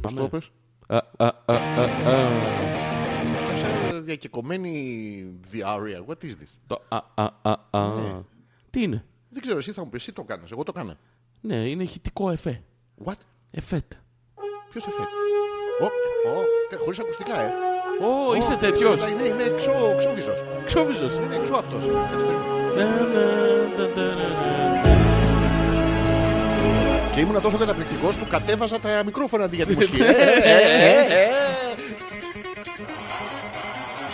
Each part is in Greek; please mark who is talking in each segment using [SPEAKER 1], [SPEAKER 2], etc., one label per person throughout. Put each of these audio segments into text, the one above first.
[SPEAKER 1] Πώς το είπες? Σαν διακεκομένη διάρρεια. What is this?
[SPEAKER 2] Το α, α, α, α. Τι είναι.
[SPEAKER 1] Δεν ξέρω, εσύ θα μου πεις, εσύ το κάνεις, εγώ το κάνα.
[SPEAKER 2] Ναι, είναι ηχητικό εφέ.
[SPEAKER 1] What?
[SPEAKER 2] Εφέτ.
[SPEAKER 1] Ποιος έφερε. Ω, ω, κα- χωρίς ακουστικά, ε.
[SPEAKER 2] Ω, είσαι
[SPEAKER 1] Ω,
[SPEAKER 2] τέτοιος.
[SPEAKER 1] Ναι, είναι εξώ, ξόβιζος.
[SPEAKER 2] Ξόβιζος.
[SPEAKER 1] Είναι εξώ αυτός. Κάτσε. Και ήμουν τόσο καταπληκτικός που κατέβαζα τα μικρόφωνα αντί για τη μουσική. Ε, ε, ε, ε.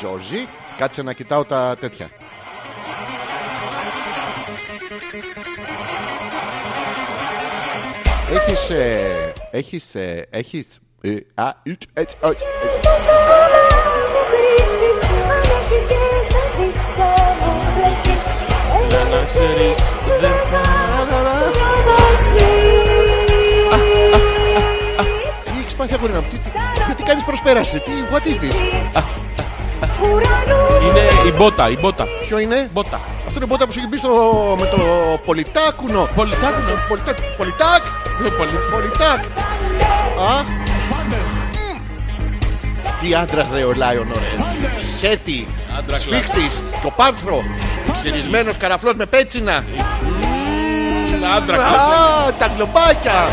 [SPEAKER 1] Ζορζή, κάτσε να κοιτάω τα τέτοια. Έχεις... ε, Έχεις... ε, Έχεις... ε, α, ουτ, έτσι, έτσι, έτσι.
[SPEAKER 2] Για να ξέρεις, δεν θα...
[SPEAKER 1] Τι έχεις πάθει αγόρι μου, τι- τι- γιατί κάνεις προσπέραση, τι, what is this,
[SPEAKER 2] Είναι η μπότα, η μπότα.
[SPEAKER 1] ποιο είναι,
[SPEAKER 2] Μπότα.
[SPEAKER 1] αυτό είναι μπότα που σου έχει μπει στο, με το πολιτάκουνο,
[SPEAKER 2] Πολιτάκουνο.
[SPEAKER 1] πολιτάκ, πολιτάκ,
[SPEAKER 2] Ε, πολυ-
[SPEAKER 1] πολιτάκ, α, τι άντρας ρε ο Λάιον ρε, σέτι,
[SPEAKER 2] Άντρα
[SPEAKER 1] σφίχτης, κοπάνθρο, ξυρισμένος καραφλός με πέτσινα,
[SPEAKER 2] Ε, Άντρα, κλαμπ.
[SPEAKER 1] α, τα γκλομπάκια,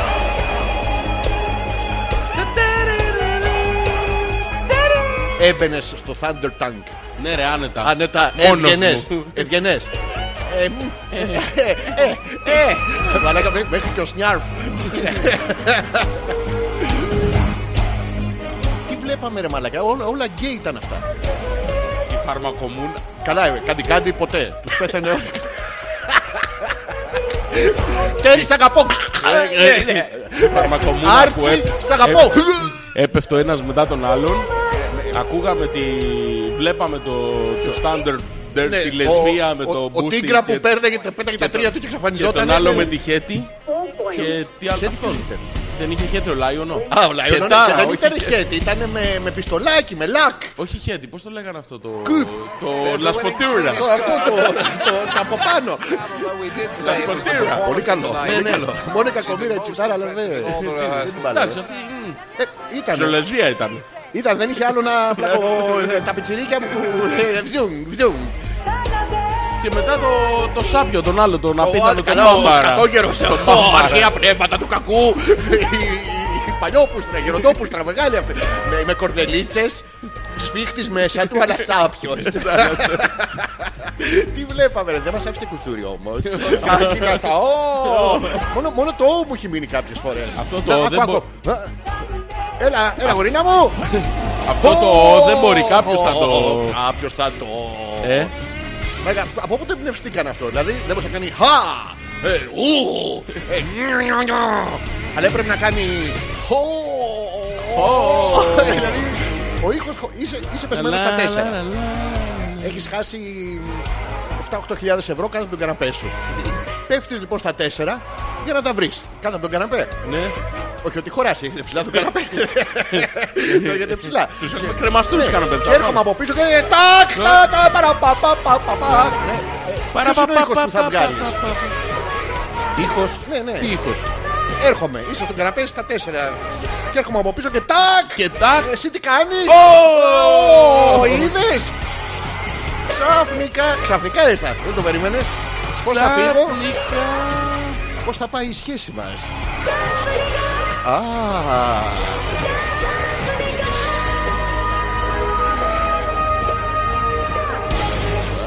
[SPEAKER 1] έμπαινες στο Thunder Tank.
[SPEAKER 2] Ναι ρε, άνετα.
[SPEAKER 1] Ανέτα,
[SPEAKER 2] Μόνος
[SPEAKER 1] ευγενές.
[SPEAKER 2] μου.
[SPEAKER 1] Ευγενές. Ε, μ, ε, ε, ε, ε. Μαλάκα, μέ- μέχρι και ο Σνιάρφ. Τι βλέπαμε ρε μαλάκα, όλα, όλα γκέι ήταν αυτά.
[SPEAKER 2] Η φαρμακομούν.
[SPEAKER 1] Καλά, ε, κάτι κάτι ποτέ. Τους πέθανε όλοι. Τέρι, σ' αγαπώ. Ε, ναι.
[SPEAKER 2] Η φαρμακομούνα που
[SPEAKER 1] Άρτσι,
[SPEAKER 2] έπ-
[SPEAKER 1] σ' αγαπώ.
[SPEAKER 2] έπεφτε ο ένας μετά τον άλλον. Ακούγαμε τη... Βλέπαμε το, το standard
[SPEAKER 1] Ναι,
[SPEAKER 2] dirty
[SPEAKER 1] ο-
[SPEAKER 2] ε, λεσβία με
[SPEAKER 1] ο-
[SPEAKER 2] το
[SPEAKER 1] Ο
[SPEAKER 2] boosting
[SPEAKER 1] Τίγκρα
[SPEAKER 2] και-
[SPEAKER 1] που παίρναγε τα- πέταγε τα τρία του και
[SPEAKER 2] και
[SPEAKER 1] εξαφανιζόταν.
[SPEAKER 2] τον άλλο με τη χέτη. Και τι άλλο.
[SPEAKER 1] Χέτη
[SPEAKER 2] αυτός.
[SPEAKER 1] ποιος ήταν?
[SPEAKER 2] Δεν είχε χέτη ο Λάιονο.
[SPEAKER 1] Α, ο Λάιον
[SPEAKER 2] Χετάρα,
[SPEAKER 1] Όνεξ, δεν
[SPEAKER 2] όχι
[SPEAKER 1] ήταν
[SPEAKER 2] χέτη.
[SPEAKER 1] χέτη, ήταν με, με πιστολάκι, με λακ.
[SPEAKER 2] Όχι χέτη, πώς το λέγανε αυτό το...
[SPEAKER 1] Κουτ. ναι,
[SPEAKER 2] Το λασποτούρα.
[SPEAKER 1] Το- Αυτό το, το, το από πάνω.
[SPEAKER 2] Λασποτούρα.
[SPEAKER 1] Πολύ καλό.
[SPEAKER 2] Ναι,
[SPEAKER 1] Πολύ
[SPEAKER 2] ναι.
[SPEAKER 1] καλό. Μόνο η κακομήρα η τσιτάρα, αλλά δεν. δεν μπάλε.
[SPEAKER 2] Εντάξει, αυτή... μ,
[SPEAKER 1] Ε, Ήταν,
[SPEAKER 2] Ψιλολεσβία ήταν.
[SPEAKER 1] ήταν, δεν είχε άλλο να πλακώ ε, τα πιτσιρίκια που ε, βζουμ, βζουμ.
[SPEAKER 2] Και μετά το, το σάπιο, τον άλλο, τον
[SPEAKER 1] Ο
[SPEAKER 2] απίθανο, τον
[SPEAKER 1] καλά, ο
[SPEAKER 2] Μάμπαρα.
[SPEAKER 1] κακόγερος, ο
[SPEAKER 2] Μπαμπάρα.
[SPEAKER 1] αρχαία πνεύματα του κακού. Οι- οι- Οι παλιόπουστρα, γεροντόπουστρα, μεγάλη αυτή. Με- Με κορδελίτσες, σφίχτης μέσα του, αλλά σάπιος. Τι βλέπαμε ρε, δεν μας άφησε κουστούρι όμως. Α, κοίτα τα, ω. Μόνο- Μόνο το «ω» μου έχει μείνει κάποιες φορές.
[SPEAKER 2] Αυτό το
[SPEAKER 1] Να,
[SPEAKER 2] «ω»
[SPEAKER 1] άκου,
[SPEAKER 2] δεν
[SPEAKER 1] άκου.
[SPEAKER 2] μπο-
[SPEAKER 1] Έλα, έλα γορίνα μου.
[SPEAKER 2] Αυτό το δεν μπορεί κάποιος να το...
[SPEAKER 1] Κάποιος θα το...
[SPEAKER 2] Ε,
[SPEAKER 1] Μαλάκα, από πού το εμπνευστήκαν αυτό, δηλαδή δεν μπορούσε να κάνει χα, ε, ου, ε, νιου, νιου, νιου. αλλά έπρεπε να κάνει χω, δηλαδή ο ήχος, χω- είσαι, είσαι πεσμένος στα
[SPEAKER 2] λα, λα,
[SPEAKER 1] τέσσερα,
[SPEAKER 2] λα, λα.
[SPEAKER 1] έχεις χάσει 7-8 ευρώ κάτω από τον καναπέ σου, πέφτεις λοιπόν στα τέσσερα για να τα βρεις, κάτω από τον καναπέ,
[SPEAKER 2] Ναι,
[SPEAKER 1] όχι ότι χωράσει, είναι ψηλά το καναπέ. Το είναι ψηλά. Τους
[SPEAKER 2] έχουμε κρεμαστούς οι καναπέδες,
[SPEAKER 1] Και έρχομαι από πίσω και τάκ,
[SPEAKER 2] Ναι.
[SPEAKER 1] τα, τα, παρα, πα, πα, πα, πα, πα. Ναι.
[SPEAKER 2] Παρα,
[SPEAKER 1] Ποιος είναι ο
[SPEAKER 2] πα,
[SPEAKER 1] ήχος
[SPEAKER 2] πα,
[SPEAKER 1] που θα
[SPEAKER 2] πα,
[SPEAKER 1] βγάλεις?
[SPEAKER 2] πα, πα, πα.
[SPEAKER 1] Ήχος, ναι, ναι.
[SPEAKER 2] Τι ήχος.
[SPEAKER 1] Έρχομαι, είσαι στον καναπέ στα τέσσερα. Και έρχομαι από πίσω και τάκ.
[SPEAKER 2] Και τάκ.
[SPEAKER 1] Εσύ τι κάνεις. Ω, είδες. Ξαφνικά, ξαφνικά ήρθα. Δεν το περίμενες. Πώς θα φύγω, πώς θα πάει η σχέση μας. Α,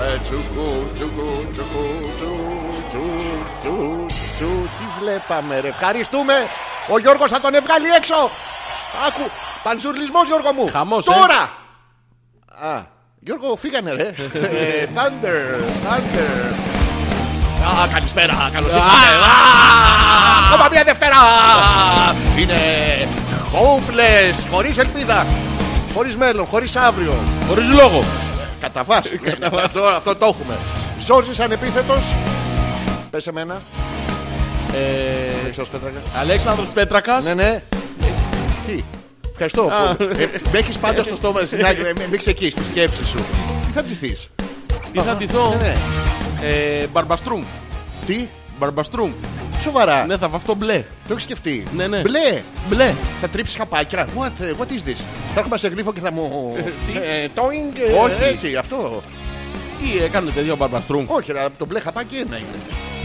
[SPEAKER 1] Ε, τσουκου, τσουκου, τσουκου, τσου, τσου, τσου, τσου. Τι βλέπαμε ρε, ευχαριστούμε. Ο Γιώργος θα τον έβγαλει έξω. Άκου, πανσουρλισμός Γιώργο μου.
[SPEAKER 2] Χαμός, ε.
[SPEAKER 1] Τώρα. Α, Γιώργο φύγανε ρε. Ε, Thunder, Thunder. Α, καλησπέρα, καλώς ήρθατε. Α, Ακόμα μια Δευτέρα. Είναι hopeless, χωρίς ελπίδα. Χωρίς μέλλον, χωρίς αύριο.
[SPEAKER 2] Χωρίς λόγο.
[SPEAKER 1] Κατά βάση. αυτό, αυτό το έχουμε. Ζόρζης ανεπίθετος. Πες σε μένα.
[SPEAKER 2] Ε,
[SPEAKER 1] Ξέρεις πέτρακας.
[SPEAKER 2] Αλέξανδρος Πέτρακας.
[SPEAKER 1] Ναι, ναι. Τι. Ευχαριστώ. που- ε, Με έχεις πάντα στο στόμα στην άκρη. Ε, Μην ξεκείς τη σκέψη σου. Τι θα ντυθείς.
[SPEAKER 2] Τι θα ντυθώ.
[SPEAKER 1] Ναι, ναι.
[SPEAKER 2] Ε, Μπαρμπαστρούμφ.
[SPEAKER 1] Τι.
[SPEAKER 2] Μπαρμπαστρούμφ.
[SPEAKER 1] Σοβαρά.
[SPEAKER 2] Ναι, θα βαφτώ μπλε.
[SPEAKER 1] Το έχεις σκεφτεί.
[SPEAKER 2] Ναι, ναι.
[SPEAKER 1] Μπλε.
[SPEAKER 2] Μπλε.
[SPEAKER 1] Θα τρίψεις χαπάκια. What, ε, what is this. Θα έρχομαι σε γλύφο και θα μου...
[SPEAKER 2] Τι?
[SPEAKER 1] ε, Τόινγκ. ε,
[SPEAKER 2] Όχι.
[SPEAKER 1] Έτσι, αυτό.
[SPEAKER 2] Τι έκανε τέτοιο μπαρμπαστρούμ.
[SPEAKER 1] Όχι, ρε, το μπλε χαπάκι ένα είναι.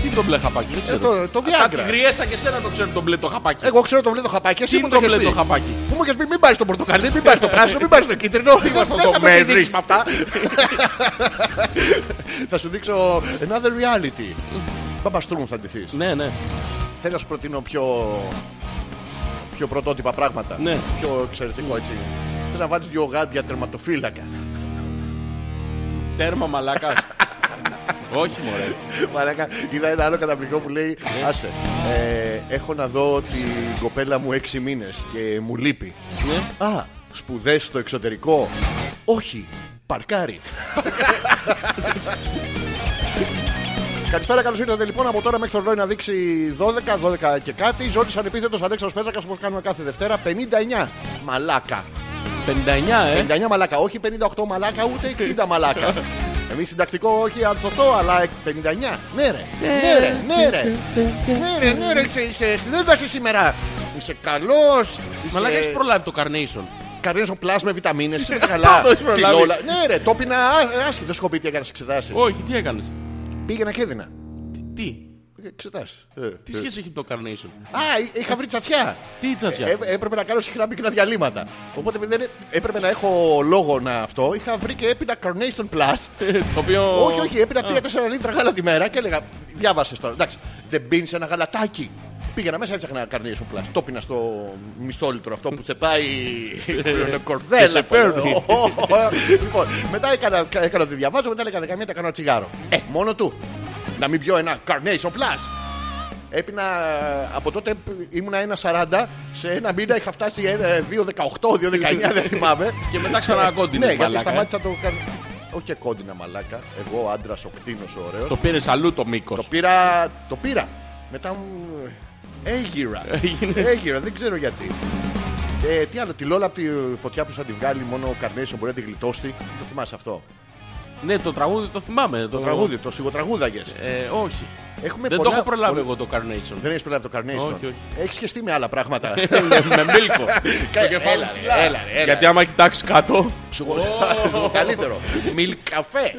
[SPEAKER 2] Τι το μπλε χαπάκι, δεν ξέρω.
[SPEAKER 1] Ε, το- το
[SPEAKER 2] Α,
[SPEAKER 1] Viagra.
[SPEAKER 2] τη γριέσα και σένα το ξέρω το μπλε το χαπάκι.
[SPEAKER 1] Εγώ ξέρω το μπλε το χαπάκι.
[SPEAKER 2] Τι
[SPEAKER 1] Εσύ
[SPEAKER 2] είναι
[SPEAKER 1] μου
[SPEAKER 2] το
[SPEAKER 1] το
[SPEAKER 2] μπλε
[SPEAKER 1] έχεις
[SPEAKER 2] το
[SPEAKER 1] πει.
[SPEAKER 2] χαπάκι.
[SPEAKER 1] Που μου έχεις πει μην πάρεις το πορτοκαλί, μην πάρεις το πράσινο, μην πάρεις το κίτρινο.
[SPEAKER 2] Ήμασταν
[SPEAKER 1] Δεν
[SPEAKER 2] το
[SPEAKER 1] θα με
[SPEAKER 2] Matrix.
[SPEAKER 1] δείξεις με αυτά. Θα σου δείξω another reality. Παπαστρούμ θα ντυθείς.
[SPEAKER 2] Mm. Ναι, ναι.
[SPEAKER 1] Θέλω να σου προτείνω πιο, πιο πρωτότυπα πράγματα.
[SPEAKER 2] Ναι.
[SPEAKER 1] Πιο εξαιρετικό έτσι. Θες να βάλεις δυο γάντια τερματοφύλακα.
[SPEAKER 2] Τέρμα μαλάκας. Όχι, μωρέ.
[SPEAKER 1] Μαλάκα, είδα ένα άλλο καταπληκτικό που λέει Άσε, ε, έχω να δω την κοπέλα μου έξι μήνες και μου λείπει.
[SPEAKER 2] Ναι.
[SPEAKER 1] Α, σπουδές στο εξωτερικό. Όχι, παρκάρι. Καλησπέρα, καλώς ήρθατε λοιπόν από τώρα μέχρι το ρολόι να δείξει 12, 12 και κάτι. Ζόρις ανεπίθετος Αλέξανδρος Πέτρακας όπως κάνουμε κάθε Δευτέρα, 59 μαλάκα.
[SPEAKER 2] 59, ε.
[SPEAKER 1] 59 μαλάκα, όχι 58 μαλάκα, ούτε 60 μαλάκα. Εμείς συντακτικό όχι αρσωτό, αλλά 59. Ναι ρε, ναι ρε, ναι ρε. Ναι ρε, ναι ρε, είσαι- είσαι σπουδάζεις σήμερα. Είσαι καλός. είσαι-
[SPEAKER 2] Μαλάκα έχεις προλάβει το carnation.
[SPEAKER 1] Καρδίνες ο πλάς με βιταμίνες, είσαι καλά.
[SPEAKER 2] Το έχεις προλάβει.
[SPEAKER 1] Την όλα- Ναι ρε, το πίνα α- άσχετο, δεν σου έχω πει τι έκανες εξετάσεις.
[SPEAKER 2] Όχι, τι έκανες.
[SPEAKER 1] Πήγαινα και έδινα.
[SPEAKER 2] Τι.
[SPEAKER 1] Εξετάσεις. Ε,
[SPEAKER 2] Τι
[SPEAKER 1] ε.
[SPEAKER 2] σχέση έχει το carnation.
[SPEAKER 1] Α, εί- είχα βρει τσατσιά.
[SPEAKER 2] Τι τσασιά.
[SPEAKER 1] Ε, έπρεπε να κάνω συχνά μικρά διαλύματα. Οπότε δεν έπρεπε να έχω λόγο να αυτό. Είχα βρει και έπινα Carnation Plus.
[SPEAKER 2] Ε, Το οποίο...
[SPEAKER 1] Όχι, όχι, έπινα 3-4 λίτρα γάλα τη μέρα και έλεγα, διάβασες τώρα. Εντάξει, δεν πίνεις ένα γαλατάκι. Πήγαινα μέσα, έψαχνα καρνίε σου πλάσ. Το πίνα στο μισόλιτρο αυτό που σε πάει. κορδέλα.
[SPEAKER 2] Και σε παίρνει.
[SPEAKER 1] Ω, ω, ω. Λοιπόν, μετά έκανα, έκανα τη διαβάζω, μετά έλεγα δεκαμία, τα κάνω ένα τσιγάρο. Ε, μόνο του. Να μην πιω ένα Carnation Plus. Έπινα από τότε ήμουνα 1,40. Σε ένα μήνα είχα φτάσει ε, 2,18, 2,19, δεν θυμάμαι.
[SPEAKER 2] Και μετά ξανακόντινες,
[SPEAKER 1] Ναι, γιατί
[SPEAKER 2] μαλάκα,
[SPEAKER 1] σταμάτησα το. κα- Όχι και κόντινα μαλάκα. Εγώ άντρας ο κτίνος ωραίος.
[SPEAKER 2] Το πήρες αλλού το μήκος.
[SPEAKER 1] Το πήρα. Το πήρα. Μετά μου. Έγιρα.
[SPEAKER 2] Έγινε.
[SPEAKER 1] Έγιρα, δεν ξέρω γιατί. Ε, τι άλλο, τη Λόλα από τη φωτιά που θα τη βγάλει μόνο ο Καρνέσιο μπορεί να τη γλιτώσει. Το θυμάσαι αυτό.
[SPEAKER 2] Ναι, το τραγούδι το θυμάμαι.
[SPEAKER 1] Το τραγούδι, το σιγοτραγούδαγες.
[SPEAKER 2] Ε, όχι.
[SPEAKER 1] Έχουμε
[SPEAKER 2] Δεν το
[SPEAKER 1] πολλά-
[SPEAKER 2] έχω προλάβει εγώ το carnation.
[SPEAKER 1] Δεν έχεις προλάβει το Carnation.
[SPEAKER 2] Όχι, όχι.
[SPEAKER 1] Έχεις σχεστεί με άλλα πράγματα.
[SPEAKER 2] με μίλκο. Το κεφάλι
[SPEAKER 1] έλα,
[SPEAKER 2] ψηλά.
[SPEAKER 1] έλα, έλα, έλα.
[SPEAKER 2] Γιατί άμα κοιτάξεις κάτω.
[SPEAKER 1] Σου γοζετάζω καλύτερο. Μιλ καφέ.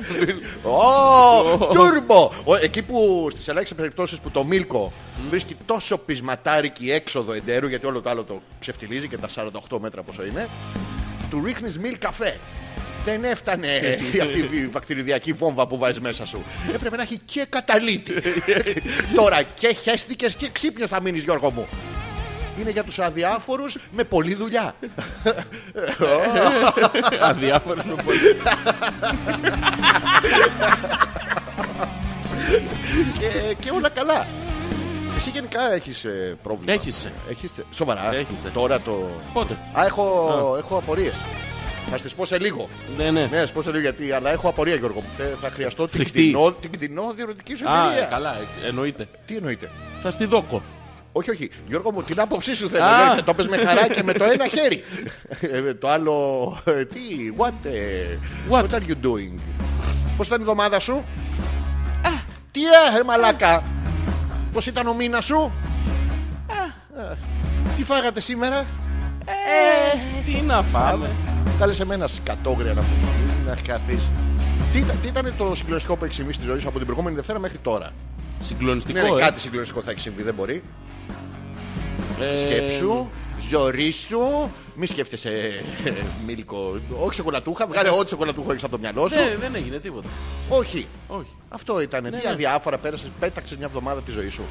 [SPEAKER 1] Ω, τούρμπο. Ο, Εκεί που στις ελάχιστες περιπτώσεις που το μίλκο βρίσκει τόσο πεισματάρικη έξοδο εντέρου, γιατί όλο το άλλο το ξεφτιλίζει και τα 48 μέτρα πόσο είναι, του ρίχνεις μιλ καφέ. Δεν έφτανε αυτή η βακτηριδιακή βόμβα που βάζεις μέσα σου. Έπρεπε να έχει και καταλήτη. Τώρα και χέστηκες και ξύπνιος θα μείνεις Γιώργο μου. Είναι για τους αδιάφορους με πολλή δουλειά.
[SPEAKER 2] Αδιάφορο με πολύ.
[SPEAKER 1] και, και όλα καλά. Εσύ γενικά έχεις ε, πρόβλημα.
[SPEAKER 2] Έχεις, ε.
[SPEAKER 1] Έχεις, ε, σοβαρά.
[SPEAKER 2] Έχεις, ε.
[SPEAKER 1] Τώρα το...
[SPEAKER 2] Πότε.
[SPEAKER 1] Α, έχω, έχω απορίες. Θα στις πω σε λίγο.
[SPEAKER 2] Ναι, ναι.
[SPEAKER 1] Ναι, θα σου πω σε λίγο γιατί, αλλά έχω απορία Γιώργο μου. Θε- Θα χρειαστώ την
[SPEAKER 2] Φρικτή.
[SPEAKER 1] κτηνό, την κτηνό διερωτική σου
[SPEAKER 2] Α, ε,
[SPEAKER 1] εμπειρία.
[SPEAKER 2] καλά, ε, εννοείται.
[SPEAKER 1] Τι εννοείται.
[SPEAKER 2] Θα στη δόκο.
[SPEAKER 1] Όχι, όχι. Γιώργο μου, την άποψή σου θέλω.
[SPEAKER 2] Α.
[SPEAKER 1] Γιώργο, Το πες με χαρά και με το ένα χέρι. Ε, το άλλο... ε, Τι, what, ε,
[SPEAKER 2] What?
[SPEAKER 1] what are you doing. Πώς ήταν η εβδομάδα σου. Α, Τι ε, μαλάκα. Πώς ήταν ο μήνας σου. Α, α. Τι φάγατε σήμερα.
[SPEAKER 2] Ε,
[SPEAKER 1] Ε.
[SPEAKER 2] Τι να φάμε.
[SPEAKER 1] Κάλεσε με ένα σκατόγρια να μου να χαθείς. Τι, ήταν- τι ήταν το συγκλονιστικό που έχει συμβεί στη ζωή σου από την προηγούμενη Δευτέρα μέχρι τώρα. Ναι,
[SPEAKER 2] Συγκλονιστικό,
[SPEAKER 1] ναι,
[SPEAKER 2] ε.
[SPEAKER 1] κάτι συγκλονιστικό θα έχει συμβεί, δεν μπορεί.
[SPEAKER 2] Ε,
[SPEAKER 1] Σκέψου, ζωρίσου, μη σκέφτεσαι ε, μίλκο. Όχι σοκολατούχα, βγάλε ό,τι σοκολατούχα έχεις από το μυαλό σου.
[SPEAKER 2] Ναι, δεν έγινε τίποτα.
[SPEAKER 1] Όχι.
[SPEAKER 2] Όχι.
[SPEAKER 1] Αυτό ήταν. Τι
[SPEAKER 2] ναι.
[SPEAKER 1] αδιάφορα πέρασες, πέταξες μια εβδομάδα τη ζωή σου.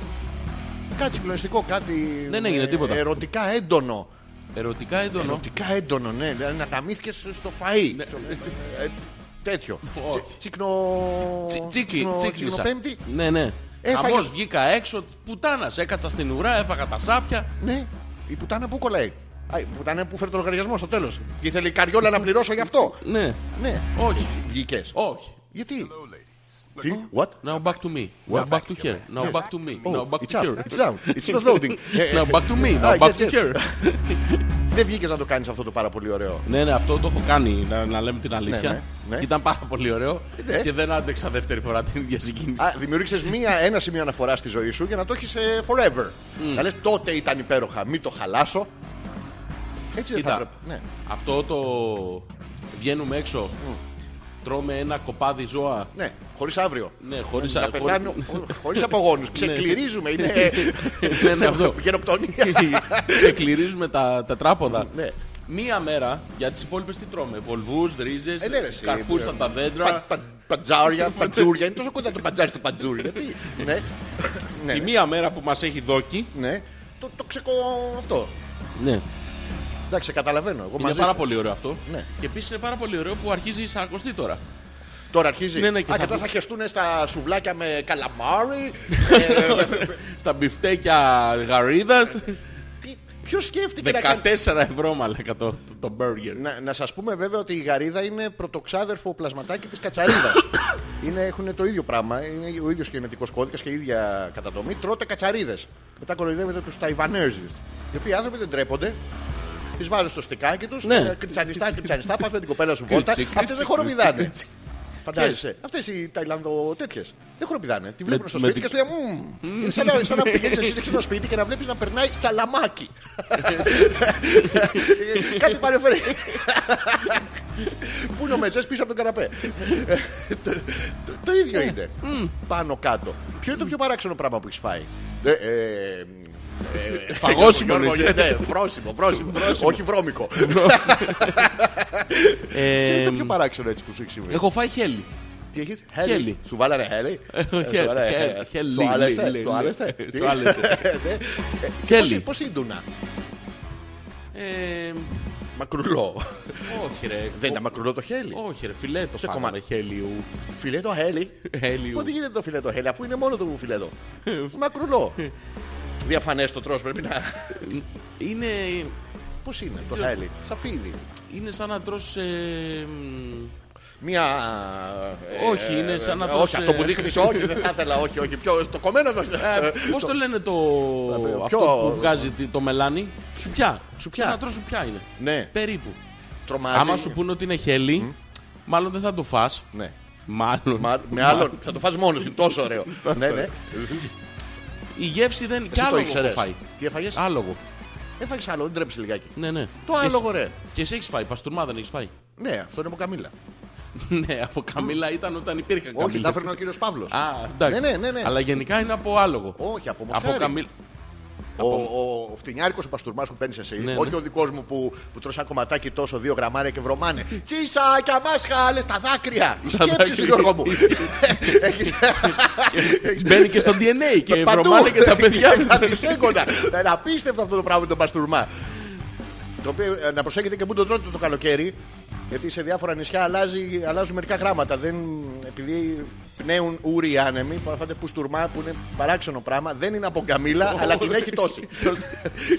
[SPEAKER 1] Κάτι συγκλονιστικό, κάτι.
[SPEAKER 2] Δεν έγινε
[SPEAKER 1] ε,
[SPEAKER 2] Ναι, τίποτα.
[SPEAKER 1] Ερωτικά έντονο.
[SPEAKER 2] Ερωτικά έντονο.
[SPEAKER 1] Ερωτικά έντονο, ναι. Δηλαδή να γαμήθηκες στο φαΐ.
[SPEAKER 2] Ναι.
[SPEAKER 1] Ε, ε, Τέτοιο.
[SPEAKER 2] Όχι.
[SPEAKER 1] Τσι- Τσίκνο.
[SPEAKER 2] Τσι- Τσίκι,
[SPEAKER 1] τσίκνο-
[SPEAKER 2] τσίκνισα.
[SPEAKER 1] τσικνοπέμπτη.
[SPEAKER 2] Ναι, ναι.
[SPEAKER 1] Έφαγες-
[SPEAKER 2] Χαμός βγήκα έξω, πουτάνας. Έκατσα στην ουρά, έφαγα τα σάπια.
[SPEAKER 1] Ναι, η πουτάνα που κολλάει. Α, η πουτάνα που φέρει το λογαριασμό στο τέλος. Και ήθελε η καριόλα να πληρώσω γι' αυτό.
[SPEAKER 2] Ναι.
[SPEAKER 1] Ναι.
[SPEAKER 2] Όχι.
[SPEAKER 1] Βγήκες.
[SPEAKER 2] Όχι.
[SPEAKER 1] Γιατί. Τι, what?
[SPEAKER 2] Now back to me. Now back to here. Now back to me. Now
[SPEAKER 1] Oh,
[SPEAKER 2] back
[SPEAKER 1] it's
[SPEAKER 2] to
[SPEAKER 1] up,
[SPEAKER 2] here.
[SPEAKER 1] it's down, it's not loading. Ε,
[SPEAKER 2] Now
[SPEAKER 1] ε,
[SPEAKER 2] back to me.
[SPEAKER 1] Α,
[SPEAKER 2] Now back
[SPEAKER 1] yes,
[SPEAKER 2] to
[SPEAKER 1] yes.
[SPEAKER 2] here.
[SPEAKER 1] Δεν βγήκες να το κάνεις αυτό το πάρα πολύ ωραίο.
[SPEAKER 2] Ναι, ναι, αυτό το έχω κάνει, να, να λέμε την αλήθεια.
[SPEAKER 1] Ναι, ναι. Ναι.
[SPEAKER 2] Ήταν πάρα πολύ ωραίο.
[SPEAKER 1] Ναι.
[SPEAKER 2] Και δεν άντεξα δεύτερη φορά την ίδια συγκίνηση.
[SPEAKER 1] Α, δημιούργησες μία, ένα σημείο αναφορά στη ζωή σου για να το έχεις ε, forever.
[SPEAKER 2] Mm.
[SPEAKER 1] Να λες τότε ήταν υπέροχα, μην το χαλάσω. Έτσι δεν θα
[SPEAKER 2] Κοίτα,
[SPEAKER 1] έπρεπε. Ναι.
[SPEAKER 2] αυτό το βγαίνουμε έξω, τρώμε ένα κοπάδι ζώα.
[SPEAKER 1] ναι, χωρίς αύριο.
[SPEAKER 2] Ναι, χωρίς...
[SPEAKER 1] Να
[SPEAKER 2] χωρί-
[SPEAKER 1] πεθάνω χωρίς απογόνους. Ξεκληρίζουμε, είναι ε,
[SPEAKER 2] ναι, ναι, αυτό.
[SPEAKER 1] γενοκτονία.
[SPEAKER 2] Ξεκληρίζουμε τα, τα τράποδα.
[SPEAKER 1] Ναι.
[SPEAKER 2] Μία μέρα για τις υπόλοιπες τι τρώμε. Βολβούς, ρίζες,
[SPEAKER 1] Ε, ναι, ρε, εσύ,
[SPEAKER 2] καρπούς
[SPEAKER 1] ε,
[SPEAKER 2] από τα
[SPEAKER 1] Πα-
[SPEAKER 2] δέντρα.
[SPEAKER 1] πα- Πατζάρια, πατζούρια. Είναι τόσο κοντά το πατζάρι στο πατζούρι. Γιατί. Ναι. Ναι,
[SPEAKER 2] Η
[SPEAKER 1] ναι,
[SPEAKER 2] μία μέρα που μας έχει δόκι.
[SPEAKER 1] ναι. Το, το ξεκο αυτό.
[SPEAKER 2] Ναι.
[SPEAKER 1] Εντάξει, καταλαβαίνω. Εγώ
[SPEAKER 2] Είναι
[SPEAKER 1] μαζί
[SPEAKER 2] πάρα
[SPEAKER 1] σου.
[SPEAKER 2] πολύ ωραίο αυτό.
[SPEAKER 1] Ναι.
[SPEAKER 2] Και επίσης είναι πάρα πολύ ωραίο που αρχίζει η σαρκοστή τώρα.
[SPEAKER 1] Τώρα αρχίζει.
[SPEAKER 2] Ναι, ναι, και
[SPEAKER 1] Α,
[SPEAKER 2] θα
[SPEAKER 1] και τώρα
[SPEAKER 2] πού-
[SPEAKER 1] θα χεστούν στα σουβλάκια με καλαμάρι. ε, με-
[SPEAKER 2] Στα μπιφτέκια γαρίδας.
[SPEAKER 1] τι- Ποιος σκέφτηκε να κάνει.
[SPEAKER 2] 14 ευρώ μαλακα το, το, το burger.
[SPEAKER 1] Να, να σας πούμε βέβαια ότι η γαρίδα είναι πρωτοξάδερφο πλασματάκι της κατσαρίδας. είναι, έχουν το ίδιο πράγμα, είναι ο ίδιος γενετικός κώδικας και η ίδια κατατομή. Τρώτε κατσαρίδες. Μετά κοροϊδεύετε τους Ταϊβανέζους. Οι οποίοι άνθρωποι δεν τρέπονται. Τις βάζουν στο στικάκι τους,
[SPEAKER 2] Ναι.
[SPEAKER 1] ναι. κρυτσανιστά, κρυτσανιστά, πας με την κοπέλα σου βόλτα.
[SPEAKER 2] Κρίτσι, κρίτσι,
[SPEAKER 1] Αυτές δεν χοροπηδάνε.
[SPEAKER 2] κρίτσι.
[SPEAKER 1] Φαντάζεσαι. Αυτές οι Ταϊλανδο τέτοιες. Δεν χοροπηδάνε. Τη βλέπουν στο
[SPEAKER 2] με
[SPEAKER 1] σπίτι
[SPEAKER 2] τη-
[SPEAKER 1] και σου λέει «Μμμ». Είναι σαν να- σαν να πηγαίνεις εσύ σε ξένο σπίτι και να βλέπεις να περνάει στα λαμάκι. Κάτι παρεφέρει. Πού είναι ο Μετζές πίσω από τον καναπέ. Το- το- Το
[SPEAKER 2] Ναι.
[SPEAKER 1] ίδιο είναι. Πάνω κάτω. Ποιο είναι το πιο παράξενο πράγμα που έχεις φάει. Ε, ε, ε,
[SPEAKER 2] Φαγώσιμο,
[SPEAKER 1] Γιώργο,
[SPEAKER 2] λες,
[SPEAKER 1] ναι,
[SPEAKER 2] ε.
[SPEAKER 1] ναι, βρόσιμο, βρόσιμο. Όχι βρώμικο. Ποιο είναι
[SPEAKER 2] Ε,
[SPEAKER 1] το πιο παράξενο έτσι που σου έχει συμβεί.
[SPEAKER 2] έχω φάει χέλι.
[SPEAKER 1] Τι έχεις,
[SPEAKER 2] Χέλι.
[SPEAKER 1] Σου βάλανε χέλι.
[SPEAKER 2] Έχω
[SPEAKER 1] Ε, σου
[SPEAKER 2] χέλι,
[SPEAKER 1] βάλανε
[SPEAKER 2] χέλι,
[SPEAKER 1] χέλι.
[SPEAKER 2] χέλι,
[SPEAKER 1] Σου άλλεσε,
[SPEAKER 2] λέει, λέει,
[SPEAKER 1] σου
[SPEAKER 2] λέει.
[SPEAKER 1] άλλεσε.
[SPEAKER 2] Σου
[SPEAKER 1] Τι?
[SPEAKER 2] άλλεσε.
[SPEAKER 1] Ναι. Ε,
[SPEAKER 2] Χέλι.
[SPEAKER 1] πώς- Πώς είναι η ντούνα.
[SPEAKER 2] Ε,
[SPEAKER 1] Μακρουλό.
[SPEAKER 2] όχι ρε.
[SPEAKER 1] Δεν
[SPEAKER 2] Ο-
[SPEAKER 1] ήταν μακρουλό το χέλι.
[SPEAKER 2] Όχι ρε, φιλέ το
[SPEAKER 1] Σε
[SPEAKER 2] φάγαμε
[SPEAKER 1] κομμάτι.
[SPEAKER 2] χέλιου.
[SPEAKER 1] Φιλέτο χέλι.
[SPEAKER 2] Χέλιου.
[SPEAKER 1] Πότε γίνεται το φιλέτο χέλι αφού είναι μόνο το φιλέτο. Μακρουλό. Διαφανές το τρως πρέπει να...
[SPEAKER 2] Είναι,
[SPEAKER 1] Πώς είναι το
[SPEAKER 2] Ξέρω.
[SPEAKER 1] χέλι. Σαν φίδι.
[SPEAKER 2] είναι σαν να τρως... Ε, μ,
[SPEAKER 1] Μία... ε,
[SPEAKER 2] Όχι, είναι σαν να
[SPEAKER 1] ε,
[SPEAKER 2] τρως,
[SPEAKER 1] Όχι, αυτό
[SPEAKER 2] ε,
[SPEAKER 1] που δείχνεις όχι, δεν θα ήθελα, όχι, όχι. Πιο, το κομμένο δώστε.
[SPEAKER 2] ε, Πώς το λένε το...
[SPEAKER 1] ποιο-
[SPEAKER 2] αυτό που βγάζει τη- το μελάνι. Σουπιά.
[SPEAKER 1] Σουπιά.
[SPEAKER 2] Σαν να τρως σουπιά είναι.
[SPEAKER 1] Ναι,
[SPEAKER 2] Περίπου.
[SPEAKER 1] τρομάζει.
[SPEAKER 2] Άμα σου πούνε ότι είναι χέλι, μάλλον δεν θα το φας.
[SPEAKER 1] Ναι.
[SPEAKER 2] Μάλλον.
[SPEAKER 1] Μα- με άλλον, θα το φας μόνος, είναι τόσο ωραίο. ναι, ναι.
[SPEAKER 2] Η γεύση δεν... Κι
[SPEAKER 1] Εσύ το
[SPEAKER 2] άλογο έχω
[SPEAKER 1] ήξερες.
[SPEAKER 2] φάει.
[SPEAKER 1] Τι έφαγες.
[SPEAKER 2] Άλογο.
[SPEAKER 1] Έφαγες άλλο, δεν τρέψεις λιγάκι.
[SPEAKER 2] Ναι, ναι.
[SPEAKER 1] Το
[SPEAKER 2] Και
[SPEAKER 1] άλογο
[SPEAKER 2] εσύ-
[SPEAKER 1] ρε.
[SPEAKER 2] Και εσύ έχεις φάει, παστούρμα δεν έχεις φάει.
[SPEAKER 1] Ναι, αυτό είναι από Καμίλα.
[SPEAKER 2] ναι, από καμίλα ήταν όταν υπήρχαν
[SPEAKER 1] Όχι, τα
[SPEAKER 2] καμίλες.
[SPEAKER 1] έφερνε ο κύριος Παύλος.
[SPEAKER 2] Α, εντάξει.
[SPEAKER 1] Ναι, ναι, ναι, ναι.
[SPEAKER 2] Αλλά γενικά είναι από άλογο.
[SPEAKER 1] Όχι, από
[SPEAKER 2] από
[SPEAKER 1] μοσχάρι.
[SPEAKER 2] καμίλα.
[SPEAKER 1] Ο, ο, ο φτηνιάρικος ο παστούρμας που παίρνεις εσύ,
[SPEAKER 2] Ναι,
[SPEAKER 1] όχι
[SPEAKER 2] ναι.
[SPEAKER 1] ο δικός μου που, που τρως ένα κομματάκι τόσο, δύο γραμμάρια και βρωμάνε. Τσίσακια, μάσχαλες, τα δάκρυα. Η σκέψη σου
[SPEAKER 2] δάκρυα.
[SPEAKER 1] Γιώργο μου. Έχεις
[SPEAKER 2] Μπαίνει και στο DNA και
[SPEAKER 1] Ε, παντού.
[SPEAKER 2] βρωμάνε και τα παιδιά.
[SPEAKER 1] Τα δυσέγγωνα. Είναι απίστευτο αυτό το πράγμα με τον παστούρμα. Το οποίο ε, να προσέχετε και πού τον τρώτε το καλοκαίρι. Γιατί σε διάφορα νησιά αλλάζει, αλλάζουν μερικά γράμματα. Δεν, επειδή πνέουν ούροι άνεμοι, που φάτε πουστούρμα που είναι παράξενο πράγμα, δεν είναι από καμίλα, αλλά την έχει τόση.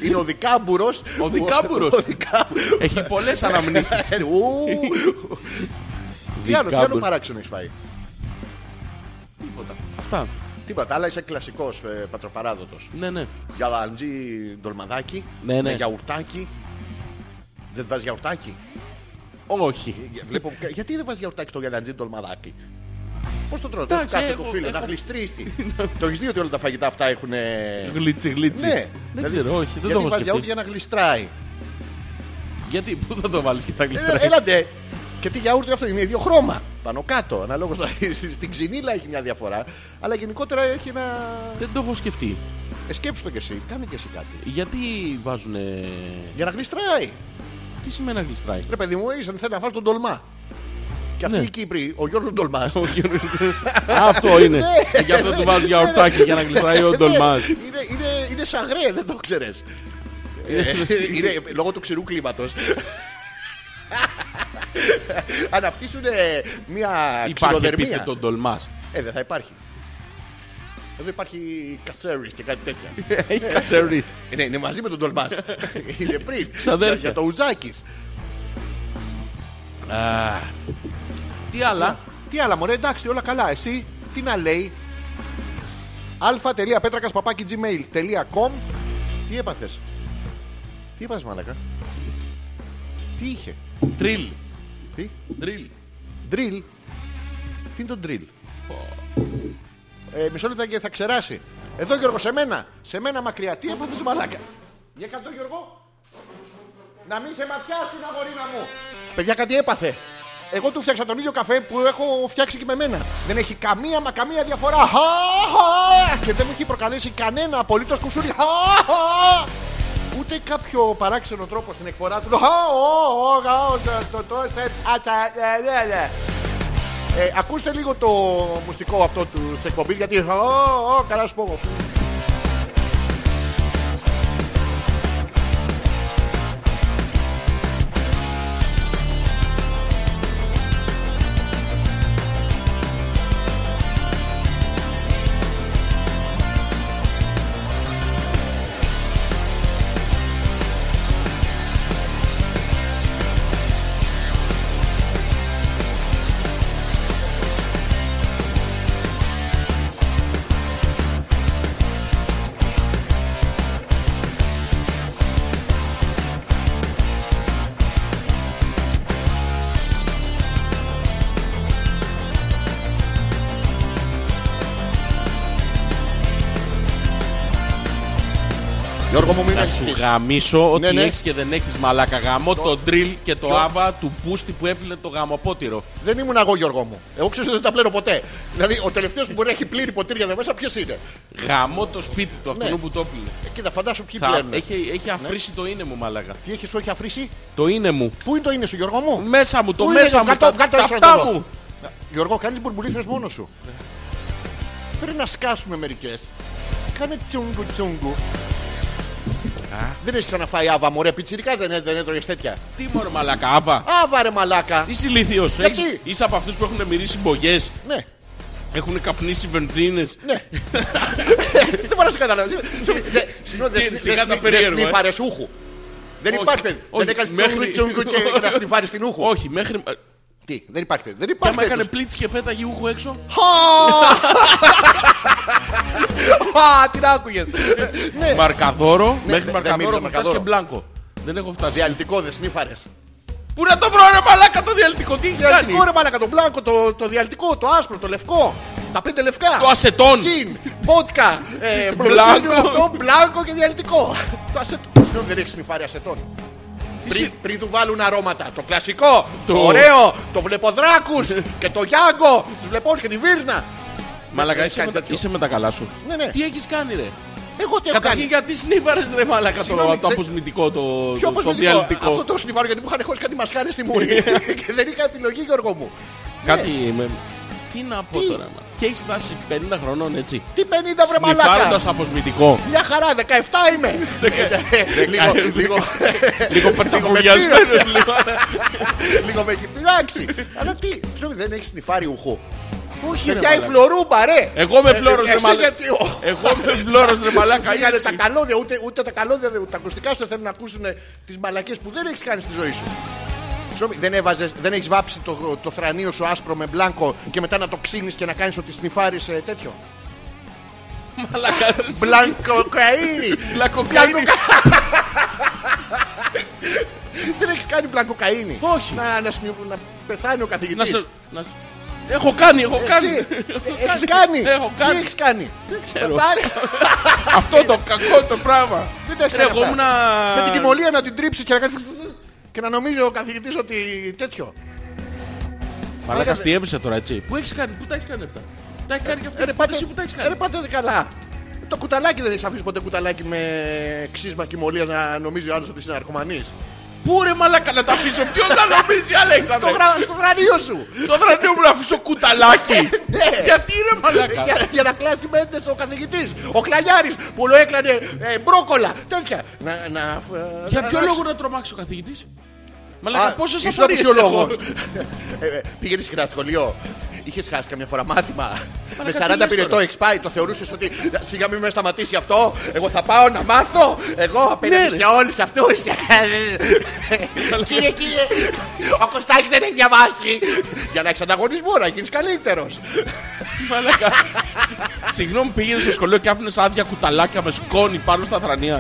[SPEAKER 1] είναι ο δικάμπουρος.
[SPEAKER 2] Ο δικάμπουρος.
[SPEAKER 1] Ο δικάμπουρος. Ε,
[SPEAKER 2] Έχει πολλές αναμνήσεις.
[SPEAKER 1] Ου. Τι άλλο, τι άλλο
[SPEAKER 2] Δικάμπουρος.
[SPEAKER 1] παράξενο έχεις φάει.
[SPEAKER 2] Τίποτα. Αυτά.
[SPEAKER 1] Τίποτα, αλλά είσαι κλασικός ε, πατροπαράδοτος.
[SPEAKER 2] Ναι, ναι.
[SPEAKER 1] Γιαλαντζή ντολμαδάκι.
[SPEAKER 2] Ναι, ναι.
[SPEAKER 1] Με γιαουρτάκι. Δεν βάζεις γιαουρτάκι.
[SPEAKER 2] Όχι.
[SPEAKER 1] Βλέπω, γιατί δεν βάζει γιαουρτάκι στο γιαλαντζή ντολμαδάκι. Πώς το τρώτε,
[SPEAKER 2] Εντάξει,
[SPEAKER 1] κάθε το
[SPEAKER 2] έχω-
[SPEAKER 1] φίλο, να
[SPEAKER 2] έχω-
[SPEAKER 1] γλιστρίστη. το έχεις δει ότι όλα τα φαγητά αυτά έχουν.
[SPEAKER 2] Γλίτσι, γλίτσι.
[SPEAKER 1] Ναι.
[SPEAKER 2] Δεν ξέρω, όχι. Δεν το
[SPEAKER 1] γιατί
[SPEAKER 2] έχω
[SPEAKER 1] βάζει γιαουρτ
[SPEAKER 2] σκεφτεί.
[SPEAKER 1] για να γλιστράει.
[SPEAKER 2] Γιατί, πού θα το βάλεις και θα
[SPEAKER 1] Ε,
[SPEAKER 2] γλιστράει.
[SPEAKER 1] Έλαντε. Και τι γιαούρτι είναι αυτό, είναι ίδιο χρώμα. Πάνω κάτω, αναλόγως. Στην ξυνήλα έχει μια διαφορά. Αλλά γενικότερα έχει ένα.
[SPEAKER 2] Δεν το έχω σκεφτεί.
[SPEAKER 1] Ε, Σκέψου το κι εσύ, κάνε κι εσύ κάτι.
[SPEAKER 2] Γιατί βάζουνε...
[SPEAKER 1] Για να γλιστράει.
[SPEAKER 2] Τι σημαίνει να γλιστράει.
[SPEAKER 1] Ρε παιδί μου, είσαι, θέλει να φας τον τολμά. Και αυτοί
[SPEAKER 2] Ναι.
[SPEAKER 1] οι Κύπροι, ο Γιώργος Ντολμάς.
[SPEAKER 2] Ο Γιώργος- Α, Αυτό είναι.
[SPEAKER 1] Ναι.
[SPEAKER 2] Γι' αυτό του βάζουν γιαουρτάκι για να γλιστράει ο ντολμάς.
[SPEAKER 1] Ναι, Είναι, είναι, είναι σαγρέ, δεν το ξέρεις.
[SPEAKER 2] Ναι.
[SPEAKER 1] Ε, είναι λόγω του ξηρού κλίματος. Αναπτύσσουν ε, μια
[SPEAKER 2] Υπάρχει
[SPEAKER 1] ξηροδερμία.
[SPEAKER 2] επίθετο ντολμάς.
[SPEAKER 1] Ε, δεν θα υπάρχει. Εδώ υπάρχει κατσέρις και κάτι τέτοια.
[SPEAKER 2] Έχει κατσέρι.
[SPEAKER 1] Ε, ναι, είναι μαζί με τον Ντολμάς. είναι πριν.
[SPEAKER 2] Ξαδέρφια.
[SPEAKER 1] Για, για το Ουζάκης.
[SPEAKER 2] Τι άλλα.
[SPEAKER 1] Τι άλλα μωρέ, εντάξει όλα καλά. Εσύ τι να λέει. α.πέτρακας.gmail.com Τι έπαθες. Τι έπαθες μαλακά. Τι είχε.
[SPEAKER 2] Τριλ.
[SPEAKER 1] Τι.
[SPEAKER 2] Τριλ.
[SPEAKER 1] Drill. Τι είναι το drill. Ε, μισό λεπτό και θα ξεράσει. Εδώ Γιώργο, σε μένα. Σε μένα μακριά. Τι έπαθες μαλάκα. Για κάτω Γιώργο. Να μην σε ματιάσουν αγορίνα μου. Παιδιά κάτι έπαθε. Εγώ του φτιάξα τον ίδιο καφέ που έχω φτιάξει και με μένα. Δεν έχει καμία μα καμία διαφορά. Χα, χα. Και δεν μου έχει προκαλέσει κανένα απολύτως κουσούρι. Χα, χα. Ούτε κάποιο παράξενο τρόπο στην εκφορά του. Χα, ο, ο, γα, ο, το, το, το, θε, ατσα, ε, ναι, ναι. Ε, ακούστε λίγο το μουστικό αυτό του της εκπομπής γιατί ο, ο, καλά σου πω εγώ. Γιώργο μου μην
[SPEAKER 2] Θα σου
[SPEAKER 1] ανησυχείς.
[SPEAKER 2] γαμίσω
[SPEAKER 1] Ναι,
[SPEAKER 2] ότι
[SPEAKER 1] ναι.
[SPEAKER 2] έχεις και δεν έχεις μαλάκα γαμό το drill και το
[SPEAKER 1] Ποιο?
[SPEAKER 2] άβα του πούστη που έπλυνε το γαμοπότηρο.
[SPEAKER 1] Δεν ήμουν εγώ Γιώργο μου. Εγώ ξέρω ότι δεν τα πλένω ποτέ. Δηλαδή ο τελευταίος που μπορεί να έχει πλήρη ποτήρια εδώ μέσα ποιος είναι.
[SPEAKER 2] Γαμό το σπίτι του αυτού
[SPEAKER 1] Ναι.
[SPEAKER 2] που το έπλυνε.
[SPEAKER 1] Ε, Ναι. Κοίτα φαντάσου ποιοι
[SPEAKER 2] Θα-
[SPEAKER 1] πλένουν.
[SPEAKER 2] Έχει, έχει αφρίσει το είναι μου μαλάκα.
[SPEAKER 1] Τι έχεις σου έχει αφρίσει.
[SPEAKER 2] Το είναι μου.
[SPEAKER 1] Πού είναι το είναι σου Γιώργο μου.
[SPEAKER 2] Μέσα μου, το
[SPEAKER 1] Πού
[SPEAKER 2] μέσα
[SPEAKER 1] είναι,
[SPEAKER 2] μου,
[SPEAKER 1] βγάλ' το,
[SPEAKER 2] τα,
[SPEAKER 1] βγάλ' το
[SPEAKER 2] τα
[SPEAKER 1] έξω
[SPEAKER 2] αυτά
[SPEAKER 1] εδώ.
[SPEAKER 2] μου. Ναι.
[SPEAKER 1] Να- Γιώργο κάνεις μπουρμπουλήθρες μόνος σου. Φέρε να σκάσουμε μερικές. Κάνε τσούγκου τσούγκου. Δεν έχεις ξαναφάει άβα μωρέ πιτσιρικά δεν, έ- δεν έτρωγες τέτοια.
[SPEAKER 2] Τι μωρό μαλάκα, άβα.
[SPEAKER 1] Άβα ρε μαλάκα.
[SPEAKER 2] Είσαι ηλίθιος.
[SPEAKER 1] Γιατί?
[SPEAKER 2] Έχεις- Είσαι από αυτούς που έχουν μυρίσει μπογιές.
[SPEAKER 1] Ναι.
[SPEAKER 2] Έχουν καπνίσει βενζίνες.
[SPEAKER 1] Ναι. δεν μπορώ να σε καταλάβω. Συγγνώμη,
[SPEAKER 2] Τι,
[SPEAKER 1] δεν σνι-
[SPEAKER 2] Ε, σιγά τα
[SPEAKER 1] δεν σνι- δεν
[SPEAKER 2] περίεργο, ε.
[SPEAKER 1] σνιφάρες ούχου. Δεν
[SPEAKER 2] Όχι,
[SPEAKER 1] υπάρχει παιδί.
[SPEAKER 2] όχι,
[SPEAKER 1] Δεν έκανες
[SPEAKER 2] μέχρι-
[SPEAKER 1] μέχρι... τσούγκου και και να σνιφάρεις την ούχο.
[SPEAKER 2] Όχι, μέχρι... ε,
[SPEAKER 1] Τι, δεν υπάρχει παιδί. Δεν
[SPEAKER 2] Κι
[SPEAKER 1] υπάρχει
[SPEAKER 2] άμα έκανε
[SPEAKER 1] περίπτωση.
[SPEAKER 2] πλίτς και φέταγε ούχο έξω.
[SPEAKER 1] Α, Την άκουγες. Ναι.
[SPEAKER 2] Μαρκαδόρο, μέχρι
[SPEAKER 1] δεν
[SPEAKER 2] μαρκαδόρο μου
[SPEAKER 1] μύριζα
[SPEAKER 2] φτάσει
[SPEAKER 1] Μαρκαδόρο.
[SPEAKER 2] και μπλάνκο. Δεν έχω φτάσει.
[SPEAKER 1] Διαλυτικό δεν σνίφαρες.
[SPEAKER 2] Πού να το βρω ρε μαλάκα το διαλυτικό, τι έχεις κάνει.
[SPEAKER 1] Διαλυτικό ρε μάλακα, το μπλάνκο, το, το διαλυτικό, το άσπρο, το λευκό. Τα πέντε λευκά.
[SPEAKER 2] Το ασετόν.
[SPEAKER 1] Τζιν, βότκα, ε,
[SPEAKER 2] Μπλάνκο.
[SPEAKER 1] μπλάνκο. μπλάνκο και διαλυτικό. το ασετόν. Συγγνώμη, δεν έχεις νυφάρει ασετόν. Πριν,
[SPEAKER 2] Είσαι-
[SPEAKER 1] πριν του βάλουν αρώματα. Το κλασικό, το,
[SPEAKER 2] Το-
[SPEAKER 1] ωραίο, το βλεποδράκους και το γιάγκο. Του βλεπών και τη βίρνα.
[SPEAKER 2] Μαλάκα
[SPEAKER 1] Δεν
[SPEAKER 2] είσαι,
[SPEAKER 1] κάνει
[SPEAKER 2] με τα-
[SPEAKER 1] τέτοιο.
[SPEAKER 2] είσαι με τα καλά σου.
[SPEAKER 1] Ναι, ναι.
[SPEAKER 2] Τι έχεις κάνει ρε.
[SPEAKER 1] Εγώ τι έχω
[SPEAKER 2] Καταρχήν
[SPEAKER 1] κάνει.
[SPEAKER 2] γιατί σνίβαρες ρε μαλάκα
[SPEAKER 1] Συγγνώμη,
[SPEAKER 2] το, το
[SPEAKER 1] δεν-
[SPEAKER 2] αποσμητικό το,
[SPEAKER 1] Ποιο
[SPEAKER 2] το,
[SPEAKER 1] πως
[SPEAKER 2] το διαλυτικό. Ναι.
[SPEAKER 1] Αυτό το σνιβάρω γιατί μου είχαν χώσει κάτι μασχάρι στη μούρη. και δεν είχα επιλογή Γιώργο μου.
[SPEAKER 2] Κάτι με... Τι να πω
[SPEAKER 1] Ναι. Τι?
[SPEAKER 2] τώρα. μα. Και έχεις φτάσει 50 χρονών έτσι.
[SPEAKER 1] Τι 50 βρε μαλάκα.
[SPEAKER 2] Σνιφάροντας Ναι. αποσμητικό.
[SPEAKER 1] Μια χαρά, 17 είμαι. Ε, λίγο- Λίγο
[SPEAKER 2] ναι, Λίγο πατσακουριασμένος. λίγο.
[SPEAKER 1] λίγο με έχει πειράξει. Αλλά τι, ξέρω δεν έχεις νυφάρει ουχό.
[SPEAKER 2] Όχι ρε
[SPEAKER 1] Παιδιά η
[SPEAKER 2] μαλάκα.
[SPEAKER 1] φλωρούμπα ρε.
[SPEAKER 2] Εγώ με φλόρος
[SPEAKER 1] Ε, ε,
[SPEAKER 2] ρε
[SPEAKER 1] εσύ
[SPEAKER 2] μαλάκα.
[SPEAKER 1] γιατί, ο-
[SPEAKER 2] Εγώ με φλόρος ρε μαλάκα.
[SPEAKER 1] Φύγανε
[SPEAKER 2] Είσαι.
[SPEAKER 1] τα καλώδια, ούτε, ούτε τα καλώδια, ούτε τα ακουστικά σου δεν θέλουν να ακούσουν ε, τις μαλακές που δεν έχεις κάνει στη ζωή σου. Συγγνώμη, δεν, έβαζες, δεν έχεις βάψει το, το θρανίο σου άσπρο με μπλάνκο και μετά να το ξύνεις και να κάνεις ότι σνιφάρεις ε, τέτοιο.
[SPEAKER 2] Μαλάκα.
[SPEAKER 1] Μπλάνκο καΐρι.
[SPEAKER 2] Μπλακοκαίνη.
[SPEAKER 1] δεν έχεις κάνει μπλάνκο καΐρι.
[SPEAKER 2] Όχι.
[SPEAKER 1] Να, να, σνι- να πεθάνει ο καθηγητής. Ε,
[SPEAKER 2] Να σε... να σε- Έχω κάνει, έχω κάνει.
[SPEAKER 1] Τι,
[SPEAKER 2] Έχω
[SPEAKER 1] ε, έχεις κάνει.
[SPEAKER 2] Έχω
[SPEAKER 1] Τι
[SPEAKER 2] κάνει.
[SPEAKER 1] έχεις κάνει.
[SPEAKER 2] ξέρω.
[SPEAKER 1] Πεθάνει.
[SPEAKER 2] Αυτό το κακό το πράγμα.
[SPEAKER 1] Δεν τα έχεις
[SPEAKER 2] Ρε,
[SPEAKER 1] κάνει
[SPEAKER 2] εγώ
[SPEAKER 1] αυτά.
[SPEAKER 2] ήμουν...
[SPEAKER 1] Με την τιμωρία να την τρίψεις και να κάνεις... Και να νομίζει ο καθηγητής ότι τέτοιο.
[SPEAKER 2] Μαλάκα στη έβρισα τώρα έτσι. Πού έχεις κάνει, πού τα έχεις κάνει αυτά. Τα έχει κάνει και
[SPEAKER 1] Ε, Ρε
[SPEAKER 2] αυτά.
[SPEAKER 1] πάτε,
[SPEAKER 2] Εσύ που τα έχεις
[SPEAKER 1] ε, ρε,
[SPEAKER 2] κάνει.
[SPEAKER 1] πάτε δε καλά. Το κουταλάκι δεν έχεις αφήσει ποτέ κουταλάκι με ξύσμα και μολύα να νομίζει ο άλλος ότι είσαι ναρκωμανής.
[SPEAKER 2] Πού ρε μαλάκα να τα αφήσω. Ποιος θα νομίζει
[SPEAKER 1] Το
[SPEAKER 2] Αλέξανδρε.
[SPEAKER 1] γρα- στο γρανίο σου.
[SPEAKER 2] Στο δρανείο μου να αφήσω κουταλάκι.
[SPEAKER 1] Ναι.
[SPEAKER 2] Γιατί ρε μαλάκα.
[SPEAKER 1] για, για να κλάσει μέντες ο καθηγητής. Ο Κλαγιάρης που όλο έκλανε ε, μπρόκολα. Τέτοια. Να, να, ε,
[SPEAKER 2] Για
[SPEAKER 1] να-
[SPEAKER 2] ποιο
[SPEAKER 1] να-
[SPEAKER 2] λόγο να τρομάξει ο καθηγητής.
[SPEAKER 1] Α,
[SPEAKER 2] Μαλάκα πόσες
[SPEAKER 1] ήσουν
[SPEAKER 2] απορίες
[SPEAKER 1] απουσιολόγος.
[SPEAKER 2] έχω.
[SPEAKER 1] Ε, ε, Πήγαινες συχνά σχολείο. Είχες χάσει καμιά φορά μάθημα. Με
[SPEAKER 2] τι
[SPEAKER 1] 40
[SPEAKER 2] λες
[SPEAKER 1] πυρετό
[SPEAKER 2] τώρα.
[SPEAKER 1] έχεις πάει. Το θεωρούσες ότι «Να, σιγά μην με σταματήσει αυτό. Εγώ θα πάω να μάθω. Εγώ απέναντι
[SPEAKER 2] Ναι, ρε.
[SPEAKER 1] σε όλους αυτούς. Κύριε, κύριε, ο Κωστάκης δεν έχει διαβάσει. Για να έχεις ανταγωνισμό, να γίνεις καλύτερος.
[SPEAKER 2] Μαλάκα. Συγγνώμη, πήγαινε στο σχολείο και άφηνες άδεια κουταλάκια με σκόνη πάνω στα θρανία.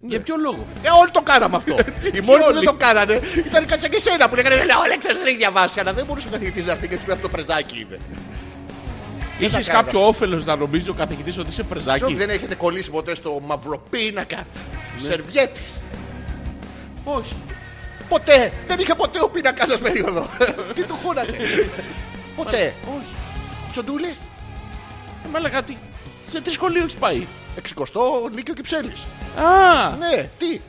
[SPEAKER 2] Ναι. Για ποιο λόγο.
[SPEAKER 1] Ε, όλοι το κάναμε αυτό. Οι μόνοι που δεν το κάνανε ήταν κάτσα και σένα που λέγανε Λέω, Αλέξα, δεν έχει διαβάσει. Αλλά δεν μπορούσε ο καθηγητής να έρθει και σου πει αυτό το πρεζάκι είναι.
[SPEAKER 2] Είχε
[SPEAKER 1] τα κάνω.
[SPEAKER 2] κάποιο όφελος να νομίζει ο καθηγητής ότι είσαι
[SPEAKER 1] Ξέρω ότι
[SPEAKER 2] πρεζάκι.
[SPEAKER 1] δεν έχετε κολλήσει ποτέ στο μαυροπίνακα
[SPEAKER 2] Ναι.
[SPEAKER 1] σερβιέτης.
[SPEAKER 2] Όχι.
[SPEAKER 1] Ποτέ. Δεν είχα ποτέ ο πίνακας σας περίοδο. Τι του χώνατε. Ποτέ.
[SPEAKER 2] Όχι.
[SPEAKER 1] Τσοντούλης.
[SPEAKER 2] Ε, Μαλάκα, τι. Σε τι σχολείο έχεις πάει.
[SPEAKER 1] Εξικοστό Νίκιο Κυψέλης.
[SPEAKER 2] Α,
[SPEAKER 1] Ναι, τι.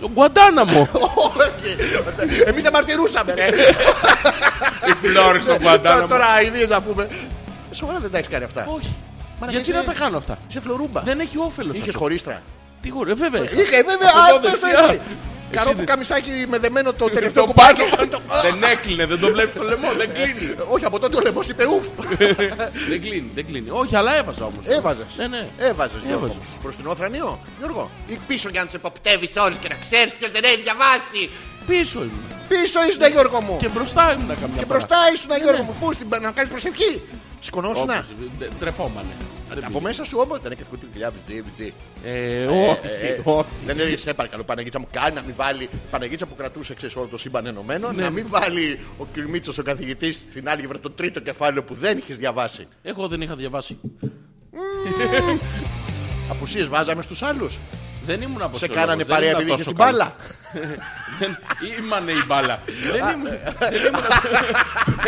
[SPEAKER 2] το Γκουαντάναμο.
[SPEAKER 1] Όχι. Εμείς δεν μαρτυρούσαμε. ρε. Ναι,
[SPEAKER 2] Η φλόρη στο
[SPEAKER 1] Τώρα- Τώρα ιδίες να πούμε. Σοβαρά δεν τα έχεις κάνει αυτά.
[SPEAKER 2] Όχι.
[SPEAKER 1] Μαλάκα,
[SPEAKER 2] Γιατί
[SPEAKER 1] είσαι-
[SPEAKER 2] να τα κάνω αυτά.
[SPEAKER 1] Σε φλωρούμπα.
[SPEAKER 2] Δεν έχει όφελος.
[SPEAKER 1] Είχες χωρίστρα.
[SPEAKER 2] Τι χωρί, βέβαια. είχα.
[SPEAKER 1] Είχε, βέβαια.
[SPEAKER 2] Από
[SPEAKER 1] Α,
[SPEAKER 2] εδώ δεξιά.
[SPEAKER 1] βέβαια. έτσι. Καρό
[SPEAKER 2] Εσύ δεν-
[SPEAKER 1] που καμισάκι με δεμένο το τελευταίο
[SPEAKER 2] Το
[SPEAKER 1] κουμπάκι.
[SPEAKER 2] πάνω-
[SPEAKER 1] ναι, Το-
[SPEAKER 2] Δεν έκλεινε, δεν το βλέπεις το λαιμό, δεν κλείνει.
[SPEAKER 1] Όχι, από τότε ο λαιμός είπε ουφ.
[SPEAKER 2] Δεν κλείνει, δεν κλείνει. Όχι, αλλά έβαζα όμως.
[SPEAKER 1] Έβαζες.
[SPEAKER 2] Ναι, ναι.
[SPEAKER 1] Έβαζες, Γιώργο.
[SPEAKER 2] Έβαζα.
[SPEAKER 1] Προς την Οθρανίο, Γιώργο. Ή πίσω για να τους εποπτεύεις όλους και να ξέρεις ποιος δεν έχει διαβάσει.
[SPEAKER 2] Πίσω ήμουν.
[SPEAKER 1] Πίσω ήσουν, Γιώργο μου.
[SPEAKER 2] Και μπροστά ήμουν καμιά
[SPEAKER 1] Και
[SPEAKER 2] φορά.
[SPEAKER 1] Ναι. μπροστά Ναι, ήσουν, Γιώργο μου. Πού στην να κάνεις προσευχή. Σκονώσουν.
[SPEAKER 2] Όπως, ε, δε- Τρεπόμανε. Δεν
[SPEAKER 1] ναι. Ε, Από μέσα σου όμως δεν έκανες κουτί δουλειά, βδί, βδί.
[SPEAKER 2] Ε,
[SPEAKER 1] Ε, ε,
[SPEAKER 2] όχι, όχι.
[SPEAKER 1] Δεν έλεγε σε παρακαλώ Παναγίτσα μου κάνει να μην βάλει Παναγίτσα που κρατούσε ξέρεις όλο το σύμπαν ενωμένο Να μην βάλει ο Κυρμίτσος ο καθηγητής Στην άλλη γευρά το τρίτο κεφάλαιο που δεν είχες διαβάσει
[SPEAKER 2] Εγώ δεν είχα διαβάσει.
[SPEAKER 1] Απουσίες βάζαμε στους άλλους
[SPEAKER 2] Δεν ήμουν από
[SPEAKER 1] Σε
[SPEAKER 2] σολόγος,
[SPEAKER 1] κάνανε
[SPEAKER 2] δεν
[SPEAKER 1] παρέα
[SPEAKER 2] ήμουν
[SPEAKER 1] επειδή
[SPEAKER 2] τόσο
[SPEAKER 1] είχες την
[SPEAKER 2] καλός.
[SPEAKER 1] μπάλα
[SPEAKER 2] Δεν- Ήμανε η μπάλα. Δεν ήμουν. δεν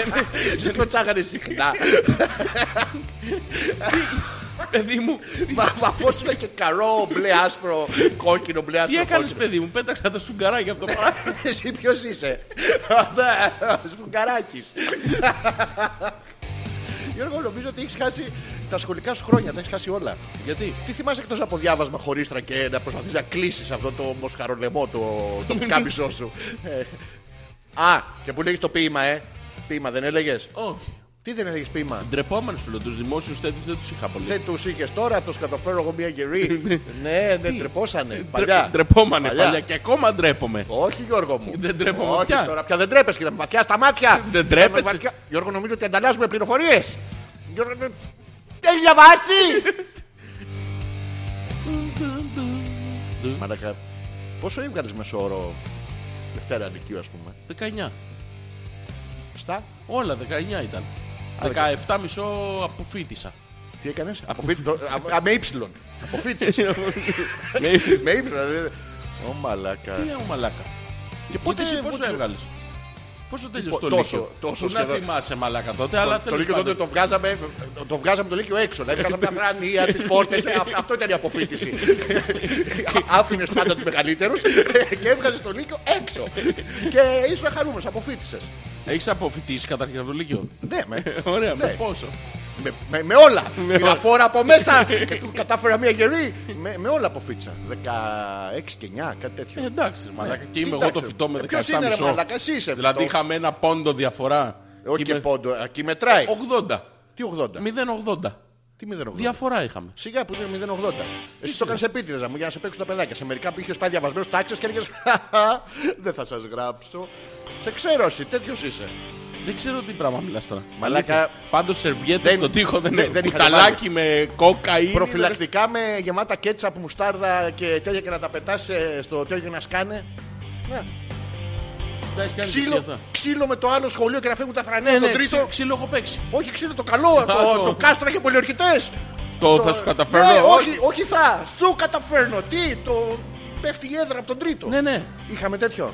[SPEAKER 2] ήμουν-
[SPEAKER 1] Σε κλωτσάγανε συχνά
[SPEAKER 2] Παιδί μου,
[SPEAKER 1] Μα μα αφού είναι και καρό μπλε άσπρο κόκκινο μπλε
[SPEAKER 2] τι
[SPEAKER 1] άσπρο
[SPEAKER 2] έκανες
[SPEAKER 1] κόκκινο
[SPEAKER 2] παιδί μου, πέταξα τα σουγκαράκια από το πράγμα.
[SPEAKER 1] Εσύ ποιος είσαι Σφουγγαράκης Γιώργο νομίζω ότι έχεις χάσει τα σχολικά σου χρόνια Τα έχεις χάσει όλα
[SPEAKER 2] Γιατί.
[SPEAKER 1] Τι θυμάσαι εκτός από διάβασμα χωρίστρα και να προσπαθείς να κλείσεις αυτό το μοσχαρολεμό το, το κάμπισό σου. Ε, Α, και που λέγεις το ποίημα, ε. Ποίημα δεν έλεγες.
[SPEAKER 2] Όχι.
[SPEAKER 1] Τι δεν έλεγες ποίημα.
[SPEAKER 2] Ντρεπόμενος σου λέω, τους δημόσιους τέτοιους δεν τους είχα πολύ.
[SPEAKER 1] Δεν τους είχες τώρα, τους καταφέρω εγώ μια γερή. ναι, ναι, τρεπώσανε. Παλιά.
[SPEAKER 2] Ντρε- Ντρεπόμανε
[SPEAKER 1] Παλιά.
[SPEAKER 2] παλιά και ακόμα ντρέπομαι.
[SPEAKER 1] Όχι Γιώργο μου.
[SPEAKER 2] Δεν τρέπομαι
[SPEAKER 1] Όχι,
[SPEAKER 2] πια.
[SPEAKER 1] τώρα πια δεν τρέπεσαι. Κοίτα, με βαθιά στα μάτια.
[SPEAKER 2] Δεν τρέπεσαι.
[SPEAKER 1] Με βαθιά- Γιώργο νομίζω ότι ανταλλάσσουμε πληροφορίες. Γιώργο, ε, δεν έχεις διαβάσει. Μαλάκα, πόσο έβγαλες μεσόωρο Δευτέρα Λυκείου ας πούμε.
[SPEAKER 2] 19.
[SPEAKER 1] Στα,
[SPEAKER 2] Όλα 19 ήταν. 17 μισό αποφύτησα.
[SPEAKER 1] τι έκανες. Αποφύτω, α, α, με ύψιλον. Αποφύτησες. με ύψιλον. δηλαδή. Ω μαλάκα.
[SPEAKER 2] Τι λέω μαλάκα.
[SPEAKER 1] Και
[SPEAKER 2] Πότε εσύ πόσο
[SPEAKER 1] πότε- Λοιπόν,
[SPEAKER 2] έβγαλες. Πόσο τέλειωσε το
[SPEAKER 1] τόσο,
[SPEAKER 2] Λύκειο.
[SPEAKER 1] τόσο
[SPEAKER 2] Που να
[SPEAKER 1] σχεδόν.
[SPEAKER 2] θυμάσαι μαλάκα τότε, αλλά
[SPEAKER 1] Το
[SPEAKER 2] τέλος
[SPEAKER 1] Λύκειο τότε
[SPEAKER 2] πάντων.
[SPEAKER 1] το βγάζαμε, το βγάζαμε το Λύκειο έξω. Δηλαδή βγάζαμε τα φρανία, τις πόρτες, αυ- αυτό ήταν η αποφύτιση. Α- Άφηνες πάντα τους μεγαλύτερους και έβγαζες το Λύκειο έξω. Και ήσουν χαρούμενος, αποφύτησες.
[SPEAKER 2] Έχεις αποφυτίσει καταρχήν από το Λύκειο.
[SPEAKER 1] Ναι, με,
[SPEAKER 2] Ωραία, με
[SPEAKER 1] Ναι.
[SPEAKER 2] πόσο.
[SPEAKER 1] με, με, με όλα.
[SPEAKER 2] Με
[SPEAKER 1] Την
[SPEAKER 2] Ναι, όλα.
[SPEAKER 1] αφόρα από μέσα και του κατάφερα μια γερή. Με, με όλα αποφύτησα. 16 και 9, κάτι
[SPEAKER 2] Ε,
[SPEAKER 1] τέτοιο.
[SPEAKER 2] εντάξει, ρε μαλάκα. Και
[SPEAKER 1] Τι
[SPEAKER 2] είμαι εγώ
[SPEAKER 1] εντάξει,
[SPEAKER 2] το φυτό με 17
[SPEAKER 1] ε, ποιος είναι, ρε,
[SPEAKER 2] μισό.
[SPEAKER 1] μαλάκα, εσύ είσαι
[SPEAKER 2] Δηλαδή
[SPEAKER 1] φυτός.
[SPEAKER 2] είχαμε ένα πόντο διαφορά.
[SPEAKER 1] Όχι
[SPEAKER 2] Και
[SPEAKER 1] Ναι.
[SPEAKER 2] Ε,
[SPEAKER 1] και
[SPEAKER 2] είμαι
[SPEAKER 1] πόντο, εκεί μετράει.
[SPEAKER 2] 80.
[SPEAKER 1] Τι 80.
[SPEAKER 2] 0,80.
[SPEAKER 1] Τι 080.
[SPEAKER 2] Διαφορά είχαμε.
[SPEAKER 1] Σιγά που είναι 0,80. Εσύ το κάνεις επίτηδες να μου για να σε παίξουν τα παιδάκια. Σε μερικά που είχες πάει διαβασμένος τάξες και έλεγες «Χαχα, δεν θα σας γράψω. Σε ξέρω εσύ, τέτοιος είσαι.
[SPEAKER 2] Δεν ξέρω τι πράγμα μιλάς τώρα.
[SPEAKER 1] Μαλάκα.
[SPEAKER 2] Αλήθεια. Πάντως σερβιέτες
[SPEAKER 1] Δεν-
[SPEAKER 2] στο τοίχο δεν,
[SPEAKER 1] δεν-
[SPEAKER 2] έχω.
[SPEAKER 1] δεν είχα
[SPEAKER 2] Κουταλάκι με κόκα ή...
[SPEAKER 1] Προφυλακτικά με γεμάτα κέτσαπ, μουστάρδα και τέτοια και να τα πετάς ε, στο τέτοιο να σκάνε. Ναι. Ξύλο, ξύλο με το άλλο σχολείο και να φεύγουν τα θρανία
[SPEAKER 2] Ναι,
[SPEAKER 1] τον
[SPEAKER 2] ναι,
[SPEAKER 1] τρίτο.
[SPEAKER 2] ξύ- ξύλο έχω παίξει.
[SPEAKER 1] Όχι ξύλο, το καλό, το,
[SPEAKER 2] το-
[SPEAKER 1] το κάστρα και πολιορκητές.
[SPEAKER 2] Το θα σου
[SPEAKER 1] Ναι,
[SPEAKER 2] καταφέρω.
[SPEAKER 1] όχι, όχι θα, σου καταφέρνω. Τι, το πέφτει η έδρα από τον τρίτο.
[SPEAKER 2] Ναι, ναι.
[SPEAKER 1] Είχαμε τέτοιο.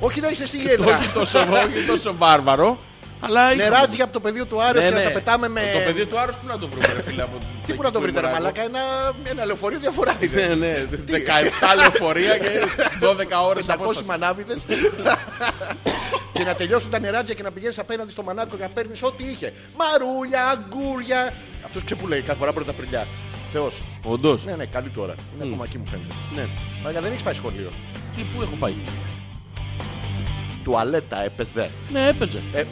[SPEAKER 1] Όχι να είσαι εσύ η έδρα.
[SPEAKER 2] Όχι τόσο, όχι τόσο βάρβαρο. Αλλά είχαμε. Ναι,
[SPEAKER 1] Νεράτζια από το πεδίο του Άρεο Ναι, και να τα πετάμε με.
[SPEAKER 2] Το παιδί του Άρους πού να το βρούμε, ρε φίλε. από το-
[SPEAKER 1] Τι που να το
[SPEAKER 2] εκεί
[SPEAKER 1] βρείτε, ρε
[SPEAKER 2] ήμουν εγώ.
[SPEAKER 1] Μαλάκα, ένα, ένα λεωφορείο διαφορά είναι.
[SPEAKER 2] Ναι, ναι, 17 λεωφορεία και 12 ώρες
[SPEAKER 1] 500
[SPEAKER 2] απόσταση.
[SPEAKER 1] μανάβιδε. και να τελειώσουν τα νεράτζια και να πηγαίνεις απέναντι στο μανάβικο και να παίρνεις ό,τι είχε. Μαρούλια, αγκούρια. Αυτός ξεπουλάει κάθε φορά πρώτα Απριλιά. Θεός.
[SPEAKER 2] Όντως.
[SPEAKER 1] Ναι, ναι, καλή τώρα. Είναι ακόμα εκεί μου φαίνεται.
[SPEAKER 2] Mm. Ναι.
[SPEAKER 1] Μαλάκα δεν έχεις πάει σχολείο.
[SPEAKER 2] Τι, πού έχω πάει.
[SPEAKER 1] Τουαλέτα, έπαιζε.
[SPEAKER 2] Ναι, έπαιζε.
[SPEAKER 1] Ε,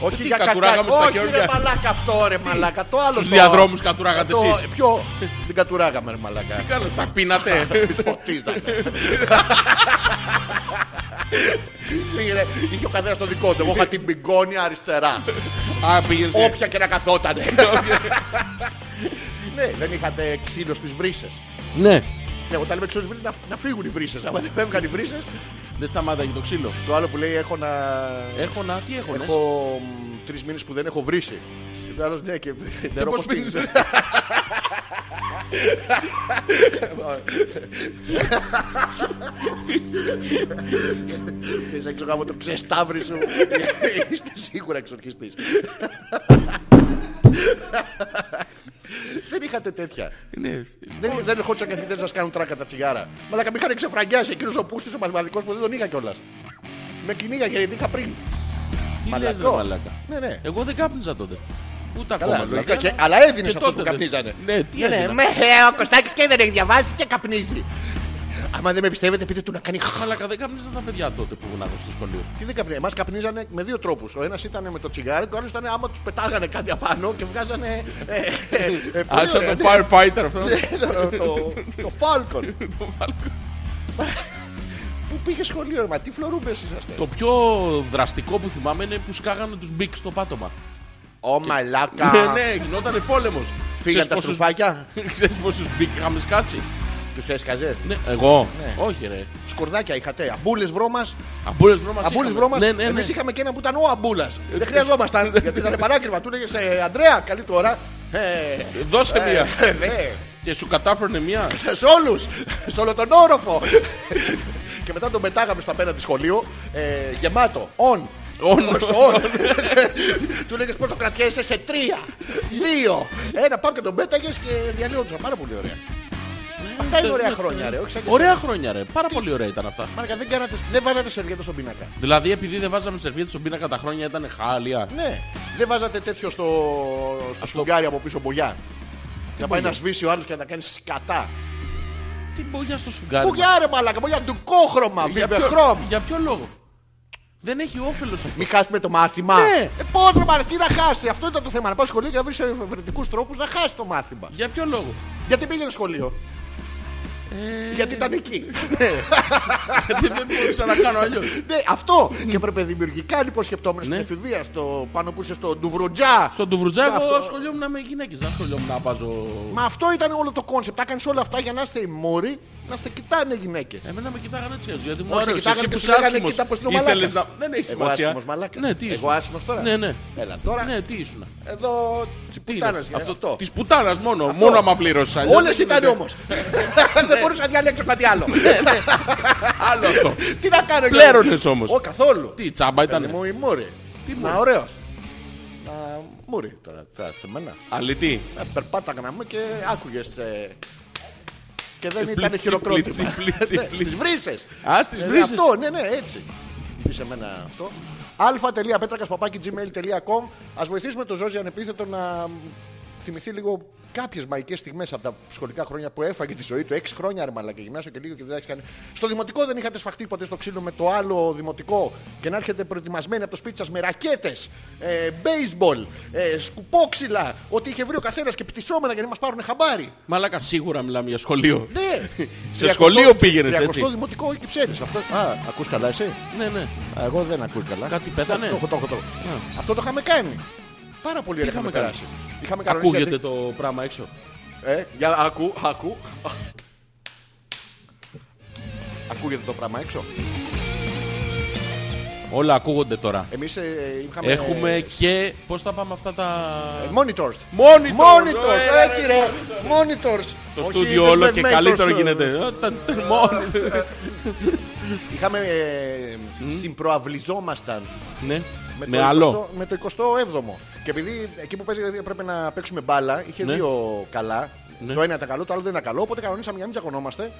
[SPEAKER 1] όχι
[SPEAKER 2] Τι
[SPEAKER 1] για κακά.
[SPEAKER 2] κατουράγαμε στα
[SPEAKER 1] Όχι
[SPEAKER 2] Γεωργιά.
[SPEAKER 1] ρε μαλάκα αυτό ρε μαλάκα. Το άλλο
[SPEAKER 2] Στους
[SPEAKER 1] το-
[SPEAKER 2] διαδρόμους κατουράγατε
[SPEAKER 1] το-
[SPEAKER 2] εσείς.
[SPEAKER 1] Ποιο. Την κατουράγαμε ρε μαλάκα.
[SPEAKER 2] Καλά, τα πίνατε.
[SPEAKER 1] Ποτίζανε. Πήρε, είχε ο καθένας το δικό του. Εγώ είχα την πιγκόνια αριστερά.
[SPEAKER 2] Α, πήγαινε.
[SPEAKER 1] Όποια και να καθότανε. ναι, δεν είχατε ξύλο στις βρύσες.
[SPEAKER 2] Ναι.
[SPEAKER 1] Ναι, όταν λέμε ξύλο σβήνει να, να φύγουν οι βρύσες. Αν δεν φεύγαν οι βρύσες,
[SPEAKER 2] Δεν σταμάταγε το ξύλο.
[SPEAKER 1] το άλλο που λέει έχω να...
[SPEAKER 2] Έχω να, τι έχω,
[SPEAKER 1] Έχω μ, τρεις μήνες που δεν έχω βρύση. Και το άλλος ναι και νερό
[SPEAKER 2] πώς
[SPEAKER 1] πως πίνεις.
[SPEAKER 2] πίνεις.
[SPEAKER 1] Θες να ξεγάμω το ξεσταύρι σου. Είστε σίγουρα εξορχιστής. Δεν είχατε τέτοια.
[SPEAKER 2] ναι.
[SPEAKER 1] Δεν, δεν ερχόντουσαν καθηγητές να σας κάνουν τράκα τα τσιγάρα. Μα τα είχαν ξεφραγκιάσει εκείνος ο πούστης ο μαθηματικός που δεν τον είχα κιόλας. Με κυνήγα γιατί είχα πριν.
[SPEAKER 2] Τι λες ρε
[SPEAKER 1] Μαλακό.
[SPEAKER 2] μαλάκα.
[SPEAKER 1] Ναι, ναι.
[SPEAKER 2] Εγώ δεν κάπνιζα τότε. Ούτε ακόμα.
[SPEAKER 1] Καλά,
[SPEAKER 2] δηλαδή,
[SPEAKER 1] λογικά και,
[SPEAKER 2] αλλά-
[SPEAKER 1] αλλά έδινες
[SPEAKER 2] και
[SPEAKER 1] αυτούς που
[SPEAKER 2] τότε δεν-
[SPEAKER 1] καπνίζανε.
[SPEAKER 2] Ναι, τι
[SPEAKER 1] Ναι, ναι,
[SPEAKER 2] έδινα.
[SPEAKER 1] με, ο Κωστάκης και δεν έχει διαβάσει και καπνίζει. Άμα δεν με πιστεύετε, πείτε του να κάνει χ.
[SPEAKER 2] Μαλάκα δεν καπνίζαν τα παιδιά τότε που βουνάγαν στο σχολείο.
[SPEAKER 1] Τι δεν καπνίζανε. Εμάς καπνίζανε με δύο τρόπους. Ο ένας ήταν με το τσιγάρι, το άλλο ήταν άμα τους πετάγανε κάτι απάνω και βγάζανε... ε, ε, ε, πολύ
[SPEAKER 2] Α, σαν
[SPEAKER 1] ωραία,
[SPEAKER 2] το firefighter αυτό.
[SPEAKER 1] ναι, το- το- Το Falcon. Πού πήγε σχολείο, ρε, μα τι φλωρούμπες είσαστε.
[SPEAKER 2] Το πιο δραστικό που θυμάμαι είναι που σκάγανε τους μπικ στο πάτωμα.
[SPEAKER 1] Ω μαλάκα.
[SPEAKER 2] Ναι, ναι, γινότανε πόλεμος.
[SPEAKER 1] Φύγαν
[SPEAKER 2] Ξέρεις
[SPEAKER 1] τα
[SPEAKER 2] πόσους-
[SPEAKER 1] στρουφάκια,
[SPEAKER 2] Ξέρεις πόσους μπικ είχαμε σκάσει.
[SPEAKER 1] τους έσκαζες.
[SPEAKER 2] Ναι, εγώ.
[SPEAKER 1] Ναι.
[SPEAKER 2] Όχι ρε.
[SPEAKER 1] Σκορδάκια είχατε, αμπούλες βρώμας.
[SPEAKER 2] Αμπούλες βρώμας
[SPEAKER 1] Αμπούλης
[SPEAKER 2] είχαμε.
[SPEAKER 1] βρώμας,
[SPEAKER 2] Ναι, ναι, ναι.
[SPEAKER 1] εμείς είχαμε και ένα που ήταν ο αμπούλας. Δεν χρειαζόμασταν, γιατί ήταν παράκριβα. Του λέγες «Ε, Αντρέα, καλή του ώρα. Ε,
[SPEAKER 2] Δώσε
[SPEAKER 1] ε,
[SPEAKER 2] μία.
[SPEAKER 1] ε, ναι.
[SPEAKER 2] Και σου κατάφερνε μία.
[SPEAKER 1] Σε όλους, σε όλο τον όροφο. Και μετά τον πετάγαμε στο απέναντι σχολείο, ε, γεμάτο, on.
[SPEAKER 2] On.
[SPEAKER 1] Ως το on. Του λέγες πόσο κρατιέσαι σε τρία, δύο, ένα. Πάω και τον πέταγες και διαλύονταν. Πάρα πολύ ωραία.
[SPEAKER 2] Ναι,
[SPEAKER 1] Αυτά είναι ωραία χρόνια, ρε. όχι σαν και
[SPEAKER 2] Ωραία χρόνια ρε. Πάρα πολύ ωραία ήταν αυτά.
[SPEAKER 1] εσένα. Μάρκα, δεν, κάνατε, δεν βάζατε σερβιέτα στον πίνακα.
[SPEAKER 2] Δηλαδή επειδή δεν βάζαμε σερβιέτες στον πίνακα τα χρόνια ήταν χάλια.
[SPEAKER 1] Ναι. Δεν βάζατε τέτοιο στο, στο σφουγγάρι από πίσω μπογιά. Να πάει
[SPEAKER 2] μπογιά?
[SPEAKER 1] να σβήσει ο άλλος και να κάνεις σκατά.
[SPEAKER 2] Τι μπογιά στο σφουγγάρι. μας.
[SPEAKER 1] Μπογιά ρε μαλάκα, μπογιά ντουκόχρωμα,
[SPEAKER 2] Για ποιο-
[SPEAKER 1] βιβεχρόμ.
[SPEAKER 2] Για ποιο λόγο. Δεν έχει όφελος αυτό.
[SPEAKER 1] Μην χάσουμε το μάθημα.
[SPEAKER 2] Ναι.
[SPEAKER 1] Ε, πότε μάνα, τι να χάσει. Αυτό ήταν το θέμα. Να πάω σχολείο και να βρεις διαφορετικού τρόπους να χάσει το μάθημα.
[SPEAKER 2] Για ποιο λόγο.
[SPEAKER 1] Γιατί πήγαινε σχολείο.
[SPEAKER 2] Ε.
[SPEAKER 1] Γιατί ήταν εκεί.
[SPEAKER 2] Γιατί δεν μπορούσα να κάνω αλλιώς.
[SPEAKER 1] ναι, αυτό. και έπρεπε δημιουργικά λοιπόν σκεπτόμενος στην
[SPEAKER 2] Ναι.
[SPEAKER 1] εφηβεία, στο πάνω που είσαι στο ντουβροτζά.
[SPEAKER 2] Στον Τουβρουτζάκο
[SPEAKER 1] Αυτό.
[SPEAKER 2] ασχολιόμουν με γυναίκες. Δεν ασχολιόμουν να βάζω...
[SPEAKER 1] Μα αυτό ήταν όλο το κόνσεπτ. Τα έκανε όλα αυτά για να είστε οι μόροι, να είστε κοιτάνε γυναίκες.
[SPEAKER 2] Εμένα με κοιτάγανε έτσι έτσι. Γιατί μου
[SPEAKER 1] Όχι, σε
[SPEAKER 2] άρεσε. Εσύ
[SPEAKER 1] κοιτάγανε και
[SPEAKER 2] που
[SPEAKER 1] σου
[SPEAKER 2] είσαι
[SPEAKER 1] λέγανε,
[SPEAKER 2] άσχημος.
[SPEAKER 1] κοίτα πως είναι ο
[SPEAKER 2] Ήθελες να...
[SPEAKER 1] μαλάκας.
[SPEAKER 2] Δεν έχει
[SPEAKER 1] Εγώ
[SPEAKER 2] σημασία.
[SPEAKER 1] άσχημος μαλάκας.
[SPEAKER 2] Ναι, τι
[SPEAKER 1] Εγώ
[SPEAKER 2] ήσουν.
[SPEAKER 1] άσχημος τώρα.
[SPEAKER 2] Ναι, ναι.
[SPEAKER 1] Έλα τώρα.
[SPEAKER 2] Ναι, τι ήσουν.
[SPEAKER 1] Εδώ τσιπουτάνας.
[SPEAKER 2] Αυτό, Ναι.
[SPEAKER 1] Αυτό.
[SPEAKER 2] Της πουτάνας μόνο. Μόνο άμα πλήρωσες. αλλιώς
[SPEAKER 1] Όλες
[SPEAKER 2] δεν
[SPEAKER 1] ήταν
[SPEAKER 2] είναι-
[SPEAKER 1] όμως.
[SPEAKER 2] Ναι.
[SPEAKER 1] Δεν μπορούσα να διαλέξω κάτι άλλο.
[SPEAKER 2] Άλλο αυτό.
[SPEAKER 1] Τι να κάνω.
[SPEAKER 2] Ναι. Πλέρωνες όμως.
[SPEAKER 1] Ω, καθόλου.
[SPEAKER 2] Τι τσάμπα
[SPEAKER 1] Παιδί
[SPEAKER 2] ήταν.
[SPEAKER 1] μου η Μούρη.
[SPEAKER 2] Τι
[SPEAKER 1] Να
[SPEAKER 2] Μούρη?
[SPEAKER 1] ωραίος. Να Μούρη τώρα. τα θεμένα.
[SPEAKER 2] Αλητή.
[SPEAKER 1] Ε, Περπάταγαμε και άκουγες. ε, Και δεν ήταν χειροκρότημα.
[SPEAKER 2] πλήτσι, πλήτσι,
[SPEAKER 1] Ναι,
[SPEAKER 2] πλήτσι.
[SPEAKER 1] Στις βρύσες.
[SPEAKER 2] Α, στις
[SPEAKER 1] Ε,
[SPEAKER 2] βρύσες.
[SPEAKER 1] Αυτό, ναι, ναι, έτσι. Πεις εμένα αυτό. α.πέτρακας.gmail.com Ας βοηθήσουμε τον Ζώζη ανεπίθετο να μ, θυμηθεί λίγο κάποιες μαϊκές στιγμές από τα σχολικά χρόνια που έφαγε τη ζωή του. Έξι χρόνια ρε μαλάκα, γυμνάσιο και λίγο και δεν έχεις κάνει. Στο δημοτικό δεν είχατε σφαχτεί ποτέ στο ξύλο με το άλλο δημοτικό και να έρχεται προετοιμασμένοι από το σπίτι σας με ρακέτες, ε, baseball, ε, σκουπόξυλα, ό,τι είχε βρει ο καθένας και πτυσσόμενα για να μας πάρουν χαμπάρι.
[SPEAKER 2] Μαλάκα σίγουρα μιλάμε για σχολείο.
[SPEAKER 1] Ναι.
[SPEAKER 2] Σε σχολείο πήγαινες
[SPEAKER 1] Στο
[SPEAKER 2] έτσι.
[SPEAKER 1] δημοτικό εκεί ψέρεις. Αυτό... Α, ακούς καλά εσύ.
[SPEAKER 2] Ναι, ναι.
[SPEAKER 1] Α, Εγώ δεν ακούω καλά.
[SPEAKER 2] Κάτι πέθανε.
[SPEAKER 1] Εντάξει, Το έχω, το έχω, το έχω. Αυτό το είχαμε κάνει. Πάρα πολύ ωραία είχαμε
[SPEAKER 2] είχαμε
[SPEAKER 1] περάσει. Είχαμε κανονίσει
[SPEAKER 2] Ακούγεται το πράγμα έξω.
[SPEAKER 1] γιατί- Ε, για, ακού, ακού. Ακούγεται το πράγμα έξω.
[SPEAKER 2] Όλα ακούγονται τώρα.
[SPEAKER 1] Εμείς ε, είχαμε...
[SPEAKER 2] Έχουμε και... Πώς τα πάμε αυτά τα...
[SPEAKER 1] ε, Monitors.
[SPEAKER 2] Monitors, ωραία,
[SPEAKER 1] Monitors, έτσι ρε. Monitors.
[SPEAKER 2] Το
[SPEAKER 1] Ε, Όχι
[SPEAKER 2] στούντιο όλο και
[SPEAKER 1] webmakers,
[SPEAKER 2] καλύτερο
[SPEAKER 1] ε,
[SPEAKER 2] γίνεται. Όταν- Μόνο.
[SPEAKER 1] Είχαμε... ε, Συμπροαυλιζόμασταν
[SPEAKER 2] Ναι.
[SPEAKER 1] Με,
[SPEAKER 2] Με
[SPEAKER 1] το
[SPEAKER 2] άλλο.
[SPEAKER 1] 20 με το 27ο. Και επειδή εκεί που παίζει δηλαδή, έπρεπε να παίξουμε μπάλα, είχε
[SPEAKER 2] Ναι.
[SPEAKER 1] δύο καλά.
[SPEAKER 2] Ναι.
[SPEAKER 1] Το ένα ήταν καλό, το άλλο δεν ήταν καλό. Οπότε κανονίσαμε για να μην τσακωνόμαστε.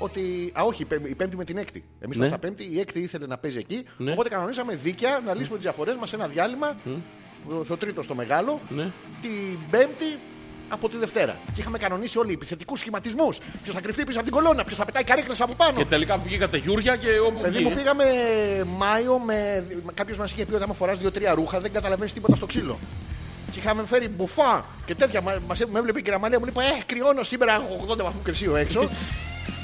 [SPEAKER 1] Ότι, α, όχι, η πέμπτη- η πέμπτη με την έκτη. Εμείς
[SPEAKER 2] Ναι.
[SPEAKER 1] ναι. τα πέμπτη, η έκτη ήθελε να παίζει εκεί.
[SPEAKER 2] Ναι.
[SPEAKER 1] Οπότε κανονίσαμε δίκαια να λύσουμε τις διαφορές μας σε ένα διάλειμμα. Στο τρίτο, στο μεγάλο.
[SPEAKER 2] Ναι.
[SPEAKER 1] Την πέμπτη από τη Δευτέρα. Και είχαμε κανονίσει όλοι επιθετικούς σχηματισμούς. Ποιος θα κρυφτεί πίσω από την κολόνα, ποιος θα πετάει καρέκλες από πάνω.
[SPEAKER 2] Και τελικά βγήκατε Γιούρια και όπου
[SPEAKER 1] Παιδί μου
[SPEAKER 2] βγήκε.
[SPEAKER 1] πήγαμε Μάιο με. Κάποιος μας είχε πει ότι άμα φοράς δύο-τρία ρούχα δεν καταλαβαίνεις τίποτα στο ξύλο. Και είχαμε φέρει μπουφά και τέτοια. Μα μας έ- με έβλεπε η γραμμανία μου λέει Ε, κρυώνω σήμερα έχω 80 βαθμού κρυσίου έξω.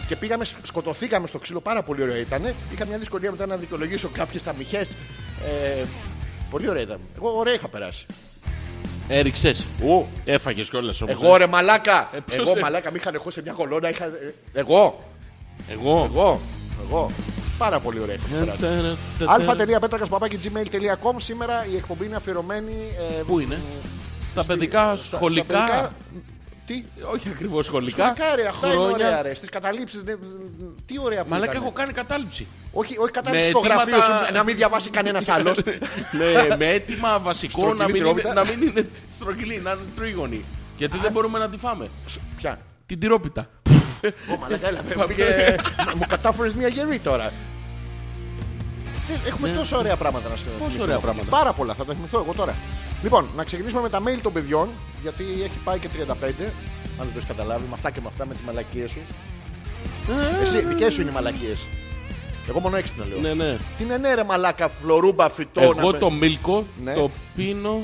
[SPEAKER 1] και πήγαμε, σ- σκοτωθήκαμε στο ξύλο, πάρα πολύ ωραίο ήταν. Είχα μια δυσκολία μετά να δικαιολογήσω κάποιες ταμιχέ. Ε, πολύ ωραία ήταν. Εγώ ωραία είχα περάσει.
[SPEAKER 2] Έριξες.
[SPEAKER 1] Ου.
[SPEAKER 2] Έφαγες κιόλας όμως.
[SPEAKER 1] Εγώ
[SPEAKER 2] ε.
[SPEAKER 1] ρε μαλάκα.
[SPEAKER 2] Ε, ποιος
[SPEAKER 1] εγώ
[SPEAKER 2] είναι?
[SPEAKER 1] μαλάκα με είχαν εγώ σε μια κολόνα. Είχα... ε, Εγώ.
[SPEAKER 2] Εγώ.
[SPEAKER 1] Εγώ. Εγώ. Πάρα πολύ ωραία.
[SPEAKER 2] Ε,
[SPEAKER 1] έχουμε περάσει. α.πέτρακας.gmail.com Σήμερα η εκπομπή είναι αφιερωμένη... ε,
[SPEAKER 2] Πού είναι. Στα παιδικά,
[SPEAKER 1] στα- στα
[SPEAKER 2] σχολικά.
[SPEAKER 1] παιδικά. Τι.
[SPEAKER 2] Όχι ακριβώς σχολικά.
[SPEAKER 1] Σχολικά ρε, αυτά είναι ωραία
[SPEAKER 2] Χρόνια.
[SPEAKER 1] ρε. Στις καταλήψεις, ναι, τι ωραία που
[SPEAKER 2] Μαλάκα
[SPEAKER 1] ήταν.
[SPEAKER 2] έχω κάνει κατάληψη.
[SPEAKER 1] Όχι, όχι κατάληψη
[SPEAKER 2] Με
[SPEAKER 1] στο γραφείο
[SPEAKER 2] αιτήματα-
[SPEAKER 1] σου, να μην διαβάσει κανένας άλλος.
[SPEAKER 2] Ναι, με αίτημα βασικό να μην,
[SPEAKER 1] Στρογγυλή
[SPEAKER 2] είναι, να μην είναι στρογγυλή, να είναι τρίγωνη. Γιατί δεν μπορούμε να τη φάμε.
[SPEAKER 1] Ποια.
[SPEAKER 2] Την τυρόπιτα.
[SPEAKER 1] Ω, μαλάκα, έλα, με πήγε- μα- Μου κατάφερες μια γερή τώρα. Τι, Έχουμε τόσο ωραία πράγματα να συνεργαστούμε.
[SPEAKER 2] Ναι. ωραία πράγματα.
[SPEAKER 1] Πάρα πολλά, θα τα θυμηθώ εγώ τώρα. Λοιπόν, να ξεκινήσουμε με τα mail των παιδιών, γιατί έχει πάει και 35, αν δεν το έχεις καταλάβει, με αυτά και με αυτά, με τη μαλακία σου. Εσύ, δικές σου είναι οι μαλακίες. Εγώ μόνο έξυπνα λέω.
[SPEAKER 2] Ε. Ναι, ναι.
[SPEAKER 1] Τι είναι ναι ρε μαλάκα, φλωρούμπα, φυτό. να
[SPEAKER 2] Εγώ
[SPEAKER 1] με-
[SPEAKER 2] το μίλκο
[SPEAKER 1] Ναι.
[SPEAKER 2] το πίνω...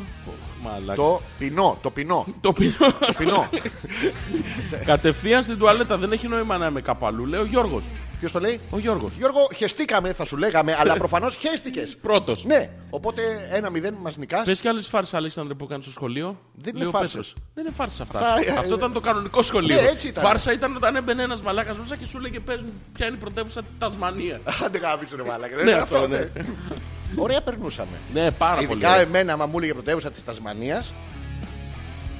[SPEAKER 2] Μαλάκα.
[SPEAKER 1] Το πεινό, το πεινό.
[SPEAKER 2] Το πίνω
[SPEAKER 1] πεινό.
[SPEAKER 2] κατευθείαν στην τουαλέτα. Δεν έχει νόημα να είμαι κάπου αλλού. Λέει ο Γιώργος.
[SPEAKER 1] Ποιος το λέει?
[SPEAKER 2] Ο Γιώργος.
[SPEAKER 1] Γιώργο, χεστήκαμε, θα σου λέγαμε, αλλά προφανώς χέστηκες.
[SPEAKER 2] Πρώτος.
[SPEAKER 1] Ναι, οπότε ένα μηδέν μας νικάς.
[SPEAKER 2] Πες και άλλες φάρσες Αλέξανδρε που κάνεις στο σχολείο.
[SPEAKER 1] Δεν
[SPEAKER 2] Λέει
[SPEAKER 1] είναι
[SPEAKER 2] ο
[SPEAKER 1] φάρσες.
[SPEAKER 2] Πέτρος. Δεν είναι φάρσες αυτά.
[SPEAKER 1] Αυτά, ε,
[SPEAKER 2] Αυτό
[SPEAKER 1] ε,
[SPEAKER 2] ήταν το κανονικό σχολείο.
[SPEAKER 1] Ναι, έτσι ήταν.
[SPEAKER 2] Φάρσα ήταν όταν έμπαινε ένας μαλάκας μέσα και σου λέγε πες μου ποια είναι η πρωτεύουσα της Τασμανία.
[SPEAKER 1] Άντε γάμισου ρε μάλακα.
[SPEAKER 2] Ναι,
[SPEAKER 1] Ναι,
[SPEAKER 2] αυτό,
[SPEAKER 1] Ε, αυτό,
[SPEAKER 2] ναι.
[SPEAKER 1] ναι. Ωραία περνούσαμε.
[SPEAKER 2] Ναι, πάρα πολύ.
[SPEAKER 1] Ειδικά
[SPEAKER 2] ωραία.
[SPEAKER 1] εμένα, άμα μου έλεγε πρωτεύουσα της Τασμανίας,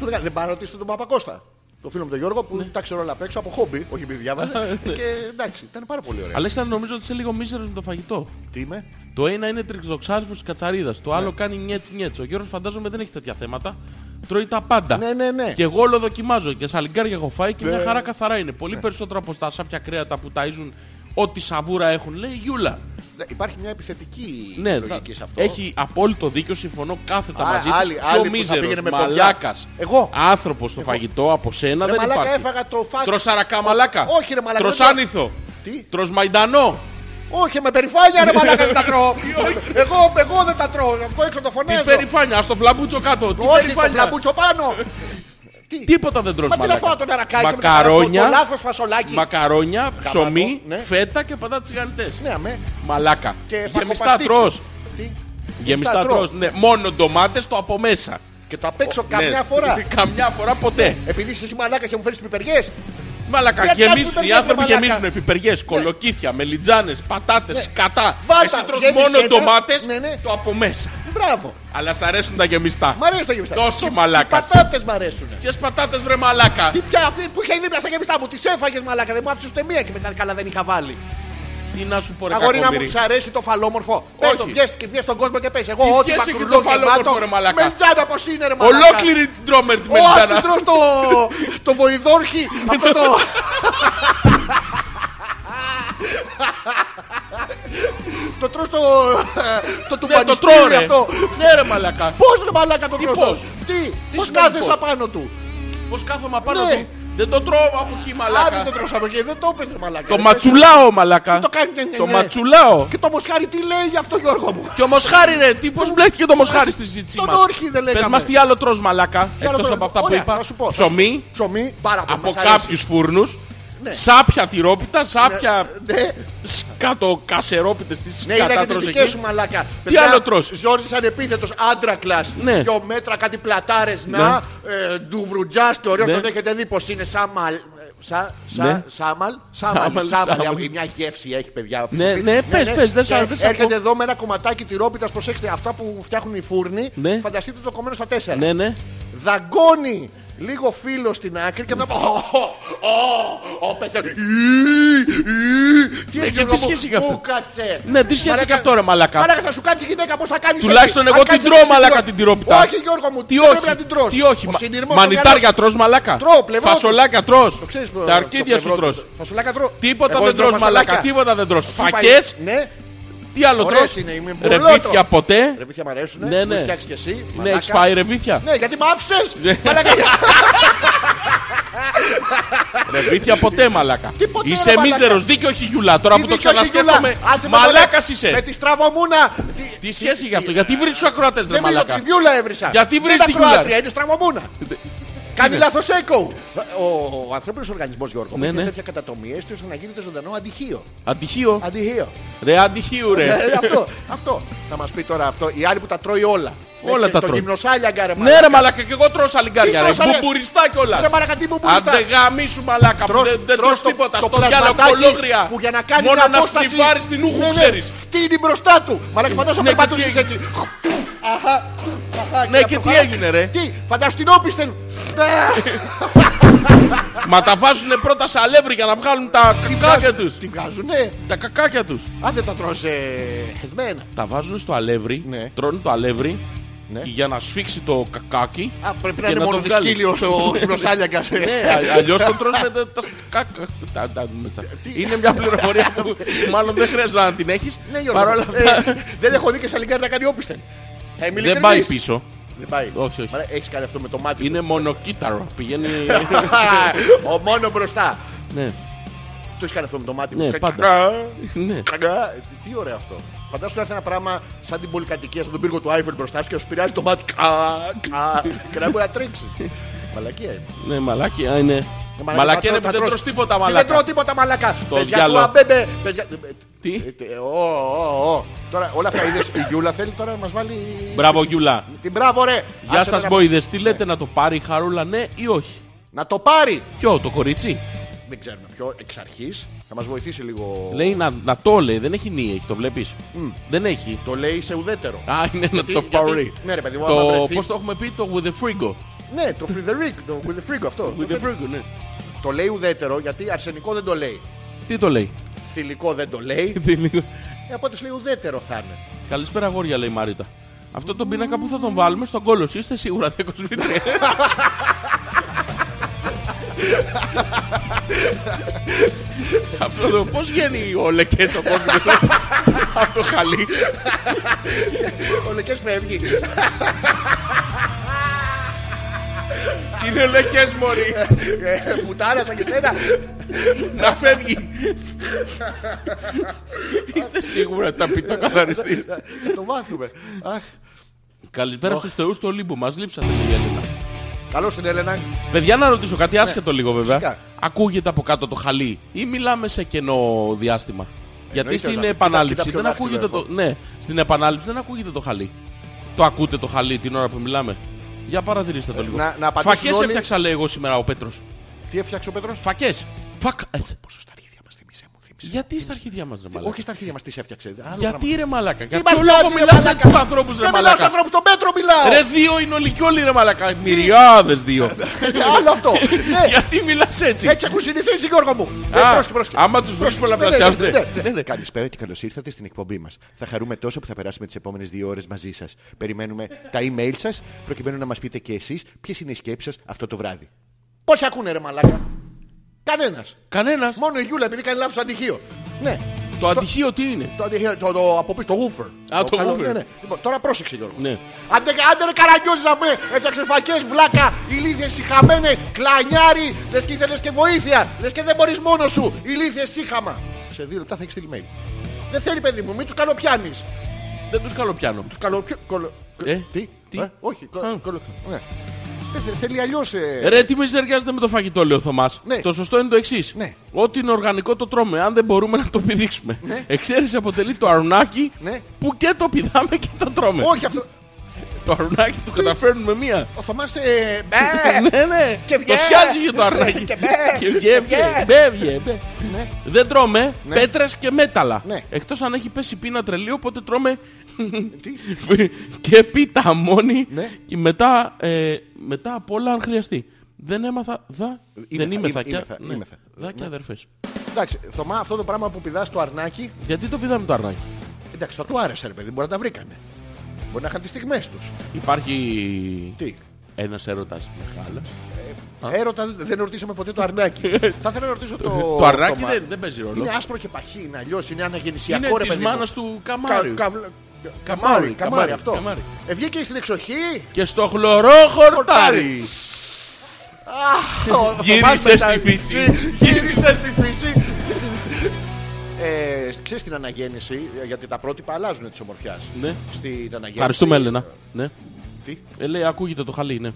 [SPEAKER 1] του έλεγα δεν παρατήστε τον Παπακώστα. Το φίλο μου τον Γιώργο που
[SPEAKER 2] Ναι.
[SPEAKER 1] τα ξέρω όλα απ' έξω από χόμπι, όχι επειδή διάβαζε. και εντάξει, ήταν πάρα πολύ ωραία.
[SPEAKER 2] Αλέξανδρε νομίζω ότι είσαι λίγο μίζερος με το φαγητό.
[SPEAKER 1] Τι είμαι,
[SPEAKER 2] Το ένα είναι τριξοξάριφος της κατσαρίδας,
[SPEAKER 1] Ναι.
[SPEAKER 2] το άλλο κάνει νιέτσι νιέτσι. Ο Γιώργος φαντάζομαι δεν έχει τέτοια θέματα. Τρώει τα πάντα.
[SPEAKER 1] Ναι, ναι, ναι.
[SPEAKER 2] Και εγώ όλο δοκιμάζω και σαλιγκάρια έχω φάει και μια
[SPEAKER 1] Ναι.
[SPEAKER 2] χαρά καθαρά είναι. Πολύ περισσότερο από στα σάπια κρέατα που ταΐζουν ό,τι σαβούρα έχουν. Λέει Γιούλα.
[SPEAKER 1] Ναι, Υπάρχει μια επιθετική
[SPEAKER 2] Ναι,
[SPEAKER 1] λογική
[SPEAKER 2] θα-
[SPEAKER 1] σε αυτό.
[SPEAKER 2] Έχει απόλυτο δίκιο, συμφωνώ κάθετα
[SPEAKER 1] Α,
[SPEAKER 2] μαζί της.
[SPEAKER 1] άλλοι-
[SPEAKER 2] Πιο
[SPEAKER 1] άλλοι που θα
[SPEAKER 2] μίζερος,
[SPEAKER 1] πήγαινε με
[SPEAKER 2] μαλάκας,
[SPEAKER 1] παιδιά. Εγώ.
[SPEAKER 2] άνθρωπος στο φαγητό από σένα
[SPEAKER 1] Ρε
[SPEAKER 2] δεν
[SPEAKER 1] μαλάκα
[SPEAKER 2] υπάρχει.
[SPEAKER 1] έφαγα το φάκι.
[SPEAKER 2] Τροσαρακά μαλάκα.
[SPEAKER 1] Όχι, ρε μαλάκα, δεν το-
[SPEAKER 2] Τροσάνηθο.
[SPEAKER 1] Τι?
[SPEAKER 2] Τροσμαϊντανό.
[SPEAKER 1] Όχι, με περηφάνεια ρε μαλάκα δεν τα τρώω. εγώ, εγώ δεν τα τρώω, εγώ έξω το
[SPEAKER 2] Τι
[SPEAKER 1] φωνάζω.
[SPEAKER 2] περηφάνεια, στο φλαμπούτσο κάτω. Τι
[SPEAKER 1] Όχι, το
[SPEAKER 2] περηφάνεια.
[SPEAKER 1] φλαμπούτσο πάνω. Τι.
[SPEAKER 2] Τίποτα δεν τρως
[SPEAKER 1] Μα τι να
[SPEAKER 2] μαλάκα.
[SPEAKER 1] φάω τον αρακάκι με το
[SPEAKER 2] μακαρόνια,
[SPEAKER 1] το- το λάθος φασολάκι.
[SPEAKER 2] μακαρόνια, ψωμί,
[SPEAKER 1] ναι.
[SPEAKER 2] φέτα και πατάτες γανιτές.
[SPEAKER 1] Ναι, αμέ.
[SPEAKER 2] Μαλάκα.
[SPEAKER 1] Και
[SPEAKER 2] Γεμιστά
[SPEAKER 1] φακοπαστίτσιο.
[SPEAKER 2] τρως.
[SPEAKER 1] Τι.
[SPEAKER 2] Γεμιστά τρως. Ναι, μόνο ντομάτες το από μέσα.
[SPEAKER 1] Και το απ' έξω
[SPEAKER 2] Ναι.
[SPEAKER 1] καμιά φορά.
[SPEAKER 2] καμιά φορά ποτέ.
[SPEAKER 1] Επειδή είσαι εσύ μαλάκας και μου φέρεις πιπεριές.
[SPEAKER 2] Μαλάκα,
[SPEAKER 1] Γιατί
[SPEAKER 2] γεμίζουν,
[SPEAKER 1] κάνεις
[SPEAKER 2] οι άνθρωποι
[SPEAKER 1] μαλάκα.
[SPEAKER 2] γεμίζουν πιπεριές, κολοκύθια, μελιτζάνες, πατάτες, σκατά.
[SPEAKER 1] Ναι. Βάτα,
[SPEAKER 2] Εσύ τρως
[SPEAKER 1] γέμισε
[SPEAKER 2] μόνο
[SPEAKER 1] τα.
[SPEAKER 2] ντομάτες
[SPEAKER 1] Ναι, ναι.
[SPEAKER 2] το από μέσα.
[SPEAKER 1] Μπράβο.
[SPEAKER 2] Αλλά σ' αρέσουν τα γεμιστά.
[SPEAKER 1] Μ' αρέσουν τα γεμιστά.
[SPEAKER 2] Τόσο
[SPEAKER 1] Οι
[SPEAKER 2] μαλάκας.
[SPEAKER 1] πατάτες μ' αρέσουν.
[SPEAKER 2] Ποιες πατάτες βρε μαλάκα.
[SPEAKER 1] Τι πια αυτή που είχε δίπλα στα γεμιστά μου, τις έφαγες μαλάκα, δεν μου άφησες ούτε μία και μετά καλά δεν είχα βάλει.
[SPEAKER 2] Τι να σου πω ρε
[SPEAKER 1] Αγορίνα μου,
[SPEAKER 2] κακομοίρη.
[SPEAKER 1] σ' αρέσει το φαλόμορφο. Πες
[SPEAKER 2] Όχι.
[SPEAKER 1] το, βγες και βγες στον κόσμο και πες.
[SPEAKER 2] Τι
[SPEAKER 1] Εγώ ό,τι
[SPEAKER 2] σχέση έχει
[SPEAKER 1] μακρουλό
[SPEAKER 2] το φαλόμορφο, ρε μαλάκα.
[SPEAKER 1] Μελιτζάνα πως είναι ρε μαλάκα.
[SPEAKER 2] Ολόκληρη την τρόμερ τη
[SPEAKER 1] Ω,
[SPEAKER 2] μελιτζάνα.
[SPEAKER 1] αν τρως το, το βοηδόρχι, αυτό το... το τρως το... το
[SPEAKER 2] Ναι, το
[SPEAKER 1] τουμπανιστήρι
[SPEAKER 2] τρώω ρε.
[SPEAKER 1] αυτό.
[SPEAKER 2] Ναι ρε μαλακά.
[SPEAKER 1] Πώς ρε μαλάκα το τρως.
[SPEAKER 2] πώς?
[SPEAKER 1] το- Τι, πώς
[SPEAKER 2] σημαίνει
[SPEAKER 1] κάθεσαι
[SPEAKER 2] πώς?
[SPEAKER 1] απάνω του.
[SPEAKER 2] Πώς κάθομαι απάνω
[SPEAKER 1] Ναι.
[SPEAKER 2] του. Δεν το τρώω από εκεί
[SPEAKER 1] Άντε το
[SPEAKER 2] μαλακά.
[SPEAKER 1] τρως από εκεί, δεν το πες ρε μαλάκα.
[SPEAKER 2] Το
[SPEAKER 1] Ε,
[SPEAKER 2] ματσουλάω μαλακά.
[SPEAKER 1] Το κάνει, ναι, ναι,
[SPEAKER 2] Το
[SPEAKER 1] ναι.
[SPEAKER 2] ματσουλάω.
[SPEAKER 1] Και το μοσχάρι τι λέει γι' αυτό Γιώργο μου.
[SPEAKER 2] Και ο Μοσχάρη ρε, τι πως μπλέχτηκε το Μοσχάρη στη συζήτησή
[SPEAKER 1] Τον
[SPEAKER 2] μας.
[SPEAKER 1] όρχη δεν λέγαμε.
[SPEAKER 2] Πες μας τι άλλο τρως μαλακά, εκτός
[SPEAKER 1] Ωραία,
[SPEAKER 2] από αυτά που
[SPEAKER 1] ωραία,
[SPEAKER 2] είπα.
[SPEAKER 1] θα σου πω, θα σου
[SPEAKER 2] Ψωμί,
[SPEAKER 1] πω. Ψωμί, πάρα πολύ.
[SPEAKER 2] από
[SPEAKER 1] μας αρέσει.
[SPEAKER 2] κάποιους φούρνους,
[SPEAKER 1] Ναι.
[SPEAKER 2] σάπια τυρόπιτα, σάπια
[SPEAKER 1] Ναι.
[SPEAKER 2] σκάτω κασερόπιτες τις
[SPEAKER 1] Ναι, είναι
[SPEAKER 2] κατά
[SPEAKER 1] και
[SPEAKER 2] τρως
[SPEAKER 1] τις
[SPEAKER 2] εκεί.
[SPEAKER 1] δικές σου μαλάκα. Τι
[SPEAKER 2] άλλο τρως?
[SPEAKER 1] Ζόρις ανεπίθετος, άντρα κλάς.
[SPEAKER 2] Ναι.
[SPEAKER 1] Δυο μέτρα, κάτι πλατάρες, να. ε, Ντουβρουτζάς, το ωραίο,
[SPEAKER 2] Ναι.
[SPEAKER 1] τον έχετε δει πως είναι σάμαλ. ε, Σα, σα,
[SPEAKER 2] Ναι.
[SPEAKER 1] Σάμαλ, σάμαλ,
[SPEAKER 2] Σάμαλ,
[SPEAKER 1] σάμαλ, Ε,
[SPEAKER 2] σάμαλ.
[SPEAKER 1] μια γεύση έχει παιδιά.
[SPEAKER 2] Ναι, ναι, πες, πες, δεν σ'
[SPEAKER 1] Και
[SPEAKER 2] αρέσει, δεν σ'
[SPEAKER 1] Ε, Έρχεται
[SPEAKER 2] ακούω.
[SPEAKER 1] εδώ με ένα κομματάκι τυρόπιτας, προσέξτε, αυτά που φτιάχνουν οι φούρνοι,
[SPEAKER 2] Ναι.
[SPEAKER 1] φανταστείτε το κομμένο στα τέσσερα.
[SPEAKER 2] Ναι, ναι.
[SPEAKER 1] Δαγκώνει λίγο φίλο στην άκρη και μετά... Ω, ω, ω, πέσε. Ι, ι. Τι
[SPEAKER 2] και
[SPEAKER 1] έχεις
[SPEAKER 2] τι
[SPEAKER 1] Γιώργο μου?
[SPEAKER 2] σχέση είχε αυτό?
[SPEAKER 1] Μου κάτσε.
[SPEAKER 2] Ναι, τι σχέση
[SPEAKER 1] Μαλάκα,
[SPEAKER 2] είχε αυτό, ρε μαλάκα?
[SPEAKER 1] Μαλάκα θα σου κάτσει η γυναίκα πώς θα κάνεις
[SPEAKER 2] Τουλάχιστον
[SPEAKER 1] έτσι.
[SPEAKER 2] εγώ
[SPEAKER 1] Αν
[SPEAKER 2] την
[SPEAKER 1] κάτσεις
[SPEAKER 2] τρώω,
[SPEAKER 1] εσύ
[SPEAKER 2] μαλάκα,
[SPEAKER 1] τυρό-
[SPEAKER 2] την τυρόπιτα.
[SPEAKER 1] Όχι Γιώργο μου,
[SPEAKER 2] Τι
[SPEAKER 1] δεν πρέπει
[SPEAKER 2] όχι,
[SPEAKER 1] να την τρως.
[SPEAKER 2] τι όχι,
[SPEAKER 1] Ο
[SPEAKER 2] μα-
[SPEAKER 1] συνειρμός στο μυαλό
[SPEAKER 2] μανιτάρια
[SPEAKER 1] σου.
[SPEAKER 2] τρως μαλακά,
[SPEAKER 1] Τρώω, πλευρό του.
[SPEAKER 2] φασολάκια τρως,
[SPEAKER 1] Το ξέρεις,
[SPEAKER 2] τα αρκίδια σου τρως.
[SPEAKER 1] Φασολάκα τρώω.
[SPEAKER 2] Τίποτα
[SPEAKER 1] Εγώ
[SPEAKER 2] δεν τρως
[SPEAKER 1] φασολάκια.
[SPEAKER 2] μαλακά, τίποτα δεν τρως.
[SPEAKER 1] Σου είπα,
[SPEAKER 2] Φακές,
[SPEAKER 1] Ναι.
[SPEAKER 2] τι άλλο
[SPEAKER 1] Ωραίες
[SPEAKER 2] τρως.
[SPEAKER 1] είναι, είμαι
[SPEAKER 2] Ρεβίθια
[SPEAKER 1] μπουλότος.
[SPEAKER 2] ποτέ.
[SPEAKER 1] Ρεβίθια μ' αρέσουνε.
[SPEAKER 2] Ναι, ναι.
[SPEAKER 1] Μου φτιάξεις κι εσύ.
[SPEAKER 2] Ναι,
[SPEAKER 1] μαλάκα.
[SPEAKER 2] έχεις φάει ρεβίθια.
[SPEAKER 1] Ναι, γιατί μ' άφησες.
[SPEAKER 2] Ναι.
[SPEAKER 1] Μαλάκα,
[SPEAKER 2] Ρεβίθια ποτέ, μαλάκα.
[SPEAKER 1] Τίποτα, ρε,
[SPEAKER 2] Είσαι
[SPEAKER 1] μαλάκα.
[SPEAKER 2] μίζερος, δίκιο έχει γιουλά. Τώρα
[SPEAKER 1] Τι
[SPEAKER 2] που το
[SPEAKER 1] δίκιο έχει,
[SPEAKER 2] ξανασκέφτομαι,
[SPEAKER 1] Γιούλα. Άσε με
[SPEAKER 2] μαλάκας
[SPEAKER 1] τώρα. Με
[SPEAKER 2] είσαι.
[SPEAKER 1] τη στραβομούνα.
[SPEAKER 2] Τι σχέση έχει αυτό, γιατί βρεις τους ακροατές, ρε
[SPEAKER 1] Δεν βρίζω τη
[SPEAKER 2] μαλάκα.
[SPEAKER 1] βιούλα έβρισα.
[SPEAKER 2] Γιατί βρεις
[SPEAKER 1] Δεν
[SPEAKER 2] τη Ε,
[SPEAKER 1] τα
[SPEAKER 2] Γιούλα.
[SPEAKER 1] Κροάτρια, είναι στραβομούνα. Κάνει λάθος έκο. Ο, ο ανθρώπινος οργανισμός Γιώργο
[SPEAKER 2] Ναι,
[SPEAKER 1] ναι, ναι.
[SPEAKER 2] ναι.
[SPEAKER 1] τέτοια κατατομή έστω ώστε να γίνεται ζωντανό αντιχείο.
[SPEAKER 2] Αντυχείο.
[SPEAKER 1] Αντιχείο.
[SPEAKER 2] Ρε, αντυχείο,
[SPEAKER 1] Ε,
[SPEAKER 2] ρε.
[SPEAKER 1] αυτό, αυτό. Θα μας πει τώρα αυτό. Οι άλλοι που τα τρώει όλα. Ε,
[SPEAKER 2] Όλα τα
[SPEAKER 1] Το
[SPEAKER 2] τρώει.
[SPEAKER 1] γυμνοσάλιαγκα ρε
[SPEAKER 2] Ναι,
[SPEAKER 1] μαλάκα.
[SPEAKER 2] ρε μαλάκα, και εγώ τρώω σαλιγκάρια.
[SPEAKER 1] Τι
[SPEAKER 2] Ρε
[SPEAKER 1] τρώσα, ρε.
[SPEAKER 2] μπουμπουριστά κιόλας.
[SPEAKER 1] Ρε μαλάκα, τι μπουμπουριστά.
[SPEAKER 2] Άντε γαμίσου μαλάκα.
[SPEAKER 1] Τρως-
[SPEAKER 2] Δεν δεν
[SPEAKER 1] τρως
[SPEAKER 2] τρως
[SPEAKER 1] το-
[SPEAKER 2] τίποτα.
[SPEAKER 1] το
[SPEAKER 2] Στο διάλογο
[SPEAKER 1] πλασματάκι
[SPEAKER 2] κολόγρια.
[SPEAKER 1] Που για να κάνει
[SPEAKER 2] Μόνο
[SPEAKER 1] μια
[SPEAKER 2] να
[SPEAKER 1] απόσταση-
[SPEAKER 2] σνιφάρεις την ούχου,
[SPEAKER 1] Ναι, ναι,
[SPEAKER 2] ξέρεις.
[SPEAKER 1] Φτύνει μπροστά του. Μαλάκα, φαντάζομαι
[SPEAKER 2] Ναι,
[SPEAKER 1] να
[SPEAKER 2] και
[SPEAKER 1] περπατούσες
[SPEAKER 2] τι
[SPEAKER 1] έτσι. Αχα, αχα,
[SPEAKER 2] Ναι,
[SPEAKER 1] να
[SPEAKER 2] και τι
[SPEAKER 1] προχωράς.
[SPEAKER 2] έγινε, ρε. Ε,
[SPEAKER 1] Τι, Ε, φαντάσου την όπισθεν.
[SPEAKER 2] Μα τα βάζουνε πρώτα σαλεύρι για να βγάλουν τα κακάκια τους.
[SPEAKER 1] Τη βγάζουνε.
[SPEAKER 2] Τα κακάκια τους.
[SPEAKER 1] Α, ναι. δεν τα τρως ε, χεσμένα.
[SPEAKER 2] Τα βάζουν στο αλεύρι,
[SPEAKER 1] Ναι.
[SPEAKER 2] τρώνε το αλεύρι
[SPEAKER 1] Ναι.
[SPEAKER 2] και για να σφίξει το κακάκι.
[SPEAKER 1] Α, πρέπει να
[SPEAKER 2] και
[SPEAKER 1] είναι
[SPEAKER 2] να
[SPEAKER 1] μόνο
[SPEAKER 2] το βγάλει.
[SPEAKER 1] δυσκύλιος ο γυμνοσάλιαγκας. ε.
[SPEAKER 2] Ναι, α- αλλιώς το τρως με τα, τα, σκάκα- τα- τα- μέσα. Είναι μια πληροφορία που μάλλον δεν χρειάζεται να την έχεις.
[SPEAKER 1] Ναι,
[SPEAKER 2] Παρ' όλα
[SPEAKER 1] Γιώργο.
[SPEAKER 2] αυτά
[SPEAKER 1] ε, Δεν έχω δει και σαλιγκάρι να κάνει όπισθεν. Θα είμαι
[SPEAKER 2] δεν πάει
[SPEAKER 1] ειλικρινής.
[SPEAKER 2] πίσω.
[SPEAKER 1] Δεν πάει.
[SPEAKER 2] Όχι, όχι.
[SPEAKER 1] Μαλάκα, Έχεις κάνει αυτό με το μάτι.
[SPEAKER 2] Είναι μονοκύτταρο. Πηγαίνει...
[SPEAKER 1] Α, Ο μόνο μπροστά.
[SPEAKER 2] ναι,
[SPEAKER 1] Το έχεις κάνει αυτό με το μάτι.
[SPEAKER 2] ναι,
[SPEAKER 1] μου.
[SPEAKER 2] πάντα. ναι.
[SPEAKER 1] Καγκά, Ε, τι ωραίο αυτό. Φαντάσου να έρθει ένα πράγμα σαν την πολυκατοικία, σαν τον πύργο του Άιφελ μπροστά σου και να σου πειράζει το μάτι. Κα, κα, και να μπορεί να τρέξει. Μαλακία είναι.
[SPEAKER 2] Ναι, μαλάκι, α, είναι.
[SPEAKER 1] Ε,
[SPEAKER 2] Μαλακή είναι
[SPEAKER 1] θα
[SPEAKER 2] που δεν
[SPEAKER 1] τρως-
[SPEAKER 2] τρως τίποτα
[SPEAKER 1] Τι Δεν τρώω
[SPEAKER 2] μαλάκα.
[SPEAKER 1] τίποτα μαλακά. Πες για
[SPEAKER 2] διάλο.
[SPEAKER 1] του αμπέμπε. πες για-
[SPEAKER 2] Τι?
[SPEAKER 1] Ε, τε- ω, ω, ω. Τώρα όλα αυτά είδες. Η Γιούλα θέλει τώρα να μας βάλει...
[SPEAKER 2] Μπράβο Γιούλα.
[SPEAKER 1] Την μπράβο ρε.
[SPEAKER 2] Γεια
[SPEAKER 1] Άσε
[SPEAKER 2] σας
[SPEAKER 1] να- Ναι.
[SPEAKER 2] μποίδες, τι λέτε να το πάρει η χαρούλα ναι ή όχι.
[SPEAKER 1] Να το πάρει.
[SPEAKER 2] Ποιο, το κορίτσι.
[SPEAKER 1] Δεν ξέρουμε ποιο. Εξ αρχής θα μας βοηθήσει λίγο.
[SPEAKER 2] Λέει να, να το λέει, δεν έχει νύχη, έχει, το βλέπεις. Δεν έχει.
[SPEAKER 1] Το λέει σε ουδέτερο.
[SPEAKER 2] Α, είναι να
[SPEAKER 1] Γιατί-
[SPEAKER 2] το
[SPEAKER 1] γιατί-
[SPEAKER 2] πάρει.
[SPEAKER 1] Ναι, ρε παιδί μου, άμα
[SPEAKER 2] Το,
[SPEAKER 1] βρεθεί-
[SPEAKER 2] πώς το έχουμε πει, το with the frigo.
[SPEAKER 1] Ναι, το Φρυδερίκ, το with the freak αυτό.
[SPEAKER 2] With the frigo, ναι.
[SPEAKER 1] Το λέει ουδέτερο γιατί αρσενικό δεν το λέει.
[SPEAKER 2] Τι το λέει.
[SPEAKER 1] Θηλυκό δεν το λέει.
[SPEAKER 2] Τι λίγο.
[SPEAKER 1] Ε, από ό,τι λέει ουδέτερο θα είναι.
[SPEAKER 2] Καλησπέρα αγόρια, λέει η Μαρίτα. Αυτό τον πίνακα που θα τον βάλουμε στον κόλο σου, είστε σίγουρα 23. Αυτό το πώς βγαίνει ο Λεκές ο κόσμος από το χαλί.
[SPEAKER 1] Ο Λεκές φεύγει.
[SPEAKER 2] Είναι Λεκές μωρή,
[SPEAKER 1] Ε, Πουτάρα σαν και σένα.
[SPEAKER 2] να φεύγει. Είστε σίγουρα τα πει το καθαριστής.
[SPEAKER 1] Ε, Θα το μάθουμε. Αχ.
[SPEAKER 2] Καλησπέρα στους θεούς του Ολύμπου, μας λείψατε λέει η Έλληνα.
[SPEAKER 1] Καλώς την Έλενα.
[SPEAKER 2] Παιδιά να ρωτήσω κάτι άσχετο λίγο βέβαια.
[SPEAKER 1] Ναι, φυσικά.
[SPEAKER 2] Ακούγεται από κάτω το χαλί ή μιλάμε σε κενό διάστημα. Γιατί
[SPEAKER 1] Εννοείται,
[SPEAKER 2] στην
[SPEAKER 1] όταν- κοίτα-
[SPEAKER 2] επανάληψη
[SPEAKER 1] κοίτα
[SPEAKER 2] δεν
[SPEAKER 1] ποιον
[SPEAKER 2] ακούγεται
[SPEAKER 1] άκτιο
[SPEAKER 2] το... Ναι, στην επανάληψη δεν ακούγεται το χαλί. Το ακούτε το χαλί την ώρα που μιλάμε. Για παρατηρήστε το λίγο.
[SPEAKER 1] Ε, να- να απαντήσουν
[SPEAKER 2] Φακές
[SPEAKER 1] όλοι.
[SPEAKER 2] έφτιαξα λέει εγώ σήμερα ο Πέτρος.
[SPEAKER 1] Τι έφτιαξε ο Πέτρος.
[SPEAKER 2] Φακές. Φακές.
[SPEAKER 1] Πόσο στα αρχίδια μας θύμισε μου. θύμισε.
[SPEAKER 2] Γιατί στα αρχιδιά μας ρε μαλάκα.
[SPEAKER 1] Όχι στα αρχίδια μας τις έφτιαξε. Άλλο
[SPEAKER 2] Γιατί
[SPEAKER 1] πράγμα.
[SPEAKER 2] ρε μαλάκα. Για
[SPEAKER 1] Τι
[SPEAKER 2] ποιο
[SPEAKER 1] μας
[SPEAKER 2] λόγο
[SPEAKER 1] νοιάζει, ρε
[SPEAKER 2] μιλάς σε
[SPEAKER 1] μαλάκα.
[SPEAKER 2] τους ανθρώπους ρε
[SPEAKER 1] Δεν μιλάω στους
[SPEAKER 2] μαλάκα.
[SPEAKER 1] ανθρώπους, τον Πέτρο μιλάω.
[SPEAKER 2] Ρε δύο είναι όλοι κι όλοι ρε μαλάκα. Μυριάδες δύο.
[SPEAKER 1] Ε, Άλλο αυτό. Ναι,
[SPEAKER 2] Γιατί μιλάς έτσι.
[SPEAKER 1] Έτσι έχουν συνηθίσει Γιώργο μου. Ε,
[SPEAKER 2] Α,
[SPEAKER 1] Πρόσεχε, πρόσεχε.
[SPEAKER 2] Άμα τους βρεις πολλαπλασιάζουν.
[SPEAKER 1] Ναι, ναι, ναι, ναι.
[SPEAKER 2] Ναι, ναι.
[SPEAKER 1] Καλησπέρα και καλώς ήρθατε στην εκπομπή μας. Θα χαρούμε τόσο που θα περάσουμε τις επόμενες δύο ώρες μαζί σας. Περιμένουμε τα email σας προκειμένου να μας πείτε και εσείς ποιες είναι οι σκέψεις σας αυτό το βράδυ. Πόσοι ακούνε, ρε Μαλάκα. Κανένας.
[SPEAKER 2] Κανένας.
[SPEAKER 1] Μόνο η Γιούλα επειδή κάνει λάθος αντυχείο. Ναι.
[SPEAKER 2] Το αντυχείο τι είναι.
[SPEAKER 1] Το, αντυχείο, το, το από πίσω, το woofer.
[SPEAKER 2] Α, το
[SPEAKER 1] καλό-
[SPEAKER 2] woofer.
[SPEAKER 1] Ναι, ναι. Λοιπόν, τώρα πρόσεξε Γιώργο.
[SPEAKER 2] Ναι.
[SPEAKER 1] Άντε, άντε ρε καραγκιόζη να με έφτιαξε φακές βλάκα, ηλίθιες συχαμένες, κλανιάρι, λες και ήθελες και βοήθεια, λες και δεν μπορείς μόνος σου, ηλίθιες σύχαμα. Σε δύο λεπτά θα έχεις στείλει mail. Δεν θέλει παιδί μου, μην τους καλοπιάνεις.
[SPEAKER 2] Δεν τους καλοπιάνω.
[SPEAKER 1] Τους καλοπιώ... Κολο...
[SPEAKER 2] Ε,
[SPEAKER 1] τι,
[SPEAKER 2] τι?
[SPEAKER 1] ε, όχι,
[SPEAKER 2] Α.
[SPEAKER 1] κολο... κολο... Ναι. Ε, θε- θέλει αλλιώς... Ε...
[SPEAKER 2] Ρε, τι μιζεριάζεται με το φαγητό, λέει ο Θωμάς.
[SPEAKER 1] Ναι.
[SPEAKER 2] Το σωστό είναι το εξής.
[SPEAKER 1] Ναι.
[SPEAKER 2] Ό,τι είναι οργανικό το τρώμε, αν δεν μπορούμε να το πηδήξουμε.
[SPEAKER 1] Ναι.
[SPEAKER 2] Εξαίρεση αποτελεί το αρουνάκι
[SPEAKER 1] Ναι.
[SPEAKER 2] που και το πηδάμε και το τρώμε.
[SPEAKER 1] όχι αυτό...
[SPEAKER 2] Το αρουνάκι του καταφέρνουμε μία.
[SPEAKER 1] Ο Θωμάς... Ε... μπε.
[SPEAKER 2] ναι, ναι.
[SPEAKER 1] Και
[SPEAKER 2] το
[SPEAKER 1] βγε.
[SPEAKER 2] σκιάζει για το αρουνάκι.
[SPEAKER 1] Και μπε.
[SPEAKER 2] και βγε, βγε,
[SPEAKER 1] βγε.
[SPEAKER 2] μπε, βγε, μπε.
[SPEAKER 1] ναι.
[SPEAKER 2] Δεν τρώμε πέτρες και μέταλλα.
[SPEAKER 1] Ναι.
[SPEAKER 2] Εκτός αν έχει πέσει πείνα τρελή, οπότε τρώμε
[SPEAKER 1] Τι?
[SPEAKER 2] και πίτα μόνη
[SPEAKER 1] Ναι.
[SPEAKER 2] και μετά, ε, μετά από όλα αν χρειαστεί. Δεν έμαθα δα,
[SPEAKER 1] Είμαι-
[SPEAKER 2] δεν είμαι θα,
[SPEAKER 1] είμαι-
[SPEAKER 2] και,
[SPEAKER 1] είμαι- είμαι θα. Ναι.
[SPEAKER 2] δα και αδερφές.
[SPEAKER 1] Εντάξει, Θωμά, αυτό το πράγμα που πηδάς το αρνάκι,
[SPEAKER 2] Γιατί το πηδάμε το αρνάκι.
[SPEAKER 1] εντάξει, θα του άρεσε ρε παιδί, μπορεί να τα βρήκανε. Μπορεί να είχαν τις στιγμές τους.
[SPEAKER 2] Υπάρχει
[SPEAKER 1] Τι.
[SPEAKER 2] ένας έρωτας μεγάλος.
[SPEAKER 1] Έρωτα δεν ρωτήσαμε ποτέ το αρνάκι. Θα ήθελα να ρωτήσω το.
[SPEAKER 2] το αρνάκι
[SPEAKER 1] το-
[SPEAKER 2] δεν, δεν παίζει ρόλο.
[SPEAKER 1] Είναι άσπρο και παχύ, είναι αλλιώς, είναι αναγεννησιακό
[SPEAKER 2] Είναι
[SPEAKER 1] ρε
[SPEAKER 2] της
[SPEAKER 1] παιδί. μου.
[SPEAKER 2] μάνας του
[SPEAKER 1] Κα-
[SPEAKER 2] Καμάριου.
[SPEAKER 1] καβλ-
[SPEAKER 2] Καμάρι,
[SPEAKER 1] Καμάρι,
[SPEAKER 2] καμάρι,
[SPEAKER 1] καμάρι αυτό.
[SPEAKER 2] καμάρι.
[SPEAKER 1] Ε, βγήκε στην εξοχή.
[SPEAKER 2] Και στο χλωρό χορτάρι.
[SPEAKER 1] Χορτάρι. ο- ο
[SPEAKER 2] Γύρισε
[SPEAKER 1] Θωμάς
[SPEAKER 2] στη
[SPEAKER 1] μετά-
[SPEAKER 2] φύση.
[SPEAKER 1] Γύρισε στη φύση. Ε, ξέρεις την αναγέννηση, ε, γιατί τα πρότυπα αλλάζουν της ομορφιάς.
[SPEAKER 2] Ναι.
[SPEAKER 1] Στην αναγέννηση.
[SPEAKER 2] Ευχαριστούμε Έλενα. Ναι.
[SPEAKER 1] Τι?
[SPEAKER 2] Ε, λέει, ακούγεται το χαλί, ναι.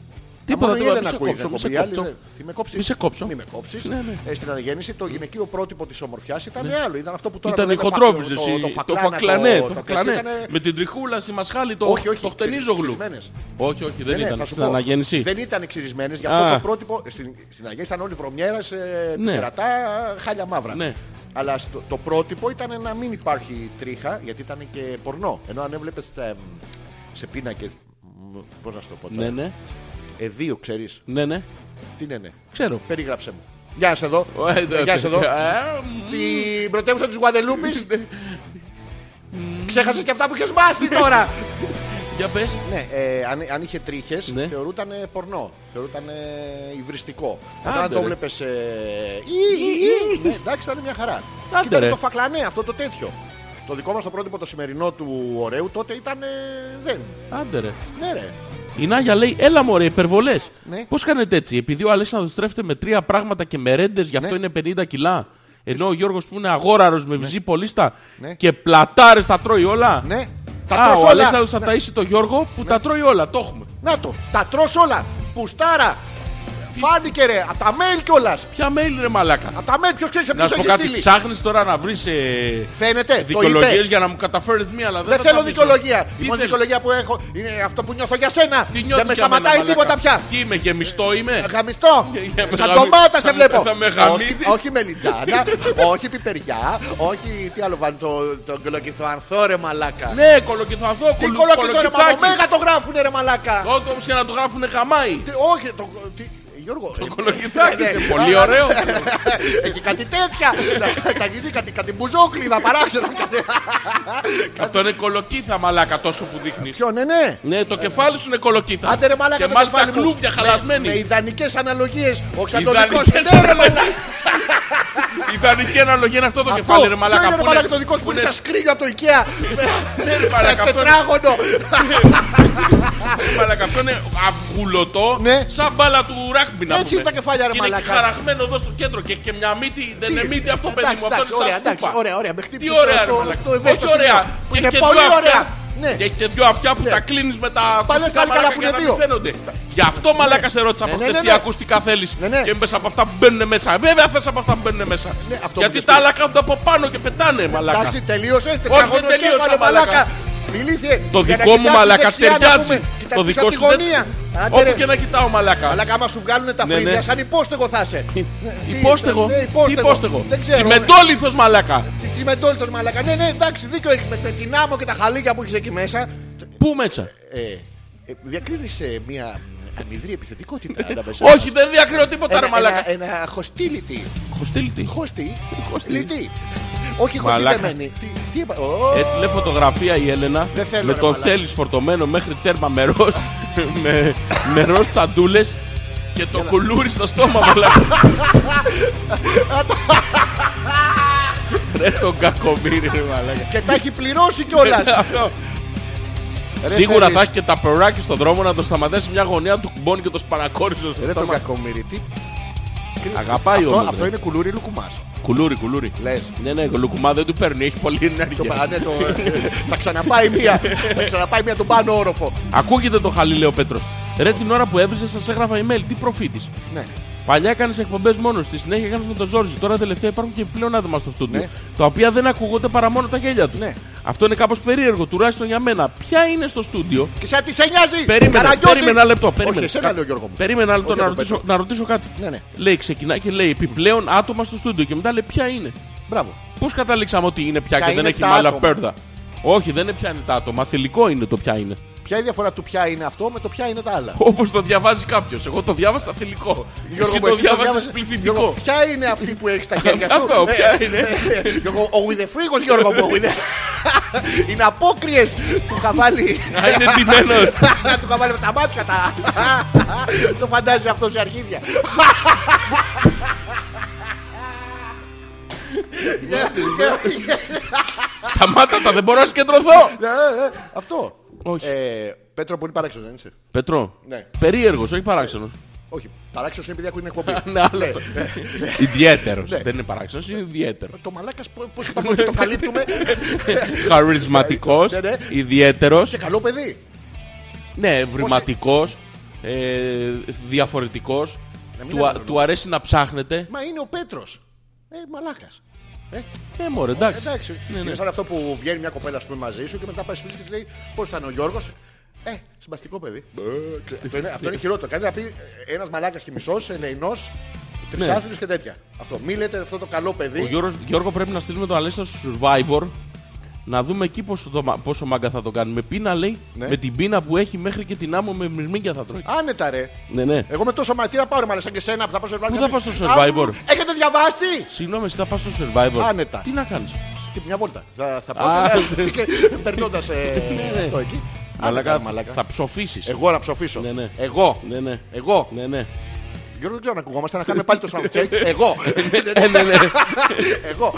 [SPEAKER 2] Τίποτα,
[SPEAKER 1] μόνο η
[SPEAKER 2] τίποτα.
[SPEAKER 1] Έλενα
[SPEAKER 2] Μη σε
[SPEAKER 1] ακούει,
[SPEAKER 2] κόψω,
[SPEAKER 1] δεν
[SPEAKER 2] μη σε
[SPEAKER 1] ακούει η άλλη, ναι.
[SPEAKER 2] κόψω.
[SPEAKER 1] δεν- Τι με κόψεις.
[SPEAKER 2] Μη σε κόψω.
[SPEAKER 1] Μη με κόψεις.
[SPEAKER 2] Ναι, ναι.
[SPEAKER 1] Ε, στην αναγέννηση το γυναικείο πρότυπο της ομορφιάς ήταν άλλο. Ήταν αυτό που τώρα
[SPEAKER 2] Ήταν
[SPEAKER 1] το
[SPEAKER 2] οι
[SPEAKER 1] λέμε
[SPEAKER 2] χοντρόβιζε.
[SPEAKER 1] φακλ-
[SPEAKER 2] Το, το,
[SPEAKER 1] φακλάνα,
[SPEAKER 2] φακλανέ. Το,
[SPEAKER 1] το
[SPEAKER 2] φακλανέ.
[SPEAKER 1] ήτανε-
[SPEAKER 2] Με την τριχούλα στη μασχάλη, το,
[SPEAKER 1] Όχι, όχι,
[SPEAKER 2] το χτενίζογλου.
[SPEAKER 1] ξυρισμένες.
[SPEAKER 2] Όχι, όχι, δεν
[SPEAKER 1] Ναι, ναι,
[SPEAKER 2] ήταν.
[SPEAKER 1] θα σου
[SPEAKER 2] Στην
[SPEAKER 1] πω.
[SPEAKER 2] αναγέννηση.
[SPEAKER 1] Δεν ήταν εξυρισμένες, γι'
[SPEAKER 2] Α.
[SPEAKER 1] αυτό το πρότυπο. Στην, στην Αγία ήταν όλοι βρωμιέρας, ε,
[SPEAKER 2] Ναι.
[SPEAKER 1] κερατά, χάλια μαύρα.
[SPEAKER 2] Ναι.
[SPEAKER 1] Αλλά στο, το πρότυπο ήταν να μην υπάρχει τρίχα, γιατί ήταν και πορνό. Ενώ αν έβλεπες ε, σε πίνακες, μ, πώς να σου το πω τώρα.
[SPEAKER 2] Ναι, ναι,
[SPEAKER 1] Ε, δύο ξέρεις.
[SPEAKER 2] ναι, ναι.
[SPEAKER 1] Τι ναι, ναι.
[SPEAKER 2] Ξέρω.
[SPEAKER 1] Περίγραψε μου. Γεια σας εδώ.
[SPEAKER 2] Ε,
[SPEAKER 1] Ε, Γεια σας εδώ.
[SPEAKER 2] Ε, μ,
[SPEAKER 1] Την πρωτεύουσα της Γουαδελούπης.
[SPEAKER 2] Ναι.
[SPEAKER 1] Ξέχασες και αυτά που είχες μάθει τώρα.
[SPEAKER 2] Για πες.
[SPEAKER 1] Ναι, ε, αν, αν είχε τρίχες
[SPEAKER 2] Ναι.
[SPEAKER 1] θεωρούταν ε, πορνό, θεωρούταν ε, υβριστικό.
[SPEAKER 2] Άντε,
[SPEAKER 1] Άντε, αν το
[SPEAKER 2] ρε.
[SPEAKER 1] βλέπες... Ε, ή, ή, ή, ναι, εντάξει, ήταν μια χαρά.
[SPEAKER 2] Άντε,
[SPEAKER 1] Κοίτα,
[SPEAKER 2] ρε.
[SPEAKER 1] το φακλανέ, αυτό το τέτοιο. Το δικό μας το πρότυπο το σημερινό του ωραίου τότε ήταν... Ε, δεν.
[SPEAKER 2] Άντε ρε.
[SPEAKER 1] Ναι ρε.
[SPEAKER 2] Η Νάγια λέει, έλα μωρέ, υπερβολές.
[SPEAKER 1] Ναι.
[SPEAKER 2] Πώς κάνετε έτσι, επειδή ο Αλέξανδρος τρέφεται με τρία πράγματα και μερέντες, γι' αυτό
[SPEAKER 1] Ναι.
[SPEAKER 2] είναι 50 κιλά. Ενώ ο Γιώργος που είναι αγόραρος με βυζί πολίστα
[SPEAKER 1] Ναι.
[SPEAKER 2] και πλατάρες τα τρώει όλα.
[SPEAKER 1] Ναι. Τα
[SPEAKER 2] Α,
[SPEAKER 1] τρως
[SPEAKER 2] ο
[SPEAKER 1] όλα.
[SPEAKER 2] Αλέξανδρος θα
[SPEAKER 1] Ναι.
[SPEAKER 2] ταΐσει το Γιώργο που τα τρώει όλα, το έχουμε.
[SPEAKER 1] Να το, τα τρως όλα. Πουστάρα. Φάνηκε ρε, απ' τα mail κιόλας.
[SPEAKER 2] Ποια mail ρε μαλάκα.
[SPEAKER 1] Απ' τα mail ποιος ξέρει σε
[SPEAKER 2] Να
[SPEAKER 1] ποιος
[SPEAKER 2] σου πω
[SPEAKER 1] έχει
[SPEAKER 2] κάτι,
[SPEAKER 1] στείλει.
[SPEAKER 2] ψάχνεις τώρα να βρεις ε,
[SPEAKER 1] Φαίνεται, το
[SPEAKER 2] δικαιολογίες
[SPEAKER 1] είπε.
[SPEAKER 2] για να μου καταφέρεις μία, αλλά δεν
[SPEAKER 1] Δεν
[SPEAKER 2] θα σ'
[SPEAKER 1] θέλω
[SPEAKER 2] αφήσω.
[SPEAKER 1] δικαιολογία.
[SPEAKER 2] Τι
[SPEAKER 1] Η μόνη
[SPEAKER 2] θέλεις?
[SPEAKER 1] δικαιολογία που έχω είναι αυτό που νιώθω για σένα.
[SPEAKER 2] Τι νιώθεις
[SPEAKER 1] Δεν με
[SPEAKER 2] για μένα,
[SPEAKER 1] σταματάει
[SPEAKER 2] μαλάκα?
[SPEAKER 1] τίποτα πια. Ε,
[SPEAKER 2] Τι είμαι, γεμιστό είμαι.
[SPEAKER 1] Γαμιστό!
[SPEAKER 2] Για με
[SPEAKER 1] Σαν
[SPEAKER 2] γαμι-
[SPEAKER 1] ντομάτα σε
[SPEAKER 2] θα
[SPEAKER 1] βλέπω!
[SPEAKER 2] με- θα με
[SPEAKER 1] Όχι-
[SPEAKER 2] γαμίζεις.
[SPEAKER 1] Όχι μελιτζάνα, όχι πιπεριά, όχι τι άλλο βάλει το, το κολοκυθοανθό ρε μαλάκα.
[SPEAKER 2] Ναι, κολοκυθαθό,
[SPEAKER 1] Τι κολοκυθό ρε μα,
[SPEAKER 2] κολοκυθάκι.
[SPEAKER 1] Ωμέγα το γράφουνε ρε μαλάκα!
[SPEAKER 2] Όπως και να του γράφουνε γαμάει.
[SPEAKER 1] Τι- Όχι, το... τι- Γιώργο, ε,
[SPEAKER 2] Κολοκυθάκι,
[SPEAKER 1] ναι,
[SPEAKER 2] είναι
[SPEAKER 1] ναι.
[SPEAKER 2] πολύ ωραίο.
[SPEAKER 1] Έχει κάτι τέτοια! Να- Να γίνει κάτι, κάτι μπουζόκλιδα παράξενα. κάτι-
[SPEAKER 2] ε, Αυτό είναι κολοκύθα μαλάκα τόσο που δείχνεις.
[SPEAKER 1] Ποιο, ναι, ναι!
[SPEAKER 2] Ναι, το κεφάλι σου είναι κολοκύθα.
[SPEAKER 1] Άντε ρε μαλάκα
[SPEAKER 2] Και
[SPEAKER 1] το
[SPEAKER 2] μάλιστα
[SPEAKER 1] κεφάλι μου.
[SPEAKER 2] κλούβια
[SPEAKER 1] Με- Με
[SPEAKER 2] χαλασμένη.
[SPEAKER 1] ιδανικές αναλογίες, ο
[SPEAKER 2] Ιδανικές
[SPEAKER 1] Ξαντοδικός. Ναι, ρε, μαλάκα.
[SPEAKER 2] Ιδανική αναλογία είναι αυτό το
[SPEAKER 1] Αυτό.
[SPEAKER 2] κεφάλι ρε
[SPEAKER 1] Ναι,
[SPEAKER 2] μαλάκα.
[SPEAKER 1] ρε
[SPEAKER 2] που
[SPEAKER 1] μαλάκα
[SPEAKER 2] είναι-
[SPEAKER 1] το δικό σου
[SPEAKER 2] που
[SPEAKER 1] που είναι
[SPEAKER 2] είναι
[SPEAKER 1] σαν σκρίνιο από το Ikea.
[SPEAKER 2] Ναι, ρε μαλάκα, αυτό είναι-
[SPEAKER 1] Τετράγωνο.
[SPEAKER 2] Ρε Μαλάκα, αυτό είναι αυγουλωτό,
[SPEAKER 1] Ναι.
[SPEAKER 2] σαν μπάλα του ράγμπι να
[SPEAKER 1] Έτσι
[SPEAKER 2] πούμε.
[SPEAKER 1] είναι τα κεφάλια, ρε
[SPEAKER 2] Και είναι
[SPEAKER 1] μαλάκα.
[SPEAKER 2] και χαραγμένο εδώ στο κέντρο και, και μια μύτη, δεν είναι μύτη ναι, αυτό παιδί μου, αυτό είναι σαν
[SPEAKER 1] ωραία, εντάξει,
[SPEAKER 2] σκούπα.
[SPEAKER 1] ωραία, ωραία. Με
[SPEAKER 2] Τι
[SPEAKER 1] χτύπησε
[SPEAKER 2] ωραία ρε
[SPEAKER 1] στο-
[SPEAKER 2] μαλάκα,
[SPEAKER 1] στο ευαίσθητο
[SPEAKER 2] όχι ωραία,
[SPEAKER 1] σημείο.
[SPEAKER 2] και
[SPEAKER 1] Είναι
[SPEAKER 2] και
[SPEAKER 1] πολύ
[SPEAKER 2] δυο
[SPEAKER 1] ωραία.
[SPEAKER 2] αυτιά.
[SPEAKER 1] Ναι.
[SPEAKER 2] Και, και δυο αυτιά που τα κλείνεις με τα
[SPEAKER 1] Παλιός
[SPEAKER 2] ακουστικά
[SPEAKER 1] πάλι καλά
[SPEAKER 2] μαλάκα
[SPEAKER 1] που
[SPEAKER 2] για να
[SPEAKER 1] είναι
[SPEAKER 2] μην
[SPEAKER 1] δύο.
[SPEAKER 2] φαίνονται. Γι' αυτό μαλάκα σε ρώτησα
[SPEAKER 1] Ναι,
[SPEAKER 2] από
[SPEAKER 1] ναι,
[SPEAKER 2] αυτές
[SPEAKER 1] ναι,
[SPEAKER 2] τι
[SPEAKER 1] ναι.
[SPEAKER 2] ακουστικά θέλεις
[SPEAKER 1] Ναι, ναι.
[SPEAKER 2] και μέσα από αυτά που μπαίνουν μέσα. Βέβαια θες από αυτά που μπαίνουν μέσα.
[SPEAKER 1] Ναι, αυτό μου
[SPEAKER 2] Γιατί
[SPEAKER 1] λες
[SPEAKER 2] τα
[SPEAKER 1] πριν.
[SPEAKER 2] άλλα κάθονται από πάνω και πετάνε μαλάκα.
[SPEAKER 1] Εντάξει, τελείωσε. τετραγωνικό
[SPEAKER 2] δεν τελείωσα,
[SPEAKER 1] κέφαλο,
[SPEAKER 2] μαλάκα.
[SPEAKER 1] Μιλήθηκε.
[SPEAKER 2] Το
[SPEAKER 1] Για να
[SPEAKER 2] δικό μου
[SPEAKER 1] κοιτάξεις
[SPEAKER 2] μαλάκα
[SPEAKER 1] δεξιά, να
[SPEAKER 2] στεριάζει.
[SPEAKER 1] πούμε.
[SPEAKER 2] Το
[SPEAKER 1] Κοιτάξεις
[SPEAKER 2] δικό
[SPEAKER 1] απ'
[SPEAKER 2] σου
[SPEAKER 1] τη γωνία.
[SPEAKER 2] δεν...
[SPEAKER 1] Άντε, ρε.
[SPEAKER 2] Όπου και να κοιτάω μαλάκα.
[SPEAKER 1] Μαλάκα, άμα σου βγάλουν τα
[SPEAKER 2] Ναι, ναι.
[SPEAKER 1] φρύδια, σαν υπόστεγο θα είσαι. Ναι, τι-
[SPEAKER 2] Υπόστεγο.
[SPEAKER 1] ναι,
[SPEAKER 2] Τι υπόστεγο.
[SPEAKER 1] Δεν ξέρω. ε,
[SPEAKER 2] Τσιμεντόλιθος μαλάκα.
[SPEAKER 1] Τσιμεντόλιτος, μαλάκα. Ναι, ναι, εντάξει, δίκιο έχεις με την άμμο και τα χαλίκια που έχεις εκεί μέσα.
[SPEAKER 2] Πού μέσα.
[SPEAKER 1] Ε, ε, διακρίνεις ε, μια αμυδρή επιθετικότητα ανάμεσα
[SPEAKER 2] Όχι,
[SPEAKER 1] μας.
[SPEAKER 2] δεν διακρίνω τίποτα ρε
[SPEAKER 1] Ένα,
[SPEAKER 2] μαλάκα.
[SPEAKER 1] ένα, ένα hostility.
[SPEAKER 2] Έχω στείλει τι.
[SPEAKER 1] Hosty.
[SPEAKER 2] Hostility.
[SPEAKER 1] Hostility. Όχι
[SPEAKER 2] Μαλάκα.
[SPEAKER 1] χωστιλεμένη. Τι, τι είπα. Ω,
[SPEAKER 2] Έστειλε φωτογραφία η Έλενα
[SPEAKER 1] Δεν θέλω,
[SPEAKER 2] με
[SPEAKER 1] ρε,
[SPEAKER 2] τον
[SPEAKER 1] μαλάκα.
[SPEAKER 2] θέλεις φορτωμένο μέχρι τέρμα με ροζ, με, με ροζ τσαντούλες και το κουλούρι στο στόμα μαλάκα. Ρε τον κακομύρι ρε μαλάκα.
[SPEAKER 1] Και τα έχει πληρώσει κιόλας.
[SPEAKER 2] Αυτό.
[SPEAKER 1] Ρε,
[SPEAKER 2] Σίγουρα
[SPEAKER 1] θέλεις.
[SPEAKER 2] θα έχει και τα περάκι στον δρόμο να το σταματήσει μια γωνιά του κουμπώνει και το σπανακόριζε στο
[SPEAKER 1] Ρε τον
[SPEAKER 2] στόμα.
[SPEAKER 1] κακομύρι. Τι-
[SPEAKER 2] Αγαπάει
[SPEAKER 1] Αυτό,
[SPEAKER 2] όμως.
[SPEAKER 1] αυτό
[SPEAKER 2] ρε.
[SPEAKER 1] είναι κουλούρι λουκουμάς.
[SPEAKER 2] Κουλούρι, κουλούρι.
[SPEAKER 1] Λες.
[SPEAKER 2] Ναι, ναι, λουκουμά δεν του παίρνει, έχει πολύ ενέργεια.
[SPEAKER 1] Το, πα- ναι, το, θα ξαναπάει μία. θα ξαναπάει μία τον πάνω όροφο.
[SPEAKER 2] Ακούγεται το χαλί, λέει ο Πέτρος. Ρε την ώρα που έβριζε, σας έγραφα email. Τι προφήτης.
[SPEAKER 1] Ναι.
[SPEAKER 2] Παλιά έκανες εκπομπές μόνος, στη συνέχεια έκανες με τον Ζόρζι. Τώρα τελευταία υπάρχουν και επιπλέον άτομα στο στούντιο.
[SPEAKER 1] Ναι.
[SPEAKER 2] Τα οποία δεν ακούγονται παρά μόνο τα γέλια τους.
[SPEAKER 1] Ναι.
[SPEAKER 2] Αυτό είναι κάπως περίεργο, τουλάχιστον για μένα. Ποια είναι στο στούντιο.
[SPEAKER 1] Και σαν τις σε νοιάζει.
[SPEAKER 2] Περίμενε,
[SPEAKER 1] Καραγκιόζη.
[SPEAKER 2] περίμενε ένα λεπτό. Περίμενε.
[SPEAKER 1] Όχι, εσένα
[SPEAKER 2] Κα-
[SPEAKER 1] λέω Γιώργο μου.
[SPEAKER 2] Περίμενε ένα λεπτό
[SPEAKER 1] Όχι,
[SPEAKER 2] να
[SPEAKER 1] τον
[SPEAKER 2] ρωτήσω, να ρωτήσω κάτι.
[SPEAKER 1] Ναι, ναι.
[SPEAKER 2] Λέει, ξεκινά και λέει επιπλέον άτομα στο στούντιο και μετά λέει ποια είναι.
[SPEAKER 1] Μπράβο.
[SPEAKER 2] Πώς καταλήξαμε ότι είναι πια
[SPEAKER 1] Ποια
[SPEAKER 2] και δεν
[SPEAKER 1] είναι
[SPEAKER 2] έχει
[SPEAKER 1] τα
[SPEAKER 2] μάλα
[SPEAKER 1] άτομα.
[SPEAKER 2] πέρδα. Όχι, δεν είναι πια είναι τα άτομα. Θηλυκό είναι το πια είναι.
[SPEAKER 1] Ποια είναι η διαφορά του ποια είναι αυτό με το ποια είναι τα άλλα.
[SPEAKER 2] Όπως το διαβάζει κάποιος. Εγώ το διάβασα θηλυκό.
[SPEAKER 1] Γιώργο
[SPEAKER 2] Εσύ
[SPEAKER 1] μου,
[SPEAKER 2] το
[SPEAKER 1] εσύ το
[SPEAKER 2] διάβασες
[SPEAKER 1] διάβασες-
[SPEAKER 2] πληθυντικό.
[SPEAKER 1] Γιώργο, Ποια είναι αυτή που έχεις στα χέρια σου.
[SPEAKER 2] Αυτό,
[SPEAKER 1] Ε,
[SPEAKER 2] ποια είναι.
[SPEAKER 1] ε, Γιώργο, ο Ιδεφρίγος Γιώργο μου. ο Ιδε- Είναι απόκριες που είχα βάλει.
[SPEAKER 2] Α, είναι ντυμένος.
[SPEAKER 1] Του είχα βάλει με τα μάτια τα. Το φαντάζεσαι αυτό σε αρχίδια.
[SPEAKER 2] Σταμάτα τα, δεν μπορώ να συγκεντρωθώ.
[SPEAKER 1] Ε, ε, ε, Αυτό.
[SPEAKER 2] Όχι.
[SPEAKER 1] Ε, Πέτρο, πολύ παράξενος δεν είσαι.
[SPEAKER 2] Πετρό.
[SPEAKER 1] Ναι.
[SPEAKER 2] Περίεργος, όχι παράξενος.
[SPEAKER 1] Όχι, παράξενος είναι επειδή ακούει την εκπομπή.
[SPEAKER 2] Ναι, άλλο. Ιδιαίτερος.
[SPEAKER 1] Ναι.
[SPEAKER 2] Δεν είναι παράξενος, είναι ιδιαίτερος.
[SPEAKER 1] Το μαλάκας πο- πώς είπαμε ότι το καλύπτουμε.
[SPEAKER 2] Χαρισματικός,
[SPEAKER 1] Ναι, ναι.
[SPEAKER 2] ιδιαίτερος.
[SPEAKER 1] Σε καλό παιδί.
[SPEAKER 2] Ναι, ευρηματικός. ε, διαφορετικός.
[SPEAKER 1] Να μην
[SPEAKER 2] Του, α-
[SPEAKER 1] είναι
[SPEAKER 2] του αρέσει να ψάχνεται.
[SPEAKER 1] Μα είναι ο Πέτρος. Ε, μαλάκας. Ε,
[SPEAKER 2] Ε, μωρέ, εντάξει.
[SPEAKER 1] εντάξει.
[SPEAKER 2] Ναι, ναι.
[SPEAKER 1] Είναι σαν αυτό που βγαίνει μια κοπέλα ας πούμε, μαζί σου και μετά πάει στη φίλη και της λέει πώς ήταν ο Γιώργος. Ε, συμπαστικό παιδί. Ε, ξέ- αυτό, είναι, αυτό είναι χειρότερο. Κάνει να πει ε, ένας μαλάκας και μισός, ενεϊνός, τρισάθλιος και τέτοια. Αυτό. Μη λέτε αυτό το καλό
[SPEAKER 2] Ναι. Ο
[SPEAKER 1] παιδί.
[SPEAKER 2] Γιώργος, Γιώργο πρέπει να στείλουμε το Αλέσσα στο Survivor να δούμε εκεί πόσο, το, μα- πόσο μάγκα θα το κάνει. Με πείνα λέει,
[SPEAKER 1] Ναι.
[SPEAKER 2] με την πείνα που έχει μέχρι και την άμμο με μυρμήγκια θα τρώει.
[SPEAKER 1] Άνετα ρε.
[SPEAKER 2] Ναι, ναι.
[SPEAKER 1] Εγώ με τόσο μαρτία να πάρω μάλλον σαν και σένα που θα πάω στο Survivor.
[SPEAKER 2] Πού θα πας στο
[SPEAKER 1] Α,
[SPEAKER 2] Survivor?
[SPEAKER 1] Έχετε διαβάσει!
[SPEAKER 2] Συγγνώμη, εσύ θα πας στο Survivor.
[SPEAKER 1] Άνετα.
[SPEAKER 2] Τι να κάνεις.
[SPEAKER 1] Και μια βόλτα. Θα, θα
[SPEAKER 2] Α,
[SPEAKER 1] πάω και- και περνώντας
[SPEAKER 2] Ναι, ναι.
[SPEAKER 1] ε, το εκεί.
[SPEAKER 2] Μαλάκα,
[SPEAKER 1] Άνετα, μαλάκα.
[SPEAKER 2] θα ψοφήσεις.
[SPEAKER 1] Εγώ να ψοφήσω.
[SPEAKER 2] Ναι, ναι.
[SPEAKER 1] Εγώ.
[SPEAKER 2] Ναι, ναι.
[SPEAKER 1] Εγώ.
[SPEAKER 2] Ναι, ναι.
[SPEAKER 1] Γιώργο δεν ξέρω αν ακουγόμαστε, να κάνουμε πάλι το sound check. Εγώ.
[SPEAKER 2] Ε, ναι, ναι.
[SPEAKER 1] Εγώ.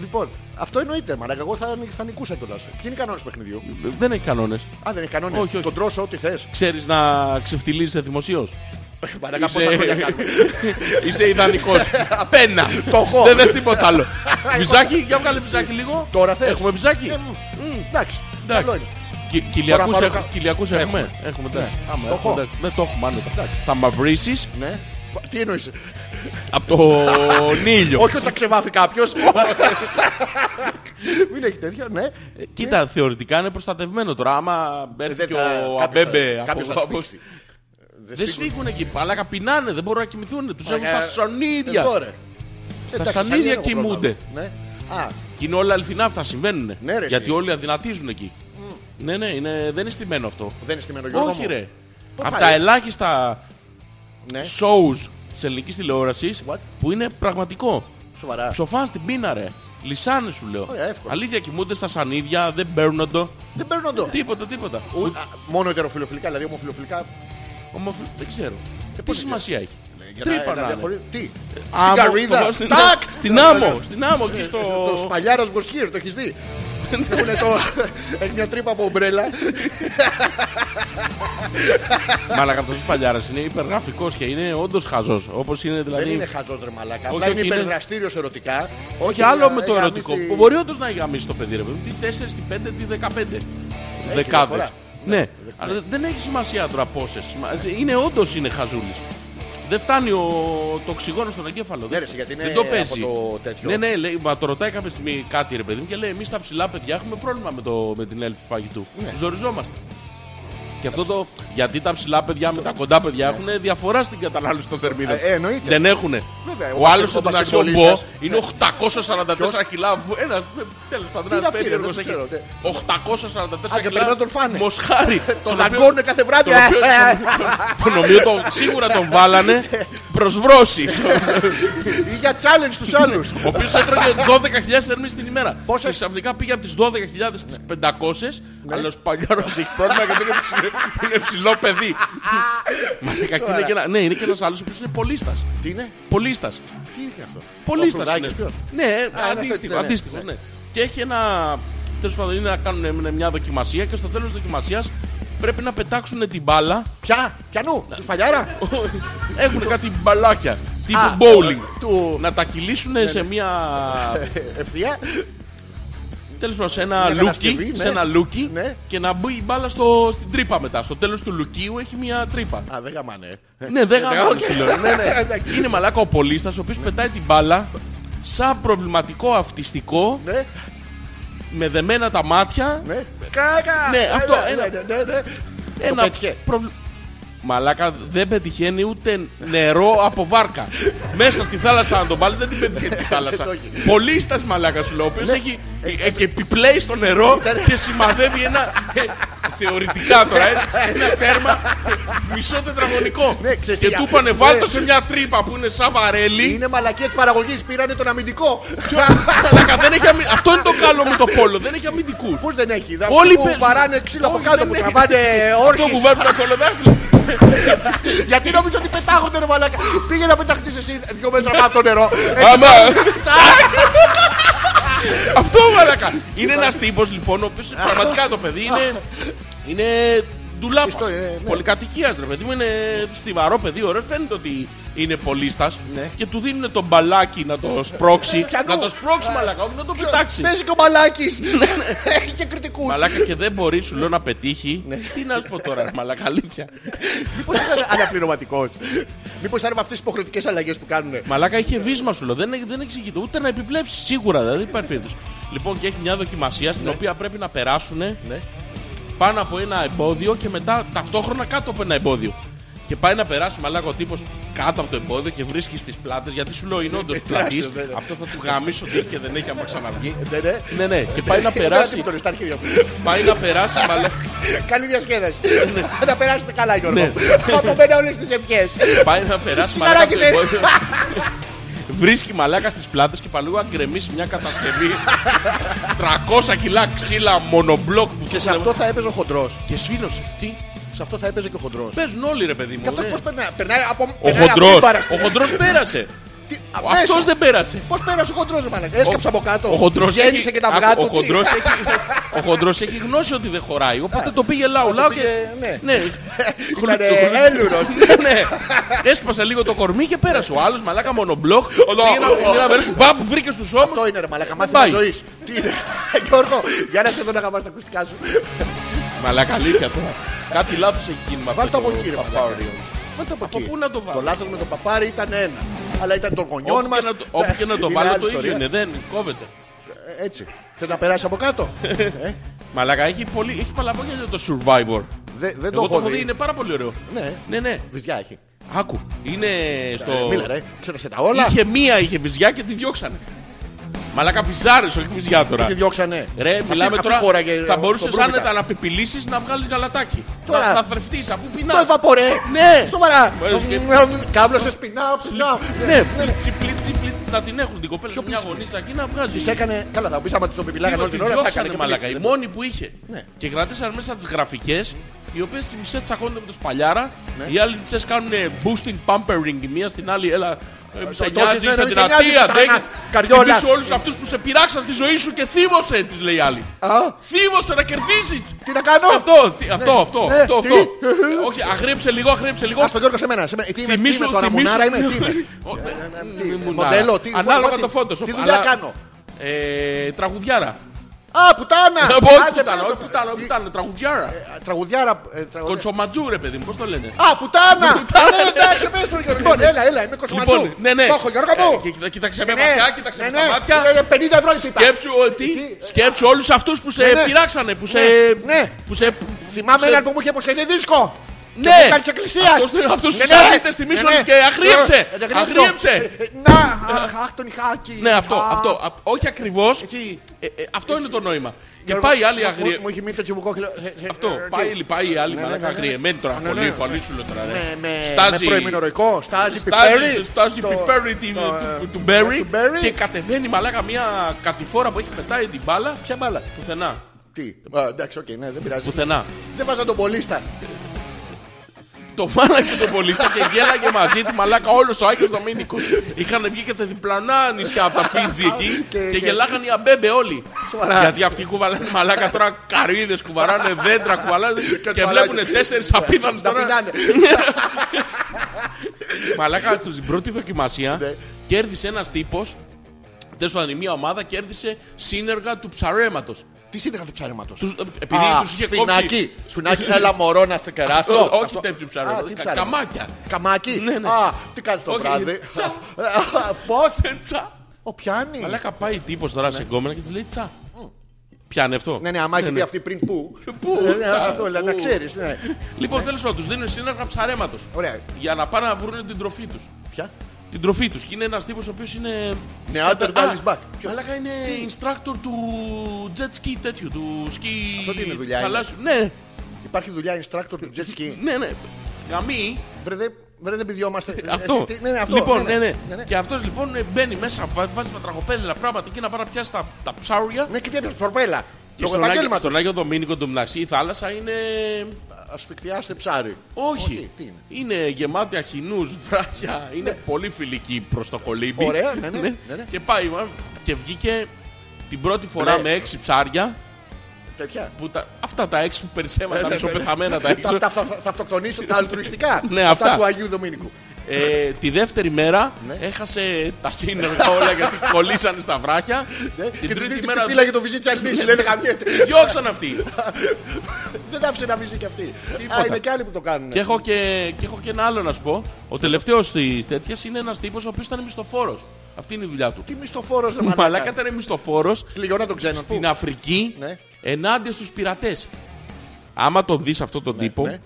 [SPEAKER 1] Λοιπόν, αυτό εννοείται, μαλάκα. Εγώ θα, θα νικούσα κιόλας. Ποιοι είναι οι κανόνες του παιχνιδιού.
[SPEAKER 2] Δεν έχει κανόνες.
[SPEAKER 1] Α, δεν είναι κανόνες.
[SPEAKER 2] Όχι, όχι.
[SPEAKER 1] Τον τρώσω ό,τι θες.
[SPEAKER 2] Ξέρεις να ξεφτυλίζεσαι δημοσίως.
[SPEAKER 1] Μαλάκα, πόσα χρόνια κάνουμε.
[SPEAKER 2] Είσαι ιδανικός. Απένα.
[SPEAKER 1] Το έχω.
[SPEAKER 2] Δεν δες τίποτα άλλο. Μπιζάκι, για βγάλε μπιζάκι λίγο.
[SPEAKER 1] Τώρα θες.
[SPEAKER 2] Έχουμε μπιζάκι.
[SPEAKER 1] Ε, μ, Εντάξει.
[SPEAKER 2] Εντάξει.
[SPEAKER 1] καλό είναι.
[SPEAKER 2] Κυ- Κυλιακούς,
[SPEAKER 1] πάρω
[SPEAKER 2] έχ-
[SPEAKER 1] κα-
[SPEAKER 2] κυλιακούς έχουμε. Έχουμε, ναι. Άμα, έχουμε,
[SPEAKER 1] Το έχω.
[SPEAKER 2] εντάξει. Δεν το έχουμε άνετα. Θα μαυρίσεις
[SPEAKER 1] Ναι. Τι εννοείς.
[SPEAKER 2] από τον ήλιο.
[SPEAKER 1] Όχι ότι θα ξεβάφει κάποιος. Μην έχει τέτοια, ναι.
[SPEAKER 2] Ε, Κοίτα, θεωρητικά είναι προστατευμένο τώρα. Άμα έρθει
[SPEAKER 1] Ε, Δεν
[SPEAKER 2] και
[SPEAKER 1] θα-
[SPEAKER 2] ο
[SPEAKER 1] κάποιος θα-
[SPEAKER 2] Αμπέμπε
[SPEAKER 1] κάποιος θα
[SPEAKER 2] από από-
[SPEAKER 1] σφίξει.
[SPEAKER 2] Δεν
[SPEAKER 1] σφίγγουν.
[SPEAKER 2] σφίγγουν εκεί. Αλλά καπινάνε, δεν μπορούν να κοιμηθούν. Τους έχουν
[SPEAKER 1] Μαλάκα,
[SPEAKER 2] στα σανίδια.
[SPEAKER 1] εδώ, ρε. Ε, Εντάξει,
[SPEAKER 2] σανίδια
[SPEAKER 1] σανίδια έχω
[SPEAKER 2] κοιμούνται.
[SPEAKER 1] πρόβλημα. Ναι. Α,
[SPEAKER 2] Και είναι όλα αληθινά αυτά, συμβαίνουν.
[SPEAKER 1] Ναι, ρε,
[SPEAKER 2] γιατί
[SPEAKER 1] εσύ.
[SPEAKER 2] όλοι αδυνατίζουν εκεί. Ναι, ναι, είναι, δεν είναι στημένο αυτό.
[SPEAKER 1] δεν είναι στημένο Γιώργο
[SPEAKER 2] Όχι,
[SPEAKER 1] μου.
[SPEAKER 2] ρε.
[SPEAKER 1] Πού
[SPEAKER 2] Από
[SPEAKER 1] πάει,
[SPEAKER 2] τα
[SPEAKER 1] ρε.
[SPEAKER 2] ελάχιστα
[SPEAKER 1] Ναι,
[SPEAKER 2] shows της ελληνικής τηλεόρασης
[SPEAKER 1] What?
[SPEAKER 2] που είναι πραγματικό.
[SPEAKER 1] σοβαρά.
[SPEAKER 2] Ψοφάνε στην πείνα, ρε. Λυσάνε σου λέω.
[SPEAKER 1] Ωραία, εύκολα.
[SPEAKER 2] Αλήθεια, κοιμούνται στα σανίδια, δεν παίρνουν το.
[SPEAKER 1] Δεν παίρνω το.
[SPEAKER 2] Τίποτα, τίποτα.
[SPEAKER 1] Ου- α, Μόνο ετεροφιλοφιλικά, δηλαδή ομοφιλοφιλικά.
[SPEAKER 2] Ομοφυ... Δεν ξέρω.
[SPEAKER 1] πώς
[SPEAKER 2] Τι
[SPEAKER 1] δεν
[SPEAKER 2] σημασία έχει.
[SPEAKER 1] για να-
[SPEAKER 2] Τρύπα
[SPEAKER 1] να
[SPEAKER 2] να είναι.
[SPEAKER 1] διαχωρί- Τι.
[SPEAKER 2] Άμμο,
[SPEAKER 1] Στην καρύδα.
[SPEAKER 2] το- στην-
[SPEAKER 1] Τάκ!
[SPEAKER 2] Στην άμμο, στην άμμο εκεί στο...
[SPEAKER 1] Το σπαλιάρος Μποσχύρ, το έχεις δει. Έχουνε το... Έχει μια τρύπα από ομπρέλα.
[SPEAKER 2] Μαλάκα αυτός ο Παλιάρας είναι υπεργραφικός και είναι όντως χαζός. Όπως είναι δηλαδή...
[SPEAKER 1] Δεν είναι χαζός ρε μαλάκα.
[SPEAKER 2] Όχι,
[SPEAKER 1] Απλά είναι
[SPEAKER 2] όχι, είναι-
[SPEAKER 1] υπερδραστήριος ερωτικά. ε,
[SPEAKER 2] Όχι
[SPEAKER 1] Έχει
[SPEAKER 2] άλλο
[SPEAKER 1] μια-
[SPEAKER 2] με το
[SPEAKER 1] έχει
[SPEAKER 2] ερωτικό.
[SPEAKER 1] αμύθι-
[SPEAKER 2] Μπορεί όντως να έχει γαμίσει το παιδί, ρε παιδί. μου. Τι 4, τι 5, τι 15. Δεκάδες.
[SPEAKER 1] Ε, διαφορά. Ε,
[SPEAKER 2] Ναι, αλλά δεν έχει σημασία τώρα πόσες. Μα- Είναι όντως είναι χαζούλης. Δεν φτάνει ο... το οξυγόνος στον εγκέφαλο.
[SPEAKER 1] Ναι,
[SPEAKER 2] Δεν-
[SPEAKER 1] ρε, γιατί είναι
[SPEAKER 2] δεν το
[SPEAKER 1] από
[SPEAKER 2] παίζει.
[SPEAKER 1] το τέτοιο.
[SPEAKER 2] Ναι, ναι, λέει, μα το ρωτάει κάποια στιγμή κάτι ρε παιδί μου και λέει εμείς τα ψηλά παιδιά έχουμε πρόβλημα με, το, με την έλλειψη φαγητού.
[SPEAKER 1] Ναι.
[SPEAKER 2] Ζοριζόμαστε. Και αυτό το γιατί τα ψηλά παιδιά με τα κοντά παιδιά έχουν διαφορά στην κατανάλωση των θερμίδων.
[SPEAKER 1] Ε, εννοείται.
[SPEAKER 2] Δεν έχουνε.
[SPEAKER 1] Βέβαια,
[SPEAKER 2] Ο
[SPEAKER 1] όπως
[SPEAKER 2] άλλος
[SPEAKER 1] και ο
[SPEAKER 2] στον αξιό
[SPEAKER 1] μπασκετμπολίστας.
[SPEAKER 2] μπο είναι 844 κιλά. Ένας τέλος πάντων ένας
[SPEAKER 1] είναι αυτή, ρε,
[SPEAKER 2] περίεργος
[SPEAKER 1] δεν
[SPEAKER 2] έχει
[SPEAKER 1] ξέρω, ναι.
[SPEAKER 2] 844
[SPEAKER 1] Α, και πρέπει
[SPEAKER 2] κιλά
[SPEAKER 1] να τον φάνε.
[SPEAKER 2] μοσχάρι.
[SPEAKER 1] Το
[SPEAKER 2] τον οποίο-
[SPEAKER 1] δαγκώνουν κάθε βράδυ. ε,
[SPEAKER 2] τον οποίο- Τον οποίο τον- σίγουρα τον βάλανε προς βρόση.
[SPEAKER 1] Ναι. ε, Ή για challenge τους άλλους.
[SPEAKER 2] Ο οποίος έτρωγε 12.000 θερμίδες την ημέρα.
[SPEAKER 1] Πόσες? Ναι.
[SPEAKER 2] Και ξαφνικά πήγε από τις 12.000 στις 500, αλλά ο Σπανιάρος έχει πρόβλημα γιατί είναι ψηλό- είναι ψηλό παιδί. Μα είναι κακή, είναι και ένα- ναι, είναι και ένας άλλος ο οποίος είναι πολίστας.
[SPEAKER 1] Τι είναι.
[SPEAKER 2] Πολίστας.
[SPEAKER 1] Τι είναι αυτό.
[SPEAKER 2] Πολύ
[SPEAKER 1] Ο
[SPEAKER 2] στα
[SPEAKER 1] Φρουδάκης
[SPEAKER 2] είναι.
[SPEAKER 1] ποιος?
[SPEAKER 2] Ναι,
[SPEAKER 1] ένας τέτοιος,
[SPEAKER 2] αντίστοιχο,
[SPEAKER 1] ναι,
[SPEAKER 2] αντίστοιχος,
[SPEAKER 1] ναι.
[SPEAKER 2] ναι. Και έχει ένα... Τέλος πάντων είναι να κάνουν μια δοκιμασία και στο τέλος της δοκιμασίας πρέπει να πετάξουν την μπάλα.
[SPEAKER 1] Ποια, πιανού, του Σπαλιάρα.
[SPEAKER 2] Έχουν κάτι μπαλάκια. Τύπου
[SPEAKER 1] Α, ε,
[SPEAKER 2] bowling.
[SPEAKER 1] του- Ναι,
[SPEAKER 2] Να τα κυλήσουν σε μια...
[SPEAKER 1] Ευθεία.
[SPEAKER 2] Τέλος πάντων σε ένα
[SPEAKER 1] κατασκευή,
[SPEAKER 2] λούκι.
[SPEAKER 1] ναι.
[SPEAKER 2] Σε ένα λούκι.
[SPEAKER 1] Ναι.
[SPEAKER 2] Και να μπει η μπάλα στο, στην τρύπα μετά. Στο τέλος του λουκίου έχει μια τρύπα.
[SPEAKER 1] Α, δεν γαμάνε. ε.
[SPEAKER 2] Ναι, δεν γαμάνε σου λέω. Ναι, ναι.
[SPEAKER 1] Εντάξει.
[SPEAKER 2] Είναι μαλάκα ο πολίστας ο οποίος πετάει την μπάλα σαν προβληματικό αυτιστικό
[SPEAKER 1] Ναι,
[SPEAKER 2] με δεμένα τα μάτια
[SPEAKER 1] ναι. Κάκα!
[SPEAKER 2] Ναι, αυτό,
[SPEAKER 1] ναι,
[SPEAKER 2] ένα.
[SPEAKER 1] ναι, ναι, ναι.
[SPEAKER 2] Ένα
[SPEAKER 1] πέτυχε.
[SPEAKER 2] προβλ- Μαλάκα δεν πετυχαίνει ούτε νερό από βάρκα. Μέσα στη θάλασσα να τον βάλεις δεν την πετυχαίνει τη θάλασσα.
[SPEAKER 1] Όχι. Ναι.
[SPEAKER 2] Πολύστας μαλάκα σου λέω, ο οποίος έχει ε, ε, επιπλέει στο νερό και σημαδεύει ένα... ε, Θεωρητικά τώρα, ε, ένα τέρμα ε, μισό τετραγωνικό.
[SPEAKER 1] Ναι, ξέρεις
[SPEAKER 2] Και
[SPEAKER 1] τι,
[SPEAKER 2] του
[SPEAKER 1] α,
[SPEAKER 2] είπανε βάλτο
[SPEAKER 1] ναι.
[SPEAKER 2] σε μια τρύπα που είναι σαν βαρέλι.
[SPEAKER 1] Είναι μαλακία της παραγωγής, πήρανε τον αμυντικό.
[SPEAKER 2] Μαλάκα, δεν έχει αμυ- Αυτό είναι το καλό με το πόλο, δεν έχει αμυντικούς.
[SPEAKER 1] Πώς δεν έχει, δα,
[SPEAKER 2] Όλοι
[SPEAKER 1] που
[SPEAKER 2] παίζουν.
[SPEAKER 1] βαράνε ξύλο από
[SPEAKER 2] Όλοι,
[SPEAKER 1] κάτω,
[SPEAKER 2] ναι,
[SPEAKER 1] που
[SPEAKER 2] ναι.
[SPEAKER 1] τραβάνε
[SPEAKER 2] Αυτό που
[SPEAKER 1] όρχες.
[SPEAKER 2] βάζουν τα κολοδάχτυλα.
[SPEAKER 1] Γιατί νομίζω ότι πετάγονται ρε μαλακά. Πήγε να πεταχτείς εσύ δύο μέτρα πάνω το νερό. Ε,
[SPEAKER 2] Άμα. Αυτό μαλακά. Είναι ένας τύπος λοιπόν ο οποίος πραγματικά το παιδί είναι... Είναι ντουλάπας.
[SPEAKER 1] Πιστό, ε, ναι.
[SPEAKER 2] Πολυκατοικίας, ρε παιδί μου, είναι στιβαρό παιδί, ωραίο. Φαίνεται ότι είναι πολίστα
[SPEAKER 1] Ναι. Ε,
[SPEAKER 2] και του δίνουν τον μπαλάκι να το σπρώξει.
[SPEAKER 1] Πιανού.
[SPEAKER 2] να το σπρώξει, μαλακά, όχι να το πετάξει.
[SPEAKER 1] Παίζει και ο Μαλάκης.
[SPEAKER 2] Ναι,
[SPEAKER 1] Έχει και κριτικούς.
[SPEAKER 2] Μαλάκα και δεν μπορεί, σου λέω, να πετύχει.
[SPEAKER 1] Ναι.
[SPEAKER 2] Τι να σου πω τώρα, ρε μαλάκα, αλήθεια.
[SPEAKER 1] Μήπως ήταν αναπληρωματικός. Μήπως ήταν με αυτές τις υποχρεωτικές αλλαγές που κάνουν.
[SPEAKER 2] Μαλάκα είχε βίσμα σου λέω. Δεν, δεν εξηγείται ούτε να επιπλέψεις σίγουρα. Δηλαδή δεν υπάρχει περίπτωση. Λοιπόν και έχει μια δοκιμασία στην οποία πρέπει να περάσουν πάνω από ένα εμπόδιο και μετά ταυτόχρονα κάτω από ένα εμπόδιο. Και πάει να περάσει μαλάκα ο τύπος κάτω από το εμπόδιο και βρίσκει τις πλάτες γιατί σου λέω είναι όντως πλατής.
[SPEAKER 1] τεράστιο, βέβαια.
[SPEAKER 2] Αυτό θα του γαμίσω τι έχει και δεν έχει άμα ξαναβγεί.
[SPEAKER 1] Ναι, ναι.
[SPEAKER 2] Ναι, ναι. Και πάει να
[SPEAKER 1] Ένα
[SPEAKER 2] περάσει.
[SPEAKER 1] τύπτορες στα αρχίδια μου.
[SPEAKER 2] Πάει να περάσει μαλάκα.
[SPEAKER 1] Καλή διασκέδαση. Να περάσετε καλά Γιώργο.
[SPEAKER 2] Ναι.
[SPEAKER 1] Από μένα όλες τις ευχές.
[SPEAKER 2] Πάει να περάσει μαλάκα
[SPEAKER 1] Φιλαράκι
[SPEAKER 2] από το εμπόδιο. Βρίσκει μαλάκα στις πλάτες και παλού να γκρεμίσει μια κατασκευή 300 κιλά ξύλα μονομπλοκ που
[SPEAKER 1] Και σε αυτό θα έπαιζε ο χοντρός.
[SPEAKER 2] και σφήνωσε. Τι,
[SPEAKER 1] Σε αυτό θα έπαιζε και ο χοντρός.
[SPEAKER 2] παίζουν όλοι ρε παιδί μου.
[SPEAKER 1] Και αυτός
[SPEAKER 2] ναι.
[SPEAKER 1] πώς περνάει. Περνάει από...
[SPEAKER 2] Ο
[SPEAKER 1] περνάει από
[SPEAKER 2] χοντρός,
[SPEAKER 1] την παρασ-
[SPEAKER 2] ο χοντρός πέρασε.
[SPEAKER 1] Τι-
[SPEAKER 2] Ο-
[SPEAKER 1] μέσα.
[SPEAKER 2] Αυτός δεν πέρασε.
[SPEAKER 1] Πώς πέρασε ο χοντρός μάλλον. Έσκαψε από κάτω.
[SPEAKER 2] Ο χοντρός
[SPEAKER 1] Γέννησε
[SPEAKER 2] έχει,
[SPEAKER 1] και τα
[SPEAKER 2] άκου,
[SPEAKER 1] αυγά του.
[SPEAKER 2] ο
[SPEAKER 1] Τι-
[SPEAKER 2] χοντρός έχει, ο χοντρός έχει γνώση ότι δεν χωράει. Οπότε το πήγε λαού λαού και...
[SPEAKER 1] πήγε,
[SPEAKER 2] Ναι,
[SPEAKER 1] Ήτανε
[SPEAKER 2] χλούτσο, χλούτσο.
[SPEAKER 1] έλουρος.
[SPEAKER 2] Ναι, έσπασε λίγο το κορμί και πέρασε. Ο άλλος μαλάκα μονομπλοκ. Πήγε να- πήγε να βρει- μπαμ, βρήκε στους ώμους.
[SPEAKER 1] Αυτό είναι ρε μαλακα, μάθημα
[SPEAKER 2] πάει.
[SPEAKER 1] ζωής. Τι είναι, Γιώργο, για να σε δω να γαμάς τα ακουστικά σου.
[SPEAKER 2] Μαλάκα αλήθεια τώρα. Κάτι λάθος έχει γίνει με αυτό
[SPEAKER 1] Βάλ' το
[SPEAKER 2] το
[SPEAKER 1] από εκεί, ρε μαλάκα.
[SPEAKER 2] παπάριο.
[SPEAKER 1] Βάλ' το από εκεί.
[SPEAKER 2] πού να το βάλω.
[SPEAKER 1] Το λάθος με το παπάρι ήταν ένα. Αλλά ήταν των γονιών
[SPEAKER 2] Όπου και
[SPEAKER 1] μας.
[SPEAKER 2] να το- Όπου και να το
[SPEAKER 1] Είναι
[SPEAKER 2] βάλω
[SPEAKER 1] άλλη
[SPEAKER 2] το ίδιο ναι.
[SPEAKER 1] ιστορία.
[SPEAKER 2] είναι, δεν κόβεται.
[SPEAKER 1] Ε, Έτσι. Θες να περάσεις από κάτω. Ε,
[SPEAKER 2] Μαλάκα έχει πολύ, έχει παλαβόγια για το Survivor.
[SPEAKER 1] δε- Δεν
[SPEAKER 2] Εγώ
[SPEAKER 1] το
[SPEAKER 2] το έχω
[SPEAKER 1] έχω
[SPEAKER 2] δει,
[SPEAKER 1] δει.
[SPEAKER 2] είναι πάρα πολύ ωραίο.
[SPEAKER 1] Ναι.
[SPEAKER 2] ναι, ναι.
[SPEAKER 1] Βυζιά έχει.
[SPEAKER 2] Άκου. Είναι στο.
[SPEAKER 1] Ε, Μίλα ρε, ξέρασε τα όλα.
[SPEAKER 2] Είχε μία, είχε βυζιά και τη διώξανε. Μαλάκα βυζάρες, όχι βυζιά τώρα.
[SPEAKER 1] Και διώξανε.
[SPEAKER 2] Ρε,
[SPEAKER 1] Αυτή-
[SPEAKER 2] μιλάμε
[SPEAKER 1] αυτή
[SPEAKER 2] τώρα.
[SPEAKER 1] χώραγε
[SPEAKER 2] Θα
[SPEAKER 1] στον
[SPEAKER 2] μπορούσες
[SPEAKER 1] Προύβιτα.
[SPEAKER 2] άνετα να επιπηλήσεις να βγάλεις γαλατάκι.
[SPEAKER 1] Τώρα.
[SPEAKER 2] Να, να θρεφτείς αφού
[SPEAKER 1] Το
[SPEAKER 2] πεινάς.
[SPEAKER 1] ευαπορέ.
[SPEAKER 2] Ναι.
[SPEAKER 1] Σοβαρά.
[SPEAKER 2] Μπορείς και-
[SPEAKER 1] Κάβλωσε πεινά, πεινά.
[SPEAKER 2] Ναι, πλίτσι, πλίτσι, πλίτσι, να την έχουν την κοπέλα σε μια
[SPEAKER 1] πλίτσι.
[SPEAKER 2] γονίτσα εκεί να βγάζει.
[SPEAKER 1] Της έκανε. Καλά, θα πεις άμα της το
[SPEAKER 2] Λίγο
[SPEAKER 1] πιπιλάγανε όλη
[SPEAKER 2] τη
[SPEAKER 1] την ώρα. Θα
[SPEAKER 2] διώξανε,
[SPEAKER 1] έκανε και
[SPEAKER 2] μαλάκα. Η
[SPEAKER 1] πλήξη.
[SPEAKER 2] μόνη που είχε.
[SPEAKER 1] Ναι.
[SPEAKER 2] Και κρατήσαν μέσα τις γραφικές οι οποίες στη μισή τσακώνονται με τους παλιάρα.
[SPEAKER 1] Ναι.
[SPEAKER 2] Οι άλλοι τις κάνουν boosting, pampering η μία στην άλλη. Έλα, ε, μη σε
[SPEAKER 1] τότε
[SPEAKER 2] νοιάζει,
[SPEAKER 1] δεν
[SPEAKER 2] είσαι
[SPEAKER 1] με σε νοιάζει,
[SPEAKER 2] δυνατή,
[SPEAKER 1] φτάνα,
[SPEAKER 2] αντέχει.
[SPEAKER 1] καριόλα.
[SPEAKER 2] Θυμήσου όλους αυτούς που σε πειράξαν στη ζωή σου και θύμωσε, της λέει η άλλη.
[SPEAKER 1] Α,
[SPEAKER 2] Θύμωσε να κερδίσεις.
[SPEAKER 1] Τι να κάνω?
[SPEAKER 2] Αυτό, τι- αυτό, αυτό,
[SPEAKER 1] Ναι.
[SPEAKER 2] αυτό,
[SPEAKER 1] Τι?
[SPEAKER 2] αυτό. Ε, Όχι, αγρέψε λίγο, αγρέψε λίγο.
[SPEAKER 1] Ας τον Γιώργο σε μένα. σε μένα. Τι είμαι, τι
[SPEAKER 2] Θυμήσου,
[SPEAKER 1] είμαι τώρα,
[SPEAKER 2] θυμήσου-
[SPEAKER 1] μουνάρα είμαι. Τι είμαι. Ε,
[SPEAKER 2] Ο- ε,
[SPEAKER 1] τι,
[SPEAKER 2] μουνάρα.
[SPEAKER 1] μοντέλο, τι-
[SPEAKER 2] Ανάλογα
[SPEAKER 1] what-
[SPEAKER 2] το φόντο
[SPEAKER 1] τι δουλειά κάνω?
[SPEAKER 2] Ε, Τραγουδιάρα.
[SPEAKER 1] Α, πουτάνα!
[SPEAKER 2] Ε, Όχι
[SPEAKER 1] Άντε,
[SPEAKER 2] πουτάνα,
[SPEAKER 1] πες
[SPEAKER 2] όχι
[SPEAKER 1] το.
[SPEAKER 2] πουτάνα, όχι πουτάνα, τραγουδιάρα.
[SPEAKER 1] Ε, Τραγουδιάρα. ε, τραγουδι-
[SPEAKER 2] Κοτσοματζού ρε παιδί μου, πώς το λένε.
[SPEAKER 1] Α, πουτάνα! Ναι, εντάξει, πες το Γιώργο. Λοιπόν, έλα, έλα, είμαι κοσματζού.
[SPEAKER 2] Λοιπόν, ναι, ναι.
[SPEAKER 1] Το έχω, Γιώργο μου.
[SPEAKER 2] Ε, κοίτα- Κοίταξε με
[SPEAKER 1] Ναι,
[SPEAKER 2] ματιά, κοίταξε
[SPEAKER 1] ναι,
[SPEAKER 2] με στα
[SPEAKER 1] ναι.
[SPEAKER 2] μάτια.
[SPEAKER 1] Είναι 50 ευρώ η φύτα.
[SPEAKER 2] Σκέψου, ε, τι,
[SPEAKER 1] Τι,
[SPEAKER 2] σκέψου όλους αυτούς που σε
[SPEAKER 1] Ναι, ναι.
[SPEAKER 2] πειράξανε, που σε...
[SPEAKER 1] Ναι, ναι.
[SPEAKER 2] Που σε...
[SPEAKER 1] Θυμάμαι
[SPEAKER 2] σε-
[SPEAKER 1] έναν που μου είχε υποσχεθεί δίσκο.
[SPEAKER 2] Ναι.
[SPEAKER 1] Και μου έκανε της εκκλησίας.
[SPEAKER 2] Αυτός είναι- αυτός
[SPEAKER 1] Ναι,
[SPEAKER 2] τους
[SPEAKER 1] ναι.
[SPEAKER 2] αρνητές, θυμίσου
[SPEAKER 1] Ναι, ναι.
[SPEAKER 2] όλους και αγρίεψε.
[SPEAKER 1] Ε, δεν γρήψω.
[SPEAKER 2] Αγρίεψε.
[SPEAKER 1] Ε, ε, Να, αχ, αχ, τον Ιχάκη.
[SPEAKER 2] Ναι, αυτό,
[SPEAKER 1] Α,
[SPEAKER 2] αυτό. Α, Όχι ακριβώς.
[SPEAKER 1] εκεί.
[SPEAKER 2] Ε, ε, Αυτό είναι το νόημα. Και
[SPEAKER 1] Γιώργο,
[SPEAKER 2] πάει η άλλη
[SPEAKER 1] μου-
[SPEAKER 2] αγρία...
[SPEAKER 1] Μου είχε μείνει το τσιμπουκόχυλο. Ε, ε,
[SPEAKER 2] Αυτό.
[SPEAKER 1] ε,
[SPEAKER 2] Πάει,
[SPEAKER 1] τι.
[SPEAKER 2] η- πάει η άλλη
[SPEAKER 1] Ναι,
[SPEAKER 2] μαλάκα
[SPEAKER 1] ναι, ναι.
[SPEAKER 2] αγριεμένη τώρα.
[SPEAKER 1] Ναι,
[SPEAKER 2] Πολύ,
[SPEAKER 1] ναι.
[SPEAKER 2] πολύ σου λέω τώρα. ρε.
[SPEAKER 1] με, με, με
[SPEAKER 2] Στάζει-
[SPEAKER 1] προημινορωικό, στάζει πιπέρι.
[SPEAKER 2] Στάζει, στάζει
[SPEAKER 1] το-
[SPEAKER 2] πιπέρι τη-
[SPEAKER 1] το, ε,
[SPEAKER 2] του- του Μπέρι
[SPEAKER 1] του Μπέρι.
[SPEAKER 2] και κατεβαίνει μαλάκα μια κατηφόρα που έχει πετάει την μπάλα
[SPEAKER 1] Ποια μπάλα.
[SPEAKER 2] πουθενά.
[SPEAKER 1] Τι. Α, εντάξει, οκ, ναι, δεν πειράζει.
[SPEAKER 2] Πουθενά.
[SPEAKER 1] Δεν βάζα τον πολίστα.
[SPEAKER 2] Το φάναγε τον πολίστα και γέλαγε μαζί του μαλάκα όλος ο Άγιος Δομήνικος. Είχαν βγει και τα διπλανά νησιά από τα Φίτζι εκεί
[SPEAKER 1] Και-
[SPEAKER 2] και
[SPEAKER 1] και-
[SPEAKER 2] γελάγαν οι αμπέμπε όλοι.
[SPEAKER 1] Σοβαρά.
[SPEAKER 2] Γιατί αυτοί κουβαλάνε μαλάκα τώρα καρύδες, κουβαράνε δέντρα, κουβαλάνε και
[SPEAKER 1] κουβαλάνε.
[SPEAKER 2] βλέπουν τέσσερις απίθανους
[SPEAKER 1] Να
[SPEAKER 2] τώρα.
[SPEAKER 1] πεινάνε.
[SPEAKER 2] Μαλάκα στην πρώτη δοκιμασία
[SPEAKER 1] Ναι.
[SPEAKER 2] κέρδισε ένας τύπος Τέλος πάντων, η μία ομάδα κέρδισε σύνεργα του ψαρέματος.
[SPEAKER 1] Τις σύνδεχα του ψάρεματος.
[SPEAKER 2] Τους- ε, επειδή
[SPEAKER 1] Α,
[SPEAKER 2] τους είχε
[SPEAKER 1] σφινάκι.
[SPEAKER 2] κόψει-
[SPEAKER 1] Σφινάκι, έλα μωρό να σε
[SPEAKER 2] Αυτό,
[SPEAKER 1] κεράσω.
[SPEAKER 2] όχι τέτοιο ψάρεμα,
[SPEAKER 1] Α, τι
[SPEAKER 2] κα-
[SPEAKER 1] ψάρεμα.
[SPEAKER 2] καμάκια.
[SPEAKER 1] Καμάκι.
[SPEAKER 2] Ναι, ναι.
[SPEAKER 1] Α, τι κάνεις το
[SPEAKER 2] Όχι,
[SPEAKER 1] βράδυ.
[SPEAKER 2] τσα.
[SPEAKER 1] Α, Πώς.
[SPEAKER 2] Τσα.
[SPEAKER 1] Ο πιάνει.
[SPEAKER 2] Μαλάκα πάει τύπος τώρα σε κόμμενα και της λέει τσα. Πιάνει αυτό.
[SPEAKER 1] Ναι, ναι, άμα έχει πει αυτή πριν που.
[SPEAKER 2] Πού,
[SPEAKER 1] Ε, ναι,
[SPEAKER 2] τσα,
[SPEAKER 1] Αυτό, αλλά να
[SPEAKER 2] πού.
[SPEAKER 1] ξέρεις. ναι.
[SPEAKER 2] Λοιπόν, τέλος πάντων, τους δίνουν σύνεργα ψαρέματος.
[SPEAKER 1] Ωραία.
[SPEAKER 2] Για να πάνε να βρουν την τροφή τους.
[SPEAKER 1] Ποια.
[SPEAKER 2] Την τροφή τους. Και είναι ένας τύπος ο οποίος είναι...
[SPEAKER 1] Neanderthal is Ναι, back.
[SPEAKER 2] Ποιος? Μαλάκα είναι instructor του jet ski τέτοιου, του ski...
[SPEAKER 1] Αυτό τι είναι, δουλειά είναι?
[SPEAKER 2] θαλάσσιου. Ναι,
[SPEAKER 1] Υπάρχει δουλειά instructor του jet ski.
[SPEAKER 2] ναι, ναι. Γαμί,
[SPEAKER 1] Βρε δεν- βρε, δεν πηδιόμαστε. Ε,
[SPEAKER 2] αυτό.
[SPEAKER 1] τι- Ναι, ναι, αυτό.
[SPEAKER 2] Λοιπόν, ναι, ναι.
[SPEAKER 1] Ναι, ναι.
[SPEAKER 2] Και αυτός λοιπόν ε, μπαίνει μέσα, βά- βάζει με τραγοπέδιλα πράγματα εκεί να πάει να πιάσει τα, τα ψάρια.
[SPEAKER 1] Ναι, και τι έπιασε προπέλα.
[SPEAKER 2] Και
[SPEAKER 1] Λόγω
[SPEAKER 2] στον Άγιο,
[SPEAKER 1] επαγγέλματος.
[SPEAKER 2] στον Άγιο Δομήνικο το μεταξύ η θάλασσα είναι...
[SPEAKER 1] Ασφικτιάστε ψάρι.
[SPEAKER 2] Όχι.
[SPEAKER 1] Τι είναι. Ναι.
[SPEAKER 2] είναι. γεμάτη αχινούς, βράχια. Είναι πολύ φιλική προς το κολύμπι.
[SPEAKER 1] Ωραία, ναι, ναι, ναι, ναι.
[SPEAKER 2] Και πάει μα, και βγήκε την πρώτη φορά
[SPEAKER 1] Ναι.
[SPEAKER 2] με έξι ψάρια.
[SPEAKER 1] Τέτοια.
[SPEAKER 2] Που τα, αυτά τα έξω που περισσεύαν,
[SPEAKER 1] Ε,
[SPEAKER 2] τα
[SPEAKER 1] ναι,
[SPEAKER 2] μισοπεθαμένα τα
[SPEAKER 1] ναι.
[SPEAKER 2] έξω.
[SPEAKER 1] Τα- Θα θα αυτοκτονήσω τα αλτρουιστικά.
[SPEAKER 2] Ναι, αυτά.
[SPEAKER 1] του Αγίου Δομήνικου.
[SPEAKER 2] Ε, τη δεύτερη μέρα
[SPEAKER 1] Ναι.
[SPEAKER 2] έχασε τα σύνορα όλα γιατί κολλήσανε στα βράχια.
[SPEAKER 1] Ναι.
[SPEAKER 2] Την
[SPEAKER 1] Και
[SPEAKER 2] τρίτη
[SPEAKER 1] την
[SPEAKER 2] μέρα Ναι.
[SPEAKER 1] πήλαγε το βυζί της Αλνής. Λένε γαμιέται.
[SPEAKER 2] διώξαν αυτοί.
[SPEAKER 1] Δεν άφησε να βυζί κι αυτή. Α,
[SPEAKER 2] Τίποτα.
[SPEAKER 1] είναι κι άλλοι που το κάνουν.
[SPEAKER 2] και, έχω και, και έχω και ένα άλλο να σου πω. Ο τελευταίος της τέτοιας είναι ένας τύπος ο οποίος ήταν μισθοφόρος. Αυτή είναι η δουλειά του.
[SPEAKER 1] Τι μισθοφόρος δεν
[SPEAKER 2] Μαλάκα
[SPEAKER 1] μαλάκα.
[SPEAKER 2] ήταν μισθοφόρος
[SPEAKER 1] Στη λιγόνα των ξένων.
[SPEAKER 2] στην
[SPEAKER 1] Πού?
[SPEAKER 2] Αφρική
[SPEAKER 1] Ναι.
[SPEAKER 2] ενάντια στους πειρατές. Άμα τον δεις αυτόν τον τύπο,
[SPEAKER 1] ναι.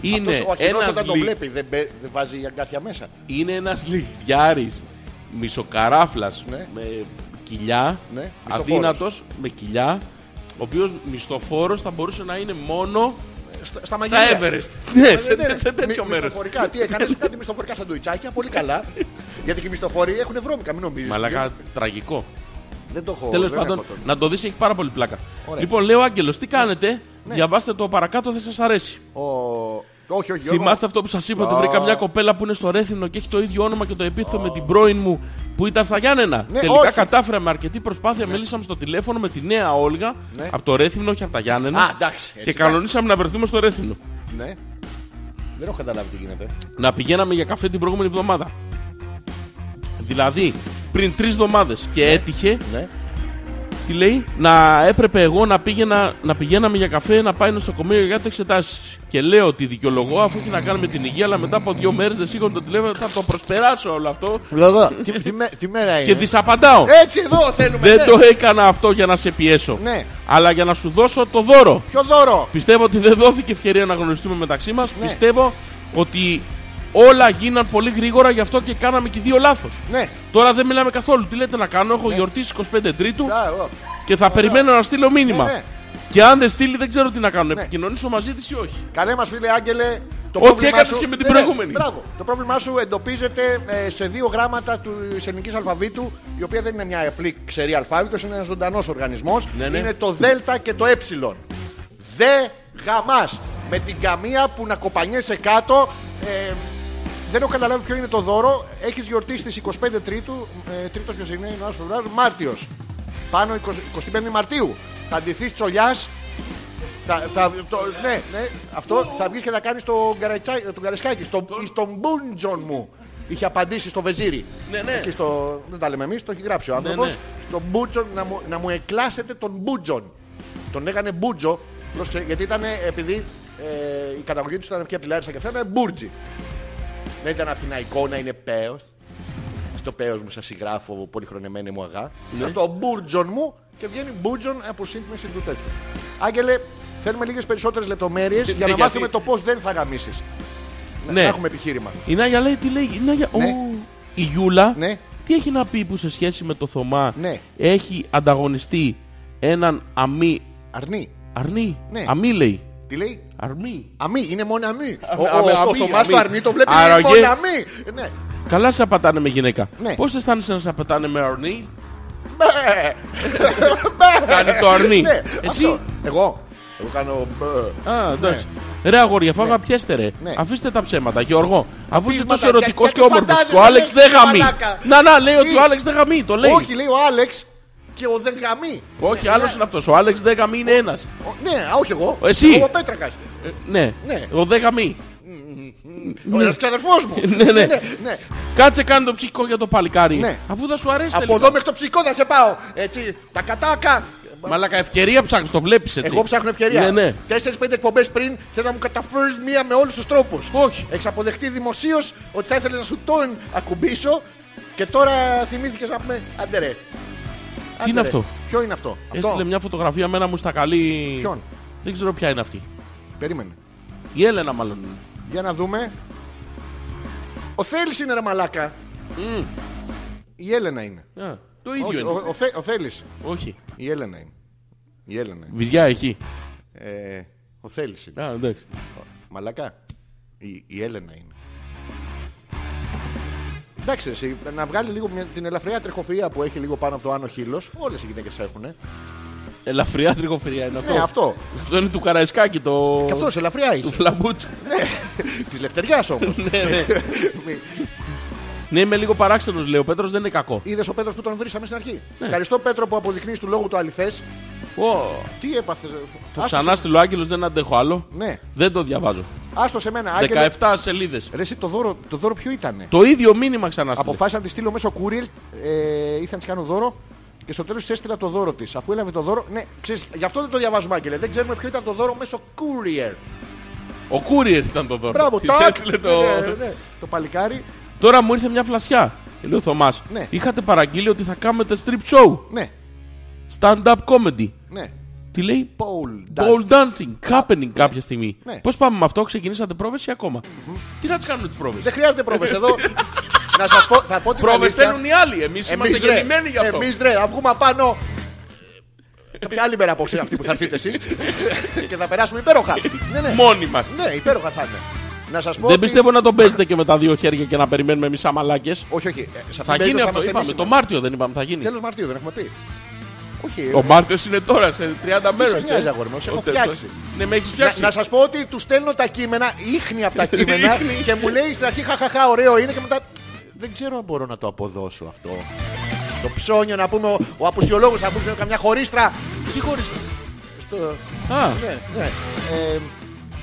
[SPEAKER 2] είναι,
[SPEAKER 1] Αυτός Ο αχινός
[SPEAKER 2] ένας
[SPEAKER 1] όταν το
[SPEAKER 2] λι-
[SPEAKER 1] βλέπει δεν μπε- δεν βάζει η αγκάθια μέσα.
[SPEAKER 2] είναι ένας λιδιάρης μισοκαράφλας
[SPEAKER 1] Ναι.
[SPEAKER 2] με κοιλιά,
[SPEAKER 1] Ναι, μισθοφόρος.
[SPEAKER 2] αδύνατος με κοιλιά, ο οποίος μισθοφόρος θα μπορούσε να είναι μόνο
[SPEAKER 1] Στα-
[SPEAKER 2] τα
[SPEAKER 1] Στα μαγειρία.
[SPEAKER 2] Everest. Ναι,
[SPEAKER 1] Ε,
[SPEAKER 2] σε,
[SPEAKER 1] ναι, ναι.
[SPEAKER 2] σε τέτοιο
[SPEAKER 1] Μυ-
[SPEAKER 2] μέρος.
[SPEAKER 1] μισθοφορικά. Τι έκανες κάτι μισθοφορικά σαντουιτσάκια, πολύ καλά. Γιατί και οι μισθοφοροί έχουν βρώμικα, μην νομίζεις.
[SPEAKER 2] Μαλάκα, τραγικό.
[SPEAKER 1] Δεν το έχω.
[SPEAKER 2] Τέλος
[SPEAKER 1] δεν έχω
[SPEAKER 2] πάντων,
[SPEAKER 1] τον.
[SPEAKER 2] να το δεις έχει πάρα πολύ πλάκα.
[SPEAKER 1] Ωραία. Ναι.
[SPEAKER 2] Λοιπόν, λέω Άγγελος, τι κάνετε, διαβάστε το παρακάτω, θα σας αρέσει.
[SPEAKER 1] Ο- Όχι, όχι, Γιώργο.
[SPEAKER 2] Θυμάστε αυτό που σας είπα, ότι βρήκα μια κοπέλα που είναι στο Ρέθινο και έχει το ίδιο όνομα και το επίθετο με την πρώην μου που ήταν στα Γιάννενα.
[SPEAKER 1] Ναι,
[SPEAKER 2] Τελικά
[SPEAKER 1] όχι.
[SPEAKER 2] κατάφερα με αρκετή προσπάθεια, μίλησαμε στο τηλέφωνο με τη νέα Όλγα
[SPEAKER 1] Ναι.
[SPEAKER 2] από το Ρέθινο, όχι από τα Γιάννενα.
[SPEAKER 1] Α, εντάξει,
[SPEAKER 2] και
[SPEAKER 1] έτσι,
[SPEAKER 2] κανονίσαμε να βρεθούμε στο Ρέθινο.
[SPEAKER 1] Ναι. Δεν έχω καταλάβει τι γίνεται.
[SPEAKER 2] Να πηγαίναμε για καφέ την προηγούμενη εβδομάδα. Δηλαδή, πριν τρεις εβδομάδες και έτυχε,
[SPEAKER 1] Ναι.
[SPEAKER 2] τι λέει, να έπρεπε εγώ να, πήγαινα, να πηγαίναμε για καφέ να πάει νοσοκομείο για το εξετάσεις. Και λέω ότι δικαιολογώ αφού έχει να κάνει με την υγεία, αλλά μετά από δύο μέρες δεν σήκω το τηλέφωνο, θα το προσπεράσω όλο αυτό
[SPEAKER 1] Εδώ, τι, τι, μέ- τι μέρα είναι.
[SPEAKER 2] και της απαντάω.
[SPEAKER 1] Έτσι εδώ θέλουμε. Ε, ναι.
[SPEAKER 2] Δεν το έκανα αυτό για να σε πιέσω.
[SPEAKER 1] Ναι.
[SPEAKER 2] Αλλά για να σου δώσω το δώρο.
[SPEAKER 1] Ποιο δώρο.
[SPEAKER 2] Πιστεύω ότι δεν δόθηκε ευκαιρία να γνωριστούμε μεταξύ μας.
[SPEAKER 1] Ναι.
[SPEAKER 2] Πιστεύω ότι όλα γίναν πολύ γρήγορα, γι' αυτό και κάναμε και δύο λάθος.
[SPEAKER 1] Ναι.
[SPEAKER 2] Τώρα δεν μιλάμε καθόλου. Τι λέτε να κάνω, έχω γιορτήσει 25 Τρίτου
[SPEAKER 1] Α, ο,
[SPEAKER 2] και θα περιμένω να στείλω μήνυμα.
[SPEAKER 1] Ναι, ναι.
[SPEAKER 2] Και αν δεν στείλει, δεν ξέρω τι να κάνω.
[SPEAKER 1] Ναι.
[SPEAKER 2] Επικοινωνήσω μαζί της ή όχι.
[SPEAKER 1] Καλέ μας φίλε Άγγελε. Το
[SPEAKER 2] Ό,τι
[SPEAKER 1] πρόβλημά
[SPEAKER 2] έκανες
[SPEAKER 1] σου-
[SPEAKER 2] και με την
[SPEAKER 1] Ναι, ναι,
[SPEAKER 2] προηγούμενη.
[SPEAKER 1] μπράβο. Το πρόβλημά σου εντοπίζεται ε, σε δύο γράμματα του ελληνικής αλφαβήτου, η οποία δεν είναι μια απλή ξερή αλφάβητος, είναι ένας ζωντανός οργανισμός.
[SPEAKER 2] Ναι, ναι.
[SPEAKER 1] Είναι το δέλτα και το ε. Δε γαμάς. Με την καμία που να κοπανιέσαι κάτω. ε, δεν έχω καταλάβει ποιο είναι το δώρο. Έχεις γιορτήσει στις 25 Τρίτου. Ε, τρίτος ποιος είναι, Ιανουάριος, Φεβρουάριος, Μάρτιος. Πάνω 20 25 Μαρτίου. Θα ντυθείς τσολιάς θα, θα, το, ναι, ναι, αυτό θα βγεις και θα κάνεις τον, καρατσά, τον Καρεσκάκη, στο, ή στον Μπούντζον μου. Είχε απαντήσει στο Βεζίρι.
[SPEAKER 2] Ναι, ναι.
[SPEAKER 1] Εκεί στο, δεν τα λέμε εμείς, το έχει γράψει ο άνθρωπος.
[SPEAKER 2] ναι.
[SPEAKER 1] Στον Μπούντζον, να μου, να μου εκλάσετε τον Μπούντζον. Τον έκανε Μπούτζο, πρόσεξε, γιατί ήταν επειδή ε, η καταγωγή του ήταν και από τη Λάρισα και αυτά, ήταν Μπούρτζι. Δεν ήταν αυτήν εικόνα, είναι πέος. Στο πέος μου σας συγγράφω πολυχρονεμένη μου αγά. Ναι. Στο μπούρτζον μου και βγαίνει μπούρτζον από σύγκριση του τέτοιου. Άγγελε, θέλουμε λίγες περισσότερες λεπτομέρειες για
[SPEAKER 2] ναι,
[SPEAKER 1] να
[SPEAKER 2] γιατί-
[SPEAKER 1] μάθουμε το πώς δεν θα γαμίσεις. Να-
[SPEAKER 2] Ναι.
[SPEAKER 1] Να έχουμε επιχείρημα.
[SPEAKER 2] Η Νάγια λέει τι λέει. Η Νάγια.
[SPEAKER 1] Ναι.
[SPEAKER 2] Ω, η Γιούλα.
[SPEAKER 1] Ναι.
[SPEAKER 2] Τι έχει να πει που σε σχέση με το Θωμά
[SPEAKER 1] Ναι.
[SPEAKER 2] έχει ανταγωνιστεί έναν αμή.
[SPEAKER 1] Αρνή.
[SPEAKER 2] Αρνή.
[SPEAKER 1] Ναι.
[SPEAKER 2] Αμή λέει.
[SPEAKER 1] Τι λέει?
[SPEAKER 2] Αρμή.
[SPEAKER 1] Αμή, είναι μόνο αμή. Ο-
[SPEAKER 2] α,
[SPEAKER 1] Ο
[SPEAKER 2] α,
[SPEAKER 1] ο- ο
[SPEAKER 2] αμή,
[SPEAKER 1] Θωμάς
[SPEAKER 2] αμή.
[SPEAKER 1] το αρνή το βλέπει είναι
[SPEAKER 2] Άραγε.
[SPEAKER 1] μόνο αμή. Ναι.
[SPEAKER 2] Καλά σε απατάνε με γυναίκα.
[SPEAKER 1] Ναι.
[SPEAKER 2] Πώς αισθάνεσαι να σε απατάνε με αρνή.
[SPEAKER 1] Μπε.
[SPEAKER 2] Κάνει το αρνή.
[SPEAKER 1] Ναι,
[SPEAKER 2] Εσύ.
[SPEAKER 1] αυτό. Εγώ. Εγώ κάνω μπε.
[SPEAKER 2] Α, εντάξει. Ρε αγόρια, φάγα πιέστε ρε.
[SPEAKER 1] Ναι.
[SPEAKER 2] Αφήστε τα ψέματα, Γιώργο. Αφού είσαι
[SPEAKER 1] Πείσματα,
[SPEAKER 2] τόσο ερωτικός
[SPEAKER 1] γιατί
[SPEAKER 2] και όμορφος.
[SPEAKER 1] φαντάζεσαι,
[SPEAKER 2] Ο Άλεξ
[SPEAKER 1] λες,
[SPEAKER 2] δεν γαμεί.
[SPEAKER 1] μαλάκα.
[SPEAKER 2] Να, να, λέει ότι
[SPEAKER 1] Τι?
[SPEAKER 2] ο Άλεξ δεν γαμεί. Το λέει.
[SPEAKER 1] Όχι, λέει ο Άλεξ και ο δεν γαμεί.
[SPEAKER 2] Όχι, άλλο είναι αυτός. Ο Άλεξ Δέγαμι είναι ένας.
[SPEAKER 1] Ο- Ναι, α, όχι εγώ.
[SPEAKER 2] Εσύ.
[SPEAKER 1] Εγώ ο Πέτρακας.
[SPEAKER 2] Ναι,
[SPEAKER 1] Ναι.
[SPEAKER 2] ο Δέγαμι.
[SPEAKER 1] Ο ένας ξαδερφός μου.
[SPEAKER 2] Ναι, ναι.
[SPEAKER 1] ναι.
[SPEAKER 2] Κάτσε κάνει το ψυχικό για το παλικάρι.
[SPEAKER 1] Ναι.
[SPEAKER 2] Αφού δεν σου αρέσει
[SPEAKER 1] Από
[SPEAKER 2] τελικά.
[SPEAKER 1] εδώ μέχρι το ψυχικό θα σε πάω. Έτσι, τα κατάκα.
[SPEAKER 2] Μαλάκα, ευκαιρία ψάχνεις, το βλέπεις έτσι.
[SPEAKER 1] Εγώ ψάχνω ευκαιρία.
[SPEAKER 2] Ναι, ναι.
[SPEAKER 1] 4-5 εκπομπές πριν θέλω να μου καταφέρεις μία με όλους τους τρόπους.
[SPEAKER 2] Όχι.
[SPEAKER 1] Έχεις αποδεχτεί δημοσίως ότι θα ήθελες να σου τον ακουμπήσω και τώρα θυμήθηκες να πούμε άντε ρε. Άντε
[SPEAKER 2] είναι
[SPEAKER 1] ρε.
[SPEAKER 2] αυτό?
[SPEAKER 1] Ποιο είναι αυτό. Αυτό.
[SPEAKER 2] Έστειλε μια φωτογραφία με ένα μουστακαλί.
[SPEAKER 1] Ποιον?
[SPEAKER 2] Δεν ξέρω ποια είναι αυτή.
[SPEAKER 1] Περίμενε.
[SPEAKER 2] Η Έλενα μάλλον. είναι.
[SPEAKER 1] Για να δούμε. Ο Θέλης είναι ρε μαλάκα. Η Έλενα είναι.
[SPEAKER 2] Α, Το ίδιο
[SPEAKER 1] Όχι,
[SPEAKER 2] είναι.
[SPEAKER 1] ο, ο, Θε- ο Θέλης.
[SPEAKER 2] Όχι.
[SPEAKER 1] Η Έλενα είναι. Η Έλενα είναι.
[SPEAKER 2] Βυζιά εκεί.
[SPEAKER 1] Ε, ο Θέλης είναι.
[SPEAKER 2] Α, εντάξει.
[SPEAKER 1] Μαλακά. Η, η Έλενα είναι. Εντάξει, εσύ, να βγάλει λίγο μια- την ελαφριά τρεχοφυΐα που έχει λίγο πάνω από το άνω χείλος. Όλες οι γυναίκες έχουν.
[SPEAKER 2] Ελαφριά τριγοφυρία είναι αυτό.
[SPEAKER 1] Ναι, αυτό.
[SPEAKER 2] Αυτό είναι του Καραϊσκάκη το.
[SPEAKER 1] Και αυτός ελαφριά
[SPEAKER 2] Του
[SPEAKER 1] έχει.
[SPEAKER 2] Φλαμπούτσου.
[SPEAKER 1] Της Λευτεριάς όμως. Μη-
[SPEAKER 2] ναι, είμαι λίγο παράξενος λέει. Ο Πέτρος δεν είναι κακό. Ναι.
[SPEAKER 1] Είδες ο Πέτρος που τον βρήσαμε στην αρχή. Ευχαριστώ Πέτρο που αποδεικνύεις του λόγου το αληθές.
[SPEAKER 2] Ω,
[SPEAKER 1] Τι έπαθες.
[SPEAKER 2] Το ξανά στείλω Άγγελος δεν αντέχω άλλο.
[SPEAKER 1] Ναι,
[SPEAKER 2] Δεν το διαβάζω.
[SPEAKER 1] άστο σε μένα. Άγγελε.
[SPEAKER 2] 17 σελίδες.
[SPEAKER 1] Ρε, εσύ το δώρο, το δώρο ποιο ήτανε.
[SPEAKER 2] Το ίδιο μήνυμα ξανά στείλε.
[SPEAKER 1] Αποφάσισα να τη στείλω μέσω courier. Ε, ήθελα να της κάνω δώρο. Και στο τέλος της έστειλα το δώρο της. Αφού έλαβε το δώρο. Ναι, ξέρεις, γι' αυτό δεν το διαβάζουμε, Άγγελε. Δεν ξέρουμε ποιο ήταν το δώρο μέσω courier.
[SPEAKER 2] Ο Courier ήταν το δώρο.
[SPEAKER 1] Μπράβο,
[SPEAKER 2] Της
[SPEAKER 1] τάκ.
[SPEAKER 2] έστειλε το...
[SPEAKER 1] Ναι, ναι, το παλικάρι.
[SPEAKER 2] Τώρα μου ήρθε μια φλασιά. Λέει ο Θωμάς.
[SPEAKER 1] Ναι.
[SPEAKER 2] Είχατε παραγγείλει ότι θα κάνετε strip show.
[SPEAKER 1] Ναι,
[SPEAKER 2] Stand-up comedy.
[SPEAKER 1] ναι.
[SPEAKER 2] Τι λέει.
[SPEAKER 1] Paul.
[SPEAKER 2] Pole dancing. Happening κάποια στιγμή.
[SPEAKER 1] Ναι.
[SPEAKER 2] Πώς πάμε με αυτό. Ξεκινήσατε πρόβες ή ακόμα. Τι να τις κάνουμε τις πρόβες.
[SPEAKER 1] Δεν χρειάζεται πρόβες εδώ. να σας πω, θα πω την
[SPEAKER 2] Πρόβες
[SPEAKER 1] αλήθεια.
[SPEAKER 2] στέλνουν οι άλλοι. Εμείς είμαστε
[SPEAKER 1] ρε,
[SPEAKER 2] γεννημένοι γι' αυτό.
[SPEAKER 1] Εμείς ρε, θα βγούμε απάνω. Κάποια άλλη μέρα απόψε είναι αυτή που θα έρθετε εσείς. και θα περάσουμε υπέροχα. ναι, ναι.
[SPEAKER 2] Μόνοι μας.
[SPEAKER 1] ναι, υπέροχα θα είναι. Να σας πω
[SPEAKER 2] Δεν
[SPEAKER 1] ότι-
[SPEAKER 2] πιστεύω να τον παίζετε και με τα δύο χέρια και να περιμένουμε εμείς σαν μαλάκες.
[SPEAKER 1] Όχι, όχι. ε, Σε
[SPEAKER 2] Θα γίνει αυτό. Είπαμε το Μάρτιο δεν είπαμε θα γίνει.
[SPEAKER 1] Τέλος Μαρτίου δεν έχουμε πει. Όχι. ε,
[SPEAKER 2] Ο Μάρτιος είναι τώρα σε 30 μέρες.
[SPEAKER 1] σε νοιάζει,
[SPEAKER 2] ε.
[SPEAKER 1] αγόρι μου, σε έχω
[SPEAKER 2] Ο τέλος.
[SPEAKER 1] φτιάξει.
[SPEAKER 2] Ναι, με έχεις
[SPEAKER 1] Να,
[SPEAKER 2] φτιάξει.
[SPEAKER 1] να σας πω ότι του στέλνω τα κείμενα, ίχνη από τα κείμενα
[SPEAKER 2] Ίχνη.
[SPEAKER 1] και μου λέει στην αρχή χαχαχά ωραίο είναι και μετά δεν ξέρω αν μπορώ να το αποδώσω αυτό. Το ψώνιο να πούμε, ο, ο απουσιολόγος θα πούμε καμιά χωρίστρα. Τι χωρίστρα. Στο,
[SPEAKER 2] Α,
[SPEAKER 1] ναι, ναι. Ε,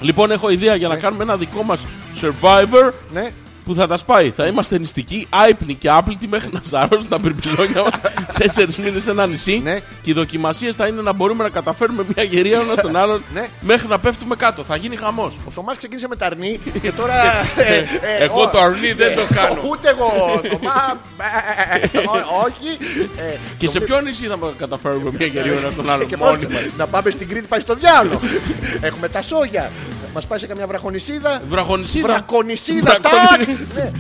[SPEAKER 2] Λοιπόν, έχω ιδέα για να κάνουμε ένα δικό μας survivor
[SPEAKER 1] ναι.
[SPEAKER 2] που θα τα σπάει. Θα είμαστε νηστικοί, άϊπνοι και άπλητοι μέχρι να σαρώσουν τα μπυρμπιλόγια μας τέσσερις μήνες σε ένα νησί.
[SPEAKER 1] Ναι.
[SPEAKER 2] Και οι δοκιμασίες θα είναι να μπορούμε να καταφέρουμε μια γερία ένα στον άλλον
[SPEAKER 1] Ναι.
[SPEAKER 2] μέχρι να πέφτουμε κάτω. Θα γίνει χαμός.
[SPEAKER 1] Ο Θωμάς ξεκίνησε με τα αρνή και τώρα... ε, ε,
[SPEAKER 2] Εγώ
[SPEAKER 1] ο-
[SPEAKER 2] το αρνί δεν το κάνω.
[SPEAKER 1] Ούτε εγώ, Θωμά. ε, Ό- Όχι. Ε,
[SPEAKER 2] Και σε
[SPEAKER 1] το-
[SPEAKER 2] ποιο νησί θα καταφέρουμε μια γερία ένα στον
[SPEAKER 1] Ε, Και
[SPEAKER 2] άλλον
[SPEAKER 1] μόνοι
[SPEAKER 2] μόνοι
[SPEAKER 1] μας. Να πάμε στην Κρήτη, πάει στο διάλογο. Έχουμε τα σόγια. Μας πάει σε καμιά βραχονισίδα.
[SPEAKER 2] Βραχονισίδα.
[SPEAKER 1] Βρακονισίδα, τάκ!
[SPEAKER 2] Βρακονι-
[SPEAKER 1] Ναι.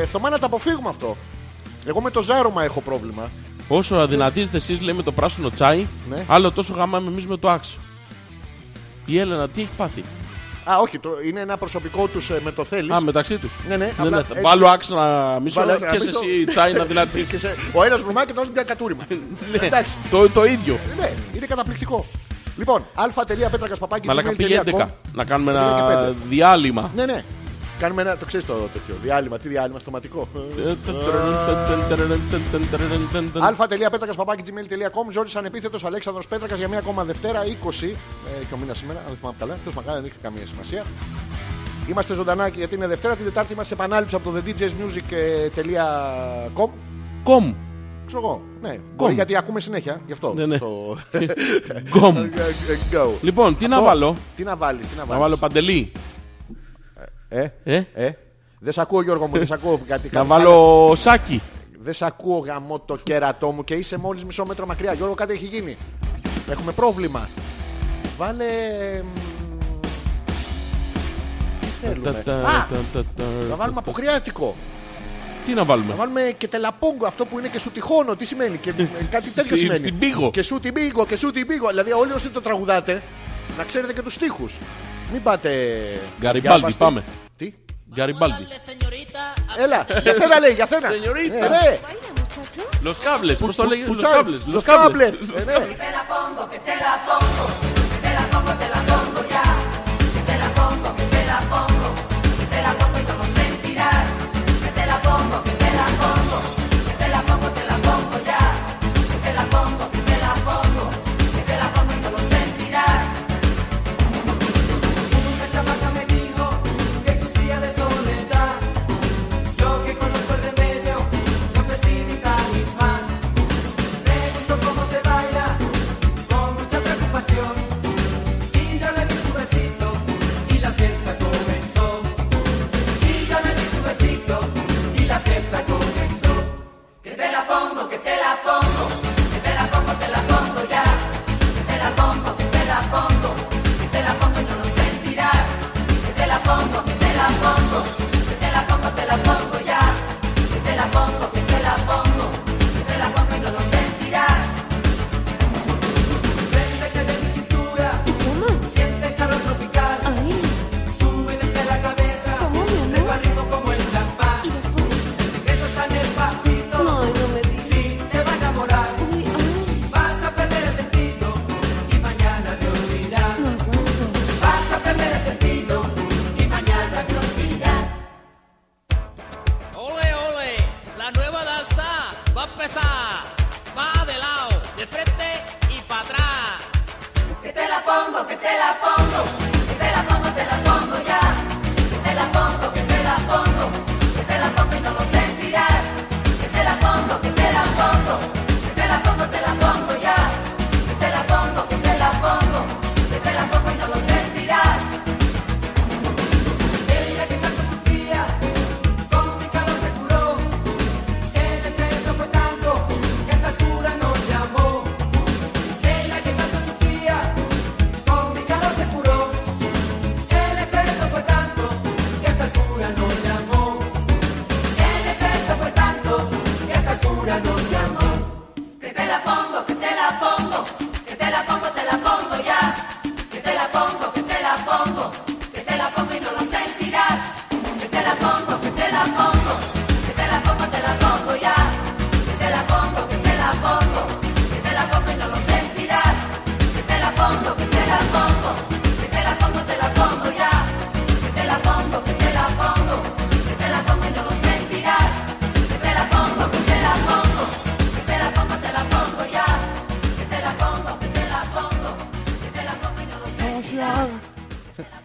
[SPEAKER 1] Ε, Θωμά να τα αποφύγουμε αυτό. Εγώ με το ζάρωμα έχω πρόβλημα.
[SPEAKER 2] Όσο αδυνατίζετε εσείς λέει με το πράσινο τσάι,
[SPEAKER 1] Ναι.
[SPEAKER 2] άλλο τόσο γαμάμε εμείς με το άξιο. Η Έλενα τι έχει πάθει.
[SPEAKER 1] Α, όχι, το, είναι ένα προσωπικό τους ε, με το θέλεις.
[SPEAKER 2] Α, μεταξύ τους.
[SPEAKER 1] Ναι, ναι,
[SPEAKER 2] Ναι,
[SPEAKER 1] απλά
[SPEAKER 2] ναι, θα
[SPEAKER 1] έτσι.
[SPEAKER 2] Βάλω άξιο να μισώ
[SPEAKER 1] Βάλε
[SPEAKER 2] και
[SPEAKER 1] άξιο να
[SPEAKER 2] σε
[SPEAKER 1] μισώ.
[SPEAKER 2] εσύ δηλαδή. τσάι να
[SPEAKER 1] Και
[SPEAKER 2] δυνατήσεις.
[SPEAKER 1] σε- ο ένας βρουμά και το άλλος μια κατούριμα.
[SPEAKER 2] Ναι.
[SPEAKER 1] Εντάξει.
[SPEAKER 2] Το, το ίδιο.
[SPEAKER 1] Ναι, είναι καταπληκτικό. Λοιπόν, α.πέτρακα.παπάκι.
[SPEAKER 2] Μαλάκα πήγε 11. Να κάνουμε
[SPEAKER 1] Πήγε και
[SPEAKER 2] ένα
[SPEAKER 1] πέντε.
[SPEAKER 2] διάλειμμα.
[SPEAKER 1] Ναι, ναι. Κάνουμε ένα, το ξέρεις το τέτοιο, διάλειμμα, τι διάλειμμα, στοματικό. α.πέτρακα.gmail.com Ζόρις ανεπίθετος Αλέξανδρος Πέτρακας για μία ακόμα Δευτέρα, 20 ε, και ο μήνας σήμερα, αν δεν θυμάμαι καλά. Τέλος πάντων, δεν έχει καμία σημασία. Είμαστε ζωντανά γιατί είναι Δευτέρα, την Τετάρτη είμαστε σε επανάληψη από το thedjsmusic.com
[SPEAKER 2] Κομ.
[SPEAKER 1] ε, Ξέρω εγώ, ναι. Μπορεί γιατί ακούμε συνέχεια, γι' αυτό.
[SPEAKER 2] Ναι, ναι.
[SPEAKER 1] Το...
[SPEAKER 2] Κομ.
[SPEAKER 1] Go.
[SPEAKER 2] Λοιπόν, τι να
[SPEAKER 1] Αυτό.
[SPEAKER 2] βάλω.
[SPEAKER 1] Τι να βάλεις, τι να βάλεις.
[SPEAKER 2] Να βάλω παντελή.
[SPEAKER 1] Ε,
[SPEAKER 2] Ε,
[SPEAKER 1] ε. Δεν σ' ακούω Γιώργο μου, δεν σ' ακούω κάτι.
[SPEAKER 2] να
[SPEAKER 1] κάτι-
[SPEAKER 2] βάλω σάκι.
[SPEAKER 1] Δεν σ' ακούω γαμό το κέρατό μου και είσαι μόλις μισό μέτρο μακριά. Γιώργο κάτι έχει γίνει. Έχουμε πρόβλημα. Βάλε... μ, Τι θέλουμε.
[SPEAKER 2] Τα- τα-
[SPEAKER 1] Α!
[SPEAKER 2] τα- τα- τα-
[SPEAKER 1] Να βάλουμε αποκριάτικο.
[SPEAKER 2] Τι να
[SPEAKER 1] Να
[SPEAKER 2] βάλουμε.
[SPEAKER 1] βάλουμε και τελαπόγκο αυτό που είναι και σου τυχόνο. Τι σημαίνει. Και ε, κάτι τέτοιο
[SPEAKER 2] Στη-
[SPEAKER 1] σημαίνει.
[SPEAKER 2] στην πύγο.
[SPEAKER 1] Και σου την πίγο και σου την πίγο. Δηλαδή όλοι όσοι το τραγουδάτε να ξέρετε και τους στίχους. Μην πάτε...
[SPEAKER 2] Γκαριμπάλντι,
[SPEAKER 1] διάβαστοι.
[SPEAKER 2] πάμε.
[SPEAKER 1] Τι.
[SPEAKER 2] Γκαριμπάλτι.
[SPEAKER 1] Έλα, για θένα λέει, για θένα.
[SPEAKER 2] Σενιωρίτα.
[SPEAKER 1] Ε, ρε.
[SPEAKER 3] Baila, muchacho.
[SPEAKER 2] Λος κάβλες. Πώς το λέγεται. Λος
[SPEAKER 1] Πουτσάρι.
[SPEAKER 2] κάβλες.
[SPEAKER 1] Los
[SPEAKER 2] Λος
[SPEAKER 1] Cables.
[SPEAKER 2] κάβλες.
[SPEAKER 1] Ε, ναι.
[SPEAKER 4] Una chamaca me dijo que sufría de soledad. Yo que conozco el remedio, yo ofrecí mi talismán. Pregunto cómo se baila, con mucha preocupación.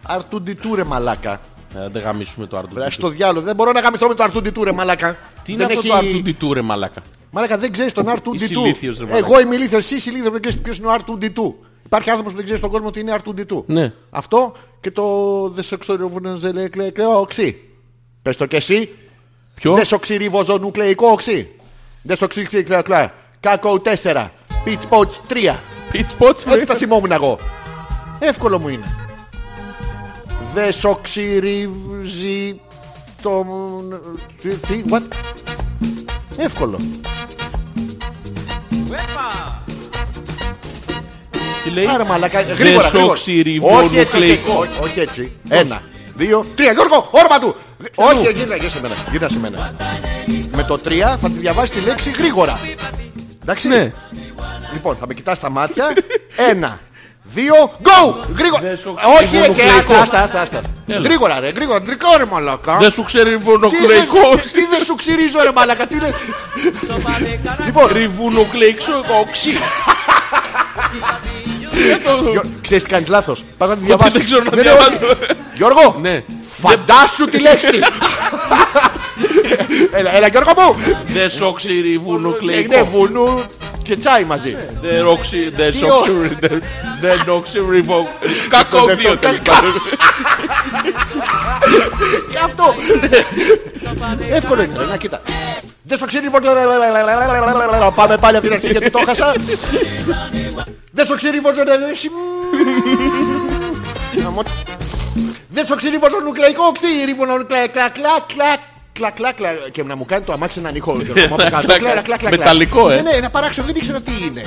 [SPEAKER 1] R2D2 ρε μαλάκα.
[SPEAKER 2] Ε, Να δεν γαμίσουμε το
[SPEAKER 1] Ρε,
[SPEAKER 2] R2D2.
[SPEAKER 1] Στο διάλογο. Δεν μπορώ να γαμηθώ με το R2D2 ρε μαλάκα.
[SPEAKER 2] Τι είναι
[SPEAKER 1] Δεν
[SPEAKER 2] αυτό το R2D2 ρε μαλάκα.
[SPEAKER 1] Μαλάκα δεν ξέρεις τον R2D2.
[SPEAKER 2] Είσαι ηλίθιος, ρε μαλάκα.
[SPEAKER 1] Εγώ είμαι ηλίθιος, εσύ είσαι ηλίθιος, δεν ξέρεις ποιος είναι ο R2D2. Υπάρχει άνθρωπος που δεν ξέρει στον κόσμο ότι είναι R2D2.
[SPEAKER 2] Ναι.
[SPEAKER 1] Αυτό και το δεν σε ξοριβοζονουκλεϊκό οξύ. Πες το και εσύ.
[SPEAKER 2] Ποιο?
[SPEAKER 1] Δεν σε ξοριβοζονουκλεϊκό οξύ. Δεν σε ξοριβοζονουκλεϊκό Κάκο 4. Pitch Pouch 3.
[SPEAKER 2] Pitchpots
[SPEAKER 1] Ό,τι τα θυμόμουν εγώ. Εύκολο μου είναι. Δες σοξυρίβζει το... Τι, τι, what? Εύκολο.
[SPEAKER 2] Τι λέει.
[SPEAKER 1] Άρα μαλακά, γρήγορα, γρήγορα. Όχι έτσι, όχι,
[SPEAKER 2] Δεσοξυριβονουκλεϊκό.
[SPEAKER 1] όχι, όχι έτσι. Ένα, δύο, τρία. Γιώργο, όρμα του. Όχι, γύρνα, γύρνα σε μένα. Γύρνα σε μένα. Με το τρία θα τη διαβάσει τη λέξη γρήγορα. Εντάξει.
[SPEAKER 2] Ναι.
[SPEAKER 1] Λοιπόν, θα με κοιτάς τα μάτια. Ένα, δύο, go! Γρήγορα.
[SPEAKER 2] Δεσοξυριβονουκλεϊκό.
[SPEAKER 1] Όχι, έτσι, άστα, άστα, άστα, άστα.
[SPEAKER 2] Έλα.
[SPEAKER 1] Γρήγορα, ρε, γρήγορα, γρήγορα, ρε μαλακά. Τι δεν-
[SPEAKER 2] Δεσοξυριβονουκλεϊκό.
[SPEAKER 1] Τι δεν σου ξυρίζω ρε μαλακά, τι λες. Λοιπόν,
[SPEAKER 2] Ριβουνοκλεϊκό οξύ. Δεν το-
[SPEAKER 1] Γιώ- ξέρεις τι κάνεις λάθος. Πας να τη
[SPEAKER 2] Ότι
[SPEAKER 1] διαβάσεις.
[SPEAKER 2] Δεν ξέρω να
[SPEAKER 1] Ναι, ναι,
[SPEAKER 2] διαβάζω.
[SPEAKER 1] Γιώργο,
[SPEAKER 2] Ναι.
[SPEAKER 1] φαντάσου τη λέξη. έλα, έλα Γιώργο μου. Είναι
[SPEAKER 2] Δεσοξυριβουνουκλεϊκό.
[SPEAKER 1] Ε, ναι, βουνού και τσάι μαζί.
[SPEAKER 2] Ναι. Δεροξυ- δεσοξυ- δε- δενοξυριβο- Κακό
[SPEAKER 1] δεκτό,
[SPEAKER 2] δύο
[SPEAKER 1] κα-
[SPEAKER 2] τελικά.
[SPEAKER 1] Και αυτό.
[SPEAKER 2] Ναι.
[SPEAKER 1] Εύκολο είναι, να κοίτα. Δεν στο ξύριβο... Πάμε πάλι από την αρχή γιατί το χάσα. Δεν στο ξύριβο... Δεν στο ξύριβο νουκλεϊκό ξύριβο κλα κλα κλα κλα κλα κλα και να μου κάνει το αμάξι έναν ήχο Γιώργο μου, απ' κάτω. Κλα, κλα, κλα, κλα.
[SPEAKER 2] Μεταλλικό, ε.
[SPEAKER 1] Ναι, ναι, ένα παράξενο, δεν ήξερα τι είναι.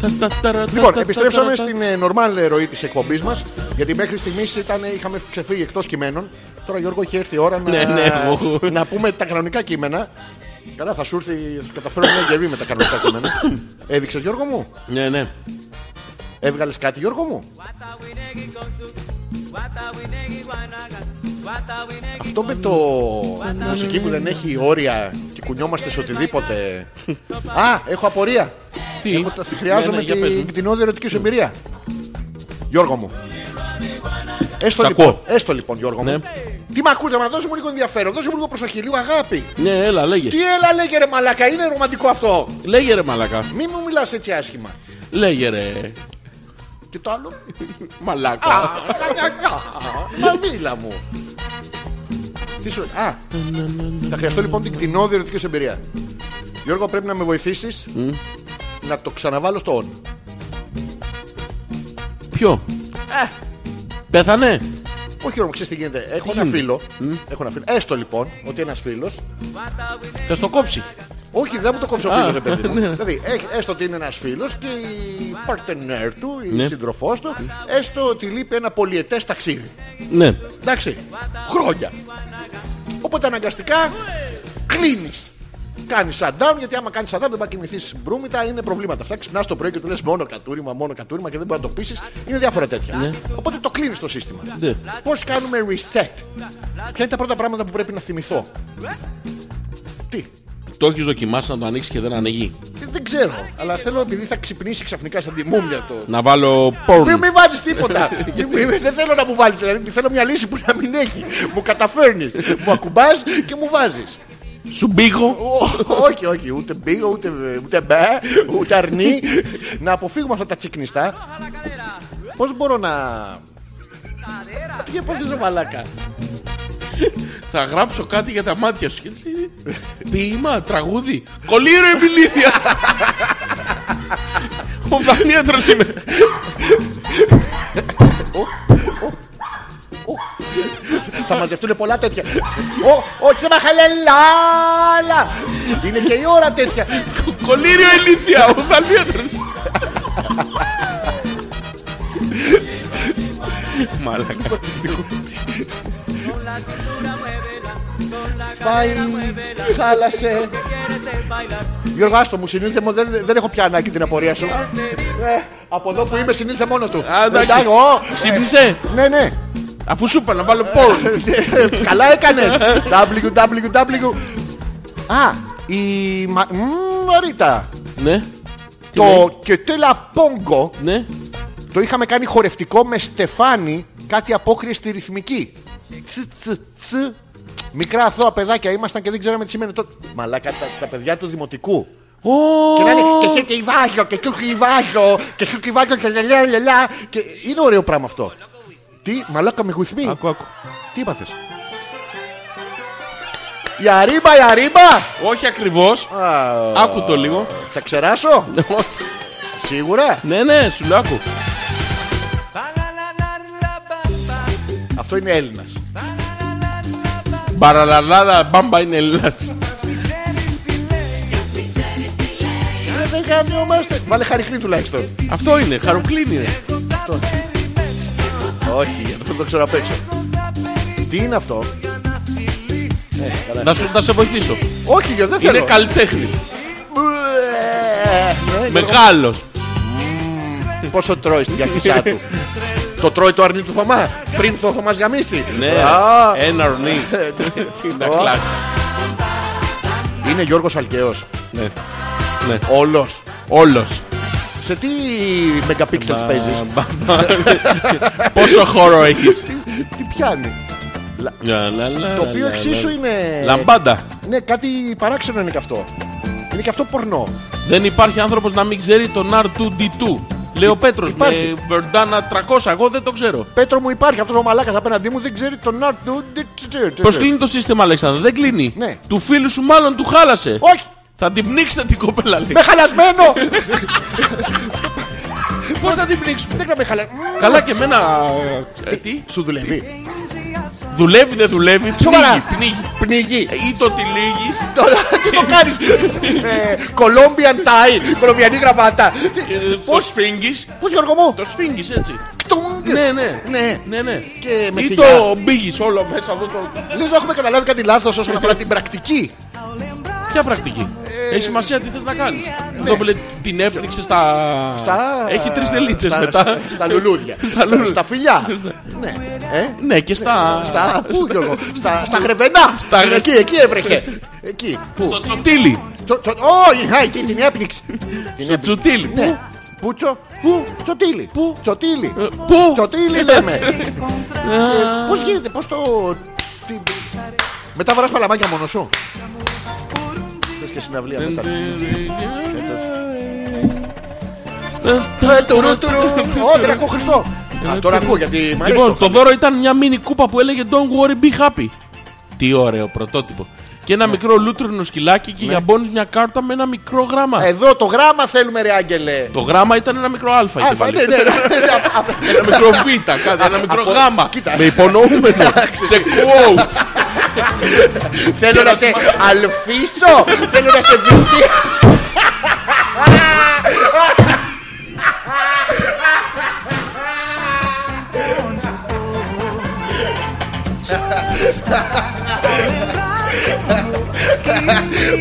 [SPEAKER 2] Τα- τα- τα- τα-
[SPEAKER 1] Λοιπόν,
[SPEAKER 2] τα-
[SPEAKER 1] επιστρέψαμε
[SPEAKER 2] τα- τα-
[SPEAKER 1] στην ε, normal ε, ροή της εκπομπής μας γιατί μέχρι στιγμής ήταν, ε, είχαμε ξεφύγει εκτός κειμένων. Τώρα Γιώργο έχει έρθει η ώρα να,
[SPEAKER 2] Ναι, ναι, εγώ.
[SPEAKER 1] να πούμε τα κανονικά κείμενα. Καλά, θα σου έρθει, θα σου καταφέρω μια γερμή με τα κανονικά κείμενα. Έδειξες Γιώργο μου,
[SPEAKER 2] Ναι, ναι.
[SPEAKER 1] έβγαλες κάτι Γιώργο μου. Αυτό με το μουσική που δεν έχει όρια και κουνιόμαστε σε οτιδήποτε. Α, έχω απορία.
[SPEAKER 2] Τι?
[SPEAKER 1] Έχω, τα-
[SPEAKER 2] Ναι,
[SPEAKER 1] χρειάζομαι
[SPEAKER 2] ναι, για πες μου.
[SPEAKER 1] την κτηνόδη ερωτική σου εμπειρία. Γιώργο μου. Έστω
[SPEAKER 2] Σ'
[SPEAKER 1] λοιπόν,
[SPEAKER 2] ακούω.
[SPEAKER 1] έστω λοιπόν Γιώργο
[SPEAKER 2] Ναι.
[SPEAKER 1] μου. Τι μ' ακούς, μα δώσε μου λίγο ενδιαφέρον, δώσε μου λίγο προσοχή, λίγο αγάπη.
[SPEAKER 2] Ναι, έλα, λέγε.
[SPEAKER 1] Τι έλα λέγε ρε μαλάκα, είναι ρομαντικό αυτό.
[SPEAKER 2] Λέγε ρε μαλακά.
[SPEAKER 1] Μη μου μιλάς έτσι άσχημα.
[SPEAKER 2] Λέγε ρε.
[SPEAKER 1] Και το άλλο. Α,
[SPEAKER 2] Μαλάκα.
[SPEAKER 1] Μα μίλα μου. Τι σου Α, θα χρειαστώ λοιπόν την κτηνόδη ερωτικής σου εμπειρίας. Γιώργο, πρέπει να με βοηθήσεις να το ξαναβάλω στο on.
[SPEAKER 2] Ποιο. Ε. Πέθανε.
[SPEAKER 1] Όχι Ρώμα, ξέρεις τι γίνεται. Έχω ένα
[SPEAKER 2] γίνεται?
[SPEAKER 1] φίλο. Έχω ένα φίλο. Έστω λοιπόν ότι ένας φίλος.
[SPEAKER 2] Θα στο κόψει.
[SPEAKER 1] Όχι, δεν μου το κόψει ο φίλος,
[SPEAKER 2] Α,
[SPEAKER 1] ρε παιδί μου.
[SPEAKER 2] ναι.
[SPEAKER 1] δηλαδή, έχ- έστω ότι είναι ένας φίλος και η partner του, η
[SPEAKER 2] Ναι.
[SPEAKER 1] σύντροφός του, έστω ότι λείπει ένα πολυετές ταξίδι.
[SPEAKER 2] Ναι.
[SPEAKER 1] Εντάξει, χρόνια. Οπότε αναγκαστικά κλείνεις. Κάνεις shutdown, γιατί άμα κάνεις shutdown δεν θα κοιμηθείς μπρούμητα, είναι προβλήματα αυτά. Ξυπνάς το πρωί και του λες μόνο κατούριμα, μόνο κατούριμα και δεν μπορεί να το πείσεις. Είναι διάφορα τέτοια. Οπότε το κλείνεις το σύστημα.
[SPEAKER 2] Ναι.
[SPEAKER 1] Πώς κάνουμε reset. Ποια είναι τα πρώτα πράγματα που πρέπει να θυμηθώ. Τι.
[SPEAKER 2] Το έχεις δοκιμάσει να το ανοίξεις και δεν ανοίγει.
[SPEAKER 1] Ε, Δεν ξέρω. Αλλά θέλω επειδή θα ξυπνήσει ξαφνικά σαν τη μούμια το...
[SPEAKER 2] Να βάλω
[SPEAKER 1] Μην
[SPEAKER 2] porn.
[SPEAKER 1] μη βάζεις τίποτα. Μη- μη- δεν θέλω να μου βάλεις. Δηλαδή, θέλω μια λύση που να μην έχει. Μου καταφέρνεις. Μου ακουμπάς και μου βάζεις.
[SPEAKER 2] Σου μπήγω.
[SPEAKER 1] Ω, όχι, όχι. Ούτε μπήγω, ούτε, ούτε μπέ, ούτε αρνί. να αποφύγουμε αυτά τα τσικνιστά. Πώς μπορώ να... Τι έπαθες μαλάκα.
[SPEAKER 2] Θα γράψω κάτι για τα μάτια σου. Και έτσι λέει, Ποίημα, τραγούδι. Κολύρο επιλήθεια. Ο Δανίατρος είμαι.
[SPEAKER 1] Θα μαζευτούν πολλά τέτοια. Ω, όχι, σε μαχαλελάλα. Είναι και η ώρα τέτοια.
[SPEAKER 2] Κολύριο ηλίθεια. Ο Δανίατρος. Μαλάκα.
[SPEAKER 1] Πάει, χάλασε. Γιώργο, άστο μου, συνήλθε μου, δεν, δεν έχω πια ανάγκη την απορία σου. Ε, από εδώ που είμαι συνήλθε μόνο του.
[SPEAKER 2] Α, εντάξει.
[SPEAKER 1] Εντάξει, ω,
[SPEAKER 2] Ξύπνησε.
[SPEAKER 1] ε, Ναι, ναι.
[SPEAKER 2] Αφού σου είπα να βάλω porn.
[SPEAKER 1] Καλά έκανες. www. Α, η Μα- Μ, Μαρίτα.
[SPEAKER 2] Ναι.
[SPEAKER 1] Το και τέλα πόγκο
[SPEAKER 2] Ναι.
[SPEAKER 1] Το είχαμε κάνει χορευτικό με στεφάνι κάτι απόκριες στη ρυθμική. Τσι, τσι, τσι. Μικρά αθώα παιδάκια ήμασταν και δεν ξέραμε τι σημαίνει τότε. Μαλάκα τα, τα παιδιά του δημοτικού. Και λένε και σε κυβάζω και σου κυβάζω και σου κυβάζω και λελιά λελιά. Και είναι ωραίο πράγμα αυτό. Τι, μαλάκα με γουθμή.
[SPEAKER 2] Ακού, ακού.
[SPEAKER 1] Τι είπαθες. Γιαρίμπα, γιαρίμπα.
[SPEAKER 2] Όχι ακριβώς.
[SPEAKER 1] Α,
[SPEAKER 2] Άκου το λίγο.
[SPEAKER 1] Θα ξεράσω. Σίγουρα.
[SPEAKER 2] Ναι, ναι, σου λέω άκου.
[SPEAKER 1] Αυτό είναι Έλληνας.
[SPEAKER 2] Μπαραλαλάδα μπάμπα είναι Ελλάς.
[SPEAKER 1] Ε, Δεν γαμιόμαστε. Βάλε χαρικλή τουλάχιστον.
[SPEAKER 2] Αυτό είναι, χαρουκλίνη είναι.
[SPEAKER 1] Όχι, αυτό το ξέρω απ' έξω. Τι είναι αυτό.
[SPEAKER 2] Να, σου, να σε βοηθήσω.
[SPEAKER 1] Όχι, δεν θέλω.
[SPEAKER 2] Είναι καλλιτέχνης.
[SPEAKER 1] Ναι,
[SPEAKER 2] Μεγάλος.
[SPEAKER 1] Πόσο τρώει στην γιαχισά του. Το τρώει το αρνί του Θωμά. Πριν το Θωμάς γαμίστη.
[SPEAKER 2] Ναι,
[SPEAKER 1] Α,
[SPEAKER 2] ένα ορνί. Να
[SPEAKER 1] Α.
[SPEAKER 2] κλάσει.
[SPEAKER 1] Είναι Γιώργος Αλκαίος.
[SPEAKER 2] Ναι.
[SPEAKER 1] Όλος.
[SPEAKER 2] Όλος.
[SPEAKER 1] Σε τι megapixels παίζεις.
[SPEAKER 2] Πόσο χώρο έχεις.
[SPEAKER 1] Τι πιάνει. Το οποίο εξίσου είναι...
[SPEAKER 2] Λαμπάντα.
[SPEAKER 1] Ναι, κάτι παράξενο είναι και αυτό. Είναι και αυτό πορνό.
[SPEAKER 2] Δεν υπάρχει άνθρωπος να μην ξέρει τον R2D2. Λέει ο Πέτρος
[SPEAKER 1] υπάρχει.
[SPEAKER 2] με Verdana 300. Εγώ δεν το ξέρω.
[SPEAKER 1] Πέτρο μου υπάρχει αυτός ο μαλάκας απέναντί μου δεν ξέρει τον art του.
[SPEAKER 2] Πώς κλείνει το σύστημα, Αλέξανδρε. Δεν κλείνει.
[SPEAKER 1] Ναι.
[SPEAKER 2] Του φίλου σου μάλλον του χάλασε.
[SPEAKER 1] Όχι!
[SPEAKER 2] Θα την πνίξετε την κοπέλα, λέει.
[SPEAKER 1] Με χαλασμένο!
[SPEAKER 2] Πώς θα την πνίξουμε.
[SPEAKER 1] Δεν με χαλα...
[SPEAKER 2] Καλά και εμένα... ε, Τι.
[SPEAKER 1] Σου δουλεύει.
[SPEAKER 2] Δουλεύει, δεν δουλεύει.
[SPEAKER 1] Σοβαρά.
[SPEAKER 2] Πνίγει, πνίγει.
[SPEAKER 1] Πνιγεί.
[SPEAKER 2] Ε, Ή το τυλίγεις.
[SPEAKER 1] Τι το κάνεις. Ε, Colombian tie. Κολομβιανή γραβάτα.
[SPEAKER 2] ε, Το
[SPEAKER 1] Πώς,
[SPEAKER 2] σφίγγεις.
[SPEAKER 1] πώς Γιώργο μου.
[SPEAKER 2] Το σφίγγεις έτσι.
[SPEAKER 1] Κτουνγκ.
[SPEAKER 2] Ναι, ναι.
[SPEAKER 1] Ναι.
[SPEAKER 2] ναι, ναι.
[SPEAKER 1] Και με
[SPEAKER 2] Ή
[SPEAKER 1] θηλιά.
[SPEAKER 2] το μπήγεις όλο μέσα αυτό το...
[SPEAKER 1] Λες να έχουμε καταλάβει κάτι λάθος
[SPEAKER 2] Ε,
[SPEAKER 1] όσον αφορά την πρακτική.
[SPEAKER 2] Ποια πρακτική. Έχει σημασία τι θες να κάνεις. Αυτό που λέει την έπνιξε στα...
[SPEAKER 1] Στα-
[SPEAKER 2] Έχει τρεις τελίτσες
[SPEAKER 1] στα-
[SPEAKER 2] μετά.
[SPEAKER 1] στα- Στα λουλούδια.
[SPEAKER 2] Στα λουλούδια.
[SPEAKER 1] Στα φιλιά.
[SPEAKER 2] Στα-
[SPEAKER 1] Ναι. Ε,
[SPEAKER 2] Ναι, και στα...
[SPEAKER 1] Στα πού Γιώργο, στα, στα γρεβενά.
[SPEAKER 2] Στα γρε-
[SPEAKER 1] Εκεί, εκεί έβρεχε. Εκεί. Πού.
[SPEAKER 2] Στο τσουτήλι.
[SPEAKER 1] Το- το- Όχι, χα, εκεί την έπνιξε. Την
[SPEAKER 2] Στο
[SPEAKER 1] έπνιξε.
[SPEAKER 2] τσουτήλι.
[SPEAKER 1] Ναι. Πού τσο. Πού. Τσοτήλι.
[SPEAKER 2] Πού?
[SPEAKER 1] Τσοτήλι.
[SPEAKER 2] Ε, Πού.
[SPEAKER 1] Τσοτήλι λέμε. Ε, Πώς γίνεται, πώς το... τι- Μετά βαράς παλαμάκια μόνος σου. Θες και συναυλία μετά. Ε, τουρου, τουρου. Ω, δεν ακούω Χριστό. Ας, τώρα ακούω γιατί μ' αρέσει
[SPEAKER 2] Λοιπόν,
[SPEAKER 1] το-
[SPEAKER 2] το δώρο ήταν μια μίνι κούπα που έλεγε Don't worry, be happy. Τι ωραίο πρωτότυπο. Και
[SPEAKER 1] Ναι.
[SPEAKER 2] ένα μικρό λούτρινο σκυλάκι και γιαμπώνεις μια κάρτα με ένα μικρό γράμμα.
[SPEAKER 1] Εδώ το γράμμα θέλουμε ρε Άγγελε.
[SPEAKER 2] Το γράμμα ήταν ένα μικρό α. είχε
[SPEAKER 1] Α,
[SPEAKER 2] βάλει.
[SPEAKER 1] ναι, ναι, ναι. Α,
[SPEAKER 2] Ένα μικρό β, κάτι, ένα μικρό
[SPEAKER 1] από-
[SPEAKER 2] γ.
[SPEAKER 1] κοίτα.
[SPEAKER 2] Με υπονοούμενο. Σε quotes.
[SPEAKER 1] Θέλω να σε αλφίσω. Θέλω να σε βυθί.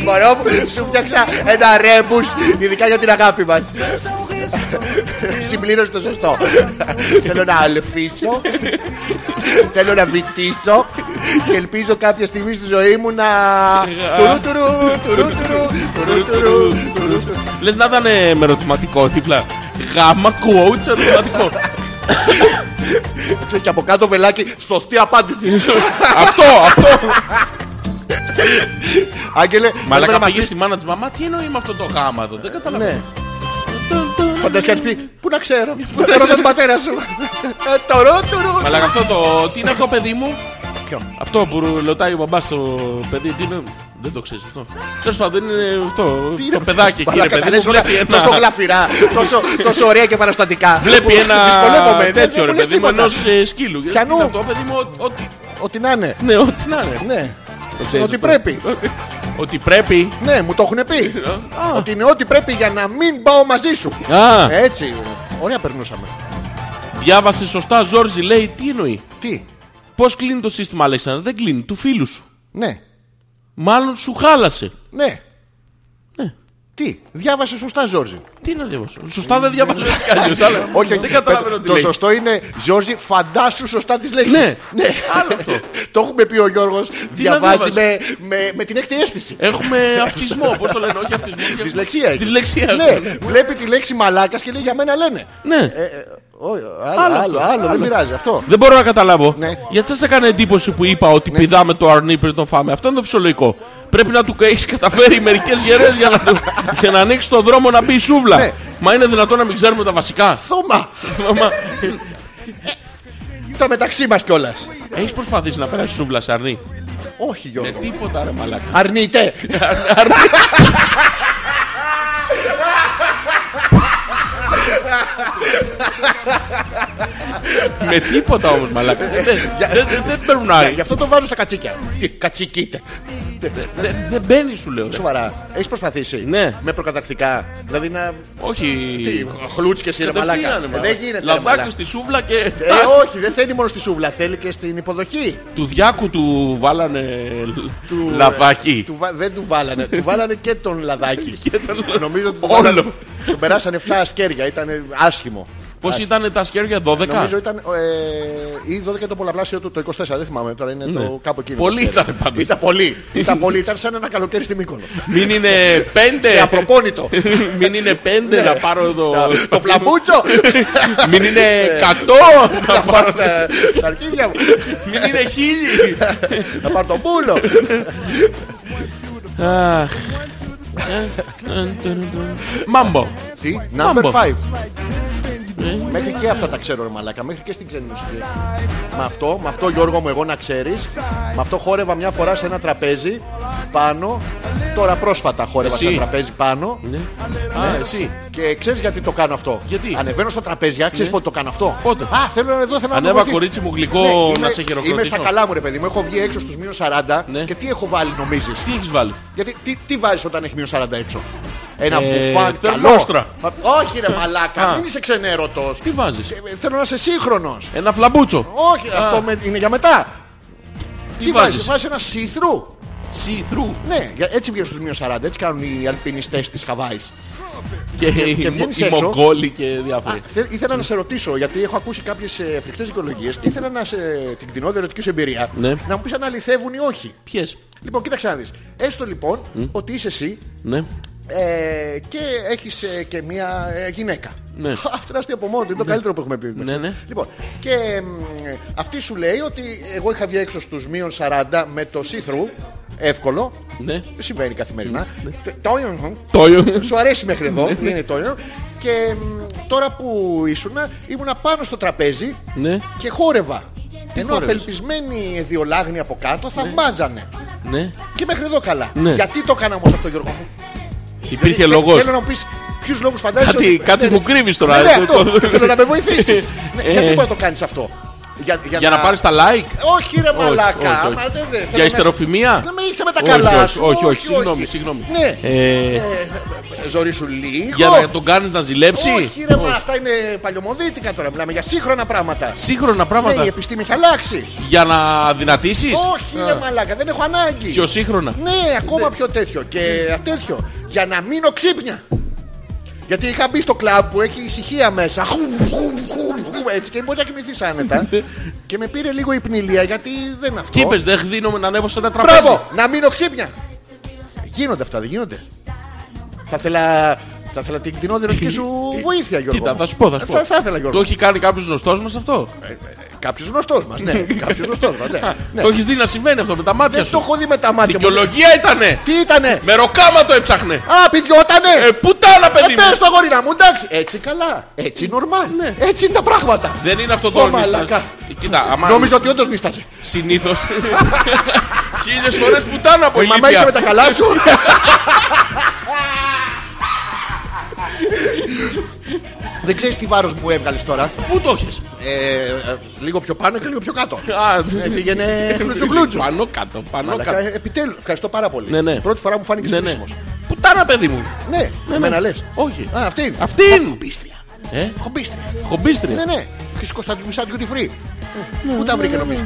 [SPEAKER 1] Μωρό μου, σου φτιάξα ένα ρέμπους Ειδικά για την αγάπη μας Συμπλήρωσε το σωστό Θέλω να αλφίσω Θέλω να βυτίσω Και ελπίζω κάποια στιγμή στη ζωή μου να Τουρού τουρού τουρού τουρού τουρού τουρού τουρού τουρού.
[SPEAKER 2] Λες να ήταν ε, με ερωτηματικό τύπλα. Γάμα quotes ερωτηματικό.
[SPEAKER 1] Ξέρεις και από κάτω βελάκι Σωστή απάντηση
[SPEAKER 2] Αυτό, αυτό.
[SPEAKER 1] Άγγελε πρέπει να
[SPEAKER 2] Μαλάκα
[SPEAKER 1] μας
[SPEAKER 2] πήγε
[SPEAKER 1] πεις
[SPEAKER 2] στη μάνα της μαμά. Τι εννοεί με αυτό το γάμα εδώ. Δεν καταλαβαίνω.
[SPEAKER 1] Ναι Φαντασία να της πει Πού να ξέρω Πού να ρωτά τον πατέρα σου Ε, Τουρού τουρού
[SPEAKER 2] Μαλάκα αυτό το... Τι είναι αυτό παιδί μου.
[SPEAKER 1] Ποιον?
[SPEAKER 2] Αυτό που ρωτάει ο μπαμπάς στο παιδί, τι είναι. Δεν το ξέρεις αυτό. Τέλος πάντων είναι αυτό.
[SPEAKER 1] Τι είναι
[SPEAKER 2] Το
[SPEAKER 1] αυτό?
[SPEAKER 2] παιδάκι εκεί, ρε
[SPEAKER 1] Μαλάκα, τα
[SPEAKER 2] παιδί μου.
[SPEAKER 1] λες όλα
[SPEAKER 2] Βλέπει
[SPEAKER 1] ε, Τόσο
[SPEAKER 2] ένα,
[SPEAKER 1] γλαφυρά, τόσο, τόσο ωραία και παραστατικά.
[SPEAKER 2] βλέπει
[SPEAKER 1] Που
[SPEAKER 2] ένα
[SPEAKER 1] δυσκολεύομαι, δεν-
[SPEAKER 2] τέτοιο
[SPEAKER 1] δεν
[SPEAKER 2] ρε
[SPEAKER 1] μου λες
[SPEAKER 2] παιδί μου,
[SPEAKER 1] τίποτα.
[SPEAKER 2] ενός ε, σκύλου. Και
[SPEAKER 1] Πιανού.
[SPEAKER 2] είναι Αυτό παιδί μου, ό- ό,τι...
[SPEAKER 1] Ότι να είναι.
[SPEAKER 2] Ναι, ό,τι να είναι.
[SPEAKER 1] Ναι.
[SPEAKER 2] ξέρεις
[SPEAKER 1] Ότι
[SPEAKER 2] αυτό.
[SPEAKER 1] πρέπει.
[SPEAKER 2] Ότι πρέπει.
[SPEAKER 1] Ναι, μου το έχουν πει. Ότι είναι ό,τι πρέπει για να μην πάω μαζί σου.
[SPEAKER 2] Α,
[SPEAKER 1] Έτσι. Ωραία περνούσαμε.
[SPEAKER 2] διάβασε σωστά Ζόρζι λέει, τι εννοεί.
[SPEAKER 1] Τι.
[SPEAKER 2] Πώς κλείνει το σύστημα Αλέξανδρα, δεν κλείνει, του φίλου σου.
[SPEAKER 1] Ναι.
[SPEAKER 2] Μάλλον σου χάλασε.
[SPEAKER 1] Ναι.
[SPEAKER 2] Ναι.
[SPEAKER 1] Τι. Διάβασε σωστά, Ζόρζι.
[SPEAKER 2] Τι να διαβάσω. Σωστά δεν διαβάζω έτσι κι αλλιώς, αλλά δεν καταλαβαίνω τι
[SPEAKER 1] Το
[SPEAKER 2] λέει.
[SPEAKER 1] σωστό είναι, Ζόρζι, φαντάσου σωστά τις λέξεις.
[SPEAKER 2] Ναι.
[SPEAKER 1] ναι.
[SPEAKER 2] Άλλο αυτό.
[SPEAKER 1] το έχουμε πει ο Γιώργος. Διαβάζει
[SPEAKER 2] διαβάζεις?
[SPEAKER 1] με, με, με την έκτη αίσθηση.
[SPEAKER 2] Έχουμε αυτισμό, πώς το λένε, Ε, όχι αυτισμό.
[SPEAKER 1] Δυσλεξία έχει.
[SPEAKER 2] Δυσλεξία.
[SPEAKER 1] Ναι, βλέπει τη λέξη μαλάκας και λέει για μένα λένε.
[SPEAKER 2] Ναι.
[SPEAKER 1] Ε, ε, Ό, Άλλο, άλλο, άλλο, δεν πειράζει αυτό.
[SPEAKER 2] Δεν μπορώ να καταλάβω.
[SPEAKER 1] Ναι.
[SPEAKER 2] Γιατί σας έκανε εντύπωση που είπα ότι πηδάμε το αρνί πριν το φάμε. Αυτό είναι το φυσιολογικό. Πρέπει να του έχεις καταφέρει μερικές γερές για να, του- για να ανοίξει το δρόμο να μπει η σούβλα.
[SPEAKER 1] Ναι.
[SPEAKER 2] Μα είναι δυνατόν να μην ξέρουμε τα βασικά.
[SPEAKER 1] Θωμά,
[SPEAKER 2] Μα,
[SPEAKER 1] τα μεταξύ μας κιόλας.
[SPEAKER 2] έχεις προσπαθήσει να περάσεις σούβλα σε αρνί.
[SPEAKER 1] Όχι
[SPEAKER 2] Ε,
[SPEAKER 1] Γιώργο.
[SPEAKER 2] τίποτα ρε μαλάκα. Ναι,
[SPEAKER 1] Αρνείτε.
[SPEAKER 2] Με τίποτα όμως μαλάκα. Δεν- δεν- δεν- Δεν περνάει.
[SPEAKER 1] Ναι, Γι' αυτό το βάζω στα κατσίκια. Τι, Κατσικίτε.
[SPEAKER 2] Δεν δεν μπαίνει σου λέω. ρε.
[SPEAKER 1] Σοβαρά. Έχεις προσπαθήσει.
[SPEAKER 2] Ναι.
[SPEAKER 1] Με προκατακτικά. Δηλαδή να...
[SPEAKER 2] Όχι.
[SPEAKER 1] Χλούτς και σύρε μαλάκα.
[SPEAKER 2] Κατευθείαν,
[SPEAKER 1] Ε,
[SPEAKER 2] ρε,
[SPEAKER 1] Δεν γίνεται. ρε, μαλάκα.
[SPEAKER 2] Λαμπάκι στη σούβλα και.
[SPEAKER 1] Ε, όχι, δεν θέλει μόνο στη σούβλα, θέλει και στην υποδοχή.
[SPEAKER 2] Του διάκου του βάλανε
[SPEAKER 1] Του- ε,
[SPEAKER 2] λαβάκι.
[SPEAKER 1] Του βα- δεν του βάλανε, του βάλανε και τον λαδάκι. Νομίζω ότι του
[SPEAKER 2] Όλο.
[SPEAKER 1] βάλανε- Του περάσανε 7 ασκέρια, ήταν ε, άσχημο.
[SPEAKER 2] Πώς ήταν τα σκέρια 12.
[SPEAKER 1] Νομίζω ήταν ε, ή 12 το πολλαπλάσιο του το 24, δεν θυμάμαι τώρα, είναι το κάπου εκεί.
[SPEAKER 2] Πολλοί Ναι. ήταν πάντως.
[SPEAKER 1] Ήταν πολύ. ήταν πολύ, ήταν σαν ένα καλοκαίρι στη Μύκονο.
[SPEAKER 2] Μην είναι
[SPEAKER 1] Σε
[SPEAKER 2] πέντε.
[SPEAKER 1] απροπόνητο.
[SPEAKER 2] Ε. Μην είναι πέντε να πάρω το.
[SPEAKER 1] το φλαμπούτσο.
[SPEAKER 2] Μην είναι εκατό να πάρω.
[SPEAKER 1] Τα- Τα αρχίδια μου.
[SPEAKER 2] Μην είναι χίλιοι.
[SPEAKER 1] Να πάρω τον πούλο.
[SPEAKER 2] Αχ. Μάμπο.
[SPEAKER 1] Τι, number
[SPEAKER 2] Μάμπο.
[SPEAKER 1] 5.
[SPEAKER 2] Ε.
[SPEAKER 1] Μέχρι και αυτά τα ξέρω, ρε Μαλάκα. Μέχρι και στην ξένη μουσική. Με αυτό, με αυτό Γιώργο μου, εγώ να ξέρεις. Με αυτό χόρευα μια φορά σε ένα τραπέζι πάνω. Τώρα πρόσφατα χόρευα σε
[SPEAKER 2] Εσύ.
[SPEAKER 1] ένα τραπέζι πάνω.
[SPEAKER 2] Ναι. Α, εσύ.
[SPEAKER 1] Και ξέρεις γιατί το κάνω αυτό.
[SPEAKER 2] Γιατί? Ναι.
[SPEAKER 1] Ανεβαίνω στα τραπέζια, ξέρεις πότε το κάνω αυτό.
[SPEAKER 2] Πότε?
[SPEAKER 1] Α, θέλω να δω, θέλω να
[SPEAKER 2] Ανέβα,
[SPEAKER 1] βοηθήσεις.
[SPEAKER 2] κορίτσι μου, γλυκό, να σε χειροκροτήσω.
[SPEAKER 1] Είμαι στα καλά μου, ρε παιδί μου. Έχω βγει έξω στους μείον 40
[SPEAKER 2] Ναι.
[SPEAKER 1] και τι έχω βάλει, νομίζεις.
[SPEAKER 2] Τι έχεις βάλει.
[SPEAKER 1] Γιατί τι, τι βάζεις όταν έχεις μείον 40 έξω. Ένα
[SPEAKER 2] Ε,
[SPEAKER 1] μπουφάν καλό.
[SPEAKER 2] θερμόστρα.
[SPEAKER 1] Μα- Όχι ρε μαλάκα,
[SPEAKER 2] Α.
[SPEAKER 1] μην είσαι ξενέρωτος.
[SPEAKER 2] Τι βάζεις.
[SPEAKER 1] Ε, Θέλω να είσαι σύγχρονος.
[SPEAKER 2] Ένα φλαμπούτσο.
[SPEAKER 1] Όχι, αυτό με- είναι για μετά.
[SPEAKER 2] Τι βάζεις.
[SPEAKER 1] βάζεις ένα σύθρου.
[SPEAKER 2] See through.
[SPEAKER 1] Ναι, για- έτσι βγαίνουν στους μείον 40, έτσι κάνουν οι αλπινιστές της Χαβάης.
[SPEAKER 2] Και
[SPEAKER 1] και
[SPEAKER 2] οι
[SPEAKER 1] βγαίνεις
[SPEAKER 2] οι
[SPEAKER 1] έξω.
[SPEAKER 2] Μογγόλοι και διάφοροι.
[SPEAKER 1] Θε- Ήθελα να σε ρωτήσω, γιατί έχω ακούσει κάποιες ε, φρικτές δικαιολογίες και ήθελα να σε, την κτηνόδη ερωτική σου εμπειρίας
[SPEAKER 2] Ναι.
[SPEAKER 1] να μου πεις αν αληθεύουν ή όχι.
[SPEAKER 2] Ποιες.
[SPEAKER 1] Λοιπόν, κοίταξε να δεις. Έστω λοιπόν ότι είσαι εσύ
[SPEAKER 2] Ναι.
[SPEAKER 1] Ε, και έχεις ε, και μία ε, γυναίκα.
[SPEAKER 2] Ναι.
[SPEAKER 1] Αυτό τεράστιο από μόνο του, είναι το καλύτερο που έχουμε πει. εντάξει.
[SPEAKER 2] Ναι, ναι.
[SPEAKER 1] Λοιπόν, και μ, ε, αυτή σου λέει ότι εγώ είχα βγει έξω στους μείον 40 με το see-through, εύκολο.
[SPEAKER 2] Ναι.
[SPEAKER 1] Συμβαίνει καθημερινά. Το- Το όνειρο,
[SPEAKER 2] Το Ναι,
[SPEAKER 1] σου αρέσει μέχρι εδώ, είναι το όνειρο. Και μ, τώρα που ήσουν, ήμουνα πάνω στο τραπέζι
[SPEAKER 2] Ναι.
[SPEAKER 1] και χόρευα. Ενώ
[SPEAKER 2] χόρευες?
[SPEAKER 1] απελπισμένοι διολάγνοι από κάτω θαυμάζανε.
[SPEAKER 2] Ναι.
[SPEAKER 1] Και μέχρι εδώ καλά.
[SPEAKER 2] Ναι.
[SPEAKER 1] Γιατί το έκανα όμως αυτό, Γιώργο μου.
[SPEAKER 2] Υπήρχε
[SPEAKER 1] Θε-
[SPEAKER 2] λόγος.
[SPEAKER 1] Θέλω να μου πεις ποιους λόγους φαντάζεσαι.
[SPEAKER 2] Κάτι- κάτι μου κρύβεις τώρα.
[SPEAKER 1] Ναι, ναι,
[SPEAKER 2] Το-
[SPEAKER 1] αυτό.
[SPEAKER 2] το-
[SPEAKER 1] Θέλω να με βοηθήσεις. Ναι,
[SPEAKER 2] Ε.
[SPEAKER 1] Γιατί μπορεί να το κάνεις αυτό. Για,
[SPEAKER 2] Για να πάρεις τα like.
[SPEAKER 1] Όχι ρε
[SPEAKER 2] όχι,
[SPEAKER 1] μαλάκα.
[SPEAKER 2] όχι.
[SPEAKER 1] άμα δεν- δεν- θέλω
[SPEAKER 2] Για
[SPEAKER 1] να-
[SPEAKER 2] ιστεροφημία.
[SPEAKER 1] Να με είσαι με τα
[SPEAKER 2] Όχι,
[SPEAKER 1] καλά
[SPEAKER 2] όχι,
[SPEAKER 1] σου.
[SPEAKER 2] όχι, όχι, συγγνώμη, συγγνώμη.
[SPEAKER 1] Ναι.
[SPEAKER 2] Ε,
[SPEAKER 1] Ε, Ζωή σου λίγο.
[SPEAKER 2] Για να τον κάνεις να ζηλέψει.
[SPEAKER 1] Όχι ρε μα
[SPEAKER 2] Όχι.
[SPEAKER 1] αυτά είναι παλιωμοδίτικα τώρα. Μιλάμε για σύγχρονα πράγματα.
[SPEAKER 2] Σύγχρονα
[SPEAKER 1] Ναι, η
[SPEAKER 2] πράγματα.
[SPEAKER 1] επιστήμη έχει αλλάξει.
[SPEAKER 2] Για να δυνατήσεις.
[SPEAKER 1] Όχι ρε μαλάκα, δεν έχω ανάγκη.
[SPEAKER 2] Πιο σύγχρονα.
[SPEAKER 1] Ναι, ακόμα πιο τέτοιο. Και τέτοιο. Για να μείνω ξύπνια. Γιατί είχα μπει στο κλαμπ που έχει ησυχία μέσα. Χουμ, χουμ, χουμ, χουμ, έτσι και μπορεί να κοιμηθείς άνετα. και με πήρε λίγο υπνηλία γιατί δεν είναι αυτό.
[SPEAKER 2] Τι είπες, δεν δίνομαι να ανέβω σε ένα τραπέζι.
[SPEAKER 1] Μπράβο, να μείνω ξύπνια. Γίνονται αυτά, δεν γίνονται. Θα ήθελα, θα ήθελα την κτηνόδη ερωτική σου βοήθεια, Γιώργο.
[SPEAKER 2] Κοίτα,
[SPEAKER 1] μου. Ε,
[SPEAKER 2] θα σου πω, θα σου πω.
[SPEAKER 1] Θα, θα ήθελα, Γιώργο. Ε,
[SPEAKER 2] Το έχει κάνει κάποιος γνωστός μας αυτό.
[SPEAKER 1] Κάποιος γνωστός μας, ναι. Κάποιος γνωστός μας, ναι. ναι.
[SPEAKER 2] Το έχεις δει να συμβαίνει αυτό με τα μάτια
[SPEAKER 1] Δεν
[SPEAKER 2] σου.
[SPEAKER 1] το έχω δει με τα μάτια μου.
[SPEAKER 2] Δικαιολογία ήτανε.
[SPEAKER 1] Τι ήτανε.
[SPEAKER 2] Με ροκάμα το έψαχνε.
[SPEAKER 1] Α, πηδιότανε.
[SPEAKER 2] Ε, πουτάνα
[SPEAKER 1] Ε,
[SPEAKER 2] παιδί μου.
[SPEAKER 1] πες το γορίνα μου, εντάξει. Έτσι καλά. Έτσι νορμάλ.
[SPEAKER 2] Ναι.
[SPEAKER 1] Έτσι είναι τα πράγματα.
[SPEAKER 2] Δεν είναι αυτό
[SPEAKER 1] Ω,
[SPEAKER 2] το
[SPEAKER 1] μαλάκα.
[SPEAKER 2] όρνιστα. Κοίτα, άμα
[SPEAKER 1] Νομίζω ότι όντως νίστασε.
[SPEAKER 2] συνήθως... Χίλιες φορές πουτάνα από
[SPEAKER 1] Ε, Μαμά είσαι με
[SPEAKER 2] ηλίθεια.
[SPEAKER 1] τα καλά σου. Δεν ξέρεις τι βάρος μου έβγαλες τώρα.
[SPEAKER 2] Πού το έχεις.
[SPEAKER 1] Ε, ε, λίγο πιο πάνω και λίγο πιο κάτω.
[SPEAKER 2] Α,
[SPEAKER 1] Ε, Πήγαινε χλούτσου χλούτσου.
[SPEAKER 2] Πάνω κάτω, πάνω
[SPEAKER 1] Μαλάκα,
[SPEAKER 2] κάτω.
[SPEAKER 1] ε, Επιτέλους, ευχαριστώ πάρα πολύ.
[SPEAKER 2] Ναι, ναι.
[SPEAKER 1] Πρώτη φορά μου φάνηκες
[SPEAKER 2] Ναι, ναι.
[SPEAKER 1] χρήσιμος.
[SPEAKER 2] Πουτάνα παιδί μου.
[SPEAKER 1] Ναι, εμένα λες.
[SPEAKER 2] Όχι.
[SPEAKER 1] Α, αυτή είναι.
[SPEAKER 2] Αυτή είναι.
[SPEAKER 1] Χομπίστρια.
[SPEAKER 2] Ε,
[SPEAKER 1] Χομπίστρια. Ναι,
[SPEAKER 2] χομπίστρια.
[SPEAKER 1] ναι. Χρυσή Κωνσταντινουσά duty free.
[SPEAKER 2] Ναι,
[SPEAKER 1] Πού τα βρήκε νομίζω.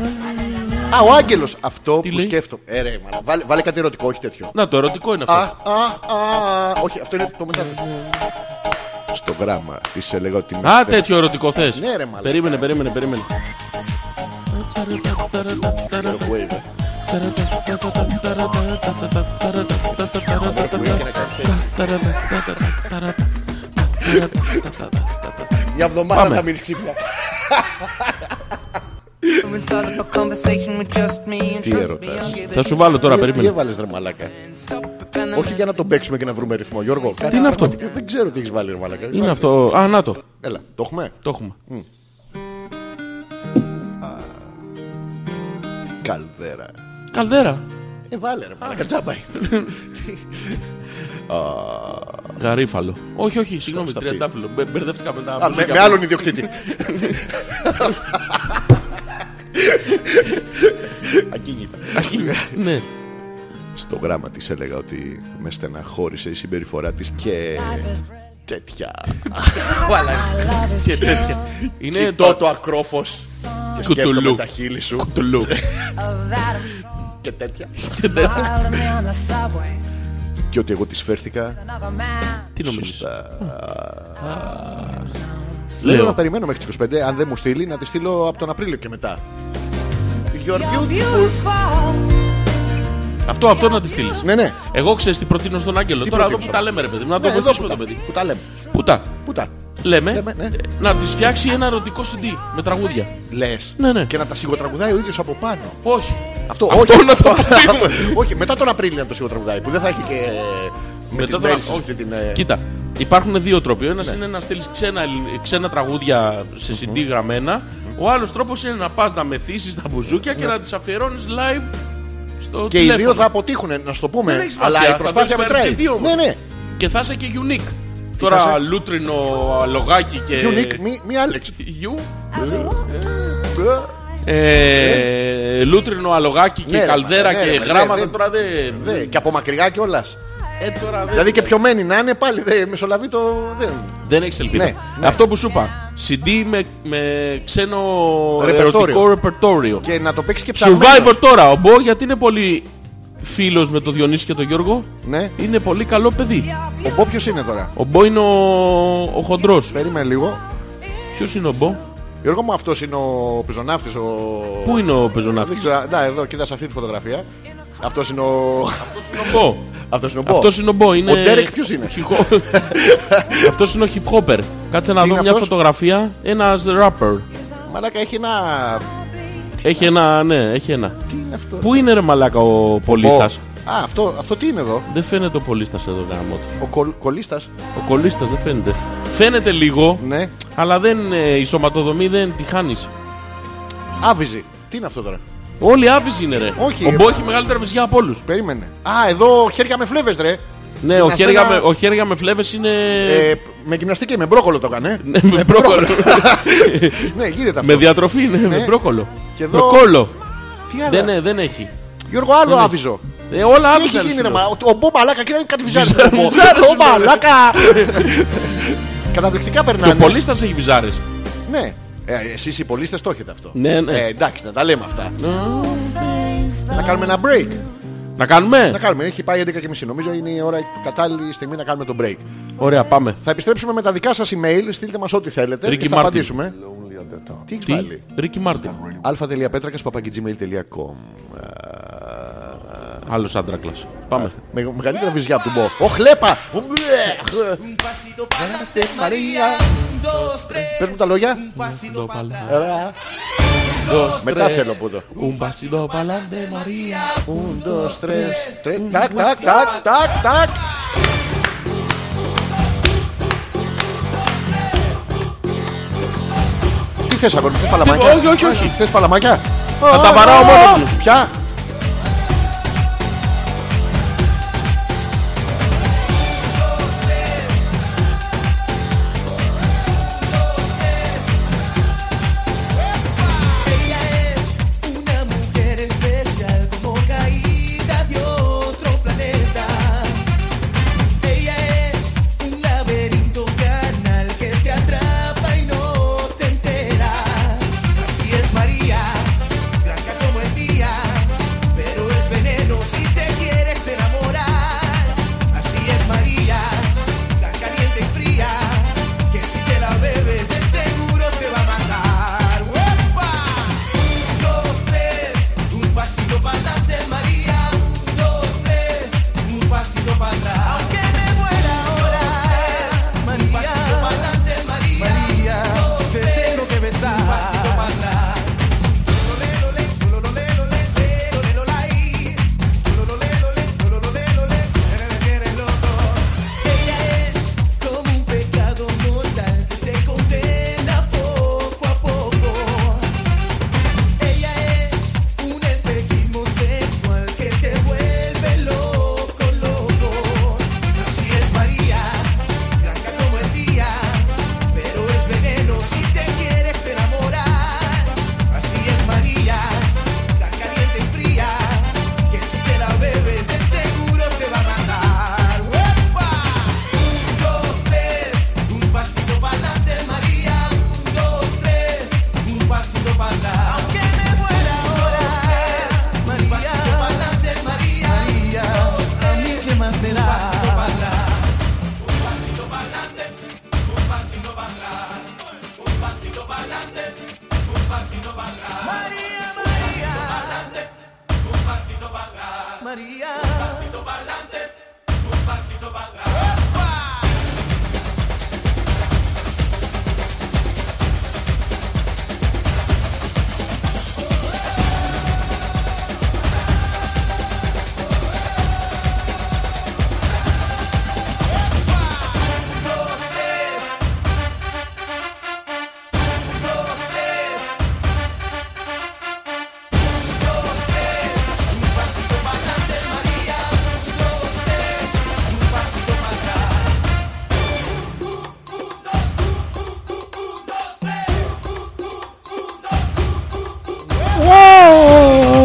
[SPEAKER 1] Α, ο Άγγελος. Αυτό που
[SPEAKER 2] λέει?
[SPEAKER 1] σκέφτομαι. Ε, ρε, μαλα, βάλε- βάλε κάτι ερωτικό, όχι τέτοιο.
[SPEAKER 2] Να το ερωτικό είναι
[SPEAKER 1] Α,
[SPEAKER 2] αυτό.
[SPEAKER 1] α, α. Όχι, αυτό είναι το μετά. Στο γράμμα της έλεγα ότι είμαι
[SPEAKER 2] Ναι, Α,
[SPEAKER 1] στέρ.
[SPEAKER 2] τέτοιο ερωτικό θες.
[SPEAKER 1] Ναι, ρε, μαλάκα.
[SPEAKER 2] Περίμενε, περίμενε, περίμενε.
[SPEAKER 1] Microwave. Microwave και να κάνεις έτσι. Μια εβδομάδα θα μείνεις ξύπνια.
[SPEAKER 3] Or start up a conversation with just me and
[SPEAKER 1] Τι
[SPEAKER 3] trust me,
[SPEAKER 1] έρωτας.
[SPEAKER 3] I'll give
[SPEAKER 2] Θα
[SPEAKER 3] it
[SPEAKER 2] σου βάλω τώρα,
[SPEAKER 1] Τι- Τι
[SPEAKER 2] περίμενε.
[SPEAKER 1] έβαλες ρε μαλάκα.
[SPEAKER 3] stop and
[SPEAKER 1] Όχι για να τον παίξουμε και να βρούμε ρυθμό, Γιώργο. Κάτι
[SPEAKER 2] είναι αυτό?
[SPEAKER 1] πραγματικά Δεν ξέρω τι έχεις βάλει ρε μαλάκα.
[SPEAKER 2] Είναι αυτό. Α, να το.
[SPEAKER 1] Έλα, το έχουμε.
[SPEAKER 2] Το έχουμε.
[SPEAKER 1] Καλδέρα.
[SPEAKER 2] Καλδέρα.
[SPEAKER 1] Ε, βάλε ρε μαλάκα, τσάμπα είναι.
[SPEAKER 2] Γαρίφαλο. Όχι, όχι, συγγνώμη,
[SPEAKER 1] στα
[SPEAKER 2] τριαντάφυλλο. Μπε- Μπερδεύτηκα με τα
[SPEAKER 1] Α, με-
[SPEAKER 2] μπουζούκια
[SPEAKER 1] Με
[SPEAKER 2] μου.
[SPEAKER 1] άλλον ιδιοκτήτη. Ακίνητα.
[SPEAKER 2] Ναι.
[SPEAKER 1] Στο γράμμα της έλεγα ότι με στεναχώρησε η συμπεριφορά της και τέτοια.
[SPEAKER 2] Και τέτοια. Είναι
[SPEAKER 1] Κοιτώ Ναι, το ακρόφος και σκέφτομαι
[SPEAKER 2] Κουτουλού.
[SPEAKER 1] τα χείλη σου
[SPEAKER 2] του Λου.
[SPEAKER 1] και τέτοια.
[SPEAKER 2] ναι.
[SPEAKER 5] Follow me on the subway,
[SPEAKER 1] Και ότι εγώ της φέρθηκα
[SPEAKER 5] another man.
[SPEAKER 2] Τι νομίζεις.
[SPEAKER 1] σωστά. Λέω να
[SPEAKER 2] Λέω.
[SPEAKER 1] περιμένω μέχρι τις 25, αν δεν μου στείλει να τη στείλω από τον Απρίλιο και μετά. Γιώργιου.
[SPEAKER 5] Beautiful.
[SPEAKER 2] Αυτό, αυτό να τη στείλεις.
[SPEAKER 1] Ναι, ναι.
[SPEAKER 2] Εγώ ξέρεις τι προτείνω στον Άγγελο.
[SPEAKER 1] Τι
[SPEAKER 2] Τώρα εδώ
[SPEAKER 1] προτείνεις
[SPEAKER 2] που τα
[SPEAKER 1] τώρα?
[SPEAKER 2] λέμε ρε παιδί, μου, να
[SPEAKER 1] Ναι,
[SPEAKER 2] το
[SPEAKER 1] εδώ
[SPEAKER 2] βοηθήσουμε
[SPEAKER 1] που
[SPEAKER 2] το
[SPEAKER 1] τα-
[SPEAKER 2] παιδί.
[SPEAKER 1] Που τα λέμε.
[SPEAKER 2] Πού τα.
[SPEAKER 1] Πού τα.
[SPEAKER 2] Λέμε
[SPEAKER 1] Λέμε, ναι.
[SPEAKER 2] ε, να τη φτιάξει ένα ερωτικό CD με τραγούδια.
[SPEAKER 1] Λες.
[SPEAKER 2] Ναι, ναι.
[SPEAKER 1] Και να τα σιγοτραγουδάει ο ίδιος από πάνω.
[SPEAKER 2] Όχι.
[SPEAKER 1] Αυτό,
[SPEAKER 2] Αυτό
[SPEAKER 1] όχι.
[SPEAKER 2] να το αποφύγουμε.
[SPEAKER 1] όχι, μετά τον Απρίλιο να το σιγοτραγουδάει που δεν θα έχει και. ε, Με τις
[SPEAKER 2] τον-
[SPEAKER 1] mails
[SPEAKER 2] όχι.
[SPEAKER 1] αυτή την. ε, Ναι.
[SPEAKER 2] Κοίτα, υπάρχουν δύο τρόποι. Ο ένας είναι να στείλεις ξένα, ελλην- ξένα τραγούδια σε CD γραμμένα. Ο άλλος τρόπος είναι να πας να μεθύσεις τα μπουζούκια και να τις αφιερώνεις live στο
[SPEAKER 1] Ναι. Και οι
[SPEAKER 2] τηλέφωνο.
[SPEAKER 1] δύο θα αποτύχουν, να σου το πούμε.
[SPEAKER 2] Δεν έχεις
[SPEAKER 1] Αλλά
[SPEAKER 2] σημασία,
[SPEAKER 1] η
[SPEAKER 2] θα
[SPEAKER 1] προσπάθεια
[SPEAKER 2] το έχεις
[SPEAKER 1] μετράει.
[SPEAKER 2] φέρει και δύο όμως.
[SPEAKER 1] Ναι, ναι.
[SPEAKER 2] Και θα είσαι και unique.
[SPEAKER 1] θα
[SPEAKER 2] Τώρα
[SPEAKER 1] είσαι?
[SPEAKER 2] λούτρινο λογάκι και...
[SPEAKER 1] Unique, μη, μη Άλεξ.
[SPEAKER 2] You.
[SPEAKER 1] Ε,
[SPEAKER 2] Ε, λούτρινο αλογάκι και
[SPEAKER 1] Ναι, ρε,
[SPEAKER 2] καλδέρα
[SPEAKER 1] ναι, ρε,
[SPEAKER 2] και
[SPEAKER 1] ναι,
[SPEAKER 2] γράμματα
[SPEAKER 1] ναι.
[SPEAKER 2] τώρα δεν...
[SPEAKER 1] δε, και από μακριά κιόλας.
[SPEAKER 2] Ε, τώρα δεν-
[SPEAKER 1] Δηλαδή και πιωμένοι να είναι πάλι. Δε, μεσολαβεί το. Δε,
[SPEAKER 2] Δεν έχεις ελπίδα.
[SPEAKER 1] Ναι, ναι.
[SPEAKER 2] Αυτό που σου είπα. CD με, με ξένο
[SPEAKER 1] Ρεπερτόριο.
[SPEAKER 2] ερωτικό ρεπερτόριο.
[SPEAKER 1] και να το παίξεις και ψαγμένο.
[SPEAKER 2] Survivor τώρα. Ο Μπο γιατί είναι πολύ φίλος με τον Διονύση και τον Γιώργο.
[SPEAKER 1] Ναι.
[SPEAKER 2] Είναι πολύ καλό παιδί.
[SPEAKER 1] Ο Μπό ποιος είναι τώρα.
[SPEAKER 2] Ο Μπο είναι ο, ο χοντρός.
[SPEAKER 1] Περίμενε λίγο.
[SPEAKER 2] Ποιος είναι ο Μπο.
[SPEAKER 1] Γιώργο μου αυτός είναι ο πεζοναύτης. Ο...
[SPEAKER 2] Πού είναι ο
[SPEAKER 1] Δεν
[SPEAKER 2] πεζοναύτης.
[SPEAKER 1] ξέρω, να, εδώ, κοίτας σε αυτή τη φωτογραφία. Αυτός είναι ο...
[SPEAKER 2] Είναι ο Μπο.
[SPEAKER 1] Αυτός είναι ο Μπο.
[SPEAKER 2] Αυτός είναι ο Μπο. Είναι...
[SPEAKER 1] Ο Ντέρεκ ποιος είναι?
[SPEAKER 2] hip-hop. Αυτός είναι ο hip hopper. Κάτσε να
[SPEAKER 1] Τι
[SPEAKER 2] δω
[SPEAKER 1] είναι
[SPEAKER 2] μια
[SPEAKER 1] αυτός?
[SPEAKER 2] φωτογραφία. Ένας rapper.
[SPEAKER 1] Μαλάκα έχει ένα...
[SPEAKER 2] Έχει ένα, ναι, έχει ένα.
[SPEAKER 1] Τι είναι αυτό.
[SPEAKER 2] Πού είναι ρε μαλάκα ο πολίστας.
[SPEAKER 1] Ο- Α, αυτό, αυτό τι είναι εδώ.
[SPEAKER 2] Δεν φαίνεται ο πολίστας εδώ γάμο του.
[SPEAKER 1] Ο κολ, κολίστας.
[SPEAKER 2] Ο κολλίστας δεν φαίνεται. Φαίνεται λίγο,
[SPEAKER 1] Ναι.
[SPEAKER 2] αλλά δεν, ε, η σωματοδομή δεν τη χάνεις.
[SPEAKER 1] Άβυζη. Τι είναι αυτό τώρα.
[SPEAKER 2] Όλοι άβυζοι είναι ρε.
[SPEAKER 1] Όχι, ε,
[SPEAKER 2] ο
[SPEAKER 1] ρε.
[SPEAKER 2] Μπό έχει μεγαλύτερα μυζιά από όλους.
[SPEAKER 1] Περίμενε. Α, εδώ χέρια με φλέβες, ρε.
[SPEAKER 2] Ναι, ο
[SPEAKER 1] Γυμναστήκα-
[SPEAKER 2] Χέργα με, ο Χέργα με φλέβες είναι...
[SPEAKER 1] Ε, με γυμναστική, με μπρόκολο το έκανε.
[SPEAKER 2] ναι, με πρόκολο.
[SPEAKER 1] ναι, γίνεται αυτό.
[SPEAKER 2] με διατροφή είναι, με
[SPEAKER 1] Ναι.
[SPEAKER 2] πρόκολο.
[SPEAKER 1] Και εδώ-
[SPEAKER 2] Προκόλο.
[SPEAKER 1] Τι άλλο.
[SPEAKER 2] Δεν, ε, δεν έχει.
[SPEAKER 1] Γιώργο, άλλο
[SPEAKER 2] ναι.
[SPEAKER 1] άβυζο.
[SPEAKER 2] Ε, όλα
[SPEAKER 1] Τι έχει
[SPEAKER 2] άβυζα. ρε,
[SPEAKER 1] γίνει,
[SPEAKER 2] σου
[SPEAKER 1] ρε,
[SPEAKER 2] λέω.
[SPEAKER 1] μα. Ο- Ο Μπο Μαλάκα, κοίτα κάτι βυζάρι.
[SPEAKER 2] Βυζάρι,
[SPEAKER 1] Ο Μπο.
[SPEAKER 2] βυζάρι,
[SPEAKER 1] Ο
[SPEAKER 2] σου λέω.
[SPEAKER 1] Μαλάκα. Καταπληκτικά
[SPEAKER 2] Και ο
[SPEAKER 1] περνάνε.
[SPEAKER 2] πολίστας έχει βυζάρες.
[SPEAKER 1] Ναι. Ε, εσείς οι πολίστες το έχετε αυτό.
[SPEAKER 2] Ναι, ναι.
[SPEAKER 1] Ε, εντάξει, να τα λέμε αυτά. Να κάνουμε ένα break.
[SPEAKER 2] Να κάνουμε.
[SPEAKER 1] Να κάνουμε. Έχει πάει 11.30. Νομίζω είναι η ώρα η κατάλληλη στιγμή να κάνουμε το break.
[SPEAKER 2] Ωραία, πάμε.
[SPEAKER 1] Θα επιστρέψουμε με τα δικά σας email. Στείλτε μας ό,τι θέλετε.
[SPEAKER 2] Ricky
[SPEAKER 1] και θα
[SPEAKER 2] Martin.
[SPEAKER 1] απαντήσουμε. Τι έχεις
[SPEAKER 2] Τι,
[SPEAKER 1] βάλει.
[SPEAKER 2] Ρίκι Μάρτιν.
[SPEAKER 1] αλφα.πέτρακα.gmail.com
[SPEAKER 2] Άλλος άντρακλας. Πάμε.
[SPEAKER 1] Με μεγαλύτερα βυζιά από τον Μπο. Ο χλέπα! Ο μπλε!
[SPEAKER 4] Un pasito para adelante,
[SPEAKER 1] Μαρία!
[SPEAKER 4] un, dos, tres.
[SPEAKER 1] Πες μου τα λόγια.
[SPEAKER 4] Un pasito
[SPEAKER 2] Εδώ
[SPEAKER 4] para atrás,
[SPEAKER 2] πάλι.
[SPEAKER 1] Ρα. Μετά θέλω που το.
[SPEAKER 2] Un pasito pa'lante, María.
[SPEAKER 1] Un, dos, tres. Tre- Τάκ, τάκ, τάκ, τάκ, τάκ. Τι θες αγόρι, μου, θες παλαμάκια.
[SPEAKER 2] Όχι, όχι, όχι.
[SPEAKER 1] Θες παλαμάκια.
[SPEAKER 2] Θα τα βαράω μόνο μου.
[SPEAKER 1] Ποια.
[SPEAKER 4] es una mujer especial como caída de otro planeta. Ella es un laberinto carnal que te atrapa y no te entera. Así es María, blanca como el día.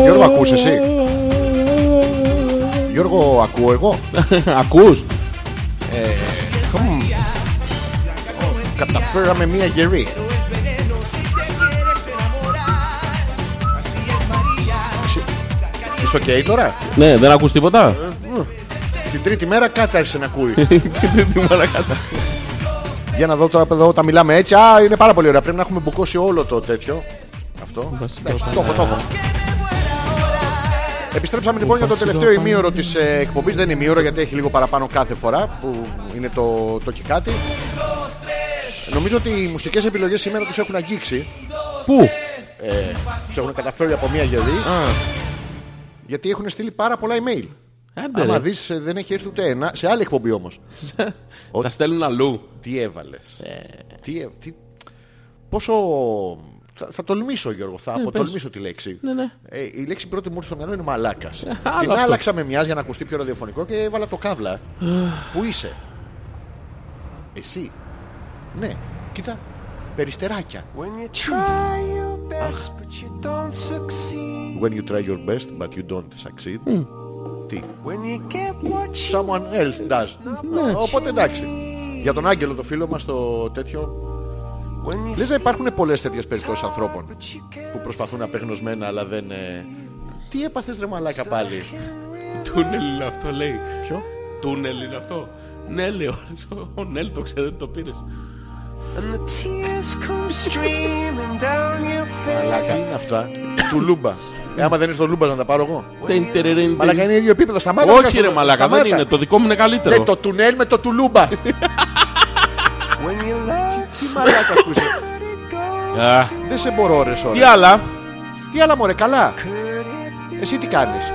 [SPEAKER 1] Γιώργο, ακούς εσύ. Γιώργο, ακούω εγώ.
[SPEAKER 2] Ακούς.
[SPEAKER 1] Χμ. Καταφέραμε μία γερή. Ξε- Είσαι οκ τώρα.
[SPEAKER 2] Ναι, δεν ακούς τίποτα.
[SPEAKER 1] Την τρίτη μέρα κάτι άρχισε να ακούει.
[SPEAKER 2] Τι παρακάτω.
[SPEAKER 1] Για να δω τώρα εδώ τα μιλάμε έτσι. Α, είναι πάρα πολύ ωραία. Πρέπει να έχουμε μπουκώσει όλο το τέτοιο. Αυτό. Εντάξει, το έχω, το έχω. Επιστρέψαμε λοιπόν για το τελευταίο ημίωρο της εκπομπής. Δεν είναι ημίωρο γιατί έχει λίγο παραπάνω κάθε φορά που είναι το, το και κάτι. Νομίζω ότι οι μουσικές επιλογές σήμερα του έχουν αγγίξει.
[SPEAKER 2] Πού?
[SPEAKER 1] Του έχουν καταφέρει από μία γερή. Γιατί έχουν στείλει πάρα πολλά email.
[SPEAKER 2] Άντε
[SPEAKER 1] Άμα
[SPEAKER 2] ρε.
[SPEAKER 1] δεις, δεν έχει έρθει ούτε ένα. Σε άλλη εκπομπή όμως.
[SPEAKER 2] Τα στέλνουν αλλού.
[SPEAKER 1] Τι έβαλες. Τι, ε- τι... Πόσο... Θα, θα τολμήσω Γιώργο, θα αποτολμήσω τη λέξη.
[SPEAKER 2] Ε, ναι. Ε,
[SPEAKER 1] Ε, η λέξη πρώτη μου ήρθε στο μυαλό είναι μαλάκας. Την
[SPEAKER 2] Άλλο αυτό. Ε.
[SPEAKER 1] άλλαξα με μιας για να ακουστεί πιο ραδιοφωνικό και έβαλα το καύλα. Πού είσαι. Εσύ. Ναι, κοίτα. Περιστεράκια.
[SPEAKER 4] When you try your best but you don't succeed.
[SPEAKER 1] When you try your best but you don't succeed.
[SPEAKER 2] Mm.
[SPEAKER 1] Τι.
[SPEAKER 4] When you get what you
[SPEAKER 1] Someone else does.
[SPEAKER 2] Ναι.
[SPEAKER 1] Οπότε εντάξει. Για τον Άγγελο το φίλο μας το τέτοιο.
[SPEAKER 4] when you
[SPEAKER 1] Λες να υπάρχουν πολλές τέτοιες περιπτώσεις ανθρώπων.
[SPEAKER 4] but you can't
[SPEAKER 1] που προσπαθούν απεγνωσμένα αλλά δεν... ε, Τι έπαθες ρε μαλάκα πάλι.
[SPEAKER 2] Τούνελ είναι αυτό λέει.
[SPEAKER 1] Ποιο?
[SPEAKER 2] Τούνελ είναι αυτό. Ναι, λέω. Ο Νέλ το ξέρετε, το πήρες.
[SPEAKER 4] and the tears come streaming down your face.
[SPEAKER 1] Μαλάκα. Τι είναι αυτά. Του Λούμπα. Ε, άμα δεν είναι στο Λούμπα να τα πάρω εγώ.
[SPEAKER 2] Τεν, τερερεν,
[SPEAKER 1] ε, Μαλάκα είναι ίδιο επίπεδο. Σταμάτα. να
[SPEAKER 2] Όχι
[SPEAKER 1] κάνεις
[SPEAKER 2] ρε
[SPEAKER 1] το-
[SPEAKER 2] μαλάκα, δεν
[SPEAKER 1] σταμάτα.
[SPEAKER 2] είναι. Το δικό μου είναι
[SPEAKER 1] Ναι,
[SPEAKER 2] καλύτερο.
[SPEAKER 1] το τουνέλ με το του Λούμπα.
[SPEAKER 4] When you love
[SPEAKER 1] Τι μαλάκα ακούσες.
[SPEAKER 4] it goes,
[SPEAKER 2] Α,
[SPEAKER 1] Δεν σε μπορώ ρε
[SPEAKER 2] Τι
[SPEAKER 1] σώρα.
[SPEAKER 2] άλλα.
[SPEAKER 1] Τι άλλα μωρέ καλά.
[SPEAKER 4] could it
[SPEAKER 1] Εσύ τι κάνεις.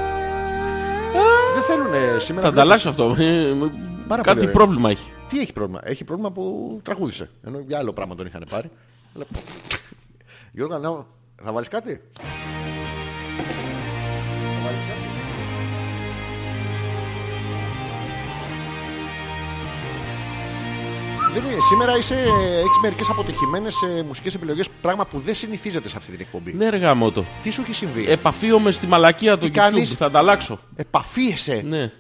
[SPEAKER 1] Δεν θέλουνε σήμερα.
[SPEAKER 2] Θα
[SPEAKER 1] βλέπεις.
[SPEAKER 2] ανταλλάξω αυτό. Ε, ε,
[SPEAKER 1] Πάρα πολύ
[SPEAKER 2] Κάτι
[SPEAKER 1] ωραία.
[SPEAKER 2] πρόβλημα έχει.
[SPEAKER 1] Τι έχει πρόβλημα. Έχει πρόβλημα που τραγούδισε. Ενώ για άλλο πράγμα τον είχαν πάρει. Αλλά- Γιώργο, να... θα βάλεις κάτι. Θα βάλεις κάτι? Δεν είναι. Σήμερα είσαι, έχεις μερικές αποτυχημένες ε, μουσικές επιλογές, πράγμα που δεν συνηθίζεται σε αυτή την εκπομπή.
[SPEAKER 2] Ναι Ε, ρε γάμο το.
[SPEAKER 1] Τι σου έχει συμβεί.
[SPEAKER 2] Επαφίομαι στη μαλακία του YouTube.
[SPEAKER 1] κάνεις?
[SPEAKER 2] Θα ανταλλάξω.
[SPEAKER 1] Επαφίεσαι.
[SPEAKER 2] Ναι.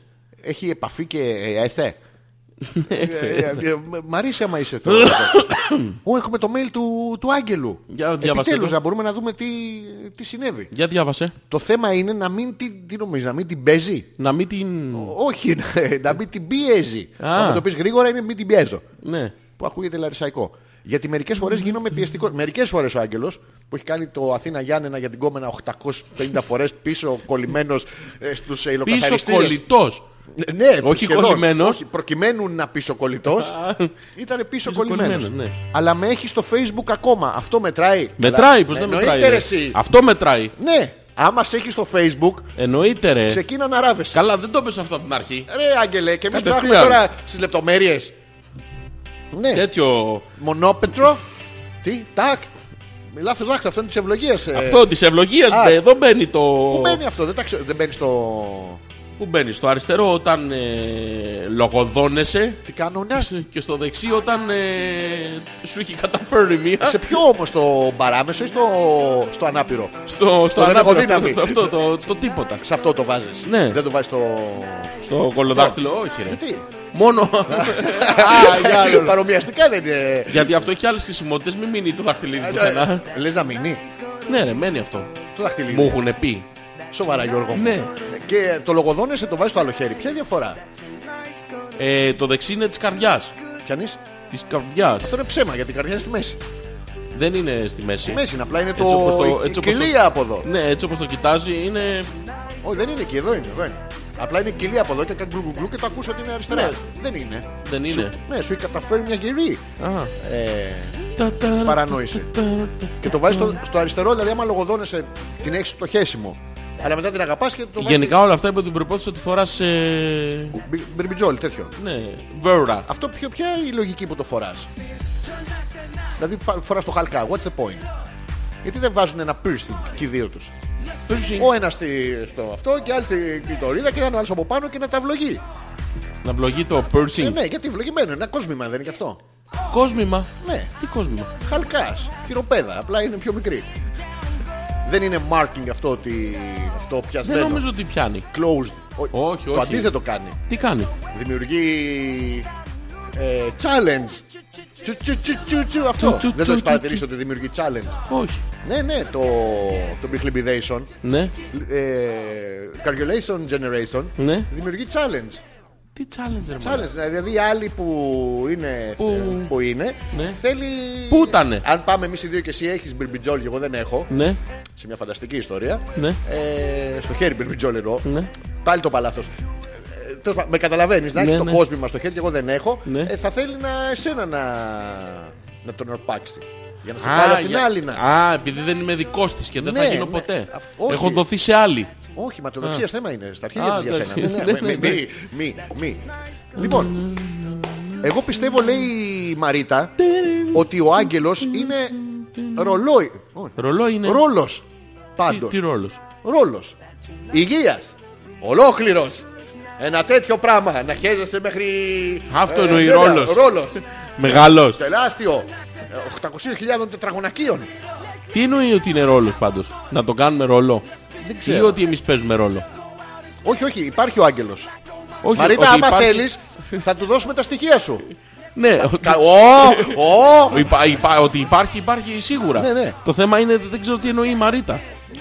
[SPEAKER 1] Έχει επαφή και ε, έθε. Ε, ε, ε, Μ' αρέσει άμα είσαι τώρα. Ω, έχουμε το mail του, του Άγγελου.
[SPEAKER 2] Για διάβασε
[SPEAKER 1] Επιτέλους,
[SPEAKER 2] το.
[SPEAKER 1] να μπορούμε να δούμε τι, τι συνέβη.
[SPEAKER 2] Για διάβασε.
[SPEAKER 1] Το θέμα είναι να μην, τι, τι νομίζεις, να μην την παίζει.
[SPEAKER 2] Να μην την...
[SPEAKER 1] Όχι, να- να μην την πιέζει.
[SPEAKER 2] Α.
[SPEAKER 1] Αν το πεις γρήγορα είναι μην την πιέζω.
[SPEAKER 2] Ναι.
[SPEAKER 1] Που ακούγεται λαρισαϊκό. Γιατί μερικές φορές γίνομαι πιεστικός. Μερικές φορές ο Άγγελος που έχει κάνει το Αθήνα Γιάννενα για την κόμενα 850 φορές πίσω κολλημένος ε, στους ε,
[SPEAKER 2] Πίσω
[SPEAKER 1] υλοκαθαριστήρες.
[SPEAKER 2] κολλητός.
[SPEAKER 1] Ναι,
[SPEAKER 2] Όχι
[SPEAKER 1] σχεδόν.
[SPEAKER 2] κολλημένος.
[SPEAKER 1] Όχι, προκειμένου να πίσω κολλητός. ήταν πίσω κολλημένος.
[SPEAKER 2] κολλημένος, ναι.
[SPEAKER 1] Αλλά με έχει στο facebook ακόμα. Αυτό μετράει. Ε,
[SPEAKER 2] Μετράει, πως δεν
[SPEAKER 1] Εννοείται,
[SPEAKER 2] μετράει.
[SPEAKER 1] ρε,
[SPEAKER 2] ρε.
[SPEAKER 1] εσύ.
[SPEAKER 2] Αυτό μετράει.
[SPEAKER 1] Ναι, άμα σε έχεις στο facebook,
[SPEAKER 2] Εννοείται ρε.
[SPEAKER 1] ξεκίνα να ράβεσαι.
[SPEAKER 2] Καλά δεν το πες αυτό από την αρχή.
[SPEAKER 1] Ρε Άγγελε, και εμείς
[SPEAKER 2] Κατευθείαν.
[SPEAKER 1] ψάχνουμε τώρα στις λεπτομέρειες. Ναι,
[SPEAKER 2] Τέτοιο...
[SPEAKER 1] μονόπετρο. Τι, τάκ. Λάθος δάχτυλο, αυτό είναι της ευλογίας.
[SPEAKER 2] Αυτό της ευλογίας
[SPEAKER 1] Ε. α.
[SPEAKER 2] ναι, εδώ μπαίνει το...
[SPEAKER 1] Πού μπαίνει αυτό, δεν, τα ξέρω, δεν μπαίνει στο.
[SPEAKER 2] Πού μπαίνει, στο αριστερό όταν ε, λογοδόνεσαι
[SPEAKER 1] Τι κανόνα.
[SPEAKER 2] και στο δεξί όταν ε, σου έχει καταφέρει μία
[SPEAKER 1] Σε ποιο όμως, στο παράμεσο ή στο, στο ανάπηρο.
[SPEAKER 2] στο, στο
[SPEAKER 1] δεν έχω
[SPEAKER 2] ανάπηρο
[SPEAKER 1] δύναμη.
[SPEAKER 2] αυτό, αυτό το, το τίποτα.
[SPEAKER 1] Σε αυτό το βάζεις.
[SPEAKER 2] Ναι.
[SPEAKER 1] Δεν το βάζεις στο...
[SPEAKER 2] Στο κολοδάχτυλο όχι ρε.
[SPEAKER 1] Γιατί.
[SPEAKER 2] Μόνο. Α, για άλλο.
[SPEAKER 1] Παρομοιαστικά δεν είναι...
[SPEAKER 2] Γιατί αυτό έχει άλλες χρησιμότητες, μην μείνει το δαχτυλίδι πουθενά.
[SPEAKER 1] Ε, Λες να μείνει
[SPEAKER 2] Ναι ρε, μένει αυτό.
[SPEAKER 1] το
[SPEAKER 2] Μου
[SPEAKER 1] δαχτυλίδι.
[SPEAKER 2] έχουν πει.
[SPEAKER 1] Σοβαρά Γιώργο. μου.
[SPEAKER 2] Ναι.
[SPEAKER 1] Και το λογοδόνεσαι το βάζεις στο άλλο χέρι. Ποια είναι η διαφορά.
[SPEAKER 2] Ε, το δεξί είναι της καρδιάς.
[SPEAKER 1] Πιανείς.
[SPEAKER 2] Της καρδιάς.
[SPEAKER 1] Αυτό είναι ψέμα γιατί η καρδιά είναι στη μέση.
[SPEAKER 2] Δεν είναι στη μέση.
[SPEAKER 1] Μέση είναι απλά είναι
[SPEAKER 2] Έτσι όπως
[SPEAKER 1] το...
[SPEAKER 2] το- έτσι
[SPEAKER 1] η- Η
[SPEAKER 2] όπως το-
[SPEAKER 1] κοιλία από εδώ.
[SPEAKER 2] Ναι, έτσι όπως το κοιτάζει είναι...
[SPEAKER 1] Όχι δεν είναι εκεί. Εδώ είναι. εδώ είναι. Απλά είναι η κοιλία από εδώ και κάνει γκλου γκλου και το ακούς ότι είναι αριστερά. Δεν είναι.
[SPEAKER 2] Δεν Ναι. είναι.
[SPEAKER 1] Σου- Ναι, σου έχει καταφέρει μια γυρή
[SPEAKER 2] Α.
[SPEAKER 1] ε,
[SPEAKER 2] Τα- τα-
[SPEAKER 1] παρανόηση.
[SPEAKER 2] τα-
[SPEAKER 1] Και το βάζεις στο, στο αριστερό, δηλαδή άμα λογοδόνεσαι την έχεις στο χέσιμο. Αλλά μετά την αγαπάς και το βάζεις...
[SPEAKER 2] Γενικά όλα αυτά υπό την προπόθεση ότι φοράς... ε,
[SPEAKER 1] Μπι- Μπιρμπιτζόλ, τέτοιο.
[SPEAKER 2] Ναι, βέρα.
[SPEAKER 1] Αυτό ποιο, ποια είναι η λογική που το φοράς. Δηλαδή πα- φοράς το χαλκά, what's the point. Γιατί δεν βάζουν ένα piercing και οι δύο τους. Ο ένας στη- στο αυτό και άλλη στην κλειτορίδα και ένα άλλος από πάνω και να τα βλογεί.
[SPEAKER 2] Να βλογεί το
[SPEAKER 1] Ε,
[SPEAKER 2] piercing.
[SPEAKER 1] ναι, γιατί βλογημένο είναι ένα κόσμημα, δεν είναι και αυτό.
[SPEAKER 2] Κόσμημα.
[SPEAKER 1] Ναι,
[SPEAKER 2] Τι κόσμημα.
[SPEAKER 1] χαλκάς, χειροπέδα, απλά είναι πιο μικρή. Δεν είναι marking αυτό ότι αυτό
[SPEAKER 2] Δεν
[SPEAKER 1] πιασμένο.
[SPEAKER 2] νομίζω ότι πιάνει.
[SPEAKER 1] Closed. Ο-
[SPEAKER 2] Όχι,
[SPEAKER 1] το
[SPEAKER 2] όχι.
[SPEAKER 1] αντίθετο κάνει.
[SPEAKER 2] Τι κάνει.
[SPEAKER 1] Δημιουργεί ε, challenge. Τσου, τσου, τσου, τσου, τσου,
[SPEAKER 2] Τσου,
[SPEAKER 1] αυτό.
[SPEAKER 2] τσου,
[SPEAKER 1] Δεν το
[SPEAKER 2] τσου,
[SPEAKER 1] έχει
[SPEAKER 2] τσου,
[SPEAKER 1] παρατηρήσει
[SPEAKER 2] τσου.
[SPEAKER 1] ότι δημιουργεί challenge.
[SPEAKER 2] Όχι.
[SPEAKER 1] Ναι, ναι, το, το Bichlibidation,
[SPEAKER 2] Ναι.
[SPEAKER 1] ε, Cargulation Generation
[SPEAKER 2] Ναι.
[SPEAKER 1] δημιουργεί challenge.
[SPEAKER 2] Τι challenge ρε μάνα.
[SPEAKER 1] Challenge, δηλαδή οι άλλοι που είναι, ε,
[SPEAKER 2] Που-
[SPEAKER 1] που είναι
[SPEAKER 2] Ναι.
[SPEAKER 1] θέλει...
[SPEAKER 2] Πού ήτανε?
[SPEAKER 1] Αν πάμε εμείς οι δύο και εσύ έχεις μπιρμπιτζόλ και εγώ δεν έχω,
[SPEAKER 2] Ναι.
[SPEAKER 1] σε μια φανταστική ιστορία,
[SPEAKER 2] Ναι.
[SPEAKER 1] ε, στο χέρι μπιρμπιτζόλ εννοώ,
[SPEAKER 2] Ναι.
[SPEAKER 1] πάλι το παλάθος. Ε, τέλος πάντων, με καταλαβαίνεις, να
[SPEAKER 2] Ναι,
[SPEAKER 1] έχεις
[SPEAKER 2] ναι.
[SPEAKER 1] το κόσμημα στο χέρι και εγώ δεν έχω,
[SPEAKER 2] Ναι.
[SPEAKER 1] ε, θα θέλει να εσένα να, να τον αρπάξει. Για να
[SPEAKER 2] Α,
[SPEAKER 1] σε πάρω από την
[SPEAKER 2] για-
[SPEAKER 1] άλλη να.
[SPEAKER 2] Α, επειδή δεν είμαι δικός της και δεν θα
[SPEAKER 1] Ναι,
[SPEAKER 2] γίνω
[SPEAKER 1] ναι.
[SPEAKER 2] ποτέ.
[SPEAKER 1] Αυ- όχι.
[SPEAKER 2] Έχω δοθεί σε άλλη.
[SPEAKER 1] Όχι, ματαιοδοξία θέμα είναι. Στα αρχίδια
[SPEAKER 2] Α,
[SPEAKER 1] της για
[SPEAKER 2] εντάξει.
[SPEAKER 1] σένα.
[SPEAKER 2] Ναι,
[SPEAKER 1] Ναι, ναι,
[SPEAKER 2] ναι,
[SPEAKER 1] Μη,
[SPEAKER 2] ναι.
[SPEAKER 1] μη, μη, μη. Λοιπόν, εγώ πιστεύω, λέει η Μαρίτα, ότι ο Άγγελος είναι ρολόι. Όχι.
[SPEAKER 2] Ρολό είναι.
[SPEAKER 1] Ρόλος.
[SPEAKER 2] ναι. Τι,
[SPEAKER 1] Πάντως.
[SPEAKER 2] τι ρόλος.
[SPEAKER 1] Ρόλος. Υγείας. Ολόκληρος. Ένα τέτοιο πράγμα. Να χαίζεσαι μέχρι...
[SPEAKER 2] Αυτό
[SPEAKER 1] ε,
[SPEAKER 2] εννοεί
[SPEAKER 1] βέβαια,
[SPEAKER 2] ρόλος.
[SPEAKER 1] Ρόλος.
[SPEAKER 2] Μεγάλος.
[SPEAKER 1] Τεράστιο. Ε, 800.000 τετραγωνακίων.
[SPEAKER 2] Τι εννοεί ότι είναι ρόλος πάντως. Να τον κάνουμε ρολό. Δεν Ή
[SPEAKER 1] ξέρω.
[SPEAKER 2] ότι εμείς παίζουμε ρόλο.
[SPEAKER 1] Όχι, όχι. Υπάρχει ο Άγγελος.
[SPEAKER 2] Όχι,
[SPEAKER 1] Μαρίτα,
[SPEAKER 2] ότι
[SPEAKER 1] άμα
[SPEAKER 2] υπάρχει-
[SPEAKER 1] θέλεις, θα του δώσουμε τα στοιχεία σου.
[SPEAKER 2] Ναι, ότι...
[SPEAKER 1] Κα- Ω, ω,
[SPEAKER 2] Υπά- υπά- ότι υπάρχει, υπάρχει σίγουρα.
[SPEAKER 1] Ναι, ναι.
[SPEAKER 2] Το θέμα είναι, δεν ξέρω τι εννοεί η Μαρίτα.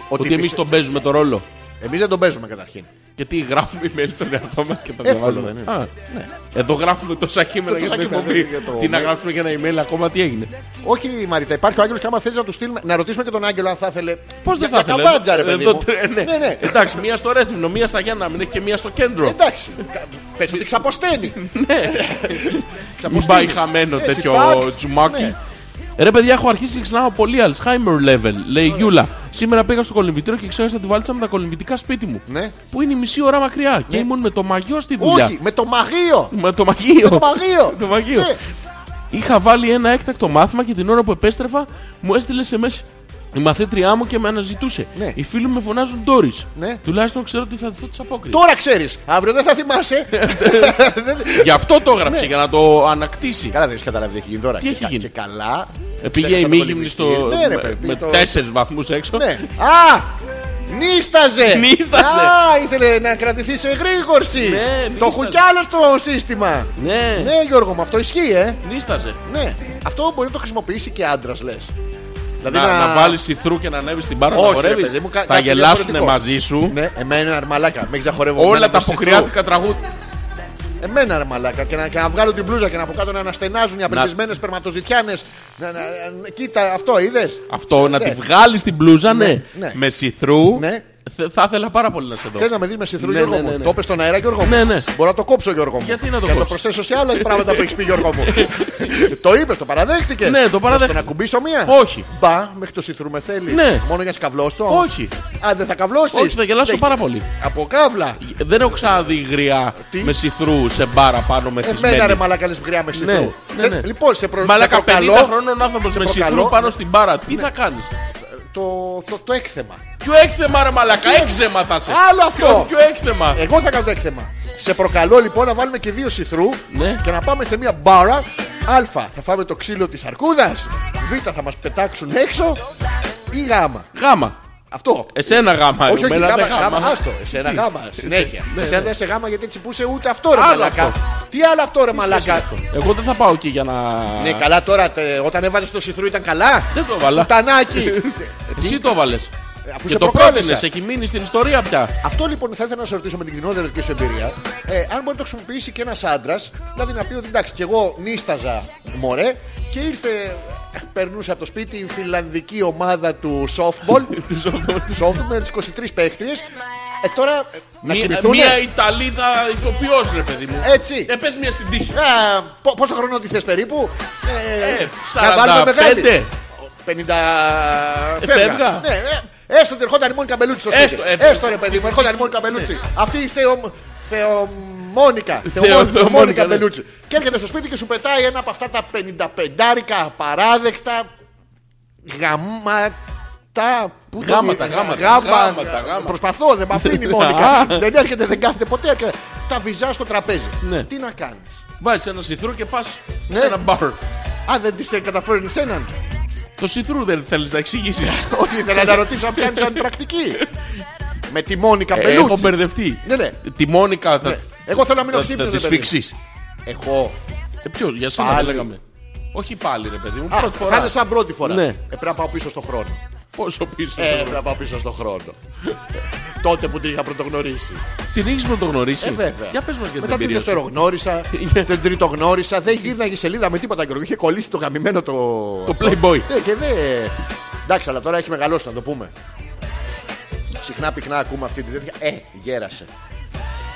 [SPEAKER 2] Ότι,
[SPEAKER 1] πιστε-
[SPEAKER 2] εμείς τον παίζουμε το ρόλο.
[SPEAKER 1] Εμείς δεν τον παίζουμε καταρχήν.
[SPEAKER 2] Γιατί γράφουμε email στον εαυτό μας και τα
[SPEAKER 1] Εύκολο
[SPEAKER 2] διαβάζουμε.
[SPEAKER 1] δεν είναι.
[SPEAKER 2] Α, ναι. Εδώ γράφουμε τόσα κείμενα για
[SPEAKER 1] τόσα
[SPEAKER 2] την
[SPEAKER 1] κείμενα,
[SPEAKER 2] εκπομπή.
[SPEAKER 1] για το
[SPEAKER 2] Τι να
[SPEAKER 1] mail.
[SPEAKER 2] γράψουμε για ένα email ακόμα, τι έγινε.
[SPEAKER 1] Όχι Μαρίτα, υπάρχει ο Άγγελος και άμα θέλεις να του στείλουμε, να ρωτήσουμε και τον Άγγελο αν θα ήθελε.
[SPEAKER 2] Πώς δεν
[SPEAKER 1] Για-
[SPEAKER 2] θα
[SPEAKER 1] για
[SPEAKER 2] ήθελε.
[SPEAKER 1] καβάντζα, ρε
[SPEAKER 2] Εδώ-
[SPEAKER 1] παιδί μου.
[SPEAKER 2] τρε- ναι.
[SPEAKER 1] Ναι, ναι.
[SPEAKER 2] Εντάξει, μία στο Ρέθυμνο, μία στα Γιάννα μην και μία στο κέντρο.
[SPEAKER 1] Εντάξει, κα- πες ότι ξαποσταίνει.
[SPEAKER 2] Μην πάει χαμένο
[SPEAKER 1] Έτσι,
[SPEAKER 2] τέτοιο
[SPEAKER 1] πακ.
[SPEAKER 2] τζουμάκι.
[SPEAKER 1] Ναι.
[SPEAKER 2] Ρε παιδιά, έχω αρχίσει ξυπνάω πολύ Alzheimer level, λέει η Γιούλα. Σήμερα πήγα στο κολυμπητήριο και ξέχασα τη βάλτσα με τα κολυμπητικά σπίτι μου.
[SPEAKER 1] Ναι.
[SPEAKER 2] Που είναι η μισή ώρα μακριά. Και ήμουν με το μαγιό στη δουλειά.
[SPEAKER 1] Όχι, με το μαγείο.
[SPEAKER 2] Με το μαγείο.
[SPEAKER 1] Το μαγείο.
[SPEAKER 2] Το μαγείο.
[SPEAKER 1] Ναι.
[SPEAKER 2] Είχα βάλει ένα έκτακτο μάθημα και την ώρα που επέστρεφα μου έστειλε σε μέσα η μαθήτριά μου και με αναζητούσε.
[SPEAKER 1] Ναι.
[SPEAKER 2] Οι φίλοι μου με φωνάζουν Ντόρι.
[SPEAKER 1] Ναι.
[SPEAKER 2] Τουλάχιστον ξέρω ότι θα δω τις απόκριση.
[SPEAKER 1] Τώρα ξέρεις, αύριο δεν θα θυμάσαι.
[SPEAKER 2] Γι' αυτό το έγραψε, για να το ανακτήσει.
[SPEAKER 1] Ναι. Καλά δεν έχεις καταλάβει τι έχει γίνει τώρα.
[SPEAKER 2] Τι έχει
[SPEAKER 1] Και-
[SPEAKER 2] γίνει?
[SPEAKER 1] Και καλά.
[SPEAKER 2] Ε, Πήγε
[SPEAKER 1] ξέχασα
[SPEAKER 2] η
[SPEAKER 1] το
[SPEAKER 2] Μίγυμνη στο...
[SPEAKER 1] κολυμπητήρι. Ναι, ρε,
[SPEAKER 2] με-
[SPEAKER 1] παιδί,
[SPEAKER 2] με
[SPEAKER 1] το-
[SPEAKER 2] τέσσερις βαθμούς έξω.
[SPEAKER 1] Ναι. Α! Νίσταζε!
[SPEAKER 2] Νίσταζε.
[SPEAKER 1] Α, ήθελε να κρατηθεί σε γρήγορση.
[SPEAKER 2] Ναι,
[SPEAKER 1] το
[SPEAKER 2] νίσταζε.
[SPEAKER 1] χουκιάλο στο σύστημα.
[SPEAKER 2] Ναι.
[SPEAKER 1] Ναι, Γιώργο, με αυτό ισχύει, ε.
[SPEAKER 2] Νίσταζε.
[SPEAKER 1] Ναι. Αυτό μπορεί να το χρησιμοποιήσει και άντρας, λες. Δηλαδή
[SPEAKER 2] Να, να βάλεις η θρού και να ανέβεις την μπάρα να
[SPEAKER 1] Όχι, ρε, παιδί
[SPEAKER 2] χορεύεις.
[SPEAKER 1] μου, κα-
[SPEAKER 2] Θα
[SPEAKER 1] κάτι
[SPEAKER 2] γελάσουνε
[SPEAKER 1] διαφορετικό.
[SPEAKER 2] μαζί σου.
[SPEAKER 1] Ναι, εμένα ρε μαλάκα. Με ξαχωρεύω.
[SPEAKER 2] Όλα
[SPEAKER 1] εμένα
[SPEAKER 2] τα
[SPEAKER 1] με στη
[SPEAKER 2] αποκριάτικα τραγούδια.
[SPEAKER 1] θρού. Εμένα ρε μαλάκα. Και να, και να βγάλω την μπλούζα και να από κάτω να αναστενάζουν οι απελπισμένε περματοζητιάνε. Να, να, να- κοίτα, αυτό είδες.
[SPEAKER 2] Αυτό να
[SPEAKER 1] Ναι.
[SPEAKER 2] τη βγάλεις την μπλούζα, ναι.
[SPEAKER 1] ναι.
[SPEAKER 2] Με σιθρού.
[SPEAKER 1] Ναι.
[SPEAKER 2] Θε- Θα ήθελα πάρα πολύ να σε δω.
[SPEAKER 1] Θε να με δεις με σιθρού,
[SPEAKER 2] Ναι,
[SPEAKER 1] Γιώργο
[SPEAKER 2] ναι, ναι,
[SPEAKER 1] μου.
[SPEAKER 2] ναι.
[SPEAKER 1] Το είπε στον αέρα, Γιώργο μου.
[SPEAKER 2] Ναι, ναι.
[SPEAKER 1] Μπορώ να το κόψω, Γιώργο μου.
[SPEAKER 2] Γιατί να το
[SPEAKER 1] Και το
[SPEAKER 2] κόψεις?
[SPEAKER 1] προσθέσω σε άλλα πράγματα που έχεις πει, Γιώργο μου. το είπε, το παραδέχτηκε.
[SPEAKER 2] Ναι, το
[SPEAKER 1] Να
[SPEAKER 2] παραδέχτηκε.
[SPEAKER 1] σου τον ακουμπήσω μία.
[SPEAKER 2] Όχι.
[SPEAKER 1] Μπα, μέχρι το σιθρού με θέλει.
[SPEAKER 2] Ναι.
[SPEAKER 1] Μόνο για να σε καυλώσω.
[SPEAKER 2] Όχι.
[SPEAKER 1] Α, δεν θα καυλώσεις.
[SPEAKER 2] Όχι, θα γελάσω πάρα πολύ.
[SPEAKER 1] Από καύλα.
[SPEAKER 2] Δεν έχω ξαναδεί γριά
[SPEAKER 1] Τι?
[SPEAKER 2] με σιθρού σε μπάρα πάνω με
[SPEAKER 1] Εμένα ρε
[SPEAKER 2] θυσμένη.
[SPEAKER 1] μαλάκα λες γριά με
[SPEAKER 2] Ναι,
[SPEAKER 1] σιθρού.
[SPEAKER 2] ναι,
[SPEAKER 1] Ε,
[SPEAKER 2] ναι.
[SPEAKER 1] Λοιπόν, σε προ- σε
[SPEAKER 2] Μαλάκα 50
[SPEAKER 1] προκαλώ
[SPEAKER 2] χρόνων άνθρωπος με
[SPEAKER 1] προκαλώ. Ναι.
[SPEAKER 2] σιθρού πάνω στην μπάρα. Τι θα κάνεις.
[SPEAKER 1] το, το, το έκθεμα.
[SPEAKER 2] Ποιο έκθεμα ρε μαλακά, έξεμα θα σε.
[SPEAKER 1] Άλλο αυτό.
[SPEAKER 2] Ποιο- Ποιο έκθεμα.
[SPEAKER 1] Εγώ θα κάνω το έκθεμα. Σε προκαλώ λοιπόν να βάλουμε και δύο σιθρού
[SPEAKER 2] Ναι.
[SPEAKER 1] και να πάμε σε μια μπάρα. Α. Θα φάμε το ξύλο της αρκούδας. Β. Θα μας πετάξουν έξω. Ή Γ.
[SPEAKER 2] Γάμα.
[SPEAKER 1] Αυτό.
[SPEAKER 2] Εσένα γάμα.
[SPEAKER 1] όχι, όχι,
[SPEAKER 2] εμένα
[SPEAKER 1] γάμα,
[SPEAKER 2] δεν
[SPEAKER 1] γάμα, άστο, ε, εσένα γάμα, συνέχεια.
[SPEAKER 2] Ναι,
[SPEAKER 1] Εσένα
[SPEAKER 2] ναι.
[SPEAKER 1] δεν σε γάμα γιατί τσιπούσε ούτε αυτό ρε
[SPEAKER 2] Άλλο
[SPEAKER 1] μαλακά.
[SPEAKER 2] αυτό.
[SPEAKER 1] Τι άλλο αυτό ρε μαλακά.
[SPEAKER 2] Εγώ δεν θα πάω εκεί για να...
[SPEAKER 1] Ναι, καλά τώρα, τε- όταν έβαζες το σιθρού ήταν καλά.
[SPEAKER 2] Δεν το βάλα.
[SPEAKER 1] Πουτανάκι. Ε,
[SPEAKER 2] Εσύ το βάλες.
[SPEAKER 1] Αφού
[SPEAKER 2] Και
[SPEAKER 1] σε
[SPEAKER 2] το
[SPEAKER 1] προκάλεσα.
[SPEAKER 2] πρότεινες, έχει μείνει στην ιστορία πια.
[SPEAKER 1] Αυτό λοιπόν θα ήθελα να σε ρωτήσω με την κοινότητα σου εμπειρία. Ε, αν μπορεί να το χρησιμοποιήσει και ένας άντρας, δηλαδή να πει ότι εντάξει, και εγώ νίσταζα μωρέ και ήρθε. Περνούσε από το σπίτι η φιλανδική ομάδα του softball. του softball με τις 23 παίχτριες. Ε, τώρα ε, να
[SPEAKER 2] Μία-
[SPEAKER 1] κοιμηθούν.
[SPEAKER 2] Μία Ιταλίδα ηθοποιός ρε παιδί μου.
[SPEAKER 1] Έτσι.
[SPEAKER 2] Ε, πες μία στην τύχη.
[SPEAKER 1] Α, Ε, πο- πόσο χρόνο τη θες περίπου. Ε,
[SPEAKER 2] Ε,
[SPEAKER 1] να βάλουμε μεγάλη.
[SPEAKER 2] 45.
[SPEAKER 1] 50
[SPEAKER 2] φεύγα.
[SPEAKER 1] φεύγα. Ναι, ε, έστω ότι ερχόταν η Μόνη Καμπελούτσι στο
[SPEAKER 2] Έστω,
[SPEAKER 1] σπίτι.
[SPEAKER 2] ε,
[SPEAKER 1] Έστω ρε παιδί μου, ερχόταν η Μόνη Καμπελούτσι. Αυτή η θεο... Θεομόνικα.
[SPEAKER 2] Θεομόνικα, ναι.
[SPEAKER 1] Θεομόνικα Καμπελούτσι. Και έρχεται στο σπίτι και σου πετάει ένα από αυτά τα 55 απαράδεκτα γαμάτα. Πού το- Ε,
[SPEAKER 2] Γάματα, γάματα,
[SPEAKER 1] γάμα-
[SPEAKER 2] γάματα, γάματα.
[SPEAKER 1] Προσπαθώ, δεν με αφήνει η Μόνικα. δεν έρχεται, δεν κάθεται ποτέ. έρχεται. Τα βυζά στο τραπέζι.
[SPEAKER 2] Ναι.
[SPEAKER 1] Τι να κάνεις.
[SPEAKER 2] Βάζεις ένα σιθρό και πας
[SPEAKER 1] Ναι.
[SPEAKER 2] σε ένα μπαρ.
[SPEAKER 1] ε, Α, δεν τις καταφέρνεις έναν.
[SPEAKER 2] Το see-through δεν θέλεις να εξηγήσεις.
[SPEAKER 1] Όχι, ήθελα να ρωτήσω αν πιάνει σαν πρακτική. Με τη Μόνικα
[SPEAKER 2] Ε, Έχω
[SPEAKER 1] Μπελούτση.
[SPEAKER 2] μπερδευτεί.
[SPEAKER 1] Ναι, ναι.
[SPEAKER 2] Τη Μόνικα θα,
[SPEAKER 1] Ναι. Εγώ θέλω να μείνω
[SPEAKER 2] θα-
[SPEAKER 1] ξύπνιος,
[SPEAKER 2] θα
[SPEAKER 1] ρε
[SPEAKER 2] της
[SPEAKER 1] παιδί.
[SPEAKER 2] σφίξεις.
[SPEAKER 1] Εγώ.
[SPEAKER 2] Ε, ποιος, για σένα δεν
[SPEAKER 1] Πάλι.
[SPEAKER 2] λέγαμε. Όχι πάλι ρε παιδί μου,
[SPEAKER 1] Α,
[SPEAKER 2] πρώτη
[SPEAKER 1] θα
[SPEAKER 2] φορά.
[SPEAKER 1] είναι σαν πρώτη φορά.
[SPEAKER 2] Ναι.
[SPEAKER 1] Ε, πρέπει να πάω πίσω στον χρόνο.
[SPEAKER 2] Πόσο πίσω.
[SPEAKER 1] Ε,
[SPEAKER 2] Ε,
[SPEAKER 1] πρέπει να πάω πίσω στον χρόνο. Ε, Τότε που την είχα πρωτογνωρίσει.
[SPEAKER 2] την έχεις με το γνωρίσει.
[SPEAKER 1] Ε, βέβαια.
[SPEAKER 2] Για πες μας για την
[SPEAKER 1] Μετά την
[SPEAKER 2] εμπειρία σου.
[SPEAKER 1] δευτερογνώρισα,
[SPEAKER 2] Yes.
[SPEAKER 1] την τριτογνώρισα, δεν γύρναγε σελίδα με τίποτα και είχε κολλήσει το γαμημένο το.
[SPEAKER 2] Το Playboy.
[SPEAKER 1] Ναι, και δεν. Εντάξει, αλλά τώρα έχει μεγαλώσει, να το πούμε. Συχνά πυκνά ακούμε αυτή την τέτοια. Ε, γέρασε.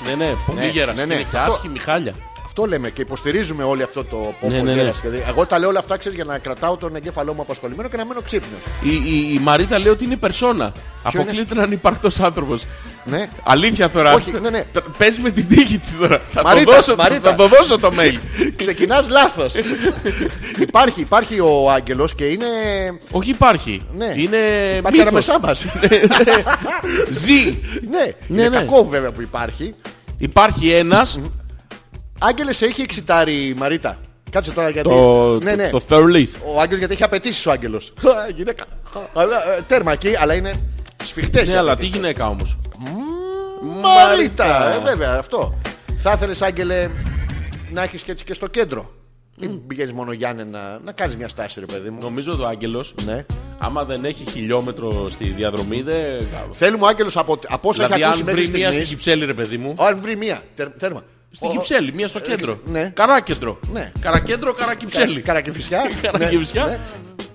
[SPEAKER 2] Ναι, ναι, πολύ
[SPEAKER 1] Ναι,
[SPEAKER 2] γέρας.
[SPEAKER 1] ναι, ναι.
[SPEAKER 2] Είναι και
[SPEAKER 1] Αυτό-
[SPEAKER 2] άσχημη χάλια.
[SPEAKER 1] Αυτό λέμε και υποστηρίζουμε όλοι αυτό το πόπο
[SPEAKER 2] Ναι, ναι, ναι.
[SPEAKER 1] γέρασε. Δηλαδή, Εγώ τα λέω όλα αυτά ξέρεις, για να κρατάω τον εγκέφαλό μου απασχολημένο και να μένω ξύπνιος.
[SPEAKER 2] Η, η, η Μαρίτα λέει ότι είναι περσόνα. Αποκλείται να είναι υπαρκτός άνθρωπος.
[SPEAKER 1] Ναι.
[SPEAKER 2] Αλήθεια τώρα.
[SPEAKER 1] Όχι, ναι, ναι.
[SPEAKER 2] Τ- Πες με την τύχη της τώρα. Θα
[SPEAKER 1] Μαρίτα,
[SPEAKER 2] το δώσω, το-
[SPEAKER 1] Μαρίτα.
[SPEAKER 2] θα το δώσω το mail.
[SPEAKER 1] Ξεκινάς λάθος. υπάρχει, υπάρχει ο Άγγελος και είναι...
[SPEAKER 2] Όχι υπάρχει.
[SPEAKER 1] Ναι.
[SPEAKER 2] Είναι
[SPEAKER 1] Υπάρχει
[SPEAKER 2] μύθος.
[SPEAKER 1] ανάμεσά μας.
[SPEAKER 2] Ζει.
[SPEAKER 1] ναι,
[SPEAKER 2] Ναι,
[SPEAKER 1] είναι
[SPEAKER 2] ναι.
[SPEAKER 1] κακό βέβαια που υπάρχει.
[SPEAKER 2] Υπάρχει ένας
[SPEAKER 1] Άγγελε, σε έχει εξητάρει η Μαρίτα. Κάτσε τώρα γιατί.
[SPEAKER 2] το,
[SPEAKER 1] ναι, ναι.
[SPEAKER 2] το Thurleys.
[SPEAKER 1] Ο Άγγελος γιατί έχει απαιτήσει ο Άγγελος. Α, Γυναίκα. Αλλά, ε, Τέρμα εκεί, αλλά είναι σφιχτές. οι
[SPEAKER 2] Ναι, αλλά τι
[SPEAKER 1] απαιτήσεις.
[SPEAKER 2] γυναίκα όμως.
[SPEAKER 1] Μαρίτα! Ε, βέβαια, αυτό. Θα ήθελες, Άγγελε, να έχεις και έτσι και στο κέντρο. Μην πηγαίνεις μόνο Γιάννενα, να κάνεις μια στάση, ρε παιδί μου.
[SPEAKER 2] Νομίζω ότι ο Άγγελος,
[SPEAKER 1] Ναι.
[SPEAKER 2] άμα δεν έχει χιλιόμετρο στη διαδρομή, δεν...
[SPEAKER 1] Θέλουμε ο Άγγελος από, από όσα
[SPEAKER 2] Δηλαδή,
[SPEAKER 1] έχει ακούσει
[SPEAKER 2] αν
[SPEAKER 1] μέχρι
[SPEAKER 2] βρει μία στην
[SPEAKER 1] στιγμή.
[SPEAKER 2] Κυψέλη, ρε παιδί μου,
[SPEAKER 1] Ω, Αν βρει μία. τερ- Τέρμα.
[SPEAKER 2] Στην
[SPEAKER 1] Ο-
[SPEAKER 2] Κυψέλη, μία στο κέντρο.
[SPEAKER 1] ναι.
[SPEAKER 2] Καράκεντρο.
[SPEAKER 1] Ναι.
[SPEAKER 2] Καρακέντρο, Καρακυψέλη.
[SPEAKER 1] Κα- Καρακεφισιά. Ναι, ναι.
[SPEAKER 2] Καρακυψιά.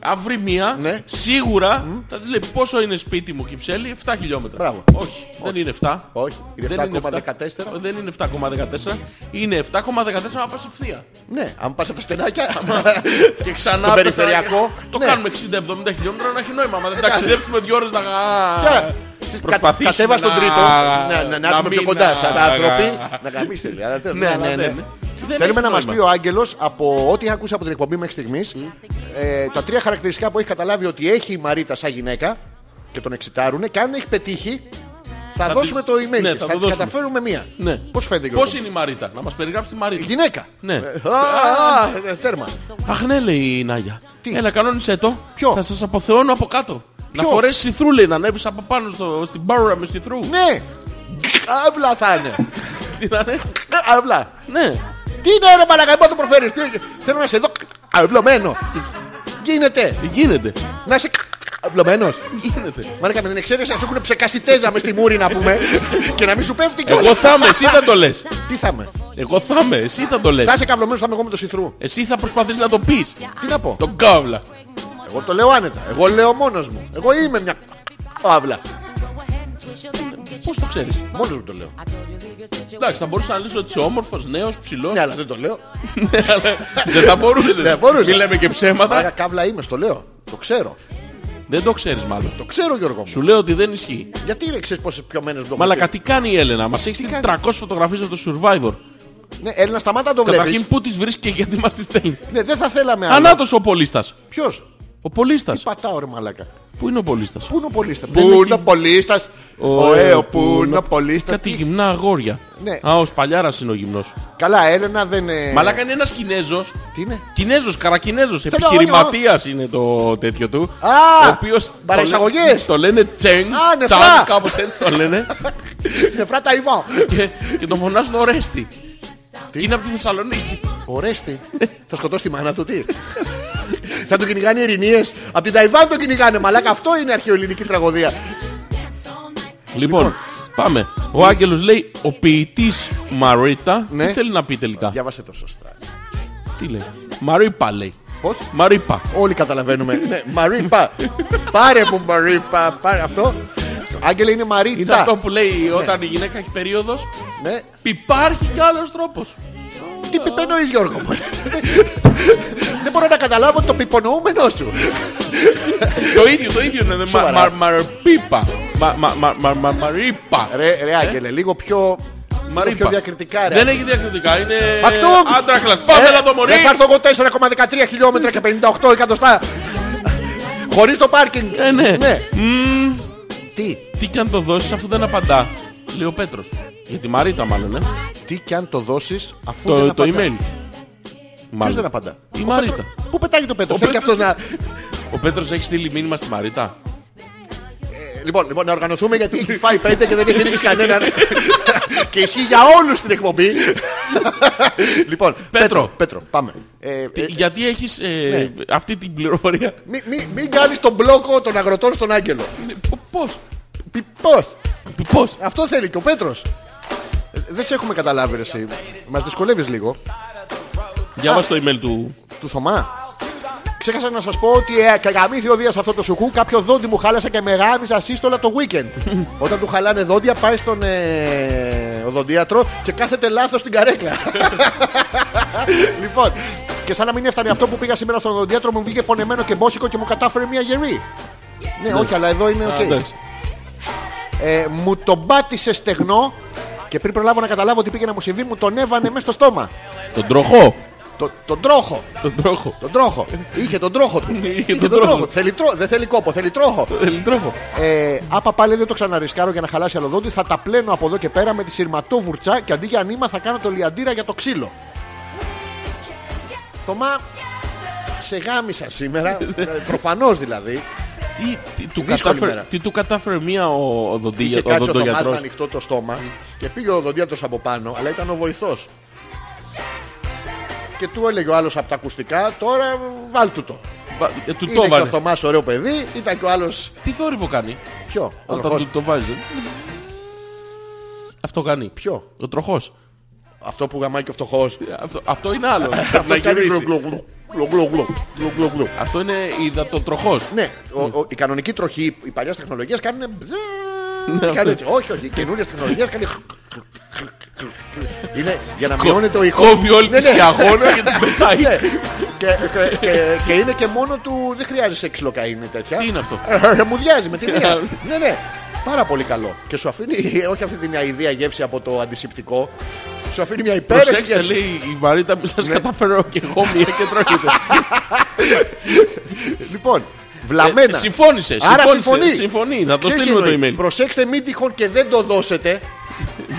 [SPEAKER 2] Αν βρει μία,
[SPEAKER 1] Ναι.
[SPEAKER 2] σίγουρα θα της λέει πόσο είναι σπίτι μου Κυψέλη, 7 χιλιόμετρα.
[SPEAKER 1] Μπράβο.
[SPEAKER 2] Όχι, δεν είναι 7.
[SPEAKER 1] Όχι, είναι
[SPEAKER 2] Δεν
[SPEAKER 1] 7,14.
[SPEAKER 2] 7. Δεν είναι 7,14. Είναι 7,14 να πας ευθεία.
[SPEAKER 1] Ναι, αν πας από τα στενάκια.
[SPEAKER 2] Και ξανά
[SPEAKER 1] Το
[SPEAKER 2] πες,
[SPEAKER 1] περιφερειακό,
[SPEAKER 2] Το
[SPEAKER 1] ναι.
[SPEAKER 2] κάνουμε 60-70 χιλιόμετρα να έχει νόημα. Μα δεν ταξιδέψουμε δύο ώρες να.
[SPEAKER 1] Ναι. Προσπαθείς. Κατέβα στον
[SPEAKER 2] να-
[SPEAKER 1] τρίτο. Ε, Να, να, να έρθουμε πιο
[SPEAKER 2] μην-
[SPEAKER 1] κοντά σαν
[SPEAKER 2] να-
[SPEAKER 1] άνθρωποι. Να γαμίστε. λέει, αλλά τέλος,
[SPEAKER 2] Ναι,
[SPEAKER 1] αλλά
[SPEAKER 2] ναι, ναι.
[SPEAKER 1] ναι.
[SPEAKER 2] Δεν
[SPEAKER 1] Θέλουμε
[SPEAKER 2] έχει
[SPEAKER 1] να μας
[SPEAKER 2] νόημα.
[SPEAKER 1] πει ο Άγγελος από ό,τι είχα ακούσει από την εκπομπή μέχρι στιγμής ε, τα τρία χαρακτηριστικά που έχει καταλάβει ότι έχει η Μαρίτα σαν γυναίκα και τον εξητάρουνε και αν έχει πετύχει θα,
[SPEAKER 2] τη-
[SPEAKER 1] δώσουμε το email
[SPEAKER 2] Ναι,
[SPEAKER 1] της.
[SPEAKER 2] θα
[SPEAKER 1] θα
[SPEAKER 2] το
[SPEAKER 1] της
[SPEAKER 2] δώσουμε.
[SPEAKER 1] καταφέρουμε μία.
[SPEAKER 2] Ναι.
[SPEAKER 1] Πώς φαίνεται Γιώργο?
[SPEAKER 2] Πώς είναι η Μαρίτα, να μας περιγράψει τη
[SPEAKER 1] Η
[SPEAKER 2] Μαρίτα.
[SPEAKER 1] Γυναίκα.
[SPEAKER 2] Ναι.
[SPEAKER 1] Ε, α, α, ε, Τέρμα.
[SPEAKER 2] Αχ, ναι, λέει η Νάγια.
[SPEAKER 1] Τι?
[SPEAKER 2] Έλα, κανόνισε το.
[SPEAKER 1] Ποιο?
[SPEAKER 2] Θα σας αποθεώνω από κάτω. Να
[SPEAKER 1] Ποιο?
[SPEAKER 2] φορέσει σιθρού, λέει, να ανέβεις από πάνω στο, στην μπάρα με σιθρού.
[SPEAKER 1] Ναι. Αύλα θα είναι.
[SPEAKER 2] Τι να είναι?
[SPEAKER 1] Αύλα.
[SPEAKER 2] Ναι.
[SPEAKER 1] Τι είναι ρε μαλακά, πώς το προφέρεις. Τι- Θέλω να σε δω αυλωμένο. Γίνεται.
[SPEAKER 2] Γίνεται.
[SPEAKER 1] Να είσαι αυλωμένος.
[SPEAKER 2] Γίνεται.
[SPEAKER 1] Μάρικα με την εξαίρεση να σου έχουν ψεκάσει τέζα μες στη μούρη να πούμε και να μην σου πέφτει κιόλας.
[SPEAKER 2] Εγώ θα είμαι, εσύ θα το λες.
[SPEAKER 1] Τι θα είμαι.
[SPEAKER 2] Εγώ θα είμαι, εσύ θα το λες.
[SPEAKER 1] Θα είσαι καυλωμένος, θα είμαι εγώ με το σιθρού.
[SPEAKER 2] Εσύ θα προσπαθείς να το πεις.
[SPEAKER 1] Τι να πω.
[SPEAKER 2] Τον καύλα.
[SPEAKER 1] Εγώ το λέω άνετα. Εγώ λέω μόνος μου. Εγώ είμαι μια αύλα.
[SPEAKER 2] Πώς το ξέρεις.
[SPEAKER 1] Μόνος μου το λέω.
[SPEAKER 2] Εντάξει, θα μπορούσα να λύσω ότι είσαι όμορφος, νέος, ψηλός. Ναι,
[SPEAKER 1] Ναι, αλλά Ναι, δεν το λέω.
[SPEAKER 2] Δεν θα μπορούσες.
[SPEAKER 1] Δεν μπορούσα.
[SPEAKER 2] Μη λέμε και
[SPEAKER 1] Μάγα
[SPEAKER 2] ψέματα.
[SPEAKER 1] καύλα είμαι, στο λέω. Το ξέρω.
[SPEAKER 2] Δεν το ξέρεις μάλλον.
[SPEAKER 1] Το ξέρω Γιώργο μου.
[SPEAKER 2] Σου λέω ότι δεν ισχύει.
[SPEAKER 1] Γιατί είναι ξέρεις πόσες πιωμένες μου
[SPEAKER 2] Μαλακα, τι κάνει η Έλενα. Μας έχει στείλει 300 φωτογραφίες από το Survivor.
[SPEAKER 1] Ναι, Έλληνα σταμάτα να το
[SPEAKER 2] Καταρχήν
[SPEAKER 1] βλέπεις.
[SPEAKER 2] πού τις βρίσκει και γιατί μας τις στέλνει.
[SPEAKER 1] Ναι, δεν θα θέλαμε άλλο.
[SPEAKER 2] Ανάτος ο Πολίστας.
[SPEAKER 1] Ποιος.
[SPEAKER 2] Ο Πολίστας.
[SPEAKER 1] Πατάω ρε μαλάκα.
[SPEAKER 2] Πού είναι ο Πολίστας.
[SPEAKER 1] Πού είναι ο πολίστας.
[SPEAKER 2] Δεν
[SPEAKER 1] Πού
[SPEAKER 2] έχει-
[SPEAKER 1] είναι ο πολίστας. Ο ΕΟ, πού είναι ο πολίστας.
[SPEAKER 2] Κάτι γυμνά αγόρια.
[SPEAKER 1] Ναι. Ε.
[SPEAKER 2] Α, ο Σπαλιάρας είναι ο γυμνός.
[SPEAKER 1] Καλά, Έλενα δεν είναι.
[SPEAKER 2] Μαλάκα είναι ένας Κινέζος.
[SPEAKER 1] Τι είναι.
[SPEAKER 2] Κινέζος, καρακινέζος.
[SPEAKER 1] Θέλω
[SPEAKER 2] Επιχειρηματίας είναι το τέτοιο του.
[SPEAKER 1] Α,
[SPEAKER 2] ο οποίος το λέ-
[SPEAKER 1] παρεξαγωγές.
[SPEAKER 2] Το λένε Τσέν.
[SPEAKER 1] Α, ναι, νεφρά.
[SPEAKER 2] Τσάν, κάπως έτσι το λένε.
[SPEAKER 1] Νεφρά τα Ιβά.
[SPEAKER 2] και, και τον φωνάζουν Ορέστη. Και είναι από τη Θεσσαλονίκη.
[SPEAKER 1] Ορέστη. Θα σκοτώσει τη μάνα του, τι. Θα τον κυνηγάνε οι ειρηνίε. Από την Ταϊβάν τον κυνηγάνε. Μαλάκα, αυτό είναι αρχαιοελληνική τραγωδία.
[SPEAKER 2] Λοιπόν, πάμε. Ο Άγγελος λέει ο ποιητής Μαρίτα.
[SPEAKER 1] Ναι.
[SPEAKER 2] Τι θέλει να πει τελικά.
[SPEAKER 1] Διάβασε το σωστά.
[SPEAKER 2] Τι λέει. Μαρίπα λέει.
[SPEAKER 1] Πώς?
[SPEAKER 2] Μαρίπα.
[SPEAKER 1] Όλοι καταλαβαίνουμε. Ναι, Μαρίπα. Πάρε μου, Μαρίπα. Πάρε αυτό. Άγγελε είναι
[SPEAKER 2] Είναι
[SPEAKER 1] Μαρίτα.
[SPEAKER 2] αυτό που λέει όταν η γυναίκα έχει περίοδος
[SPEAKER 1] Ναι.
[SPEAKER 2] Υπάρχει κι άλλος τρόπος.
[SPEAKER 1] Τι πιπενοείς Γιώργο μου. Δεν μπορώ να καταλάβω το πιπονοούμενό σου.
[SPEAKER 2] το ίδιο, το ίδιο είναι. Μα-
[SPEAKER 1] Σοβαρά.
[SPEAKER 2] μα- Μαρπίπα. Μα- μα- μα- μα- μα- Μαρίπα.
[SPEAKER 1] Ρε, ρε Άγγελε, λίγο πιο...
[SPEAKER 2] Μαρίπα.
[SPEAKER 1] Πιο διακριτικά ρε.
[SPEAKER 2] Ε?
[SPEAKER 1] Ε,
[SPEAKER 2] Δεν έχει διακριτικά. Είναι
[SPEAKER 1] Αυτό!
[SPEAKER 2] άντρα κλασ. Πάμε να το μωρί.
[SPEAKER 1] Δεν θα έρθω εγώ 4,13 χιλιόμετρα και 58 εκατοστά. Χωρίς το πάρκινγκ.
[SPEAKER 2] Ε, ναι.
[SPEAKER 1] Τι,
[SPEAKER 2] Τι κι αν το δώσεις αφού δεν απαντά. Λέει ο Πέτρος. Για τη Μαρίτα μάλλον. ε.
[SPEAKER 1] τι κι αν το δώσεις αφού δεν
[SPEAKER 2] Το, το
[SPEAKER 1] απαντά.
[SPEAKER 2] email.
[SPEAKER 1] Ποιος
[SPEAKER 2] Μάλλον.
[SPEAKER 1] δεν απαντά.
[SPEAKER 2] Η
[SPEAKER 1] Ο
[SPEAKER 2] Μαρίτα.
[SPEAKER 1] Πέτρο- Πού πετάει το Πέτρος.
[SPEAKER 2] Ο
[SPEAKER 1] Θέλει και αυτός
[SPEAKER 2] Πέτρος-
[SPEAKER 1] να...
[SPEAKER 2] Ο Πέτρος έχει στείλει μήνυμα στη Μαρίτα.
[SPEAKER 1] Ε, Λοιπόν, λοιπόν, να οργανωθούμε γιατί έχει φάει πέντε και δεν έχει ρίξει κανέναν. και ισχύει για όλους την εκπομπή. λοιπόν,
[SPEAKER 2] Πέτρο.
[SPEAKER 1] Πέτρο, πάμε. Ε,
[SPEAKER 2] Τι-
[SPEAKER 1] ε, ναι.
[SPEAKER 2] Γιατί έχεις ε, αυτή την πληροφορία.
[SPEAKER 1] μη- μη- Μην κάνεις τον μπλόκο των αγροτών στον άγγελο.
[SPEAKER 2] Πο- Πώς.
[SPEAKER 1] Πι- Πώς.
[SPEAKER 2] Πώς.
[SPEAKER 1] Αυτό θέλει και ο Πέτρος. Ε, Δεν σε έχουμε καταλάβει ρε εσύ. Μας δυσκολεύεις λίγο.
[SPEAKER 2] Διάβασε το email του.
[SPEAKER 1] Του Θωμά. Ξέχασα να σας πω ότι ε, καγαμήθη ο Δίας αυτό το σουκού κάποιο δόντι μου χάλασε και με γάμισα σύστολα το weekend. Όταν του χαλάνε δόντια πάει στον ε, οδοντίατρο και κάθεται λάθος στην καρέκλα. λοιπόν, και σαν να μην έφτανε αυτό που πήγα σήμερα στον οδοντίατρο μου βγήκε πονεμένο και μπόσικο και μου κατάφερε μια γερή. Ναι, όχι, αλλά εδώ είναι οκ.
[SPEAKER 2] Α, εντάξει.
[SPEAKER 1] Ε, μου τον πάτησε στεγνό και πριν προλάβω να καταλάβω τι πήγε να μου συμβεί, μου τον έβανε μέσα στο στόμα.
[SPEAKER 2] Τον τροχό.
[SPEAKER 1] Το, τον τρόχο.
[SPEAKER 2] Τον τροχό.
[SPEAKER 1] Τον τρόχο. Είχε τον τρόχο του.
[SPEAKER 2] Ναι, Είχε
[SPEAKER 1] Είχε
[SPEAKER 2] τον
[SPEAKER 1] τον
[SPEAKER 2] τρόχο.
[SPEAKER 1] τρόχο. Θέλει τρό- δεν θέλει κόπο, θέλει τρόχο.
[SPEAKER 2] Τον τροχό.
[SPEAKER 1] Ε, άπα πάλι δεν το ξαναρισκάρω για να χαλάσει άλλο δόντι. Θα τα πλένω από εδώ και πέρα με τη σειρματόβουρτσα και αντί για νήμα θα κάνω το λιαντήρα για το ξύλο. Θωμά, σε γάμισα σήμερα. Προφανώς δηλαδή.
[SPEAKER 2] Τι, τι, του
[SPEAKER 1] Δύσκολη
[SPEAKER 2] κατάφερε,
[SPEAKER 1] μέρα.
[SPEAKER 2] τι του κατάφερε μία ο, ο, δοντι-
[SPEAKER 1] Είχε
[SPEAKER 2] ο
[SPEAKER 1] κάτσει ο Θωμάς με
[SPEAKER 2] δοντογιατρός.
[SPEAKER 1] ανοιχτό το στόμα και πήγε ο οδοντίατρος από πάνω, αλλά ήταν ο βοηθός. Και του έλεγε ο άλλος από τα ακουστικά, τώρα βάλτου το.
[SPEAKER 2] Βα- ε, Του
[SPEAKER 1] Είναι
[SPEAKER 2] το
[SPEAKER 1] και ο
[SPEAKER 2] έβαλε.
[SPEAKER 1] Θωμάς ωραίο παιδί, ήταν και ο άλλος
[SPEAKER 2] Τι θόρυβο κάνει
[SPEAKER 1] Ποιο, ο
[SPEAKER 2] όταν
[SPEAKER 1] τροχός.
[SPEAKER 2] του το βάζει. Αυτό κάνει.
[SPEAKER 1] Ποιο,
[SPEAKER 2] Ο τροχός.
[SPEAKER 1] αυτό που γαμάει και ο φτωχός.
[SPEAKER 2] Αυτό, αυτό είναι άλλο. Να
[SPEAKER 1] Αυτό κάνει
[SPEAKER 2] γυρίσει.
[SPEAKER 1] γλου, γλου, γλου, γλου, γλου, γλου, γλου, γλου.
[SPEAKER 2] Αυτό είναι υδατοτροχός.
[SPEAKER 1] Ναι, ο- ο- η κανονική τροχή, οι παλιές τεχνολογίες κάνουν... μπζε,
[SPEAKER 2] Ναι,
[SPEAKER 1] κάνουν
[SPEAKER 2] αυτό.
[SPEAKER 1] έτσι. Όχι, όχι, οι καινούριες τεχνολογίες κάνουν... χ, χ, χ, χ, χ. Είναι για να μειώνεται ο ήχος.
[SPEAKER 2] Κόβει όλη
[SPEAKER 1] Ναι,
[SPEAKER 2] τη
[SPEAKER 1] ναι.
[SPEAKER 2] σιαγόνα και την πετάει.
[SPEAKER 1] Ναι. και, και, και, και είναι και μόνο του, δεν χρειάζεσαι ξυλοκαίνη τέτοια. Ε,
[SPEAKER 2] Τι είναι αυτό?
[SPEAKER 1] Μου διάζει με τη μία. ναι, ναι. Πάρα πολύ καλό. Και σου αφήνει, όχι αυτή την αηδία γεύση από το αντισηπτικό, σου αφήνει μια υπέροχη
[SPEAKER 2] Προσέξτε
[SPEAKER 1] γεύση.
[SPEAKER 2] λέει η Μαρίτα μην
[SPEAKER 1] Ναι.
[SPEAKER 2] σας καταφέρω και εγώ μία και τρώχετε.
[SPEAKER 1] Λοιπόν, βλαμμένα.
[SPEAKER 2] Ε, συμφώνησες,
[SPEAKER 1] Άρα
[SPEAKER 2] συμφώνησες,
[SPEAKER 1] συμφωνεί.
[SPEAKER 2] συμφωνεί. Να το
[SPEAKER 1] Ξέρεις τι
[SPEAKER 2] στείλουμε το
[SPEAKER 1] εννοεί.
[SPEAKER 2] email.
[SPEAKER 1] Προσέξτε μην τυχόν και δεν το δώσετε.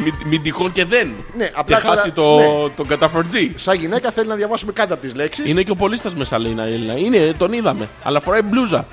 [SPEAKER 2] Μην, μην τυχόν και δεν.
[SPEAKER 1] Ναι, απλά
[SPEAKER 2] και χάσει
[SPEAKER 1] τώρα-
[SPEAKER 2] το,
[SPEAKER 1] ναι.
[SPEAKER 2] τον καταφορτζή.
[SPEAKER 1] Σαν γυναίκα θέλει να διαβάσουμε κάτω από τις λέξεις.
[SPEAKER 2] Είναι και ο πολίστας μέσα λέει να Έλληνα. Είναι, τον είδαμε. Αλλά φοράει μπλούζα.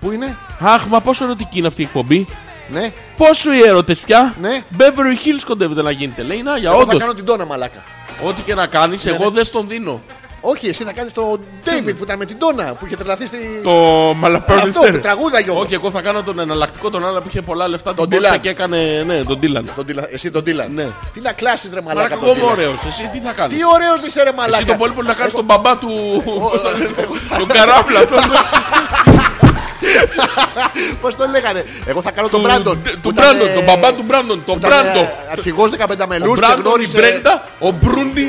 [SPEAKER 1] Πού είναι?
[SPEAKER 2] Αχ, μα πόσο ερωτική είναι αυτή η εκπομπή.
[SPEAKER 1] Ναι.
[SPEAKER 2] Πόσο οι έρωτες πια.
[SPEAKER 1] Ναι.
[SPEAKER 2] Beverly Hills κοντεύεται να γίνεται. Λέει να, για
[SPEAKER 1] Εγώ θα
[SPEAKER 2] όντως.
[SPEAKER 1] κάνω Ναι, την τόνα μαλάκα.
[SPEAKER 2] Ό,τι και να κάνεις, εγώ δεν στον δίνω.
[SPEAKER 1] Όχι, εσύ θα κάνεις το David που ήταν με την τόνα που είχε τρελαθεί στη...
[SPEAKER 2] Το
[SPEAKER 1] Αυτό που
[SPEAKER 2] μαλαπέρνιστερ.
[SPEAKER 1] τραγούδαγε όμως.
[SPEAKER 2] Όχι, εγώ θα κάνω τον εναλλακτικό τον άλλο που είχε πολλά λεφτά. Τον
[SPEAKER 1] Dylan.
[SPEAKER 2] πήρε και έκανε, ναι, τον Τίλαν.
[SPEAKER 1] Τον Dylan- Εσύ τον Τίλαν.
[SPEAKER 2] Ναι.
[SPEAKER 1] Τι να κλάσεις ρε μαλάκα
[SPEAKER 2] Μαλάκα,
[SPEAKER 1] τον
[SPEAKER 2] εγώ είμαι
[SPEAKER 1] Dylan.
[SPEAKER 2] ωραίος. Εσύ τι θα κάνεις.
[SPEAKER 1] Τι ωραίος είσαι ρε μαλάκα.
[SPEAKER 2] Εσύ τον πολύ πολύ να κάνεις τον μπαμπά του... πώς θα λένε, Τον καράβλα. τον-
[SPEAKER 1] Πώς το λέγανε. Εγώ θα κάνω τον
[SPEAKER 2] του-
[SPEAKER 1] Μπράντον.
[SPEAKER 2] του-
[SPEAKER 1] που
[SPEAKER 2] Του
[SPEAKER 1] ήταν,
[SPEAKER 2] Μπράντον.
[SPEAKER 1] ε,
[SPEAKER 2] Τον μπαμπά του Μπράντον. Τον
[SPEAKER 1] που ήταν, ε,
[SPEAKER 2] Μπράντον.
[SPEAKER 1] Αρχηγός 15
[SPEAKER 2] Ο
[SPEAKER 1] μελούς και
[SPEAKER 2] Μπράντον, η
[SPEAKER 1] γνώρισε
[SPEAKER 2] Μπρέντα, ο Μπρούντι.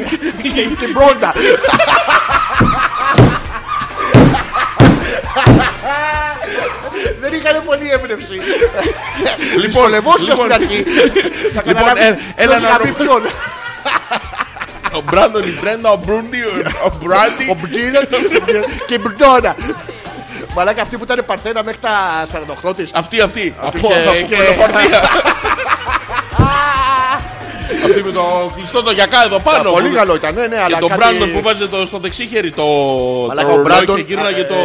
[SPEAKER 1] την Μπρόντα. Δεν είχαν πολύ έμπνευση. Λοιπόν, λεβόσια στην αρχή. Θα
[SPEAKER 2] Λοιπόν,
[SPEAKER 1] καταλάβεις
[SPEAKER 2] ε, έλα
[SPEAKER 1] ποιος
[SPEAKER 2] να
[SPEAKER 1] γαμεί
[SPEAKER 2] ρωμα-
[SPEAKER 1] ποιον.
[SPEAKER 2] Ο Μπράντον, η Μπρέντα, ο Μπρούντι, ο- ο Μπράντι.
[SPEAKER 1] Ο Μπτζίνο και η Μπρντόνα. Μαλάκα αυτή που ήταν παρθένα μέχρι τα 48 της.
[SPEAKER 2] Αυτή, αυτή. Από
[SPEAKER 1] είχε-
[SPEAKER 2] από
[SPEAKER 1] είχε-
[SPEAKER 2] κολοφορτία. Αυτή με το κλειστό το γιακά εδώ πάνω.
[SPEAKER 1] Πολύ
[SPEAKER 2] που-
[SPEAKER 1] καλό ήταν, ναι, ναι,
[SPEAKER 2] Και
[SPEAKER 1] αλλά
[SPEAKER 2] τον
[SPEAKER 1] κάτι-
[SPEAKER 2] Μπράντον που βάζε το, στο δεξίχερι το,
[SPEAKER 1] Μαλάκα,
[SPEAKER 2] το
[SPEAKER 1] ο
[SPEAKER 2] ρολόι
[SPEAKER 1] Brandon,
[SPEAKER 2] και γύρναγε
[SPEAKER 1] ε,
[SPEAKER 2] το...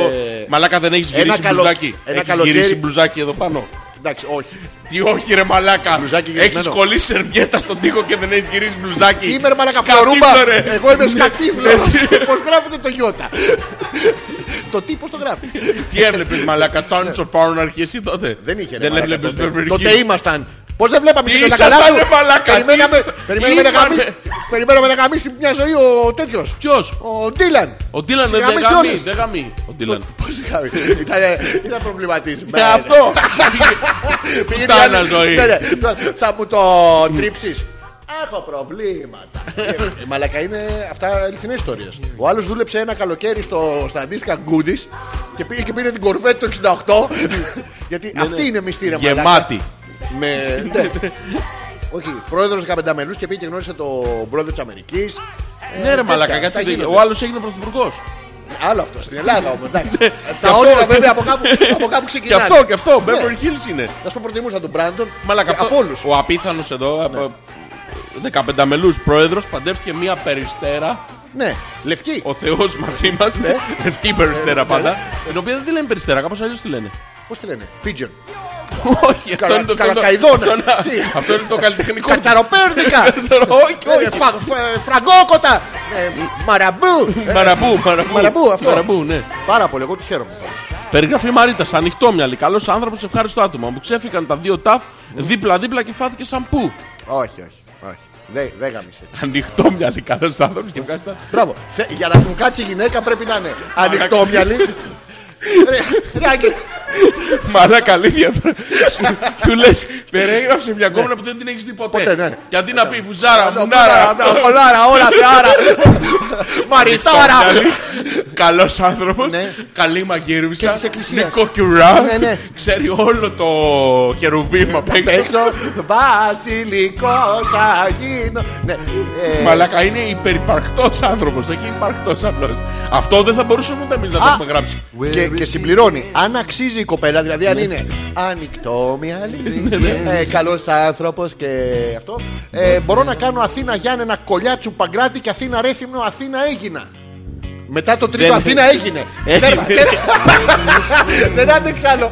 [SPEAKER 2] Μαλάκα δεν έχεις γυρίσει
[SPEAKER 1] καλό-
[SPEAKER 2] μπλουζάκι.
[SPEAKER 1] ένα
[SPEAKER 2] Έχεις
[SPEAKER 1] καλοκαίρι-
[SPEAKER 2] γυρίσει μπλουζάκι εδώ πάνω.
[SPEAKER 1] Εντάξει, όχι.
[SPEAKER 2] Τι όχι ρε μαλάκα.
[SPEAKER 1] Μπλουζάκι
[SPEAKER 2] Έχεις
[SPEAKER 1] γυρισμένο.
[SPEAKER 2] κολλήσει σερβιέτα στον τοίχο και δεν έχεις γυρίσει μπλουζάκι.
[SPEAKER 1] Είμαι ρε μαλάκα
[SPEAKER 2] Σκατίβλο,
[SPEAKER 1] φλωρούμπα.
[SPEAKER 2] ρε.
[SPEAKER 1] Εγώ είμαι σκατίβλο.
[SPEAKER 2] Εσύ-
[SPEAKER 1] Πώς γράφεται το γιώτα. Το τι πώς το γράφει.
[SPEAKER 2] Τι έβλεπες μαλάκα. Τσάντσο of Pornarchy εσύ τότε.
[SPEAKER 1] Ναι. Δεν είχε ρε
[SPEAKER 2] Δεν
[SPEAKER 1] μαλάκα
[SPEAKER 2] έβλεπες
[SPEAKER 1] τότε.
[SPEAKER 2] Beverly
[SPEAKER 1] Τότε
[SPEAKER 2] Hills.
[SPEAKER 1] ήμασταν. Πώς δεν βλέπαμε
[SPEAKER 2] Τι
[SPEAKER 1] σε τα
[SPEAKER 2] ήσασταν,
[SPEAKER 1] καλά σου.
[SPEAKER 2] ρε μαλάκα, τι
[SPEAKER 1] Περιμέναμε-
[SPEAKER 2] ήσασταν.
[SPEAKER 1] Περιμέναμε να
[SPEAKER 2] Ήμανε.
[SPEAKER 1] γαμίσει- Περιμέναμε να γαμίσει μια ζωή ο τέτοιος.
[SPEAKER 2] Ποιος.
[SPEAKER 1] Ο Ντίλαν.
[SPEAKER 2] Ο Ντίλαν
[SPEAKER 1] Σιγά
[SPEAKER 2] δεν
[SPEAKER 1] με
[SPEAKER 2] γαμεί.
[SPEAKER 1] κιόλας.
[SPEAKER 2] Δεν γαμεί. Ο Ντίλαν.
[SPEAKER 1] Πώς Ε, είχαμε. Ήτανε- Ήταν προβληματής.
[SPEAKER 2] Ε, αυτό.
[SPEAKER 1] Πήγαινε
[SPEAKER 2] Πουτάνα
[SPEAKER 1] η άλλη-
[SPEAKER 2] ζωή.
[SPEAKER 1] Ναι, ναι. Το- Θα μου το τρίψεις. Έχω προβλήματα. Ε, ε, Μαλακα είναι αυτά αληθινές ιστορίες. Ο άλλος δούλεψε ένα καλοκαίρι στο, στα αντίστοιχα Γκούντις και πήγε και πήρε την κορβέτ το 68. γιατί αυτή είναι μυστή ρε μαλάκα.
[SPEAKER 2] Ναι, Γεμάτη.
[SPEAKER 1] Με... ναι. Όχι, πρόεδρος Καπενταμελούς και πήγε και γνώρισε το πρόεδρο της Αμερικής. Ε,
[SPEAKER 2] Ναι ρε
[SPEAKER 1] τέτοια,
[SPEAKER 2] μαλάκα.
[SPEAKER 1] τα
[SPEAKER 2] κάτι δεν-
[SPEAKER 1] γίνονται.
[SPEAKER 2] Ο άλλος έγινε πρωθυπουργός.
[SPEAKER 1] Άλλο αυτό στην Ελλάδα όμως. εντάξει.
[SPEAKER 2] Και
[SPEAKER 1] Τα
[SPEAKER 2] Ναι, αυτό-
[SPEAKER 1] όνειρα βέβαια από κάπου, από κάπου
[SPEAKER 2] Και
[SPEAKER 1] ξεκινάνε.
[SPEAKER 2] αυτό και αυτό. Beverly Hills είναι.
[SPEAKER 1] Να σου πω προτιμούσα τον Μπράντον.
[SPEAKER 2] Μαλάκα,
[SPEAKER 1] ε, από
[SPEAKER 2] αυτό-
[SPEAKER 1] όλους. Ναι.
[SPEAKER 2] Ο απίθανος εδώ, από 15 μελούς πρόεδρος, παντεύτηκε μία περιστέρα
[SPEAKER 1] Ναι, λευκή.
[SPEAKER 2] Ο Θεός μαζί μας, ναι. Λευκή
[SPEAKER 1] Ναι,
[SPEAKER 2] περιστέρα πάντα. Την οποία δεν τη λένε περιστέρα, κάπως αλλιώς τη λένε.
[SPEAKER 1] Πώς τη λένε, Pigeon.
[SPEAKER 2] Όχι, αυτό
[SPEAKER 1] Καλα-
[SPEAKER 2] είναι το
[SPEAKER 1] καλακαϊδόνα.
[SPEAKER 2] αυτό είναι-
[SPEAKER 1] Τι?
[SPEAKER 2] Αυτό είναι το καλλιτεχνικό.
[SPEAKER 1] Κατσαροπέρδικα.
[SPEAKER 2] Όχι,
[SPEAKER 1] Ε,
[SPEAKER 2] όχι.
[SPEAKER 1] φα- φα- Φραγκόκοτα. Ε, Μαραμπού. Ε,
[SPEAKER 2] Ναι. Μαραμπού, μαραμπού.
[SPEAKER 1] Μαραμπού, αυτό.
[SPEAKER 2] Μαραμπού, ναι.
[SPEAKER 1] Πάρα πολύ, εγώ τους χαίρομαι.
[SPEAKER 2] Περιγραφή Μαρίτας, ανοιχτό μυαλί. Καλός άνθρωπος, ευχάριστο άτομο. Μου ξέφυγαν τα δύο ταφ δίπλα-δίπλα και φάθηκε σαν πού.
[SPEAKER 1] Όχι, όχι, όχι. Δεν δεν γάμισε.
[SPEAKER 2] Ανοιχτό μυαλί, καλός άνθρωπος και ευχάριστο. άτομο.
[SPEAKER 1] Μπράβο. Θε- Για να μου κάτσει η γυναίκα πρέπει να είναι ανοιχτό μυαλί. Ρε, ρε, Άγγελε.
[SPEAKER 2] Μαλά καλή διαφορά. Του λες, περιγράψε μια κόμμα που δεν την έχεις δει
[SPEAKER 1] Ποτέ, ναι, ναι.
[SPEAKER 2] ποτέ. Και αντί να πει βουζάρα, μουνάρα,
[SPEAKER 1] Μουνάρα,
[SPEAKER 2] αυτό.
[SPEAKER 1] Μουνάρα, όλα θεάρα. Μαριτάρα.
[SPEAKER 2] Καλός άνθρωπος,
[SPEAKER 1] Ναι.
[SPEAKER 2] καλή
[SPEAKER 1] Και
[SPEAKER 2] μαγείρουσα,
[SPEAKER 1] της εκκλησίας.
[SPEAKER 2] νικό κουρά,
[SPEAKER 1] Ναι, ναι.
[SPEAKER 2] ξέρει όλο το χερουβίμ απ' έξω.
[SPEAKER 1] Έξω βασιλικός θα γίνω. Ναι, ε,
[SPEAKER 2] Μαλάκα είναι υπερυπαρκτός άνθρωπος, όχι υπαρκτός απλώς. Αυτό δεν θα μπορούσαμε ούτε εμείς να το
[SPEAKER 1] Α.
[SPEAKER 2] έχουμε γράψει.
[SPEAKER 1] Και, και συμπληρώνει. Αν αξίζει η κοπέλα, δηλαδή
[SPEAKER 2] Ναι.
[SPEAKER 1] αν είναι ανοιχτό μυαλί, ε, καλός άνθρωπος και αυτό. ε, μπορώ να κάνω Αθήνα Γιάννενα κολλιάτσου Παγκράτη και Αθήνα Ρέθυμνο, Αθήνα έγινα. Μετά το τρίτο
[SPEAKER 2] Δεν-
[SPEAKER 1] Αθήνα έγινε.
[SPEAKER 2] Έγινε. Ε,
[SPEAKER 1] Τέρμα, τέρμα. Δεν άντεξα άλλο.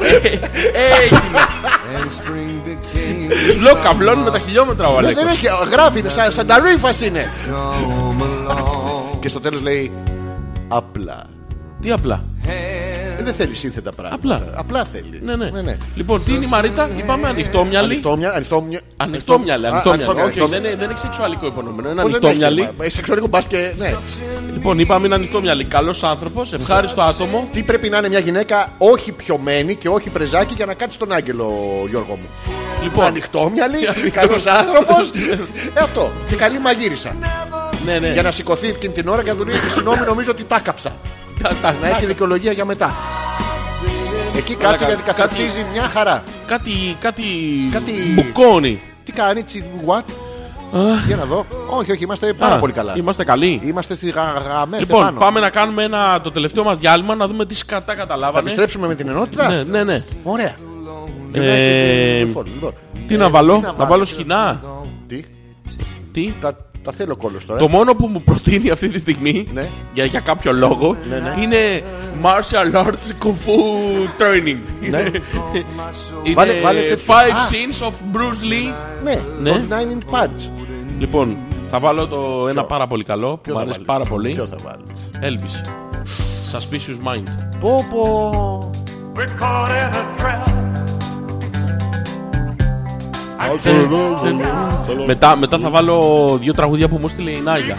[SPEAKER 2] Λέω καπλώνουμε τα χιλιόμετρα ο
[SPEAKER 1] Ναι, Δεν
[SPEAKER 2] Αλέκος.
[SPEAKER 1] έχει, γράφει, είναι σαν, σαν τα ρούφας είναι. Και στο τέλος λέει απλά.
[SPEAKER 2] Τι απλά.
[SPEAKER 1] Ε, Δεν θέλει σύνθετα πράγματα.
[SPEAKER 2] Απλά.
[SPEAKER 1] θέλει.
[SPEAKER 2] Ναι, ναι. Λοιπόν, τι είναι η Μαρίτα, είπαμε ανοιχτό μυαλί.
[SPEAKER 1] Ανοιχτό μυα- ανοιχτό μυα-
[SPEAKER 2] Ανοιχτό μυαλί,
[SPEAKER 1] Α,
[SPEAKER 2] ανοιχτό μυαλί.
[SPEAKER 1] ανοιχτό
[SPEAKER 2] Όχι,
[SPEAKER 1] ανοιχτό.
[SPEAKER 2] δεν είναι- δεν έχει σεξουαλικό υπονοούμενο. Είναι
[SPEAKER 1] Πώς δεν
[SPEAKER 2] ανοιχτό
[SPEAKER 1] έχει,
[SPEAKER 2] μυαλί.
[SPEAKER 1] μα, ε, Σεξουαλικό μπάσκετ. Ναι.
[SPEAKER 2] Λοιπόν, είπαμε είναι ανοιχτό μυαλί. Καλός άνθρωπος, ευχάριστο άτομο.
[SPEAKER 1] Τι πρέπει να είναι μια γυναίκα όχι πιωμένη και όχι πρεζάκι για να κάτσει τον άγγελο, Γιώργο μου.
[SPEAKER 2] Λοιπόν,
[SPEAKER 1] Ανοιχτό μυαλί,
[SPEAKER 2] Ανοιχτό.
[SPEAKER 1] καλός άνθρωπος. Ε, Αυτό. Και καλή μαγείρισα.
[SPEAKER 2] ναι, ναι.
[SPEAKER 1] Για να σηκωθεί εκείνη την ώρα και να του λέει συγγνώμη, νομίζω ότι τα κάψα.
[SPEAKER 2] Τα- τα-
[SPEAKER 1] Να έχει δικαιολογία για μετά. Εκεί κάτσε
[SPEAKER 2] Μαλάκα,
[SPEAKER 1] γιατί
[SPEAKER 2] κάτι-
[SPEAKER 1] καθαρίζει μια χαρά.
[SPEAKER 2] Κάτι, κάτι,
[SPEAKER 1] Κάτι-
[SPEAKER 2] μπουκώνει.
[SPEAKER 1] Τι κάνει, τσι, what? Για να δω. Όχι, όχι, είμαστε πάρα
[SPEAKER 2] Α,
[SPEAKER 1] πολύ καλά.
[SPEAKER 2] Είμαστε καλοί.
[SPEAKER 1] Είμαστε στη γαμέ.
[SPEAKER 2] Λοιπόν, πάμε να κάνουμε ένα, το τελευταίο μας διάλειμμα να δούμε τι σκατά
[SPEAKER 1] Θα
[SPEAKER 2] καταλάβανε.
[SPEAKER 1] επιστρέψουμε με την ενότητα.
[SPEAKER 2] Ναι, ναι, ναι.
[SPEAKER 1] Ωραία.
[SPEAKER 2] Ε,
[SPEAKER 1] Λοιπόν, λοιπόν.
[SPEAKER 2] Τι
[SPEAKER 1] Ε,
[SPEAKER 2] να βάλω, να βάλω
[SPEAKER 1] βάλω.
[SPEAKER 2] σκηνά.
[SPEAKER 1] Τι,
[SPEAKER 2] Τι.
[SPEAKER 1] τα, τα θέλω κόλλος τώρα.
[SPEAKER 2] Το μόνο που μου προτείνει αυτή τη στιγμή
[SPEAKER 1] Ε. Ναι.
[SPEAKER 2] για, για κάποιο λόγο είναι martial arts kung fu training. είναι
[SPEAKER 1] Ναι. Βάλε- βάλε τέτοιο.
[SPEAKER 2] five
[SPEAKER 1] Α.
[SPEAKER 2] scenes of Bruce Lee.
[SPEAKER 1] Ναι,
[SPEAKER 2] Ναι.
[SPEAKER 1] το Nine in Pads.
[SPEAKER 2] Λοιπόν, θα βάλω το ένα πάρα πολύ καλό που
[SPEAKER 1] Ποιο
[SPEAKER 2] μου
[SPEAKER 1] θα
[SPEAKER 2] αρέσει
[SPEAKER 1] βάλεις?
[SPEAKER 2] πάρα πολύ.
[SPEAKER 1] Ποιο θα βάλεις.
[SPEAKER 2] Elvis. Suspicious Mind.
[SPEAKER 1] Πω πω.
[SPEAKER 6] We're caught in a trap.
[SPEAKER 2] Μετά, μετά θα βάλω δύο τραγούδια που μου έστειλε η Νάγια.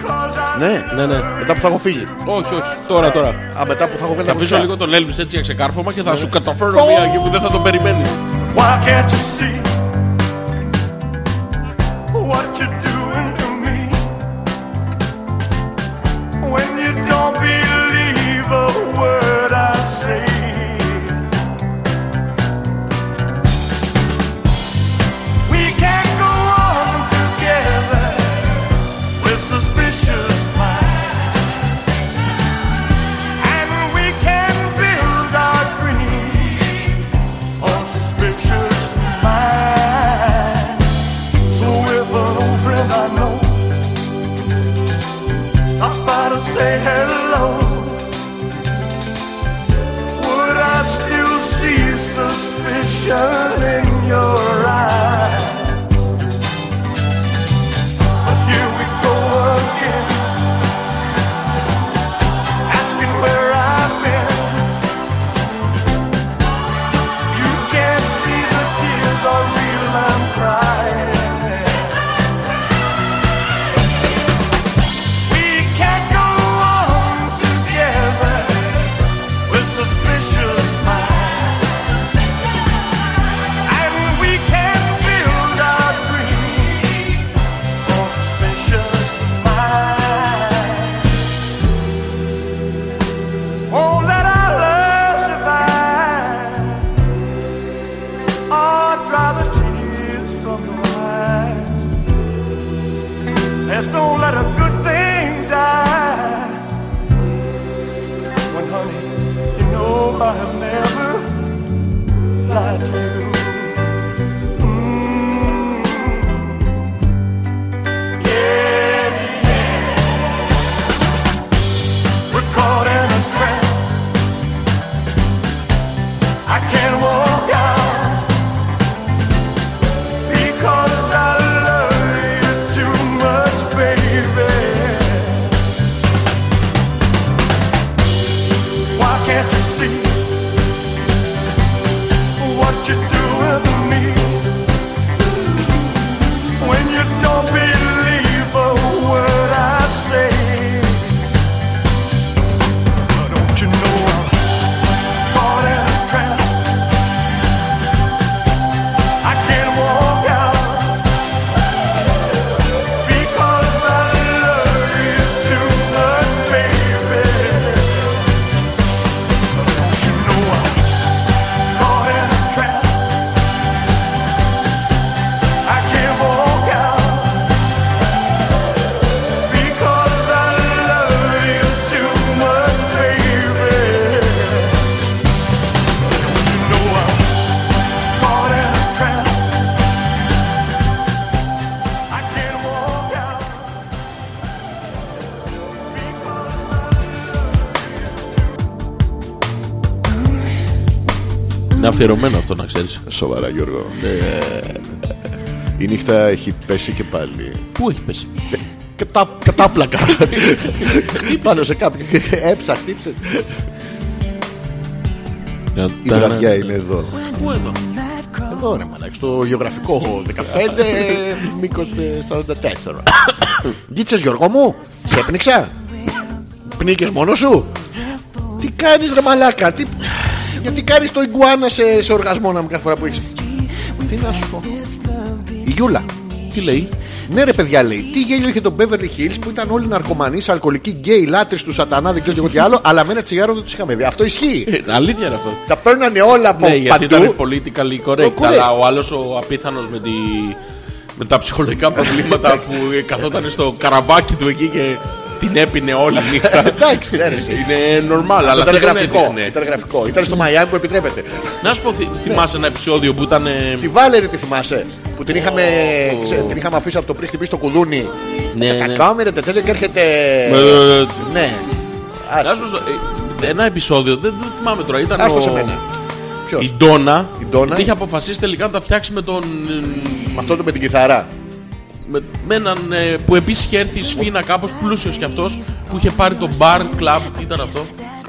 [SPEAKER 1] Ναι,
[SPEAKER 2] Ναι, ναι.
[SPEAKER 1] μετά που θα έχω φύγει.
[SPEAKER 2] Όχι, όχι. Τώρα, τώρα.
[SPEAKER 1] Α, μετά που θα έχω Ναι. βγάλει
[SPEAKER 2] Θα
[SPEAKER 1] τα
[SPEAKER 2] αφήσω
[SPEAKER 1] μουσικά.
[SPEAKER 2] λίγο τον Elvis έτσι για ξεκάρφωμα και θα σου καταφέρω μία εκεί που δεν θα τον περιμένεις.
[SPEAKER 6] Why can't you see what you're doing to me? When you don't believe a word I say. We can't go on together with suspicious minds. And we can build our dreams on suspicious mind. So if an old friend I know stops by to say hello, would I still see suspicion in your eyes? But here we go again, asking where I've been. You can't see the tears are real, I'm crying. We can't go on together with suspicious minds. And we can't build our dreams on suspicious minds. Oh, let our love survive. I'd dry the tears from your eyes. Let's don't let a good thing die. When, honey, you know I have never lied to you. Mm. Yeah, yeah. see what you do with me when you don't believe a word I say. Don't you know I'm caught in a trap? I can't walk out because I love you too much, baby. Don't you know I'm caught in a trap? I can't walk out because I love you too much, baby. Don't you know I'm caught in a trap? I can't walk out because
[SPEAKER 2] Είναι αφιερωμένο αυτό να ξέρεις.
[SPEAKER 1] Σοβαρά Γιώργο. Ε, Η νύχτα έχει πέσει και πάλι.
[SPEAKER 2] Πού έχει πέσει.
[SPEAKER 1] Κατά, κατάπλακα. Πάνω σε κάποιον. Έψα, χτύψε. Η βραδιά είναι εδώ.
[SPEAKER 2] Πού εδώ.
[SPEAKER 1] Εδώ ρε μαλάκα, στο γεωγραφικό 15, μήκος ε, 44. Γίτσες Γιώργο μου, σε έπνιξα. Πνίκες μόνος σου. Τι κάνεις ρε μαλάκα, τι... γιατί κάνεις το ιγκουάνα σε, σε οργασμό να μου κάθε φορά που έχεις. Τι να σου πω. Η Γιούλα.
[SPEAKER 2] Τι λέει.
[SPEAKER 1] Ναι ρε παιδιά λέει, τι γέλιο είχε το Beverly Hills που ήταν όλοι ναρκωμανείς, αλκοολικοί, γκέι, λάτρεις τους σατανά, δεν ξέρω και εγώ τι άλλο, αλλά με ένα τσιγάρο δεν τους είχαμε δει. Αυτό ισχύει.
[SPEAKER 2] Ε, Αλήθεια είναι αυτό.
[SPEAKER 1] Τα παίρνανε όλα από
[SPEAKER 2] Ναι, γιατί
[SPEAKER 1] παντού.
[SPEAKER 2] ήταν political correct.
[SPEAKER 1] correct.
[SPEAKER 2] Αλλά ο άλλος ο απίθανος με, τη... με τα ψυχολογικά προβλήματα που καθόταν στο καραβάκι του εκεί και την έπινε όλη νύχτα.
[SPEAKER 1] Εντάξει, ναι, ρε, εσύ.
[SPEAKER 2] Είναι normal, αλλά
[SPEAKER 1] Ήταν
[SPEAKER 2] δεν τον
[SPEAKER 1] γραφικό.
[SPEAKER 2] έδειχνε.
[SPEAKER 1] Ήταν γραφικό. Ήταν στο Μαϊάμι που επιτρέπεται.
[SPEAKER 2] Να σου πω,
[SPEAKER 1] Ναι.
[SPEAKER 2] θυ- θυμάσαι ένα επεισόδιο που ήταν... ε,
[SPEAKER 1] Τη Βάλερη τη θυμάσαι. Που την είχαμε, ξέ- την είχαμε αφήσει από το πριν χτυπήσει το κουδούνι.
[SPEAKER 2] Ναι,
[SPEAKER 1] Τα
[SPEAKER 2] ναι.
[SPEAKER 1] κάμερα τέτοια και έρχεται.
[SPEAKER 2] Ε,
[SPEAKER 1] Ναι.
[SPEAKER 2] Να σου πω, ε, Ένα επεισόδιο, δεν, δεν θυμάμαι τώρα, ήταν
[SPEAKER 1] Άστο σε
[SPEAKER 2] ο-
[SPEAKER 1] μένα. Ποιος.
[SPEAKER 2] η Ντόνα.
[SPEAKER 1] Η Ντόνα.
[SPEAKER 2] γιατί Είχε αποφασίσει τελικά να τα φτιάξει με τον... ε,
[SPEAKER 1] Με αυτό το με την κιθάρα.
[SPEAKER 2] με, με έναν ε, που επίσης είχε έρθει η Σφίνα κάπως πλούσιος κι αυτός που είχε πάρει το bar club, τι ήταν αυτό.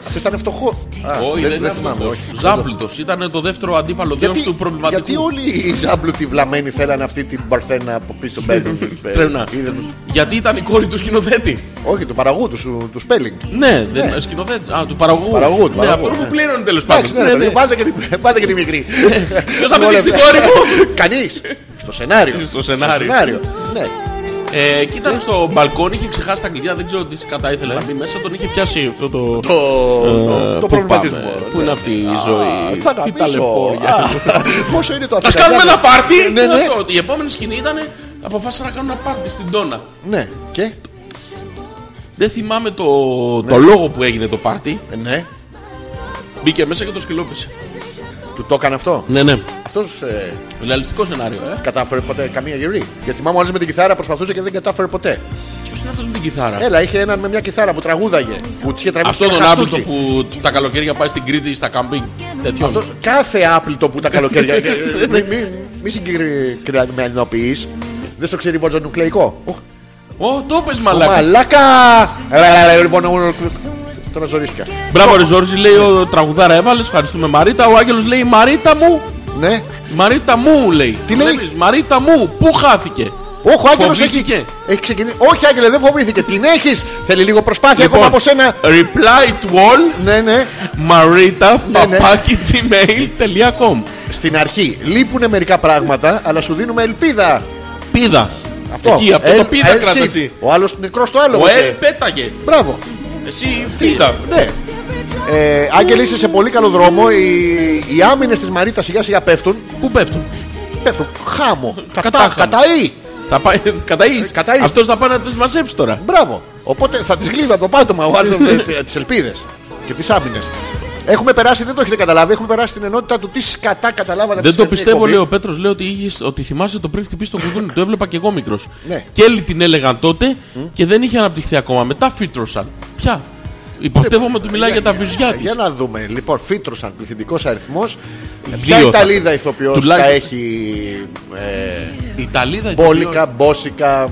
[SPEAKER 1] Αυτό ήταν φτωχό. Α,
[SPEAKER 2] Όχι,
[SPEAKER 1] δεν-
[SPEAKER 2] δεν,
[SPEAKER 1] δεν
[SPEAKER 2] ήταν
[SPEAKER 1] θυμάμαι.
[SPEAKER 2] αυτός.
[SPEAKER 1] όχι.
[SPEAKER 2] Ζάπλουτος, ήταν το δεύτερο αντίπαλο δέος του προβληματικού.
[SPEAKER 1] γιατί όλοι οι ζάμπλουτοι βλαμμένοι θέλανε αυτή την παρθένα από πίσω μπαίνουν. Ε,
[SPEAKER 2] Τρένα.
[SPEAKER 1] είδε-
[SPEAKER 2] Γιατί ήταν η κόρη του σκηνοθέτη.
[SPEAKER 1] Όχι, του παραγού του, του Σπέλινγκ.
[SPEAKER 2] Ναι, δεν σκηνοθέτη. Α, του παραγωγού.
[SPEAKER 1] Παραγωγού, του
[SPEAKER 2] ναι,
[SPEAKER 1] παραγωγού,
[SPEAKER 2] αυτό που
[SPEAKER 1] ναι.
[SPEAKER 2] πλήρωνε τέλος
[SPEAKER 1] Εντάξει,
[SPEAKER 2] πάντων.
[SPEAKER 1] ναι,
[SPEAKER 2] Ναι,
[SPEAKER 1] ρε,
[SPEAKER 2] ναι.
[SPEAKER 1] Βάλτε και τη- βάλτε και τη μικρή.
[SPEAKER 2] Ποιος θα με δείξει την κόρη μου?
[SPEAKER 1] Κανείς. Στο σενάριο.
[SPEAKER 2] Στο σενάριο.
[SPEAKER 1] Ναι.
[SPEAKER 2] Ε, και ήταν στο μπαλκόνι, είχε ξεχάσει τα κλειδιά, δεν ξέρω τι κατά ήθελε να μπει μέσα, τον είχε πιάσει αυτό το...
[SPEAKER 1] Το, το,
[SPEAKER 2] Ε,
[SPEAKER 1] το
[SPEAKER 2] πού
[SPEAKER 1] προβληματισμό.
[SPEAKER 2] πάμε,
[SPEAKER 1] Ναι.
[SPEAKER 2] Πού είναι αυτή η ζωή.
[SPEAKER 1] Θα
[SPEAKER 2] Τι
[SPEAKER 1] αγαπήσω.
[SPEAKER 2] ταλαιπώρια.
[SPEAKER 1] Α, Πόσο είναι το
[SPEAKER 2] Ας
[SPEAKER 1] αφιλεγγάρι.
[SPEAKER 2] κάνουμε ένα πάρτι.
[SPEAKER 1] Ναι, ναι.
[SPEAKER 2] Αυτό. Η επόμενη σκηνή ήταν αποφάσισαν να κάνουν ένα πάρτι στην Τόνα.
[SPEAKER 1] Ναι. Και.
[SPEAKER 2] Δεν θυμάμαι το,
[SPEAKER 1] Ναι.
[SPEAKER 2] το λόγο που έγινε το πάρτι.
[SPEAKER 1] Ε, Ναι.
[SPEAKER 2] Μπήκε μέσα και το σκυλόπισε.
[SPEAKER 1] Του το έκανε αυτό.
[SPEAKER 2] Ναι, ναι.
[SPEAKER 1] Αυτός ε,
[SPEAKER 2] Ρεαλιστικό σενάριο. Ε.
[SPEAKER 1] κατάφερε ποτέ καμία γυρή. Γιατί θυμάμαι όλες με την κιθάρα προσπαθούσε και δεν κατάφερε ποτέ.
[SPEAKER 2] Ποιος είναι αυτός με την κιθάρα.
[SPEAKER 1] Έλα, είχε έναν με μια κιθάρα που τραγούδαγε. Που της είχε τραβήξει
[SPEAKER 2] Αυτό
[SPEAKER 1] και ένα
[SPEAKER 2] τον άπλυτο
[SPEAKER 1] χαστούκι.
[SPEAKER 2] που τα καλοκαίρια πάει στην Κρήτη στα καμπίνγκ. Τέτοιο.
[SPEAKER 1] Αυτό, κάθε άπλητο που τα καλοκαίρια. Ε, μη μη, μη συγκεκριμενοποιείς. Δεν στο ξέρει βοτζονουκλεϊκό. Οχ,
[SPEAKER 2] Ω, το πες
[SPEAKER 1] Ο
[SPEAKER 2] μαλάκα.
[SPEAKER 1] Μαλάκα! Ρε, ρε, Λοιπόν, ο- τώρα ζωρίστηκα.
[SPEAKER 2] Μπράβο ρε Ζόρζη, λέει ο τραγουδάρα έβαλες, ευχαριστούμε Μαρίτα. Ο Άγγελος λέει Μαρίτα μου,
[SPEAKER 1] Ναι.
[SPEAKER 2] Μαρίτα μου λέει. Τι
[SPEAKER 1] λέει?
[SPEAKER 2] Μαρίτα μου, πού χάθηκε.
[SPEAKER 1] Όχι, ο Άγγελος έχει,
[SPEAKER 2] Φοβήθηκε.
[SPEAKER 1] έχει ξεκινήσει. Όχι, Άγγελε, δεν φοβήθηκε. Την έχεις. Θέλει λίγο προσπάθεια
[SPEAKER 2] Λοιπόν.
[SPEAKER 1] ακόμα από σένα.
[SPEAKER 2] reply to all
[SPEAKER 1] Ναι, ναι.
[SPEAKER 2] Marita
[SPEAKER 1] Ναι, ναι.
[SPEAKER 2] papaki gmail.com
[SPEAKER 1] Στην αρχή λείπουν μερικά πράγματα, αλλά σου δίνουμε ελπίδα.
[SPEAKER 2] Πίδα.
[SPEAKER 1] Αυτό.
[SPEAKER 2] Εκεί, αυτό
[SPEAKER 1] Ε,
[SPEAKER 2] το πίδα
[SPEAKER 1] ε,
[SPEAKER 2] κράτα
[SPEAKER 1] εσύ.
[SPEAKER 2] εσύ.
[SPEAKER 1] Ο άλλος νεκρός το άλλο.
[SPEAKER 2] Ο
[SPEAKER 1] βέβαια.
[SPEAKER 2] Ελ πέταγε.
[SPEAKER 1] Μπράβο.
[SPEAKER 2] Εσύ πίδα.
[SPEAKER 1] Ναι. Ε, Άγγελε, είσαι σε πολύ καλό δρόμο. Οι, οι άμυνες της Μαρίτα σιγά σιγά πέφτουν.
[SPEAKER 2] Πού πέφτουν.
[SPEAKER 1] Πέφτουν. Ε, Χάμω. Κατά,
[SPEAKER 2] Κατάχαμο.
[SPEAKER 1] κατά ή.
[SPEAKER 2] Θα πάει, κατά εις.
[SPEAKER 1] Κατά εις.
[SPEAKER 2] Αυτός θα πάει να τους μαζέψει τώρα.
[SPEAKER 1] Μπράβο. Οπότε θα τις γλύβει από το πάτωμα ο άλλος τι ε, ελπίδες και τις άμυνες. Έχουμε περάσει, δεν το έχετε καταλάβει, έχουμε περάσει την ενότητα του τι σκατά καταλάβατε.
[SPEAKER 2] Δεν το
[SPEAKER 1] στη σημερινή
[SPEAKER 2] πιστεύω,
[SPEAKER 1] εκπομπή.
[SPEAKER 2] λέει ο Πέτρος, λέει ότι, είχες, ότι θυμάσαι το πριν χτυπήσει το κουδούνι. το έβλεπα και εγώ μικρός.
[SPEAKER 1] Ναι.
[SPEAKER 2] Κέλλη την έλεγαν τότε και δεν είχε αναπτυχθεί ακόμα. Μετά φύτρωσαν. Πια. Υποπτεύομαι ότι μιλάει για τα βυζιά της.
[SPEAKER 1] Για να δούμε. Λοιπόν, φύτρωσαν πληθυντικός αριθμός. Ποια
[SPEAKER 2] Ε, θα-
[SPEAKER 1] Ιταλίδα ηθοποιός
[SPEAKER 2] Τουλάχιστον-
[SPEAKER 1] θα έχει ε,
[SPEAKER 2] Η Ιταλίδα
[SPEAKER 1] μπόλικα, μπόσικα,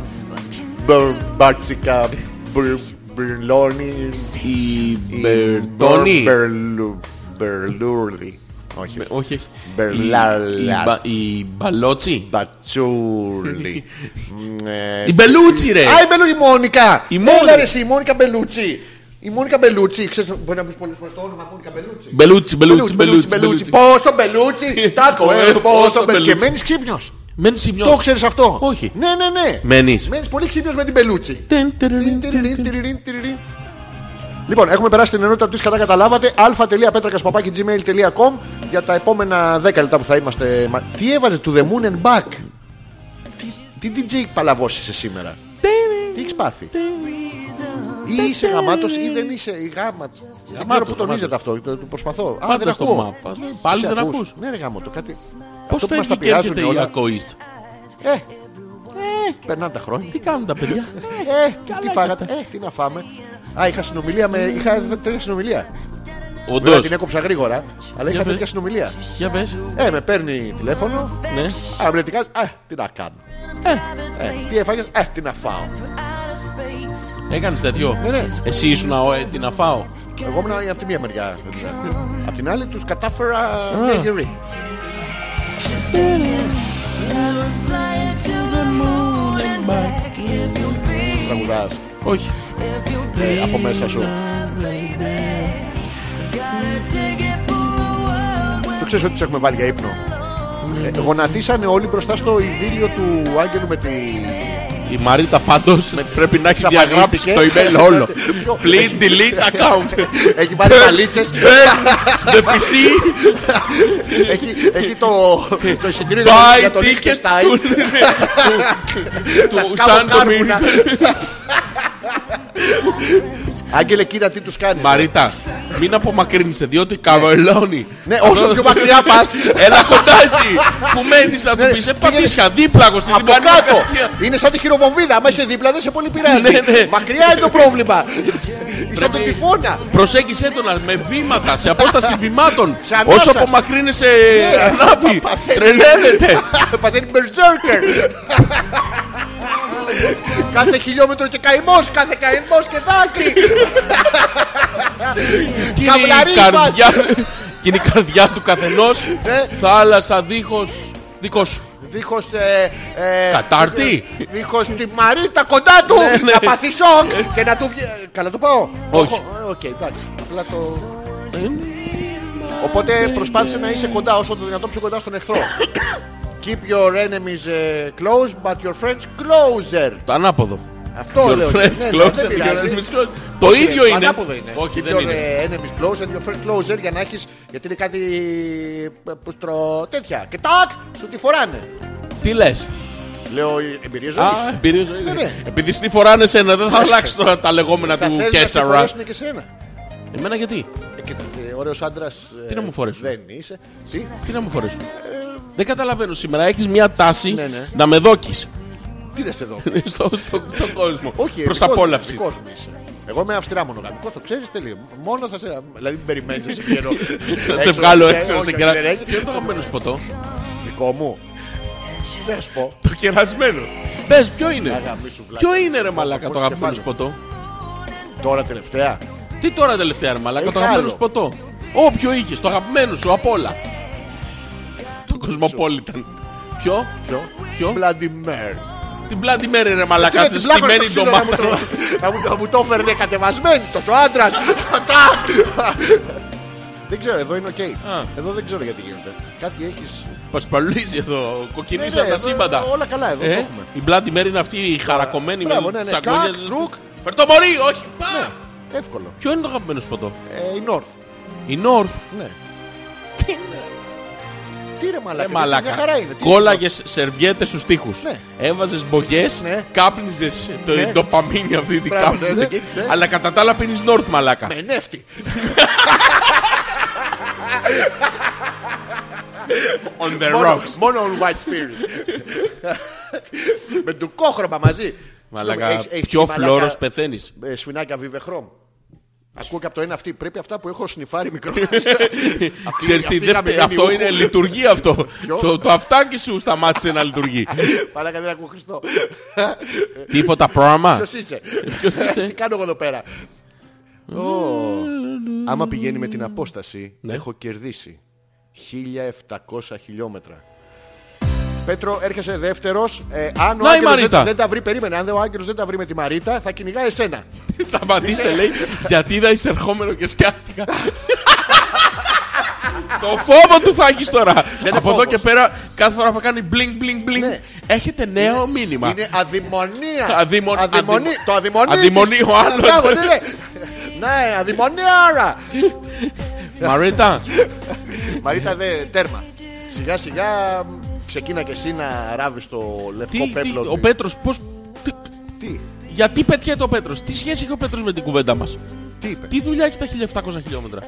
[SPEAKER 1] μπο- μπάρτσικα, μπρ- μπριλόνι,
[SPEAKER 2] Η
[SPEAKER 1] η-
[SPEAKER 2] Μπερτόνη.
[SPEAKER 1] μπερ- μπερλου- Μπερλούρδι. Όχι.
[SPEAKER 2] Με- Όχι, όχι.
[SPEAKER 1] Μπερλάλα.
[SPEAKER 2] Η- η Μπα- Η Μπαλότσι.
[SPEAKER 1] Μπατσούλη. Μ, ε,
[SPEAKER 2] Η Μπελούτσι, ρε.
[SPEAKER 1] Α, η Μπελού, η Μόνικα.
[SPEAKER 2] Η Μόνη.
[SPEAKER 1] Έλα, ρε, εσύ, η Μόνικα Μπελούτσι. Η Μόνικα Μπελούτσι, ξέρεις, μπορεί να πεις πολλές φορές το όνομα Μόνικα Μπελούτσι.
[SPEAKER 2] Μπελούτσι, Μπελούτσι, Μπελούτσι. Μπελούτσι.
[SPEAKER 1] Πόσο Μπελούτσι, τάκο, ε,
[SPEAKER 2] Ε,
[SPEAKER 1] πόσο
[SPEAKER 2] πόσο
[SPEAKER 1] Μπελούτσι.
[SPEAKER 2] Μπελούτσι.
[SPEAKER 1] Και μένεις ξύπνιος.
[SPEAKER 2] Μένεις σημειό.
[SPEAKER 1] Το ξέρεις αυτό.
[SPEAKER 2] Όχι.
[SPEAKER 1] Ναι, ναι, ναι.
[SPEAKER 2] Μένεις.
[SPEAKER 1] Μένεις πολύ ξύπνιος με την Μπελούτσι.
[SPEAKER 2] Τεν, τερερίν,
[SPEAKER 1] Τιριρίν, τιριρίν, τιριρίν. Λοιπόν, έχουμε περάσει την ενότητα του κατά καταλάβατε. α.πέτρακα.gmail.com για τα επόμενα 10 λεπτά που θα είμαστε. μα- Τι έβαλε του The Moon and Back. Τι, τι DJ παλαβώσησε σήμερα. Τι έχεις πάθει. Ή είσαι γαμάτος ή δεν είσαι γάμματος. Γαμάτο που τονίζεται αυτό. Το, το προσπαθώ. Α, δεν
[SPEAKER 2] Πάντα στο
[SPEAKER 1] ακούω.
[SPEAKER 2] μάπα. Πάλι
[SPEAKER 1] Σε
[SPEAKER 2] δεν
[SPEAKER 1] ακούς.
[SPEAKER 2] ακούς.
[SPEAKER 1] Ναι, ρε γάμο το κάτι.
[SPEAKER 2] Πώς
[SPEAKER 1] Αυτό που μας
[SPEAKER 2] φεύγει
[SPEAKER 1] τα
[SPEAKER 2] και
[SPEAKER 1] πειράζουν
[SPEAKER 2] έρχεται η
[SPEAKER 1] όλα.
[SPEAKER 2] ακοής.
[SPEAKER 1] Ε, ε, περνάνε τα χρόνια.
[SPEAKER 2] Τι κάνουν τα παιδιά.
[SPEAKER 1] Ε, τι, τι φάγατε. Ε, τι να φάμε. Α, είχα συνομιλία με. Είχα τέτοια συνομιλία. Βέβαια
[SPEAKER 2] Όντως.
[SPEAKER 1] την έκοψα γρήγορα, αλλά είχα
[SPEAKER 2] πες.
[SPEAKER 1] τέτοια συνομιλία.
[SPEAKER 2] Για πες.
[SPEAKER 1] Ε, με παίρνει τηλέφωνο.
[SPEAKER 2] Ναι.
[SPEAKER 1] Α, με λέει, Α, τι να κάνω. Ε, τι έφαγες, Ε, τι να φάω.
[SPEAKER 2] Έκανες τέτοιο.
[SPEAKER 1] Ε, ναι.
[SPEAKER 2] Εσύ ήσουν αό, τι να φάω.
[SPEAKER 1] Εγώ ήμουν από τη μία μεριά. δηλαδή. Απ' την άλλη τους κατάφερα μια γερή. Τραγουδάς
[SPEAKER 2] Όχι.
[SPEAKER 1] ε, από μέσα σου. Το ξέρεις ότι τους έχουμε βάλει για ύπνο. Ε, γονατίσανε όλοι μπροστά στο ιδίλιο του Άγγελου με τη
[SPEAKER 2] Η Μαρίτα πάντως πρέπει να έχει
[SPEAKER 1] Εξαφανίστηκε.
[SPEAKER 2] διαγράψει το email όλο.
[SPEAKER 1] Ποιο?
[SPEAKER 2] Please delete account.
[SPEAKER 1] Έχει
[SPEAKER 2] Ε,
[SPEAKER 1] πάρει παλίτσες
[SPEAKER 2] The PC
[SPEAKER 1] έχει, έχει το, το εισιτήριο
[SPEAKER 2] buy
[SPEAKER 1] για το
[SPEAKER 2] tickets
[SPEAKER 1] Liechtenstein.
[SPEAKER 2] του- του- του
[SPEAKER 1] σκάβω
[SPEAKER 2] Σαν
[SPEAKER 1] κάρβουνα.
[SPEAKER 2] Ντομίνικο.
[SPEAKER 1] Άγγελε κοίτα τι τους κάνεις
[SPEAKER 2] Μαρίτα, μην απομακρύνεσαι διότι καβελώνει.
[SPEAKER 1] Ναι όσο πιο μακριά πας ε,
[SPEAKER 2] Έλα κοντάζει που μένεις από πίσω. Ε, Πατήσια δίπλα στην
[SPEAKER 1] Από κάτω Είναι σαν τη χειροβομβίδα Άμα είσαι δίπλα δεν σε πολύ πειράζει
[SPEAKER 2] Ναι, ναι.
[SPEAKER 1] Μακριά είναι το πρόβλημα Είσαι σαν τον
[SPEAKER 2] Πρέπει-
[SPEAKER 1] τυφώνα
[SPEAKER 2] Προσέγγισε τον α- με βήματα, σε απόσταση βημάτων.
[SPEAKER 1] Σε ανάσας.
[SPEAKER 2] Όσο απομακρύνεσαι
[SPEAKER 1] Ναι,
[SPEAKER 2] ανάβει,
[SPEAKER 1] παθαίνει.
[SPEAKER 2] τρελαίνεται.
[SPEAKER 1] Πατέρι Berserker Κάθε χιλιόμετρο και καημός Κάθε καημός και δάκρυ
[SPEAKER 2] Και είναι η
[SPEAKER 1] Καβλαρίσμας.
[SPEAKER 2] καρδιά- Και είναι η καρδιά του καθενός.
[SPEAKER 1] Ναι.
[SPEAKER 2] Θάλασσα δίχως δικός σου.
[SPEAKER 1] Δίχως ε, ε,
[SPEAKER 2] Κατάρτι.
[SPEAKER 1] ε, Δίχως τη Μαρίτα κοντά του
[SPEAKER 2] Ναι, ναι.
[SPEAKER 1] Να πάθει σοκ Και να του βγει ε, Καλά το πάω
[SPEAKER 2] Όχι. Ε, ναι.
[SPEAKER 1] Ε, Οκ εντάξει Απλά το Οπότε προσπάθησε να είσαι κοντά όσο το δυνατόν πιο κοντά στον εχθρό. Keep your enemies ε, close, but your friends closer.
[SPEAKER 2] Το ανάποδο.
[SPEAKER 1] Αυτό
[SPEAKER 2] Your
[SPEAKER 1] λέω.
[SPEAKER 2] friends
[SPEAKER 1] Ναι, ναι,
[SPEAKER 2] closer,
[SPEAKER 1] δεν
[SPEAKER 2] your
[SPEAKER 1] πειράζει.
[SPEAKER 2] enemies closer. Το
[SPEAKER 1] Όχι,
[SPEAKER 2] ίδιο είναι.
[SPEAKER 1] Ανάποδο είναι.
[SPEAKER 2] Όχι,
[SPEAKER 1] Keep
[SPEAKER 2] δεν
[SPEAKER 1] your
[SPEAKER 2] είναι.
[SPEAKER 1] ε, enemies close and your friends closer για να έχεις... Γιατί είναι κάτι ε, που στρο... τέτοια. Και τάκ, σου τη φοράνε.
[SPEAKER 2] Τι λες.
[SPEAKER 1] Λέω ε, εμπειρίες
[SPEAKER 2] Α,
[SPEAKER 1] ζωής.
[SPEAKER 2] εμπειρία ζωής.
[SPEAKER 1] Ναι, ναι.
[SPEAKER 2] Επειδή στη φοράνε σένα δεν θα αλλάξεις τώρα τα λεγόμενα
[SPEAKER 1] Θα
[SPEAKER 2] του
[SPEAKER 1] θέλεις να σε
[SPEAKER 2] Κέσσαρα.
[SPEAKER 1] φορέσουν και σένα.
[SPEAKER 2] Εμένα γιατί.
[SPEAKER 1] Ε, και, ε, ωραίος άντρας... ε,
[SPEAKER 2] Τι να μου φορέσουν.
[SPEAKER 1] Δεν είσαι. Τι.
[SPEAKER 2] Τι να μου φορέσουν. Δεν καταλαβαίνω σήμερα. Έχεις μια τάση
[SPEAKER 1] Ε, Ναι, ναι.
[SPEAKER 2] να με δόκεις.
[SPEAKER 1] Τι λες εδώ.
[SPEAKER 2] στο, στο- στον κόσμο.
[SPEAKER 1] Όχι, ε,
[SPEAKER 2] Προς
[SPEAKER 1] δικός-
[SPEAKER 2] απόλαυση.
[SPEAKER 1] δικός μου είσαι. Εγώ είμαι αυστηρά μονογαμικός, το ξέρεις τελείω. Μόνο θα σε. Δηλαδή μην περιμένει να σε βγαίνω.
[SPEAKER 2] Θα σε βγάλω έξω,
[SPEAKER 1] όχι,
[SPEAKER 2] σε
[SPEAKER 1] όχι,
[SPEAKER 2] κερά...
[SPEAKER 1] δεν έχει.
[SPEAKER 2] Ποιο είναι το αγαπημένο σου ποτό.
[SPEAKER 1] Δικό μου. Δεν σου πω.
[SPEAKER 2] Το κερασμένο. Πες, ποιο είναι.
[SPEAKER 1] Αγαμί σου, βλάκα.
[SPEAKER 2] Ποιο είναι ρε μαλάκα το
[SPEAKER 1] Πώς
[SPEAKER 2] αγαπημένο
[SPEAKER 1] κεφάλι.
[SPEAKER 2] σου ποτό.
[SPEAKER 1] Τώρα τελευταία.
[SPEAKER 2] Τι τώρα τελευταία ρε μαλάκα,
[SPEAKER 1] Έχει
[SPEAKER 2] το αγαπημένο
[SPEAKER 1] άλλο.
[SPEAKER 2] σου ποτό. Όποιο είχες, το αγαπημένο σου απ' όλα. Το Κοσμοπόλιταν. Ποιο,
[SPEAKER 1] Ποιο.
[SPEAKER 2] ποιο.
[SPEAKER 1] Βλαντιμέρ.
[SPEAKER 2] Την πλάτη μέρη ρε μαλάκα, τη
[SPEAKER 1] πλάκα στο
[SPEAKER 2] στημένη
[SPEAKER 1] ξύλο να μου το-
[SPEAKER 2] ντομάτα.
[SPEAKER 1] να μου το- Να μου το έφερνε κατεβασμένη, τόσο άντρας. Δεν ξέρω, εδώ είναι οκ.
[SPEAKER 2] Α.
[SPEAKER 1] Εδώ δεν ξέρω γιατί γίνεται. Κάτι έχεις...
[SPEAKER 2] Πασπαλίζει εδώ, κοκκινίσαν
[SPEAKER 1] Ναι,
[SPEAKER 2] τα
[SPEAKER 1] εδώ-
[SPEAKER 2] σύμπαντα.
[SPEAKER 1] Όλα καλά, εδώ το
[SPEAKER 2] Ε,
[SPEAKER 1] έχουμε.
[SPEAKER 2] η Bloody Mary είναι αυτή η χαρακωμένη με
[SPEAKER 1] Μπράβο, ναι, ναι.
[SPEAKER 2] σαγόνια.
[SPEAKER 1] Κακ, κρουκ.
[SPEAKER 2] Περτομορή, όχι. Πα.
[SPEAKER 1] Ναι, Εύκολο.
[SPEAKER 2] Ποιο είναι το αγαπημένο σου ποτό.
[SPEAKER 1] Ε, Η North.
[SPEAKER 2] Η North.
[SPEAKER 1] Ναι. Τι ρε μαλάκα.
[SPEAKER 2] Ε,
[SPEAKER 1] τι- Μια χαρά είναι. Τι-
[SPEAKER 2] Κόλλαγες σερβιέτες στους τοίχους.
[SPEAKER 1] Ναι.
[SPEAKER 2] Έβαζες μπογιές,
[SPEAKER 1] Ναι.
[SPEAKER 2] κάπνιζες το
[SPEAKER 1] Ναι.
[SPEAKER 2] ντοπαμίνι αυτή την
[SPEAKER 1] Μπράβο,
[SPEAKER 2] κάπνιζες
[SPEAKER 1] ναι,
[SPEAKER 2] εκεί.
[SPEAKER 1] ναι.
[SPEAKER 2] Αλλά κατά τα άλλα πίνεις North μαλάκα.
[SPEAKER 1] Με νεύτη.
[SPEAKER 2] On the
[SPEAKER 1] Μόνο-
[SPEAKER 2] Ε, rocks.
[SPEAKER 1] Μόνο on white spirit. Με τουκόχρωμα μαζί.
[SPEAKER 2] Μαλάκα,
[SPEAKER 1] Έχεις- έχεις
[SPEAKER 2] πιο
[SPEAKER 1] μαλάκα,
[SPEAKER 2] φλόρος πεθαίνεις.
[SPEAKER 1] ε, Σφινάκια βιβεχρόμ. Ακούω και από το ένα αυτή. Πρέπει αυτά που έχω σνιφάρει μικρό.
[SPEAKER 2] Ξέρεις τι,
[SPEAKER 1] αυτή η
[SPEAKER 2] δεύτερη,
[SPEAKER 1] χαμηλή
[SPEAKER 2] αυτό
[SPEAKER 1] μου.
[SPEAKER 2] είναι λειτουργεί αυτό.
[SPEAKER 1] Ποιο?
[SPEAKER 2] το, το αυτάκι σου σταμάτησε να λειτουργεί.
[SPEAKER 1] Μαλάκα δεν ακούω Χριστό.
[SPEAKER 2] Τίποτα πράγμα.
[SPEAKER 1] Ποιος είσαι.
[SPEAKER 2] Ποιος είσαι?
[SPEAKER 1] Τι κάνω εγώ εδώ πέρα. Άμα πηγαίνει με την απόσταση,
[SPEAKER 2] Ναι.
[SPEAKER 1] έχω κερδίσει 1700 χιλιόμετρα. Πέτρο, έρχεσαι δεύτερος. Ε, αν ο
[SPEAKER 2] Να η
[SPEAKER 1] Άγγελος δεν,
[SPEAKER 2] Μαρίτα.
[SPEAKER 1] τα- δεν τα βρει, περίμενε. Αν ο Άγγελος δεν τα βρει με τη Μαρίτα, θα κυνηγά εσένα.
[SPEAKER 2] Σταματήστε λέει γιατί είδα εισερχόμενο και σκάφτηκα. Το φόβο του θα έχεις τώρα.
[SPEAKER 1] είναι
[SPEAKER 2] Από εδώ
[SPEAKER 1] φόβος.
[SPEAKER 2] και πέρα κάθε φορά που κάνει bling bling bling
[SPEAKER 1] Ναι.
[SPEAKER 2] έχετε νέο μήνυμα.
[SPEAKER 1] Είναι αδημονία.
[SPEAKER 2] Αδημον-
[SPEAKER 1] Αδημονή-
[SPEAKER 2] αδημο-
[SPEAKER 1] Το αδημονή.
[SPEAKER 2] αδημονεί
[SPEAKER 1] της-
[SPEAKER 2] ο άλλος.
[SPEAKER 1] Μπράβο, ναι, ναι. Ναι, αδημονία άρα.
[SPEAKER 2] Μαρίτα,
[SPEAKER 1] Μαρίτα, δε, τέρμα. Σιγά σιγά μ, ξεκίνα και εσύ να ράβεις το
[SPEAKER 2] τι-
[SPEAKER 1] λευκό
[SPEAKER 2] τι-
[SPEAKER 1] πέπλο.
[SPEAKER 2] ο Πέτρος πώς... τι-
[SPEAKER 1] Τι,
[SPEAKER 2] Γιατί πετιέται ο Πέτρος, τι σχέση έχει ο Πέτρος με την κουβέντα μας.
[SPEAKER 1] τι είπε.
[SPEAKER 2] Τι δουλειά έχει τα 1700 χιλιόμετρα.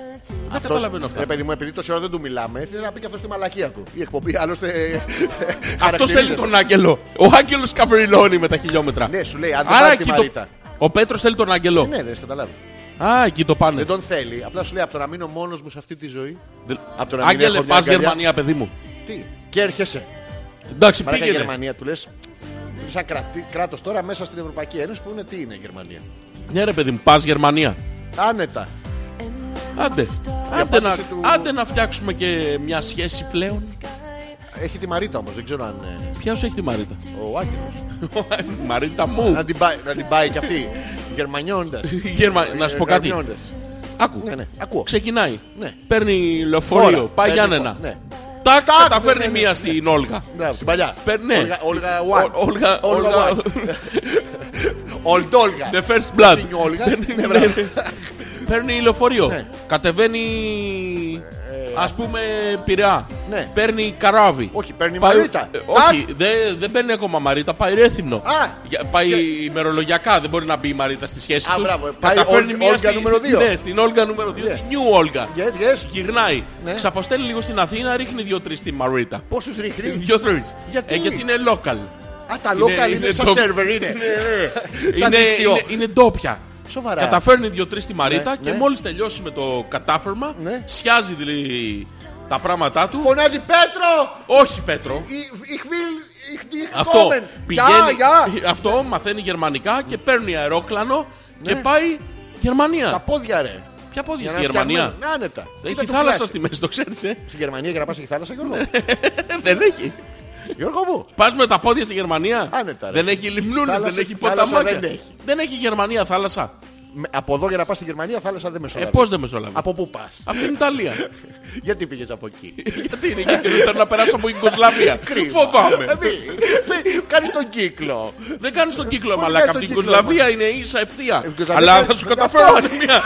[SPEAKER 2] Δεν καταλαβαίνω
[SPEAKER 1] Ρε
[SPEAKER 2] αυτά.
[SPEAKER 1] παιδί μου, επειδή τόση ώρα δεν του μιλάμε, θέλει να πει και αυτός τη μαλακία του. Η εκπομπή άλλωστε. ε,
[SPEAKER 2] Αυτός
[SPEAKER 1] χαρακτηρίζεται.
[SPEAKER 2] θέλει τον Άγγελο. Ο Άγγελος καβριλώνει με τα χιλιόμετρα.
[SPEAKER 1] Ναι, σου λέει, αν δεν
[SPEAKER 2] Άρα
[SPEAKER 1] πάρει τη
[SPEAKER 2] εκεί το...
[SPEAKER 1] Μαρίτα.
[SPEAKER 2] Ο Πέτρος θέλει τον Άγγελο.
[SPEAKER 1] Ναι, δεν σε καταλάβει.
[SPEAKER 2] Α, εκεί το πάνε.
[SPEAKER 1] Δεν τον θέλει. Απλά σου λέει από το να μείνω μόνος μου σε αυτή τη ζωή.
[SPEAKER 2] Δεν-
[SPEAKER 1] Από το να μην
[SPEAKER 2] Άγγελε,
[SPEAKER 1] έχω μια
[SPEAKER 2] πας
[SPEAKER 1] αγκαλιά.
[SPEAKER 2] Γερμανία, παιδί μου.
[SPEAKER 1] Τι. Και έρχεσαι.
[SPEAKER 2] Εντάξει,
[SPEAKER 1] Μαλάκα η
[SPEAKER 2] πήγαινε.
[SPEAKER 1] Γερμανία του λες. Σαν κράτος τώρα μέσα στην Ευρωπαϊκή Ένωση που είναι τι είναι η Γερμανία.
[SPEAKER 2] Ναι, ρε παιδί μου, πας Γερμανία.
[SPEAKER 1] Άνετα.
[SPEAKER 2] Άντε. Άντε να,
[SPEAKER 1] απόσταση του-
[SPEAKER 2] άντε να φτιάξουμε και μια σχέση πλέον.
[SPEAKER 1] Έχει τη Μαρίτα όμως, δεν ξέρω αν. ε,
[SPEAKER 2] Ποια σου έχει τη Μαρίτα.
[SPEAKER 1] Ο Άγγελος.
[SPEAKER 2] Μαρίτα μου.
[SPEAKER 1] Να την πάει, να την πάει κι αυτή. Γερμανιώντας.
[SPEAKER 2] Γερμα- Να σου πω κάτι. Άκου.
[SPEAKER 1] Ναι, ναι, ακούω.
[SPEAKER 2] Ξεκινάει.
[SPEAKER 1] Ναι.
[SPEAKER 2] Παίρνει λεωφορείο.
[SPEAKER 1] Ώρα.
[SPEAKER 2] Πάει
[SPEAKER 1] Παίρνει
[SPEAKER 2] Γιάννενα.
[SPEAKER 1] φορά, ναι.
[SPEAKER 2] Τάκ,
[SPEAKER 1] Τάκ,
[SPEAKER 2] καταφέρνει
[SPEAKER 1] ναι, ναι,
[SPEAKER 2] μία
[SPEAKER 1] ναι.
[SPEAKER 2] στην Όλγα.
[SPEAKER 1] Μπράβο, την παλιά.
[SPEAKER 2] Παίρνει, ναι.
[SPEAKER 1] Όλγα- Όλγα One.
[SPEAKER 2] Ο- Όλγα.
[SPEAKER 1] Όλγα
[SPEAKER 2] Όλγα- Ναι.
[SPEAKER 1] One. Ολτόλγα.
[SPEAKER 2] The first blood.
[SPEAKER 1] Την Όλγα.
[SPEAKER 2] Παίρνει-
[SPEAKER 1] Ναι, μπράβο.
[SPEAKER 2] Παίρνει λεωφορείο.
[SPEAKER 1] Ναι. Ε,
[SPEAKER 2] Κατεβαίνει. Ας πούμε πειραιά.
[SPEAKER 1] Ναι.
[SPEAKER 2] Παίρνει καράβι.
[SPEAKER 1] Όχι, παίρνει
[SPEAKER 2] Πάει-
[SPEAKER 1] Μαρίτα.
[SPEAKER 2] Ε, όχι, δεν δεν παίρνει ακόμα Μαρίτα, πάει Ρέθυμνο.
[SPEAKER 1] Α,
[SPEAKER 2] Για- πάει
[SPEAKER 1] ξε-
[SPEAKER 2] ημερολογιακά, δεν μπορεί να μπει η Μαρίτα στη σχέση
[SPEAKER 1] Α,
[SPEAKER 2] τους.
[SPEAKER 1] μπράβο, πάει
[SPEAKER 2] Καταφέρνει
[SPEAKER 1] Όλγα-
[SPEAKER 2] μία
[SPEAKER 1] Όλγα
[SPEAKER 2] στη-
[SPEAKER 1] νούμερο δύο.
[SPEAKER 2] Ναι, στην Όλγα νούμερο 2,
[SPEAKER 1] Ναι.
[SPEAKER 2] στη New Όλγα.
[SPEAKER 1] Yes, yes.
[SPEAKER 2] Γυρνάει,
[SPEAKER 1] Ναι.
[SPEAKER 2] ξαποστέλνει λίγο στην Αθήνα, ρίχνει δύο-τρει στη Μαρίτα.
[SPEAKER 1] Πόσους ριχνεί.
[SPEAKER 2] Δύο-τρει.
[SPEAKER 1] Γιατί?
[SPEAKER 2] γιατί είναι local.
[SPEAKER 1] Α, τα local είναι
[SPEAKER 2] είναι
[SPEAKER 1] σαν
[SPEAKER 2] το- Ναι,
[SPEAKER 1] σερβερ είναι. Σαν
[SPEAKER 2] είναι,
[SPEAKER 1] δίκτυο.
[SPEAKER 2] είναι, είναι ντόπια.
[SPEAKER 1] Σοβαρά.
[SPEAKER 2] Καταφέρνει δύο-τρει στη Μαρίτα
[SPEAKER 1] Ναι,
[SPEAKER 2] και
[SPEAKER 1] ναι.
[SPEAKER 2] μόλις τελειώσει με το κατάφερμα,
[SPEAKER 1] Ναι.
[SPEAKER 2] σιάζει δηλαδή τα πράγματά του.
[SPEAKER 1] Φωνάζει Πέτρο.
[SPEAKER 2] Όχι Πέτρο.
[SPEAKER 1] Ich- Ich will, ich nicht
[SPEAKER 2] Αυτό
[SPEAKER 1] kommen.
[SPEAKER 2] πηγαίνει,
[SPEAKER 1] Γεια, γεια.
[SPEAKER 2] αυτό μαθαίνει γερμανικά και παίρνει αερόκλανο και
[SPEAKER 1] Ναι.
[SPEAKER 2] πάει Γερμανία.
[SPEAKER 1] Τα πόδια ρε.
[SPEAKER 2] Ποια πόδια
[SPEAKER 1] Για
[SPEAKER 2] στη
[SPEAKER 1] να
[SPEAKER 2] Γερμανία.
[SPEAKER 1] φτιάχνουμε. Να, Άνετα. Κοίτα
[SPEAKER 2] Έχει
[SPEAKER 1] το
[SPEAKER 2] θάλασσα
[SPEAKER 1] πλάσι.
[SPEAKER 2] στη Ναι. μέση, το ξέρεις ε.
[SPEAKER 1] Στη Γερμανία για να πας έχει θάλασσα Γιώργο.
[SPEAKER 2] δεν έχει.
[SPEAKER 1] Γιώργο μου.
[SPEAKER 2] Πας με τα πόδια στη Γερμανία.
[SPEAKER 1] Άνετα, ρε.
[SPEAKER 2] δεν έχει λιμνούνες,
[SPEAKER 1] Θάλασσα-
[SPEAKER 2] δεν έχει
[SPEAKER 1] θάλασσα
[SPEAKER 2] ποταμάκια.
[SPEAKER 1] δεν έχει.
[SPEAKER 2] Δεν έχει Γερμανία θάλασσα.
[SPEAKER 1] Με- Από εδώ για να πας στη Γερμανία θάλασσα δεν
[SPEAKER 2] Ε,
[SPEAKER 1] μεσολαβεί.
[SPEAKER 2] πώς δεν μεσολαβείς.
[SPEAKER 1] Από πού πας.
[SPEAKER 2] Από την Ιταλία.
[SPEAKER 1] Γιατί πήγες από εκεί.
[SPEAKER 2] Γιατί είναι εκεί και δεν θέλω να περάσω από Ιγκοσλαβία. Ε, Φοβάμαι.
[SPEAKER 1] Ε, Μη, μη, κάνεις τον κύκλο.
[SPEAKER 2] Δεν κάνεις τον κύκλο
[SPEAKER 1] Πώς
[SPEAKER 2] μαλάκα.
[SPEAKER 1] κάνεις
[SPEAKER 2] Από
[SPEAKER 1] τον
[SPEAKER 2] την
[SPEAKER 1] κύκλο,
[SPEAKER 2] Ιγκοσλαβία είναι ίσα ευθεία.
[SPEAKER 1] Ιουγκοσλαβία
[SPEAKER 2] Αλλά
[SPEAKER 1] είναι-
[SPEAKER 2] θα σου
[SPEAKER 1] είναι
[SPEAKER 2] καταφέρω
[SPEAKER 1] αυτό.
[SPEAKER 2] άλλη μια.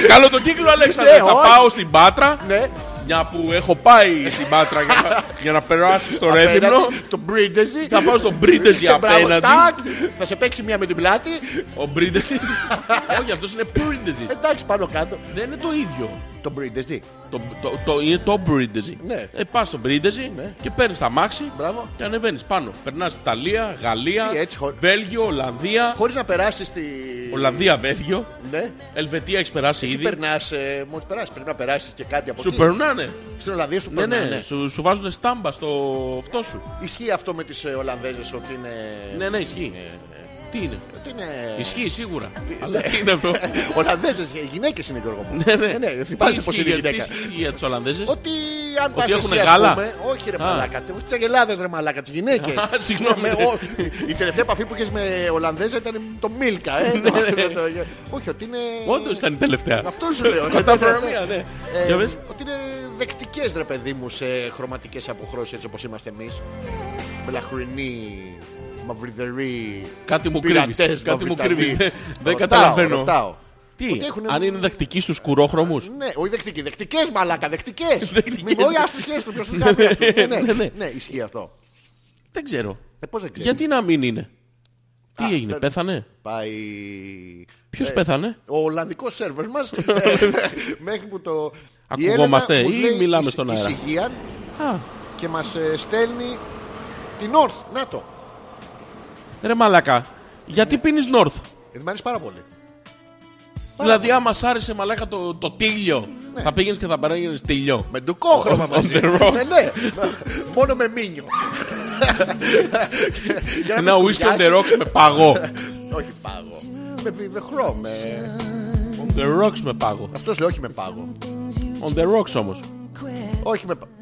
[SPEAKER 2] Θα κάνω τον κύκλο Αλέξανδρε.
[SPEAKER 1] Ναι,
[SPEAKER 2] Θα
[SPEAKER 1] όχι.
[SPEAKER 2] πάω στην Πάτρα.
[SPEAKER 1] Ναι.
[SPEAKER 2] Μια που έχω πάει στην Πάτρα για να- για να περάσω στο Ρέδινο.
[SPEAKER 1] Απέναντι, Ε, Το Μπρίντεζι.
[SPEAKER 2] Θα πάω στον Μπρίντεζι απέναντι.
[SPEAKER 1] Θα σε παίξει μία με την πλάτη.
[SPEAKER 2] Ο Μπρίντεζι. Όχι, αυτός είναι Μπρίντεζι.
[SPEAKER 1] Εντάξει πάνω κάτω.
[SPEAKER 2] Δεν είναι το ίδιο.
[SPEAKER 1] Το Μπρίντεζι.
[SPEAKER 2] Το, το, το, είναι το Μπρίντεζι.
[SPEAKER 1] Ναι.
[SPEAKER 2] Ε, πας στο Μπρίντεζι
[SPEAKER 1] Ναι.
[SPEAKER 2] και παίρνεις τα μάξι
[SPEAKER 1] Μπράβο.
[SPEAKER 2] και ανεβαίνεις πάνω. Περνάς Ιταλία, Γαλλία,
[SPEAKER 1] Τι, έτσι, χω-
[SPEAKER 2] Βέλγιο, Ολλανδία.
[SPEAKER 1] Χωρίς να περάσεις τη...
[SPEAKER 2] Ολλανδία, Βέλγιο.
[SPEAKER 1] Ναι.
[SPEAKER 2] Ελβετία έχεις περάσει
[SPEAKER 1] Τι
[SPEAKER 2] ήδη.
[SPEAKER 1] περνάς, ε, μόλις περάσεις. Πρέπει να περάσεις και κάτι από
[SPEAKER 2] Σου
[SPEAKER 1] εκεί.
[SPEAKER 2] περνάνε.
[SPEAKER 1] Στην Ολλανδία σου
[SPEAKER 2] Ναι, ναι,
[SPEAKER 1] περνάνε. ναι.
[SPEAKER 2] Σου, σου βάζουν στάμπα στο αυτό σου.
[SPEAKER 1] Ισχύει αυτό με τις ε, Ολλανδέζες ότι είναι...
[SPEAKER 2] Ναι, ναι, ισχύει.
[SPEAKER 1] ε,
[SPEAKER 2] Τι είναι.
[SPEAKER 1] Ότι είναι...
[SPEAKER 2] Ισχύει σίγουρα. Αλλά τι είναι αυτό.
[SPEAKER 1] Ολλανδέζες, ε, γυναίκες είναι Γιώργο μου.
[SPEAKER 2] Ναι, ναι.
[SPEAKER 1] ναι.
[SPEAKER 2] Τι
[SPEAKER 1] Θυμάσαι πώς
[SPEAKER 2] ισχύει
[SPEAKER 1] είναι η
[SPEAKER 2] για-
[SPEAKER 1] γυναίκα.
[SPEAKER 2] Τις ισχύει για τους Ολλανδέζες.
[SPEAKER 1] Ότι αν πας
[SPEAKER 2] έχουνε
[SPEAKER 1] εσύ ας
[SPEAKER 2] γάλα.
[SPEAKER 1] πούμε, όχι ρε μαλάκα, τις αγελάδες ρε μαλάκα, τις γυναίκες.
[SPEAKER 2] Α, συγγνώμη.
[SPEAKER 1] Με, ο- η τελευταία επαφή που είχες με Ολλανδέζα ήταν το Μίλκα. Ε, το- το- το- όχι, ότι είναι...
[SPEAKER 2] Όντως ήταν η τελευταία.
[SPEAKER 1] Αυτός σου λέω.
[SPEAKER 2] Κατά
[SPEAKER 1] Ναι, ναι, ναι.
[SPEAKER 2] παρομοία, ναι.
[SPEAKER 1] Ε,
[SPEAKER 2] Για πες.
[SPEAKER 1] Ότι είναι δεκτικές ρε παιδί μου σε χρωματικές αποχρώσεις έτσι όπως είμαστε εμείς. Μελαχρινοί, μαυριδεροί,
[SPEAKER 2] Κάτι μου
[SPEAKER 1] πειρατές,
[SPEAKER 2] κρύβεις, κάτι μου
[SPEAKER 1] μαυριτανοί.
[SPEAKER 2] κρύβεις. Δεν
[SPEAKER 1] Ρωτάω,
[SPEAKER 2] καταλαβαίνω.
[SPEAKER 1] ρωτάω.
[SPEAKER 2] Τι,
[SPEAKER 1] Ότι έχουνε-
[SPEAKER 2] αν είναι δακτικοί στους κουρόχρωμους.
[SPEAKER 1] ναι, όχι δεκτικοί, δεκτικές μαλάκα, δεκτικές.
[SPEAKER 2] Δεκτικές.
[SPEAKER 1] Μην μπορεί ας τους χέσεις του ποιος του κάνει. Ναι,
[SPEAKER 2] Ναι,
[SPEAKER 1] ναι,
[SPEAKER 2] ναι.
[SPEAKER 1] ναι, ισχύει αυτό.
[SPEAKER 2] Δεν ξέρω.
[SPEAKER 1] Ε, πώς δεν ξέρω.
[SPEAKER 2] Γιατί να μην είναι.
[SPEAKER 1] Α,
[SPEAKER 2] Τι έγινε,
[SPEAKER 1] δεν-
[SPEAKER 2] πέθανε.
[SPEAKER 1] Πάει...
[SPEAKER 2] Ποιος
[SPEAKER 1] Ε,
[SPEAKER 2] πέθανε.
[SPEAKER 1] Ο Ολλανδικός σερβερ μας ε, μέχρι που το... η Έλενα
[SPEAKER 2] Ακουγόμαστε
[SPEAKER 1] μας
[SPEAKER 2] ή
[SPEAKER 1] λέει,
[SPEAKER 2] μιλάμε
[SPEAKER 1] «Εις-
[SPEAKER 2] στον αέρα?»
[SPEAKER 1] εισηγείαν
[SPEAKER 2] Α,
[SPEAKER 1] και μας ε, στέλνει την North. Να το.
[SPEAKER 2] ρε μαλακά. Γιατί πίνεις North.
[SPEAKER 1] Ε, μ' αρέσει πάρα πολύ.
[SPEAKER 2] Δηλαδή άμα σ' άρεσε μαλάκα το, το τίλιο.
[SPEAKER 1] Ναι.
[SPEAKER 2] Θα πήγαινες και θα παράγαινες τίλιο.
[SPEAKER 1] Με ντουκόχρωμα
[SPEAKER 2] On- on
[SPEAKER 1] μαζί.
[SPEAKER 2] the rocks.
[SPEAKER 1] Ναι, ναι. Μόνο με μίνιο. Για να
[SPEAKER 2] Ένα
[SPEAKER 1] μην
[SPEAKER 2] whisky on
[SPEAKER 1] σκουριάζει.
[SPEAKER 2] the rocks με παγό.
[SPEAKER 1] Όχι πάγο. Με βιδεχρό, με...
[SPEAKER 2] The Rocks με πάγο.
[SPEAKER 1] Αυτός λέει όχι με πάγο.
[SPEAKER 2] On the Rocks όμως.
[SPEAKER 1] Όχι με πάγο.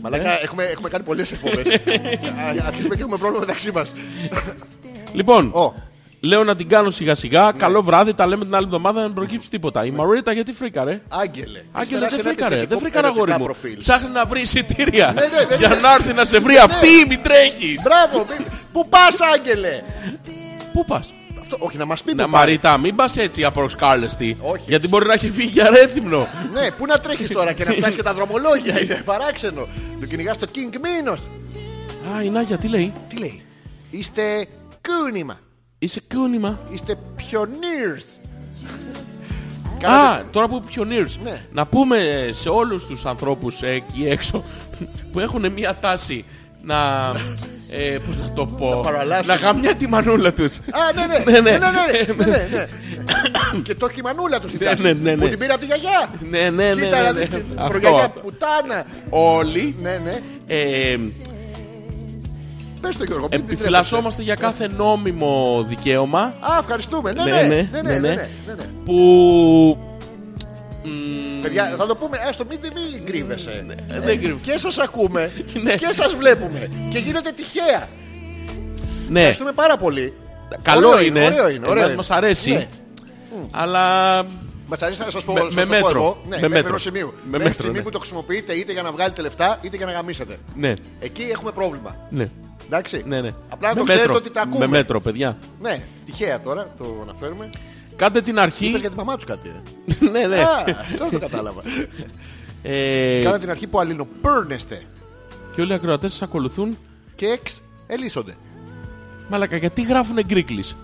[SPEAKER 1] Μαλάκα, έχουμε, έχουμε κάνει πολλές εκπομπές. Α, Αρχίζουμε και έχουμε πρόβλημα μεταξύ μας.
[SPEAKER 2] Λοιπόν,
[SPEAKER 1] Ω, Ναι.
[SPEAKER 2] λέω να την κάνω σιγά σιγά. Καλό βράδυ, τα λέμε την άλλη εβδομάδα, δεν προκύψει τίποτα. Η Μαρίτα γιατί φρίκαρε.
[SPEAKER 1] Άγγελε.
[SPEAKER 2] Άγγελε, δεν
[SPEAKER 1] Έχεις περάσει Ναι. ένα
[SPEAKER 2] φρίκαρε. Δεν
[SPEAKER 1] επιθετικό
[SPEAKER 2] φρίκαρε αγόρι
[SPEAKER 1] ερωτικά
[SPEAKER 2] μου.
[SPEAKER 1] προφίλ.
[SPEAKER 2] Ψάχνει να βρει εισιτήρια.
[SPEAKER 1] ναι, ναι,
[SPEAKER 2] Για
[SPEAKER 1] ναι.
[SPEAKER 2] να έρθει να σε βρει αυτή η μητρέχη.
[SPEAKER 1] Μπράβο, μη- πού πας Άγγελε. Ναι.
[SPEAKER 2] Πού πας.
[SPEAKER 1] Αυτό, όχι, να μας πει
[SPEAKER 2] Να
[SPEAKER 1] πού πάει.
[SPEAKER 2] Μαρίτα, μην πας έτσι απροσκάλεστη.
[SPEAKER 1] Όχι,
[SPEAKER 2] Γιατί
[SPEAKER 1] έτσι.
[SPEAKER 2] μπορεί να έχει φύγει για ρέθυμνο.
[SPEAKER 1] Ναι, πού να τρέχεις τώρα και να ψάξεις και τα δρομολόγια. Είναι παράξενο. Το κυνηγάς το King Minos.
[SPEAKER 2] Α, η Νάγια τι λέει.
[SPEAKER 1] Τι λέει. Είστε κούνημα.
[SPEAKER 2] Είσαι κούνημα.
[SPEAKER 1] Είστε pioneers.
[SPEAKER 2] Α,
[SPEAKER 1] Κάνατε-
[SPEAKER 2] τώρα που pioneers.
[SPEAKER 1] Ναι.
[SPEAKER 2] Να πούμε σε όλους τους ανθρώπους ε, εκεί έξω που έχουν μία τάση να... Ε, πώς να το πω...
[SPEAKER 1] παραλάσουν.
[SPEAKER 2] Να γαμιά τη μανούλα τους.
[SPEAKER 1] Α, ναι, ναι,
[SPEAKER 2] Ναι, ναι.
[SPEAKER 1] ναι, ναι, ναι, ναι, ναι, ναι. Και το έχει η μανούλα τους στην
[SPEAKER 2] Ναι,
[SPEAKER 1] τάση.
[SPEAKER 2] ναι, ναι, ναι.
[SPEAKER 1] Που την πήρα από τη γιαγιά.
[SPEAKER 2] Ναι, ναι, ναι,
[SPEAKER 1] Κοίτα
[SPEAKER 2] ναι,
[SPEAKER 1] να
[SPEAKER 2] ναι.
[SPEAKER 1] δεις
[SPEAKER 2] Αυτό,
[SPEAKER 1] την προγιαγιά
[SPEAKER 2] αυτό.
[SPEAKER 1] πουτάνα.
[SPEAKER 2] Όλοι
[SPEAKER 1] Ναι, ναι.
[SPEAKER 2] ε,
[SPEAKER 1] Πες το Γιώργο, μην την τρέπεσαι.
[SPEAKER 2] επιφυλασσόμαστε για κάθε νόμιμο δικαίωμα
[SPEAKER 1] Α, ευχαριστούμε. Ναι,
[SPEAKER 2] Ναι,
[SPEAKER 1] ναι,
[SPEAKER 2] ναι,
[SPEAKER 1] ναι, ναι, ναι,
[SPEAKER 2] ναι,
[SPEAKER 1] ναι, ναι.
[SPEAKER 2] που...
[SPEAKER 1] Παιδιά, θα το πούμε, έστω μην, μην κρύβεσαι.
[SPEAKER 2] ε, δεν κρύβω.
[SPEAKER 1] Και σας ακούμε
[SPEAKER 2] Ναι.
[SPEAKER 1] και σας βλέπουμε. Και γίνεται τυχαία.
[SPEAKER 2] Ναι,
[SPEAKER 1] Ευχαριστούμε πάρα πολύ.
[SPEAKER 2] καλό
[SPEAKER 1] Ωραίο
[SPEAKER 2] είναι.
[SPEAKER 1] Ωραίο είναι. Ωραίο
[SPEAKER 2] Εμάς
[SPEAKER 1] είναι.
[SPEAKER 2] μας αρέσει.
[SPEAKER 1] Ναι.
[SPEAKER 2] Αλλά...
[SPEAKER 1] Μας αρέσει να σας πω
[SPEAKER 2] Με-
[SPEAKER 1] σας
[SPEAKER 2] με
[SPEAKER 1] το πω
[SPEAKER 2] μέτρο.
[SPEAKER 1] εγώ.
[SPEAKER 2] Με
[SPEAKER 1] Ναι, μέχρι
[SPEAKER 2] μέτρο.
[SPEAKER 1] ενός σημείου.
[SPEAKER 2] Με
[SPEAKER 1] Μέχρι
[SPEAKER 2] μέτρο,
[SPEAKER 1] τη στιγμή
[SPEAKER 2] ναι.
[SPEAKER 1] που το χρησιμοποιείτε είτε για να βγάλετε λεφτά είτε για να γαμίσετε.
[SPEAKER 2] Ναι,
[SPEAKER 1] Εκεί έχουμε πρόβλημα.
[SPEAKER 2] ναι.
[SPEAKER 1] Εντάξει.
[SPEAKER 2] Ναι, ναι.
[SPEAKER 1] Απλά να
[SPEAKER 2] Με
[SPEAKER 1] το ξέρετε
[SPEAKER 2] μέτρο.
[SPEAKER 1] ότι τα
[SPEAKER 2] Με
[SPEAKER 1] ακούμε.
[SPEAKER 2] μέτρο, παιδιά.
[SPEAKER 1] Ναι, τυχαία τώρα το αναφέρουμε.
[SPEAKER 2] Κάντε την
[SPEAKER 1] Είπες
[SPEAKER 2] αρχή.
[SPEAKER 1] για τη μαμά τους κάτι. ε.
[SPEAKER 2] ναι, ναι.
[SPEAKER 1] Α, τώρα το κατάλαβα.
[SPEAKER 2] Ε,
[SPEAKER 1] Κάνα την αρχή που αλληλοπέρνεστε
[SPEAKER 2] και όλοι οι ακροατές σας ακολουθούν.
[SPEAKER 1] και εξ ελίσσονται.
[SPEAKER 2] Μαλακα, γιατί γράφουνε γκρίκλεις.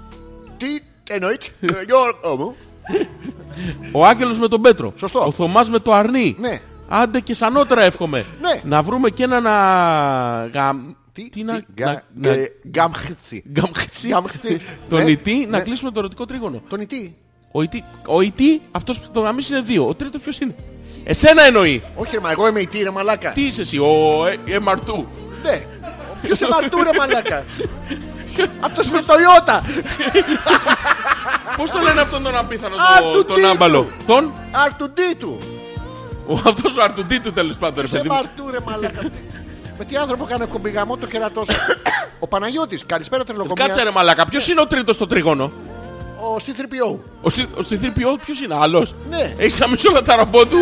[SPEAKER 1] Τι εννοείται, ε, Γιώργο μου.
[SPEAKER 2] Ο Άγγελος με τον Πέτρο.
[SPEAKER 1] Σωστό.
[SPEAKER 2] Ο Θωμάς με το Αρνί.
[SPEAKER 1] Ναι.
[SPEAKER 2] Άντε και σανότερα εύχομαι.
[SPEAKER 1] Ναι.
[SPEAKER 2] Να βρούμε και ένα να... Γαμ...
[SPEAKER 1] Τι,
[SPEAKER 2] να...
[SPEAKER 1] τι, γκα-
[SPEAKER 2] να...
[SPEAKER 1] ε, γκαμχτσι.
[SPEAKER 2] Γαμχτσι.
[SPEAKER 1] Γαμχτσι.
[SPEAKER 2] Τον
[SPEAKER 1] Ναι,
[SPEAKER 2] Ιτή να
[SPEAKER 1] ναι.
[SPEAKER 2] κλείσουμε το ερωτικό τρίγωνο.
[SPEAKER 1] Τον Ιτή.
[SPEAKER 2] Ο Ιτή, ο Ιτή αυτός που το γαμίσει είναι δύο. Ο τρίτος ποιος είναι. Εσένα εννοεί.
[SPEAKER 1] Όχι ρε μα εγώ είμαι Ιτή ρε μαλάκα.
[SPEAKER 2] Τι είσαι εσύ, ο ε, Εμαρτού.
[SPEAKER 1] Ναι. Ποιος είναι αυτού ρε μαλάκα. Αυτός είναι το Ιώτα.
[SPEAKER 2] Πώς το λένε αυτόν τον απίθανο
[SPEAKER 1] Α,
[SPEAKER 2] το-
[SPEAKER 1] του
[SPEAKER 2] τον
[SPEAKER 1] τίτλου.
[SPEAKER 2] άμπαλο. Τον,
[SPEAKER 1] Αρτουντή του.
[SPEAKER 2] ο, αυτός ο Αρτουντήτου τέλος πάντων.
[SPEAKER 1] Σε
[SPEAKER 2] παιδί μου.
[SPEAKER 1] μαρτού ρε μαλάκα. Τι- Με τι άνθρωπο κάνω εκπομπή γαμό το κερατός. Ο Παναγιώτης. Καλησπέρα
[SPEAKER 2] Κάτσε
[SPEAKER 1] τρελοκομία.
[SPEAKER 2] ρε μαλάκα, ποιος είναι ο τρίτος στο τρίγωνο.
[SPEAKER 1] Ο C3PO.
[SPEAKER 2] Ο, συ, ο συνθήπιος ποιος είναι, άλλος.
[SPEAKER 1] Ναι.
[SPEAKER 2] Έχεις αμέσως όλα τα ρομπό του...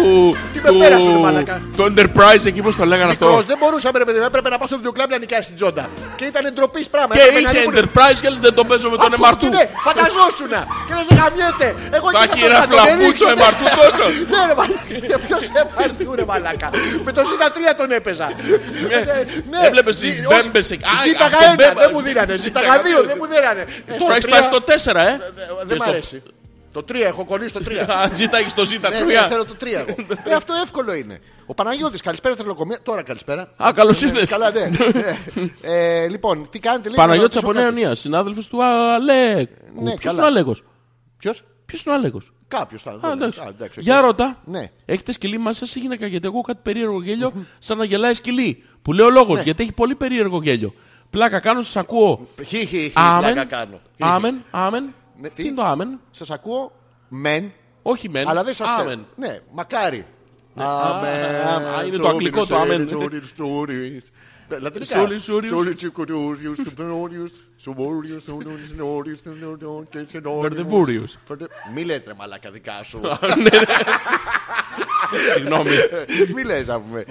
[SPEAKER 1] Τι με πέρασε, ρε μαλάκα.
[SPEAKER 2] Το Enterprise εκεί πώς το λέγανε αυτό.
[SPEAKER 1] Μικρός δεν μπορούσαμε ρε παιδί μου. Έπρεπε να πάω στο βιντεοκλάμπ να νοικιάσει την τζόντα. Και ήταν ντροπής πράγμα.
[SPEAKER 2] Και
[SPEAKER 1] Έπρεπε να
[SPEAKER 2] είχε
[SPEAKER 1] ανοίγουν-
[SPEAKER 2] Enterprise και λες, δεν το παίζω με τον
[SPEAKER 1] Αφού
[SPEAKER 2] Εμαρτού.
[SPEAKER 1] Ναι, φανταζόσουνα. Και να σε γαμιέται. Εγώ
[SPEAKER 2] Θα
[SPEAKER 1] εκεί
[SPEAKER 2] χειραφλαπού
[SPEAKER 1] θα τον έριξω,
[SPEAKER 2] το
[SPEAKER 1] ναι.
[SPEAKER 2] Εμαρτού τόσο.
[SPEAKER 1] Ναι, ρε μαλάκα. Για ποιος Εμαρτού, ρε μαλάκα. Με το ζήτα 3 τον έπαιζα. Ναι.
[SPEAKER 2] Έβλεπες τις
[SPEAKER 1] Ζη-
[SPEAKER 2] μπέμπες
[SPEAKER 1] όχι,
[SPEAKER 2] εκεί. Α, από τον
[SPEAKER 1] Ζήταγα ένα,
[SPEAKER 2] μπέμπα.
[SPEAKER 1] δεν μου δίνανε. Ζήταγα δύο, δεν μου δίνανε. Ε,
[SPEAKER 2] Τώρα
[SPEAKER 1] στο
[SPEAKER 2] έχεις
[SPEAKER 1] τρία,
[SPEAKER 2] φτάσει στο 4, ε.
[SPEAKER 1] ε,
[SPEAKER 2] Και
[SPEAKER 1] Δεν μ'
[SPEAKER 2] στο-
[SPEAKER 1] αρέσει. Το 3, έχω κολλήσει το 3.
[SPEAKER 2] Α, Ζήτα, έχεις το ζήτα
[SPEAKER 1] Ναι, ναι,
[SPEAKER 2] 3.
[SPEAKER 1] θέλω το 3 εγώ. Ε, αυτό εύκολο είναι. Ο Παναγιώτης, καλησπέρα τρελοκομία. Τώρα καλησπέρα.
[SPEAKER 2] Α, καλώς
[SPEAKER 1] Ναι,
[SPEAKER 2] ήρθες.
[SPEAKER 1] Καλά, ναι. Ε, ε, Λοιπόν, τι κάνετε, λέει.
[SPEAKER 2] Παναγιώτης
[SPEAKER 1] να ρωτήσω
[SPEAKER 2] από Νέα
[SPEAKER 1] κάτι. Ναι,
[SPEAKER 2] Ιωνία, συνάδελφος του Αλέκ. Ποιος
[SPEAKER 1] καλά.
[SPEAKER 2] είναι ο Αλέκος.
[SPEAKER 1] Ποιος?
[SPEAKER 2] Ποιος είναι ο Αλέκος.
[SPEAKER 1] Κάποιος θα.
[SPEAKER 2] Α,
[SPEAKER 1] δεν-
[SPEAKER 2] εντάξει.
[SPEAKER 1] Α, εντάξει, οκ.
[SPEAKER 2] Για ρώτα.
[SPEAKER 1] Ναι.
[SPEAKER 2] Έχετε σκυλί μαζί σας ή γυναίκα, γιατί εγώ έχω κάτι περίεργο γέλιο, σαν να γελάει σκυλί. Που λέω λόγος,
[SPEAKER 1] Ναι.
[SPEAKER 2] γιατί έχει πολύ περίεργο γέλιο. Πλάκα κάνω, σας ακούω.
[SPEAKER 1] Χι, χι, χι, πλάκα
[SPEAKER 2] Άμεν,
[SPEAKER 1] κάνω. Χι, χι.
[SPEAKER 2] άμεν, άμεν.
[SPEAKER 1] Ναι, τι?
[SPEAKER 2] Τι είναι το άμεν.
[SPEAKER 1] Σας ακούω μεν,
[SPEAKER 2] Όχι μεν,
[SPEAKER 1] αλλά δεν σας θέλω.
[SPEAKER 2] άμεν.
[SPEAKER 1] Ναι, μακάρι. Ε,
[SPEAKER 2] α, α, είναι το
[SPEAKER 1] Τσόρι,
[SPEAKER 2] αγγλικό το
[SPEAKER 1] τσόρι,
[SPEAKER 2] αμέν.
[SPEAKER 1] τσόρι, τσόρι. Ε, Λατινικά.
[SPEAKER 2] Τσόρι, τσόρι,
[SPEAKER 1] Τσόρι, τσικουριούριους, τσουμπόριους, τσουμπόριους, τσουμπόριους, τσουμπόριους, τσουμπόριους, και τσενόριους.
[SPEAKER 2] Βερδεβούριους.
[SPEAKER 1] Φερντε- Μη λες ρε μαλάκα δικά σου.
[SPEAKER 2] ναι, Συγγνώμη.
[SPEAKER 1] Μη λες να πούμε.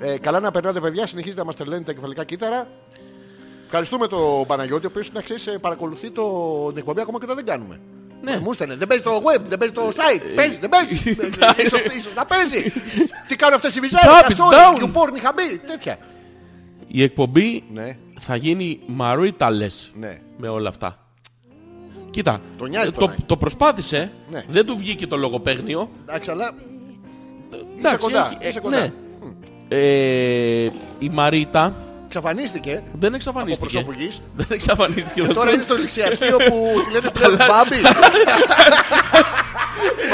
[SPEAKER 1] Ε, Καλά να περνάτε παιδιά, συνεχίζετε να μας τρελαίνει τα κεφαλικά κύτταρα. Ευχαριστούμε τον Παναγιώτη, ο οποίος να ξέρεις ε, παρακολουθεί το, την εκπομπή ακόμα και όταν δεν κάνουμε.
[SPEAKER 2] Ναι.
[SPEAKER 1] Μου στέλνε, δεν παίζει το web, δεν παίζει το site, παίζει, δεν παίζει. Ε, ίσως, ίσως να παίζει. Τι κάνουν αυτές οι βυζάρες,
[SPEAKER 2] It's up,
[SPEAKER 1] τα
[SPEAKER 2] it's
[SPEAKER 1] Sony,
[SPEAKER 2] down.
[SPEAKER 1] you porn, είχα μπει, τέτοια.
[SPEAKER 2] Η εκπομπή
[SPEAKER 1] Ναι.
[SPEAKER 2] θα γίνει μαρούιταλες
[SPEAKER 1] Ναι.
[SPEAKER 2] με όλα αυτά. Κοίτα,
[SPEAKER 1] Το νοιάζει
[SPEAKER 2] ε,
[SPEAKER 1] τώρα,
[SPEAKER 2] το,
[SPEAKER 1] έτσι.
[SPEAKER 2] το προσπάθησε,
[SPEAKER 1] Ναι.
[SPEAKER 2] δεν του βγήκε το λογοπαίγνιο.
[SPEAKER 1] Εντάξει, αλλά είσαι
[SPEAKER 2] Εντάξει,
[SPEAKER 1] κοντά,
[SPEAKER 2] έχει- ε,
[SPEAKER 1] είσαι κοντά.
[SPEAKER 2] ναι. Ε, η Μαρίτα
[SPEAKER 1] Ξαφανίστηκε
[SPEAKER 2] δεν
[SPEAKER 1] από
[SPEAKER 2] εξαφανίστηκε.
[SPEAKER 1] προσωπικής.
[SPEAKER 2] Δεν εξαφανίστηκε.
[SPEAKER 1] Τώρα είναι στο ληξιαρχείο που τη λένε πλέον
[SPEAKER 2] Αλλά-
[SPEAKER 1] Μπάμπι.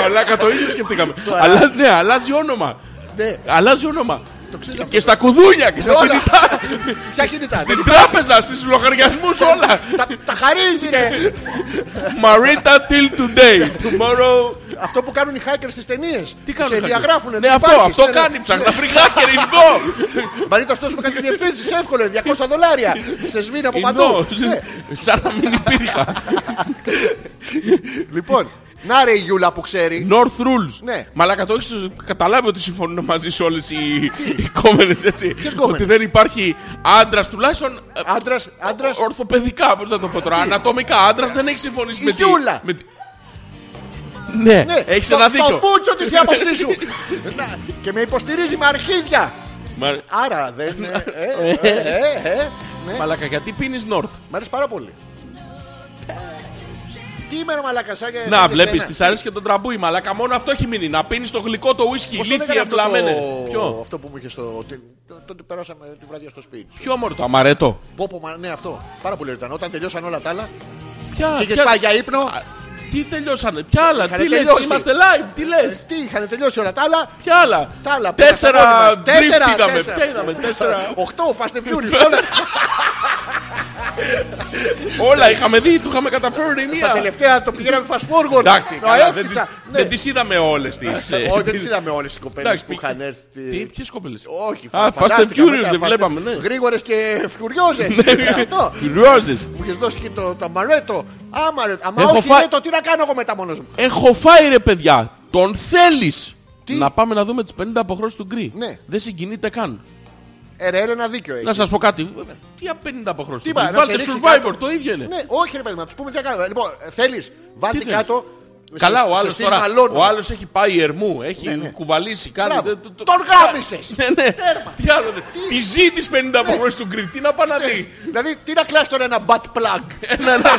[SPEAKER 2] Μαλάκα το ίδιο σκεφτήκαμε. Αλλά ναι, αλλάζει όνομα.
[SPEAKER 1] Ναι.
[SPEAKER 2] Αλλάζει όνομα.
[SPEAKER 1] Το ξέρω.
[SPEAKER 2] Και στα κουδούνια και
[SPEAKER 1] Σε
[SPEAKER 2] στα
[SPEAKER 1] όλα.
[SPEAKER 2] κινητά.
[SPEAKER 1] Ποια κινητά. ναι.
[SPEAKER 2] Στην τράπεζα, στις λογαριασμούς όλα.
[SPEAKER 1] Τα- Τα χαρίζει ρε.
[SPEAKER 2] Marita till today. Tomorrow.
[SPEAKER 1] Αυτό που κάνουν οι hackers στις ταινίες.
[SPEAKER 2] Τι κάνουν.
[SPEAKER 1] Σε
[SPEAKER 2] χαρτί?
[SPEAKER 1] διαγράφουν.
[SPEAKER 2] Ναι, αυτό, αυτό κάνει. Ψάχνα free hacker ειδικό.
[SPEAKER 1] Μαρίτα, τόσο με κάτι διευθύνσεις εύκολο. 200 δολάρια. Σε σβήνει από παντού.
[SPEAKER 2] Ειδό.
[SPEAKER 1] Ναι.
[SPEAKER 2] Σαν να μην υπήρχα.
[SPEAKER 1] Λοιπόν, να ρε η Γιούλα που ξέρει.
[SPEAKER 2] North Rules.
[SPEAKER 1] Ναι.
[SPEAKER 2] Μαλάκα το έχεις καταλάβει ότι συμφωνούν μαζί σε όλες οι, οι κόμενες έτσι.
[SPEAKER 1] κόμενες?
[SPEAKER 2] Ότι δεν υπάρχει άντρας τουλάχιστον... ε,
[SPEAKER 1] Άντρας, άντρας.
[SPEAKER 2] ο- Ορθοπαιδικά, πώς να το πω τώρα. Ανατομικά, άντρας δεν έχει συμφωνήσει
[SPEAKER 1] Η
[SPEAKER 2] με τη...
[SPEAKER 1] Γιούλα.
[SPEAKER 2] με τη- Ναι,
[SPEAKER 1] Ναι,
[SPEAKER 2] έχεις
[SPEAKER 1] στο-
[SPEAKER 2] ένα
[SPEAKER 1] Στο
[SPEAKER 2] δίκιο.
[SPEAKER 1] πούτσο της η άποψή σου. Να, Και με υποστηρίζει με αρχίδια.
[SPEAKER 2] Μα-
[SPEAKER 1] Άρα δεν... ε, ε, ε, ε, ε, ναι.
[SPEAKER 2] Μαλάκα, γιατί πίνεις North.
[SPEAKER 1] Μ' αρέσει πάρα πολύ. Τι ημέρα μαλακασάκια.
[SPEAKER 2] Να βλέπεις, της αρέσει και τον τραμπούι, μαλάκα. Μόνο αυτό έχει μείνει. Να πίνεις το γλυκό το ουίσκι. Λίθι ευλαμμένε. Ποιο,
[SPEAKER 1] Αυτό που μου είχε στο. ότι- Τότε περάσαμε τη βραδιά στο σπίτι. σου.
[SPEAKER 2] ποιο μωρό το αμαρέτο.
[SPEAKER 1] Πω, πω, μα- ναι, αυτό. Πάρα πολύ ήταν. Όταν τελειώσαν όλα τα άλλα,
[SPEAKER 2] Ποια,
[SPEAKER 1] πήγες
[SPEAKER 2] ποια-
[SPEAKER 1] πάει για ύπνο.
[SPEAKER 2] Ε, Α, Τι τελειώσανε, ποια άλλα,
[SPEAKER 1] Είχανε
[SPEAKER 2] τι λες,
[SPEAKER 1] τελειώσει.
[SPEAKER 2] είμαστε live, τι
[SPEAKER 1] Ε,
[SPEAKER 2] λες.
[SPEAKER 1] Τι είχαν τελειώσει όλα τα άλλα.
[SPEAKER 2] Ποια άλλα.
[SPEAKER 1] Τα άλλα που ήταν
[SPEAKER 2] τέσσερα
[SPEAKER 1] μόνοι μας.
[SPEAKER 2] drift
[SPEAKER 1] Τέσσερα,
[SPEAKER 2] είδαμε.
[SPEAKER 1] τέσσερα.
[SPEAKER 2] Ποια είδαμε. Τέσσερα.
[SPEAKER 1] Οχτώ, Fast and Furious. όλα.
[SPEAKER 2] Όλα είχαμε δει, του είχαμε καταφέρει
[SPEAKER 1] Τα
[SPEAKER 2] μία.
[SPEAKER 1] τελευταία το πηγαίναμε fast forward.
[SPEAKER 2] Εντάξει,
[SPEAKER 1] Το
[SPEAKER 2] καλά, δεν,
[SPEAKER 1] έφτιαξα.
[SPEAKER 2] τις-
[SPEAKER 1] Ναι.
[SPEAKER 2] δεν τις είδαμε όλες τις. ε,
[SPEAKER 1] Όχι, δεν τις
[SPEAKER 2] τις-
[SPEAKER 1] είδαμε Ε, όλες τις κοπέλες
[SPEAKER 2] Εντάξει,
[SPEAKER 1] που
[SPEAKER 2] πήγε-
[SPEAKER 1] είχαν έρθει.
[SPEAKER 2] Τι, ποιες κοπέλες.
[SPEAKER 1] Όχι,
[SPEAKER 2] Α, Fast and
[SPEAKER 1] φαντάστηκα
[SPEAKER 2] Furious
[SPEAKER 1] μετά,
[SPEAKER 2] δεν
[SPEAKER 1] Fast and-
[SPEAKER 2] βλέπαμε, ναι.
[SPEAKER 1] Γρήγορες και φλουριόζες. Αυτό.
[SPEAKER 2] Ρόζες.
[SPEAKER 1] Μου είχες δώσει και το, το αμαρέτο. Αμαρέτο. Αμα
[SPEAKER 2] Έχω
[SPEAKER 1] όχι
[SPEAKER 2] φά-
[SPEAKER 1] ρε, το τι να κάνω εγώ μετά μόνος μου.
[SPEAKER 2] Έχω φάει ρε παιδιά, τον θέλεις.
[SPEAKER 1] Τι?
[SPEAKER 2] Να πάμε να δούμε τις 50 αποχρώσεις του Γκρι.
[SPEAKER 1] Ναι.
[SPEAKER 2] Δεν συγκινείται καν.
[SPEAKER 1] Ε, ρε, ένα δίκιο έχει.
[SPEAKER 2] Να σας πω κάτι. Τι α, 50 αποχρώσεις
[SPEAKER 1] Τι
[SPEAKER 2] του
[SPEAKER 1] είπα,
[SPEAKER 2] Γκρι.
[SPEAKER 1] να σε
[SPEAKER 2] Βάλτες
[SPEAKER 1] ρίξει
[SPEAKER 2] Survivor,
[SPEAKER 1] κάτω.
[SPEAKER 2] το ίδιο είναι.
[SPEAKER 1] Ναι, όχι ρε παιδί, να τους πούμε τι να κάνουμε. Λοιπόν, ε, θέλεις, βάλτε
[SPEAKER 2] θέλεις?
[SPEAKER 1] κάτω.
[SPEAKER 2] Καλά,
[SPEAKER 1] σε-
[SPEAKER 2] ο
[SPEAKER 1] σε
[SPEAKER 2] άλλος
[SPEAKER 1] στυλ
[SPEAKER 2] τώρα.
[SPEAKER 1] μαλώνω.
[SPEAKER 2] Ο άλλος έχει πάει ερμού, έχει
[SPEAKER 1] Ναι, ναι.
[SPEAKER 2] κουβαλήσει κάτι.
[SPEAKER 1] Μπράβο.
[SPEAKER 2] δεν- το- το-
[SPEAKER 1] Τον γάμισες.
[SPEAKER 2] Ναι, ναι.
[SPEAKER 1] Τέρμα.
[SPEAKER 2] Τι άλλο δεν.
[SPEAKER 1] Τι. Ναι.
[SPEAKER 2] Τη ζει τις 50 αποχρώσεις του Γκρι. Τι να πάει να δει.
[SPEAKER 1] Δηλαδή, τι να κλάσεις τώρα ένα butt plug.
[SPEAKER 2] Ένα, ναι.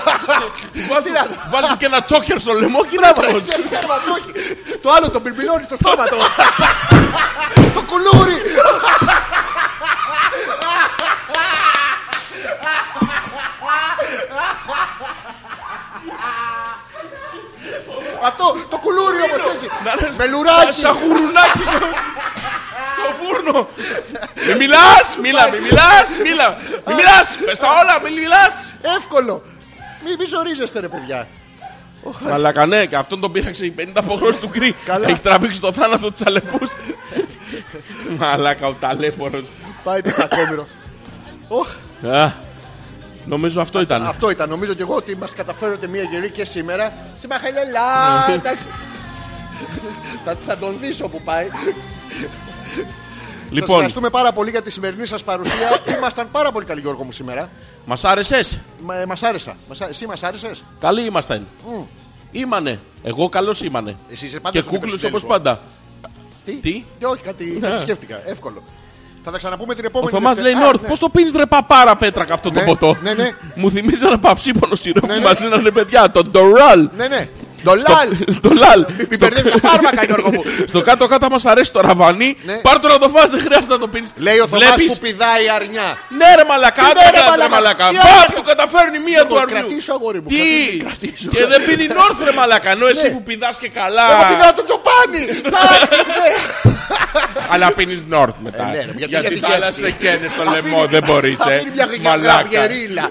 [SPEAKER 2] Βάλ του- Βάλ του και ένα τσόκερ στο λαιμό και να τρως.
[SPEAKER 1] Ε, τέρμα, το όχι. Το άλλο τον πυρμπυλώνει στο στόμα του. Το κουλούρι. Αυτό το κουλούρι όμως έτσι.
[SPEAKER 2] Να λες,
[SPEAKER 1] Με λουράκι.
[SPEAKER 2] Σαν χουρουνάκι στο, στο φούρνο. Μη μιλάς, μίλα, μη μιλάς, μίλα. Μη μιλάς, πες τα όλα, μη μιλάς.
[SPEAKER 1] Εύκολο. Μη, μη ζορίζεστε ρε παιδιά.
[SPEAKER 2] Αλλά κανέ, και αυτόν τον πήραξε οι 50 αποχρώσεις του Γκρι.
[SPEAKER 1] Καλά.
[SPEAKER 2] Έχει τραβήξει το θάνατο της αλεπούς. Μαλάκα ο ταλέπορος.
[SPEAKER 1] Πάει το κακόμοιρο. Οχ,
[SPEAKER 2] Α, Νομίζω αυτό ήταν.
[SPEAKER 1] αυτό ήταν. Νομίζω και εγώ ότι μας καταφέρετε μια γερή και σήμερα. Σήμερα χαλελά.
[SPEAKER 2] Ναι.
[SPEAKER 1] εντάξει. θα, θα τον δεις όπου πάει. Σας
[SPEAKER 2] Λοιπόν,
[SPEAKER 1] ευχαριστούμε πάρα πολύ για τη σημερινή σας παρουσία. Ήμασταν πάρα πολύ καλοί Γιώργο μου σήμερα.
[SPEAKER 2] μας άρεσες.
[SPEAKER 1] Μα, ε, μας άρεσα. Μας, α- εσύ μας άρεσες.
[SPEAKER 2] Καλοί ήμασταν. Σήμανε. Εγώ καλός σήμανε.
[SPEAKER 1] Εσύ είσαι πάντα
[SPEAKER 2] Και
[SPEAKER 1] στον
[SPEAKER 2] κούκλους
[SPEAKER 1] Εκοσιτέλικο.
[SPEAKER 2] όπως πάντα.
[SPEAKER 1] Τι.
[SPEAKER 2] Τι? Ναι.
[SPEAKER 1] Ε, όχι, κάτι, κάτι σκέφτηκα. Εύκολο. Θα τα ξαναπούμε την επόμενη.
[SPEAKER 2] Ο Θωμάς λέει
[SPEAKER 1] Δευτέρα. Α,
[SPEAKER 2] Νόρθ,
[SPEAKER 1] ναι.
[SPEAKER 2] πώς το πίνεις ρε παπάρα πέτρακα αυτό το
[SPEAKER 1] Ναι,
[SPEAKER 2] ποτό.
[SPEAKER 1] ναι, ναι.
[SPEAKER 2] Μου θυμίζει ένα παυσίπονο σιρόπι
[SPEAKER 1] Ναι,
[SPEAKER 2] που
[SPEAKER 1] ναι.
[SPEAKER 2] μας δίνανε παιδιά, τον Ντοράλ.
[SPEAKER 1] Ναι, ναι. Το λαλ.
[SPEAKER 2] Στο λαλ.
[SPEAKER 1] Μην μπερδεύεις τα φάρμακα, Γιώργο μου.
[SPEAKER 2] Στο κάτω κάτω μας αρέσει το ραβανί.
[SPEAKER 1] Ναι.
[SPEAKER 2] Πάρ' το να το φας, δεν χρειάζεται να το πίνεις.
[SPEAKER 1] Λέει ο Θωμάς
[SPEAKER 2] Βλέπεις,
[SPEAKER 1] που πηδάει αρνιά.
[SPEAKER 2] Ναι ρε μαλακά,
[SPEAKER 1] Τι
[SPEAKER 2] άντε
[SPEAKER 1] ναι, ρε,
[SPEAKER 2] ρε, ρε
[SPEAKER 1] μαλακά.
[SPEAKER 2] μαλακά.
[SPEAKER 1] Τι
[SPEAKER 2] Παπ,
[SPEAKER 1] άντε.
[SPEAKER 2] του καταφέρνει μία
[SPEAKER 1] Θα
[SPEAKER 2] του
[SPEAKER 1] το
[SPEAKER 2] αρνιού.
[SPEAKER 1] κρατήσω, αγόρι μου,
[SPEAKER 2] Τι,
[SPEAKER 1] κρατήσω, κρατήσω.
[SPEAKER 2] και δεν πίνει Νόρθ ρε μαλακά, ενώ εσύ
[SPEAKER 1] Ναι.
[SPEAKER 2] που πηδάς και καλά.
[SPEAKER 1] Εγώ πηδάω το τσοπάνι. Τάκ, ναι.
[SPEAKER 2] Αλλά πίνεις North μετά.
[SPEAKER 1] Ε, ναι, ρε, γιατί-
[SPEAKER 2] γιατί
[SPEAKER 1] γιατί
[SPEAKER 2] τα άλλα
[SPEAKER 1] γεύτη.
[SPEAKER 2] σε καίνε στο
[SPEAKER 1] Αφήνει-
[SPEAKER 2] λαιμό, δεν μπορείς. ε.
[SPEAKER 1] Αφήνει μια γριά-
[SPEAKER 2] Μαλάκα.
[SPEAKER 1] γαυγερίλα.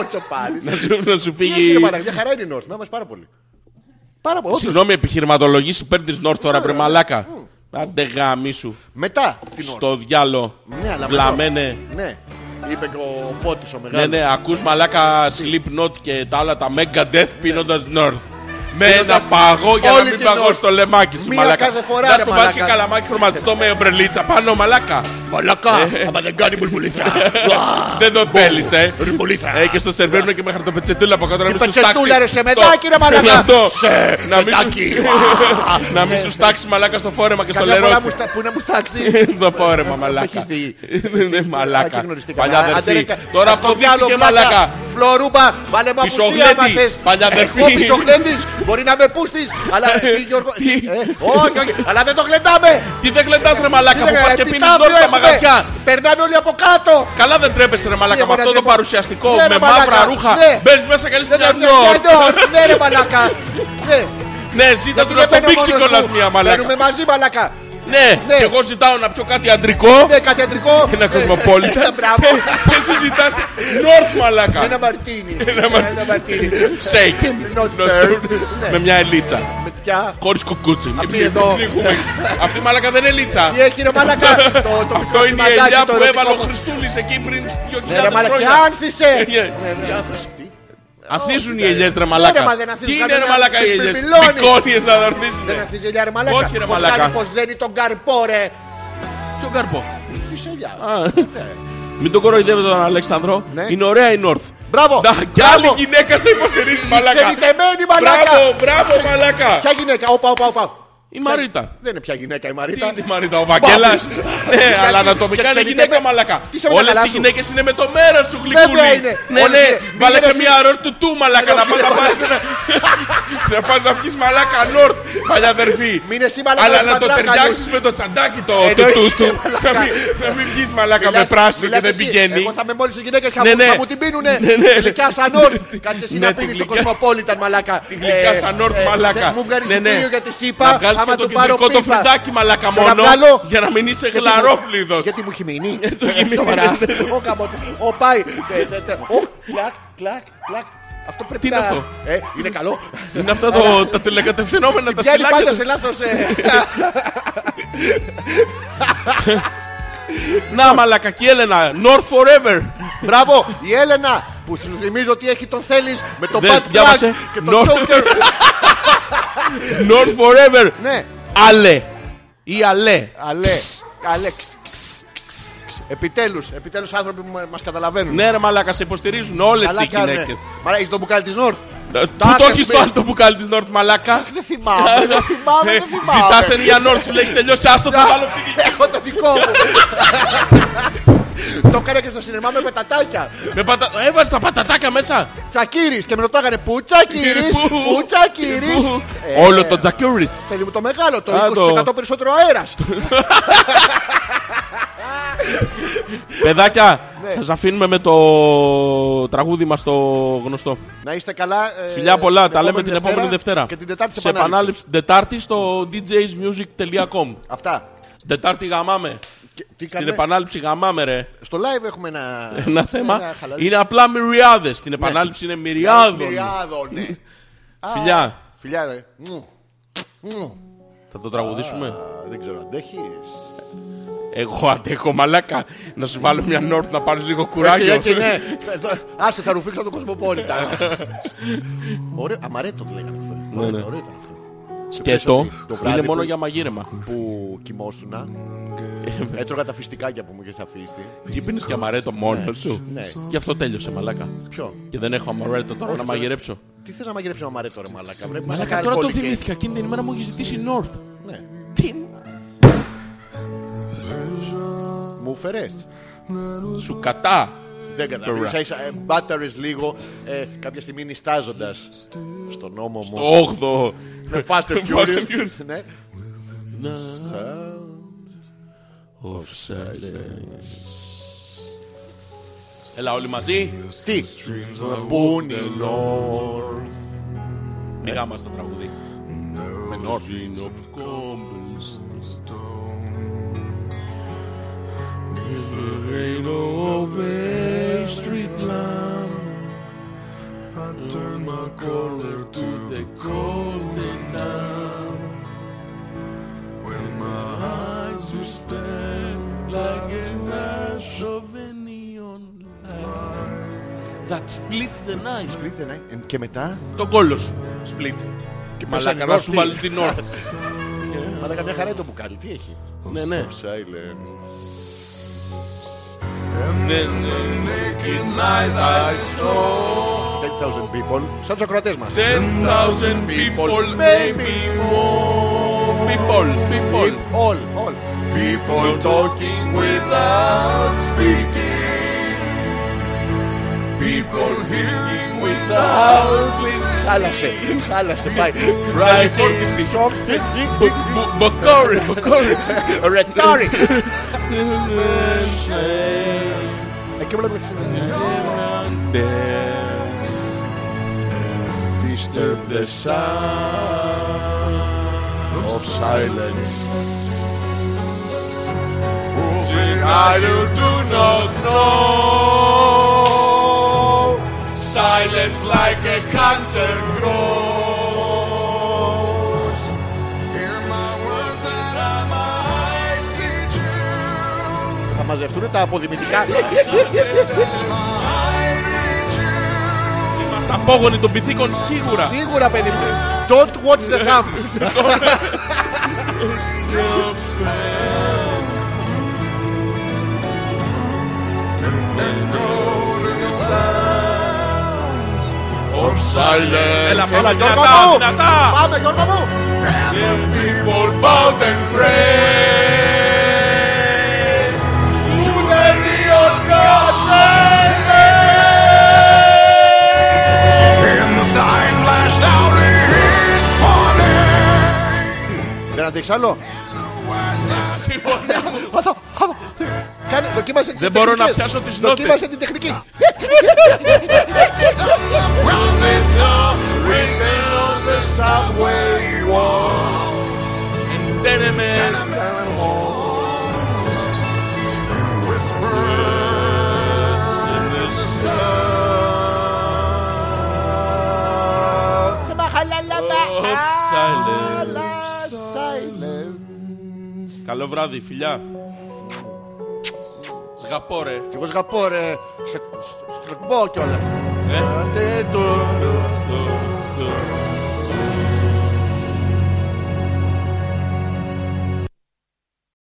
[SPEAKER 1] Ο τσοπάνι.
[SPEAKER 2] Να σου- Να σου
[SPEAKER 1] Ναι, κύριε
[SPEAKER 2] φύγει...
[SPEAKER 1] Μαραγκά, Μια χαρά είναι η North. Με άρεσε πάρα πολύ. Πάρα πολύ. όντως. Ναι,
[SPEAKER 2] Συγγνώμη, επιχειρηματολογής σου παίρνεις North τώρα, βρε μαλάκα. Άντε γάμι σου.
[SPEAKER 1] Μετά την North.
[SPEAKER 2] Στο διάλο.
[SPEAKER 1] Ναι, αλλά
[SPEAKER 2] Βλαμμένε.
[SPEAKER 1] Ναι. Είπε και ο Πότης ο
[SPEAKER 2] Ναι,
[SPEAKER 1] μεγάλος.
[SPEAKER 2] ναι, ακούς μαλάκα Sleep Not και τα άλλα τα Mega Death πίνοντας North. Με ένα παγό για να
[SPEAKER 1] Ναι. όλη
[SPEAKER 2] μην
[SPEAKER 1] την
[SPEAKER 2] παγώ
[SPEAKER 1] North.
[SPEAKER 2] στο λεμάκι σου,
[SPEAKER 1] Μία
[SPEAKER 2] μαλάκα.
[SPEAKER 1] κάθε φορά,
[SPEAKER 2] Να
[SPEAKER 1] ρε
[SPEAKER 2] σου πας και
[SPEAKER 1] μαλάκα.
[SPEAKER 2] καλαμάκι χρωματιστό με ομπρελίτσα πάνω, μαλάκα. Ε.
[SPEAKER 1] Μαλακά, άμα δεν κάνει μπουλμπουλήθρα. Ουα.
[SPEAKER 2] Δεν το θέλεις, ε.
[SPEAKER 1] Ρουμπολίθα.
[SPEAKER 2] Ε, και στο σερβέρνο και με χαρτοπετσετούλα από κάτω να μην σου στάξει.
[SPEAKER 1] πετσετούλα, ρε,
[SPEAKER 2] το-
[SPEAKER 1] σε μετάκι, ρε, μαλάκα.
[SPEAKER 2] Αυτό.
[SPEAKER 1] Σε
[SPEAKER 2] Να μην σου-
[SPEAKER 1] μετάκι. Ναι.
[SPEAKER 2] Να μην σου στάξει μαλάκα στο φόρεμα και στο
[SPEAKER 1] Καμιά φορά
[SPEAKER 2] λερό.
[SPEAKER 1] μου στα- που να μου στάξει.
[SPEAKER 2] Το
[SPEAKER 1] Ε,
[SPEAKER 2] φόρεμα, μαλάκα. Ε,
[SPEAKER 1] έχεις δει.
[SPEAKER 2] Είναι
[SPEAKER 1] ε, Α,
[SPEAKER 2] μαλάκα.
[SPEAKER 1] και γνωριστήκαμε.
[SPEAKER 2] Παλιά
[SPEAKER 1] Α, άντε, ρε,
[SPEAKER 2] αδερφή.
[SPEAKER 1] κα-
[SPEAKER 2] Τώρα
[SPEAKER 1] ας το διάλογο,
[SPEAKER 2] αποδείχθηκε
[SPEAKER 1] πλάκα.
[SPEAKER 2] μαλάκα.
[SPEAKER 1] Φλωρούμπα, βάλε μου απουσία
[SPEAKER 2] Πισογλέτη,
[SPEAKER 1] άμα θες. Ε,
[SPEAKER 2] παλιά αδερφή.
[SPEAKER 1] Εγώ πισογλέτης, μπορεί να με πούστης. Αλλά ε, τι, Γιώργο...
[SPEAKER 2] Τι?
[SPEAKER 1] ε, Όχι, όχι, αλλά δεν το γλεντάμε. Ε,
[SPEAKER 2] Τι δεν γλεντάς ρε μαλάκα που
[SPEAKER 1] Λέγα,
[SPEAKER 2] πας και πίνεις
[SPEAKER 1] επιτάφιο
[SPEAKER 2] δώρα στα
[SPEAKER 1] έχουμε.
[SPEAKER 2] μαγαζιά.
[SPEAKER 1] ε, Περνάνε όλοι από κάτω.
[SPEAKER 2] Καλά δεν τρέπεσαι ρε μαλάκα
[SPEAKER 1] Ναι,
[SPEAKER 2] με αυτό
[SPEAKER 1] μωρέ,
[SPEAKER 2] το
[SPEAKER 1] τρέπω.
[SPEAKER 2] παρουσιαστικό
[SPEAKER 1] Ναι, ρε,
[SPEAKER 2] με
[SPEAKER 1] μαλάκα,
[SPEAKER 2] μαύρα ρούχα.
[SPEAKER 1] ναι.
[SPEAKER 2] Μπαίνεις μέσα και λες
[SPEAKER 1] Δεν
[SPEAKER 2] μια
[SPEAKER 1] είναι
[SPEAKER 2] νόρ.
[SPEAKER 1] νόρ. Ναι ρε μαλακά. Ναι.
[SPEAKER 2] Ναι, ζήτα
[SPEAKER 1] Γιατί
[SPEAKER 2] του
[SPEAKER 1] δεν
[SPEAKER 2] να στο
[SPEAKER 1] μπαίνω
[SPEAKER 2] πήξει
[SPEAKER 1] μόνος
[SPEAKER 2] κιόλας
[SPEAKER 1] μου.
[SPEAKER 2] μια μαλάκα.
[SPEAKER 1] Μπαίνουμε μαζί μαλακά.
[SPEAKER 2] Ναι,
[SPEAKER 1] Ναι.
[SPEAKER 2] και εγώ ζητάω να πιω κάτι αντρικό.
[SPEAKER 1] Ναι, κάτι αντρικό.
[SPEAKER 2] Ένα κοσμοπόλιτα.
[SPEAKER 1] Ένα μπράβο.
[SPEAKER 2] Και εσύ ζητάς North
[SPEAKER 1] Ένα
[SPEAKER 2] μαλάκα.
[SPEAKER 1] μαρτίνι. Ένα μαρτίνι.
[SPEAKER 2] Shake. Not
[SPEAKER 1] Not third.
[SPEAKER 2] third.
[SPEAKER 1] Ναι.
[SPEAKER 2] Με μια ελίτσα.
[SPEAKER 1] Με πια.
[SPEAKER 2] Χωρίς κουκούτσι. Μην
[SPEAKER 1] Αυτή εδώ.
[SPEAKER 2] πνιγούμε. Αυτή μαλάκα δεν είναι ελίτσα.
[SPEAKER 1] Τι έχει ρε μαλακά. Το- Το
[SPEAKER 2] Αυτό
[SPEAKER 1] μικρό
[SPEAKER 2] είναι η ελιά
[SPEAKER 1] σημαντάκι το
[SPEAKER 2] που έβαλε ο
[SPEAKER 1] ερωτικό μου.
[SPEAKER 2] Χριστούλης εκεί πριν
[SPEAKER 1] Ναι,
[SPEAKER 2] 2.000
[SPEAKER 1] Ρε μαλακά. Και
[SPEAKER 2] χρόνια.
[SPEAKER 1] άνθησε.
[SPEAKER 2] Ναι,
[SPEAKER 1] Ναι, ναι. Τι?
[SPEAKER 2] Αθίζουν
[SPEAKER 1] Όχι,
[SPEAKER 2] οι
[SPEAKER 1] ρε.
[SPEAKER 2] ελιές ρε
[SPEAKER 1] Ναι, ρε,
[SPEAKER 2] μαλάκα.
[SPEAKER 1] μα δεν αθίζουν,
[SPEAKER 2] Τι είναι ρε
[SPEAKER 1] κάνουν
[SPEAKER 2] μαλάκα οι
[SPEAKER 1] ένα
[SPEAKER 2] ελιές.
[SPEAKER 1] πιπιλόνι.
[SPEAKER 2] Πικόνιες να δορμίζουν.
[SPEAKER 1] Δεν αθίζει ελιά ρε μαλακά.
[SPEAKER 2] Όχι, ρε,
[SPEAKER 1] Πως
[SPEAKER 2] μαλάκα.
[SPEAKER 1] κάνει, Πως δένει τον καρπό ρε.
[SPEAKER 2] Ποιο καρπό.
[SPEAKER 1] Της ελιά.
[SPEAKER 2] Α, Μην τον κοροϊδεύετε τον Αλέξανδρο.
[SPEAKER 1] Ναι.
[SPEAKER 2] Είναι ωραία η North.
[SPEAKER 1] Μπράβο.
[SPEAKER 2] Να, κι
[SPEAKER 1] Μπράβο.
[SPEAKER 2] άλλη γυναίκα σε υποστηρίζει μαλάκα.
[SPEAKER 1] Ξενιτεμένη μαλακά.
[SPEAKER 2] Μπράβο, μπράβο μαλάκα.
[SPEAKER 1] Ποια γυναίκα. Όπα, όπα, όπα.
[SPEAKER 2] Η Μαρίτα.
[SPEAKER 1] Δεν είναι πια γυναίκα η
[SPEAKER 2] Τι
[SPEAKER 1] Μαρίτα.
[SPEAKER 2] είναι η Μαρίτα, ο Βαγγέλας. Ναι, αλλά
[SPEAKER 1] και
[SPEAKER 2] ανατομικά είναι
[SPEAKER 1] ξενιτεύει-
[SPEAKER 2] γυναίκα μαλακά.
[SPEAKER 1] Τι σε
[SPEAKER 2] Όλες
[SPEAKER 1] μαλακά
[SPEAKER 2] οι
[SPEAKER 1] σου.
[SPEAKER 2] γυναίκες είναι με το μέρος σου γλυκούλη.
[SPEAKER 1] Βέβαια είναι.
[SPEAKER 2] Ναι,
[SPEAKER 1] Όλες
[SPEAKER 2] ναι,
[SPEAKER 1] οι- μην
[SPEAKER 2] βάλε και
[SPEAKER 1] γίνεσαι-
[SPEAKER 2] μία ρορ του του μαλακά να πας να πάρεις ένα... Να πας να πιεις μαλάκα νόρτ, παλιά αδερφή.
[SPEAKER 1] Μην εσύ, μαλάκα,
[SPEAKER 2] Αλλά
[SPEAKER 1] να
[SPEAKER 2] να το
[SPEAKER 1] πατράκαλες.
[SPEAKER 2] ταιριάξεις με το τσαντάκι το
[SPEAKER 1] Εννοείται,
[SPEAKER 2] του του.
[SPEAKER 1] μαλάκα.
[SPEAKER 2] Να μην- Να μην βγεις μαλάκα με
[SPEAKER 1] Μιλάς-
[SPEAKER 2] πράσινο και
[SPEAKER 1] μιλάς
[SPEAKER 2] δεν
[SPEAKER 1] εσύ.
[SPEAKER 2] πηγαίνει.
[SPEAKER 1] Εγώ θα με μόλις οι γυναίκες θα,
[SPEAKER 2] Ναι,
[SPEAKER 1] μου,
[SPEAKER 2] ναι.
[SPEAKER 1] θα μου την πίνουνε.
[SPEAKER 2] Ναι, ναι.
[SPEAKER 1] Γλυκιά σαν όρθ. Κάτσε εσύ
[SPEAKER 2] Ναι,
[SPEAKER 1] να
[SPEAKER 2] τη
[SPEAKER 1] πίνεις το
[SPEAKER 2] γλυκιά-
[SPEAKER 1] κοσμοπόλιταν μαλακά.
[SPEAKER 2] Τη γλυκιά σαν όρθ μαλάκα.
[SPEAKER 1] Μου βγάλεις
[SPEAKER 2] Ναι, ναι.
[SPEAKER 1] εισιτήριο για τη
[SPEAKER 2] Να
[SPEAKER 1] ΣΥΠΑ.
[SPEAKER 2] βγάλεις και
[SPEAKER 1] Άμα
[SPEAKER 2] το
[SPEAKER 1] του πάρω
[SPEAKER 2] κεντρικό το
[SPEAKER 1] πίφα.
[SPEAKER 2] φρυδάκι μαλάκα
[SPEAKER 1] Για να
[SPEAKER 2] μόνο.
[SPEAKER 1] βγάλω-
[SPEAKER 2] Για να μην είσαι
[SPEAKER 1] Γιατί μου-
[SPEAKER 2] γλαρόφλιδος.
[SPEAKER 1] Γιατί μου έχει μείνει.
[SPEAKER 2] Ε,
[SPEAKER 1] Ε,
[SPEAKER 2] το έχει μείνει.
[SPEAKER 1] Σοβαρά. Ω, καμπότο. Ω, πάει. Ε, τε, τε. Ω, Κλακ, κλακ, κλακ. Αυτό πρέπει
[SPEAKER 2] Τι είναι
[SPEAKER 1] να-
[SPEAKER 2] αυτό?
[SPEAKER 1] Ε, Είναι καλό.
[SPEAKER 2] Είναι αυτά το- τα τηλεκατευθυνόμενα τα
[SPEAKER 1] Πιάνει
[SPEAKER 2] σκυλάκια.
[SPEAKER 1] πάντα
[SPEAKER 2] τα-
[SPEAKER 1] σε λάθος. ε.
[SPEAKER 2] Να μαλάκα και η Έλενα, North Forever.
[SPEAKER 1] Μπράβο, η Έλενα που σου θυμίζω ότι έχει τον θέλεις με τον
[SPEAKER 2] Δεν,
[SPEAKER 1] Bad Plug
[SPEAKER 2] Ναι, διάβασε.
[SPEAKER 1] και
[SPEAKER 2] No.
[SPEAKER 1] τον Joker.
[SPEAKER 2] North Forever.
[SPEAKER 1] Ναι,
[SPEAKER 2] Αλέ. Ή αλέ.
[SPEAKER 1] Αλέ, Αλέξ. Επιτέλους, επιτέλους άνθρωποι που μα- μας καταλαβαίνουν.
[SPEAKER 2] Ναι ρε μαλάκα, σε υποστηρίζουν όλες
[SPEAKER 1] Καλά
[SPEAKER 2] οι
[SPEAKER 1] κάνουν.
[SPEAKER 2] γυναίκες.
[SPEAKER 1] Μαλά, έχεις το μπουκάλι της North.
[SPEAKER 2] Ε, Πού
[SPEAKER 1] ναι. Τα
[SPEAKER 2] το
[SPEAKER 1] είχες
[SPEAKER 2] έχεις
[SPEAKER 1] πει.
[SPEAKER 2] το άλλο το μπουκάλι της North μαλάκα.
[SPEAKER 1] Δεν θυμάμαι, δεν θυμάμαι,
[SPEAKER 2] Ε,
[SPEAKER 1] δεν
[SPEAKER 2] Ζητάς
[SPEAKER 1] θυμάμαι.
[SPEAKER 2] ένα για North, σου λέει έχει τελειώσει, άστο θα βάλω αυτή τη-
[SPEAKER 1] Έχω το δικό μου. Το έκανα και στο σινεμά με πετατάκια.
[SPEAKER 2] Με πατα- Έβαζες τα πατατάκια μέσα.
[SPEAKER 1] Τσακύρης και με ρωτάγανε που τσακύρης,
[SPEAKER 2] Πού,
[SPEAKER 1] που τσακύρης.
[SPEAKER 2] πού.
[SPEAKER 1] Ε,
[SPEAKER 2] Όλο το τζακιούρις.
[SPEAKER 1] Παιδί μου το μεγάλο, το
[SPEAKER 2] Α, το.
[SPEAKER 1] 20% περισσότερο αέρας.
[SPEAKER 2] Παιδάκια,
[SPEAKER 1] Ναι.
[SPEAKER 2] σας αφήνουμε με το τραγούδι μας το γνωστό.
[SPEAKER 1] Να είστε καλά. ε,
[SPEAKER 2] Φιλιά πολλά, τα λέμε
[SPEAKER 1] επόμενη
[SPEAKER 2] την επόμενη Δευτέρα.
[SPEAKER 1] Και την Τετάρτη
[SPEAKER 2] σε επανάληψη. Την Τετάρτη στο djsmusic.com.
[SPEAKER 1] Αυτά.
[SPEAKER 2] Στην Τετάρτη γαμάμε.
[SPEAKER 1] Και, τι
[SPEAKER 2] Στην
[SPEAKER 1] κάνουμε.
[SPEAKER 2] επανάληψη γαμάμε ρε.
[SPEAKER 1] Στο live έχουμε Ε, ένα, Ναι.
[SPEAKER 2] Ένα θέμα.
[SPEAKER 1] χαλαρό-
[SPEAKER 2] Είναι απλά μυριάδες. Στην επανάληψη είναι μυριάδων.
[SPEAKER 1] Μυριάδων, ναι. Α,
[SPEAKER 2] Φιλιά.
[SPEAKER 1] Φιλιά, ρε. Μου. Μου.
[SPEAKER 2] Θα το τραγουδήσουμε.
[SPEAKER 1] Α, Δεν ξέρω, αντέχεις.
[SPEAKER 2] Εγώ αντέχω μαλάκα. Να σου βάλω μια νόρτ να πάρεις λίγο
[SPEAKER 1] Έτσι,
[SPEAKER 2] κουράγιο.
[SPEAKER 1] έτσι, ναι. Εδώ, Άσε, θα ρουφήξω τον κοσμοπόλιτα. Ωραίο, αμαρέτο το λέγανε αυτό.
[SPEAKER 2] ναι.
[SPEAKER 1] Ωραίο, ωραίο ήταν αυτό.
[SPEAKER 2] Σκέτο.
[SPEAKER 1] Ξέρεις ότι το βράδυ
[SPEAKER 2] Είναι μόνο
[SPEAKER 1] που-
[SPEAKER 2] για μαγείρεμα.
[SPEAKER 1] Που κοιμόσουνα. Έτρωγα τα φιστικάκια που μου είχες αφήσει.
[SPEAKER 2] Και πίνεις και αμαρέτο μόνος σου.
[SPEAKER 1] Ναι.
[SPEAKER 2] Γι' αυτό τέλειωσε μαλάκα.
[SPEAKER 1] Ποιο.
[SPEAKER 2] Και δεν έχω αμαρέτο τώρα να μαγειρέψω.
[SPEAKER 1] Τι θες να μαγειρέψει ο αμαρέτο ρε μαλάκα. βρε,
[SPEAKER 2] Μαλάκα
[SPEAKER 1] μαλάκα,
[SPEAKER 2] τώρα το
[SPEAKER 1] αλκοολικές.
[SPEAKER 2] θυμήθηκα. Εκείνη την ημέρα μου έχει ζητήσει North.
[SPEAKER 1] Ναι.
[SPEAKER 2] Τι.
[SPEAKER 1] Μου φερές.
[SPEAKER 2] Σου κατά.
[SPEAKER 1] Δεν καταλαβαίνω. Ίσα ίσα μπάταρες λίγο ε, κάποια στιγμή νιστάζοντας στον νόμο μου.
[SPEAKER 2] Όγδο.
[SPEAKER 1] Ναι, Fast and
[SPEAKER 2] Fast and
[SPEAKER 1] Furious.
[SPEAKER 2] Furious.
[SPEAKER 1] Ναι.
[SPEAKER 2] Έλα όλοι μαζί.
[SPEAKER 1] Τι. Μπούνι νόρ.
[SPEAKER 2] Μιγά μας το τραγουδί. Με North. That split the night.
[SPEAKER 1] Σπλείτε, ναι. Ε, Και μετά.
[SPEAKER 2] Το κόλλο σου. Split.
[SPEAKER 1] Και
[SPEAKER 2] Μαλάκα να σου βάλει την North.
[SPEAKER 1] Μαλάκα μια χαρά είναι το μπουκάλι. Τι έχει.
[SPEAKER 2] Ναι, ναι.
[SPEAKER 1] Silent.
[SPEAKER 2] Ten
[SPEAKER 1] 10,000 people. Σαν τους ακροατές μας.
[SPEAKER 2] Ναι. thousand people, maybe more. People, people.
[SPEAKER 1] All, all.
[SPEAKER 6] People talking without speaking. People hearing without.
[SPEAKER 1] Χάλασε. Χάλασε. Πάει.
[SPEAKER 2] Right φόρτιση.
[SPEAKER 1] Something.
[SPEAKER 2] Μπο- Μποκόρι, μποκόρι.
[SPEAKER 1] Ρετόρι. Εκεί βλέπουμε
[SPEAKER 2] Ναι.
[SPEAKER 1] τη συνέχεια. Disturb the sound of silence.
[SPEAKER 6] Now you do not know. Silence like a cancer grows. Hear my words that I might teach you.
[SPEAKER 1] Θα μαζευτούν τα αποδημητικά. Ε,
[SPEAKER 2] Είμαστε απόγονοι των πυθίκων σίγουρα. Ε,
[SPEAKER 1] Σίγουρα, παιδί μου. Don't watch the thumb.
[SPEAKER 6] Of silence.
[SPEAKER 2] Έλα, πάμε,
[SPEAKER 1] Γιώργο
[SPEAKER 2] δυνατά,
[SPEAKER 1] μου.
[SPEAKER 2] δυνατά.
[SPEAKER 1] Πάμε, Γιώργο μου.
[SPEAKER 6] Them people bow and pray to the real God and man. And the sign flashed out its warning.
[SPEAKER 1] Δεν αντέξεις άλλο. Αυτό, αυτό. Κάνε, δοκίμασε τις
[SPEAKER 2] Δεν μπορώ να
[SPEAKER 1] τεχνικές.
[SPEAKER 2] πιάσω τις
[SPEAKER 1] Δοκίμασε
[SPEAKER 2] νότες.
[SPEAKER 1] την τεχνική.
[SPEAKER 6] Prophets are written on the subway walls.
[SPEAKER 2] Δεν με.
[SPEAKER 6] Tenement halls and whispers in the sun.
[SPEAKER 2] Καλό βράδυ, φιλιά. Σγαπώ ρε.
[SPEAKER 1] Κι εγώ σγαπώ ρε. Σε στρεμπώ κιόλας.
[SPEAKER 2] Ε.
[SPEAKER 1] Άντε το.
[SPEAKER 2] Το-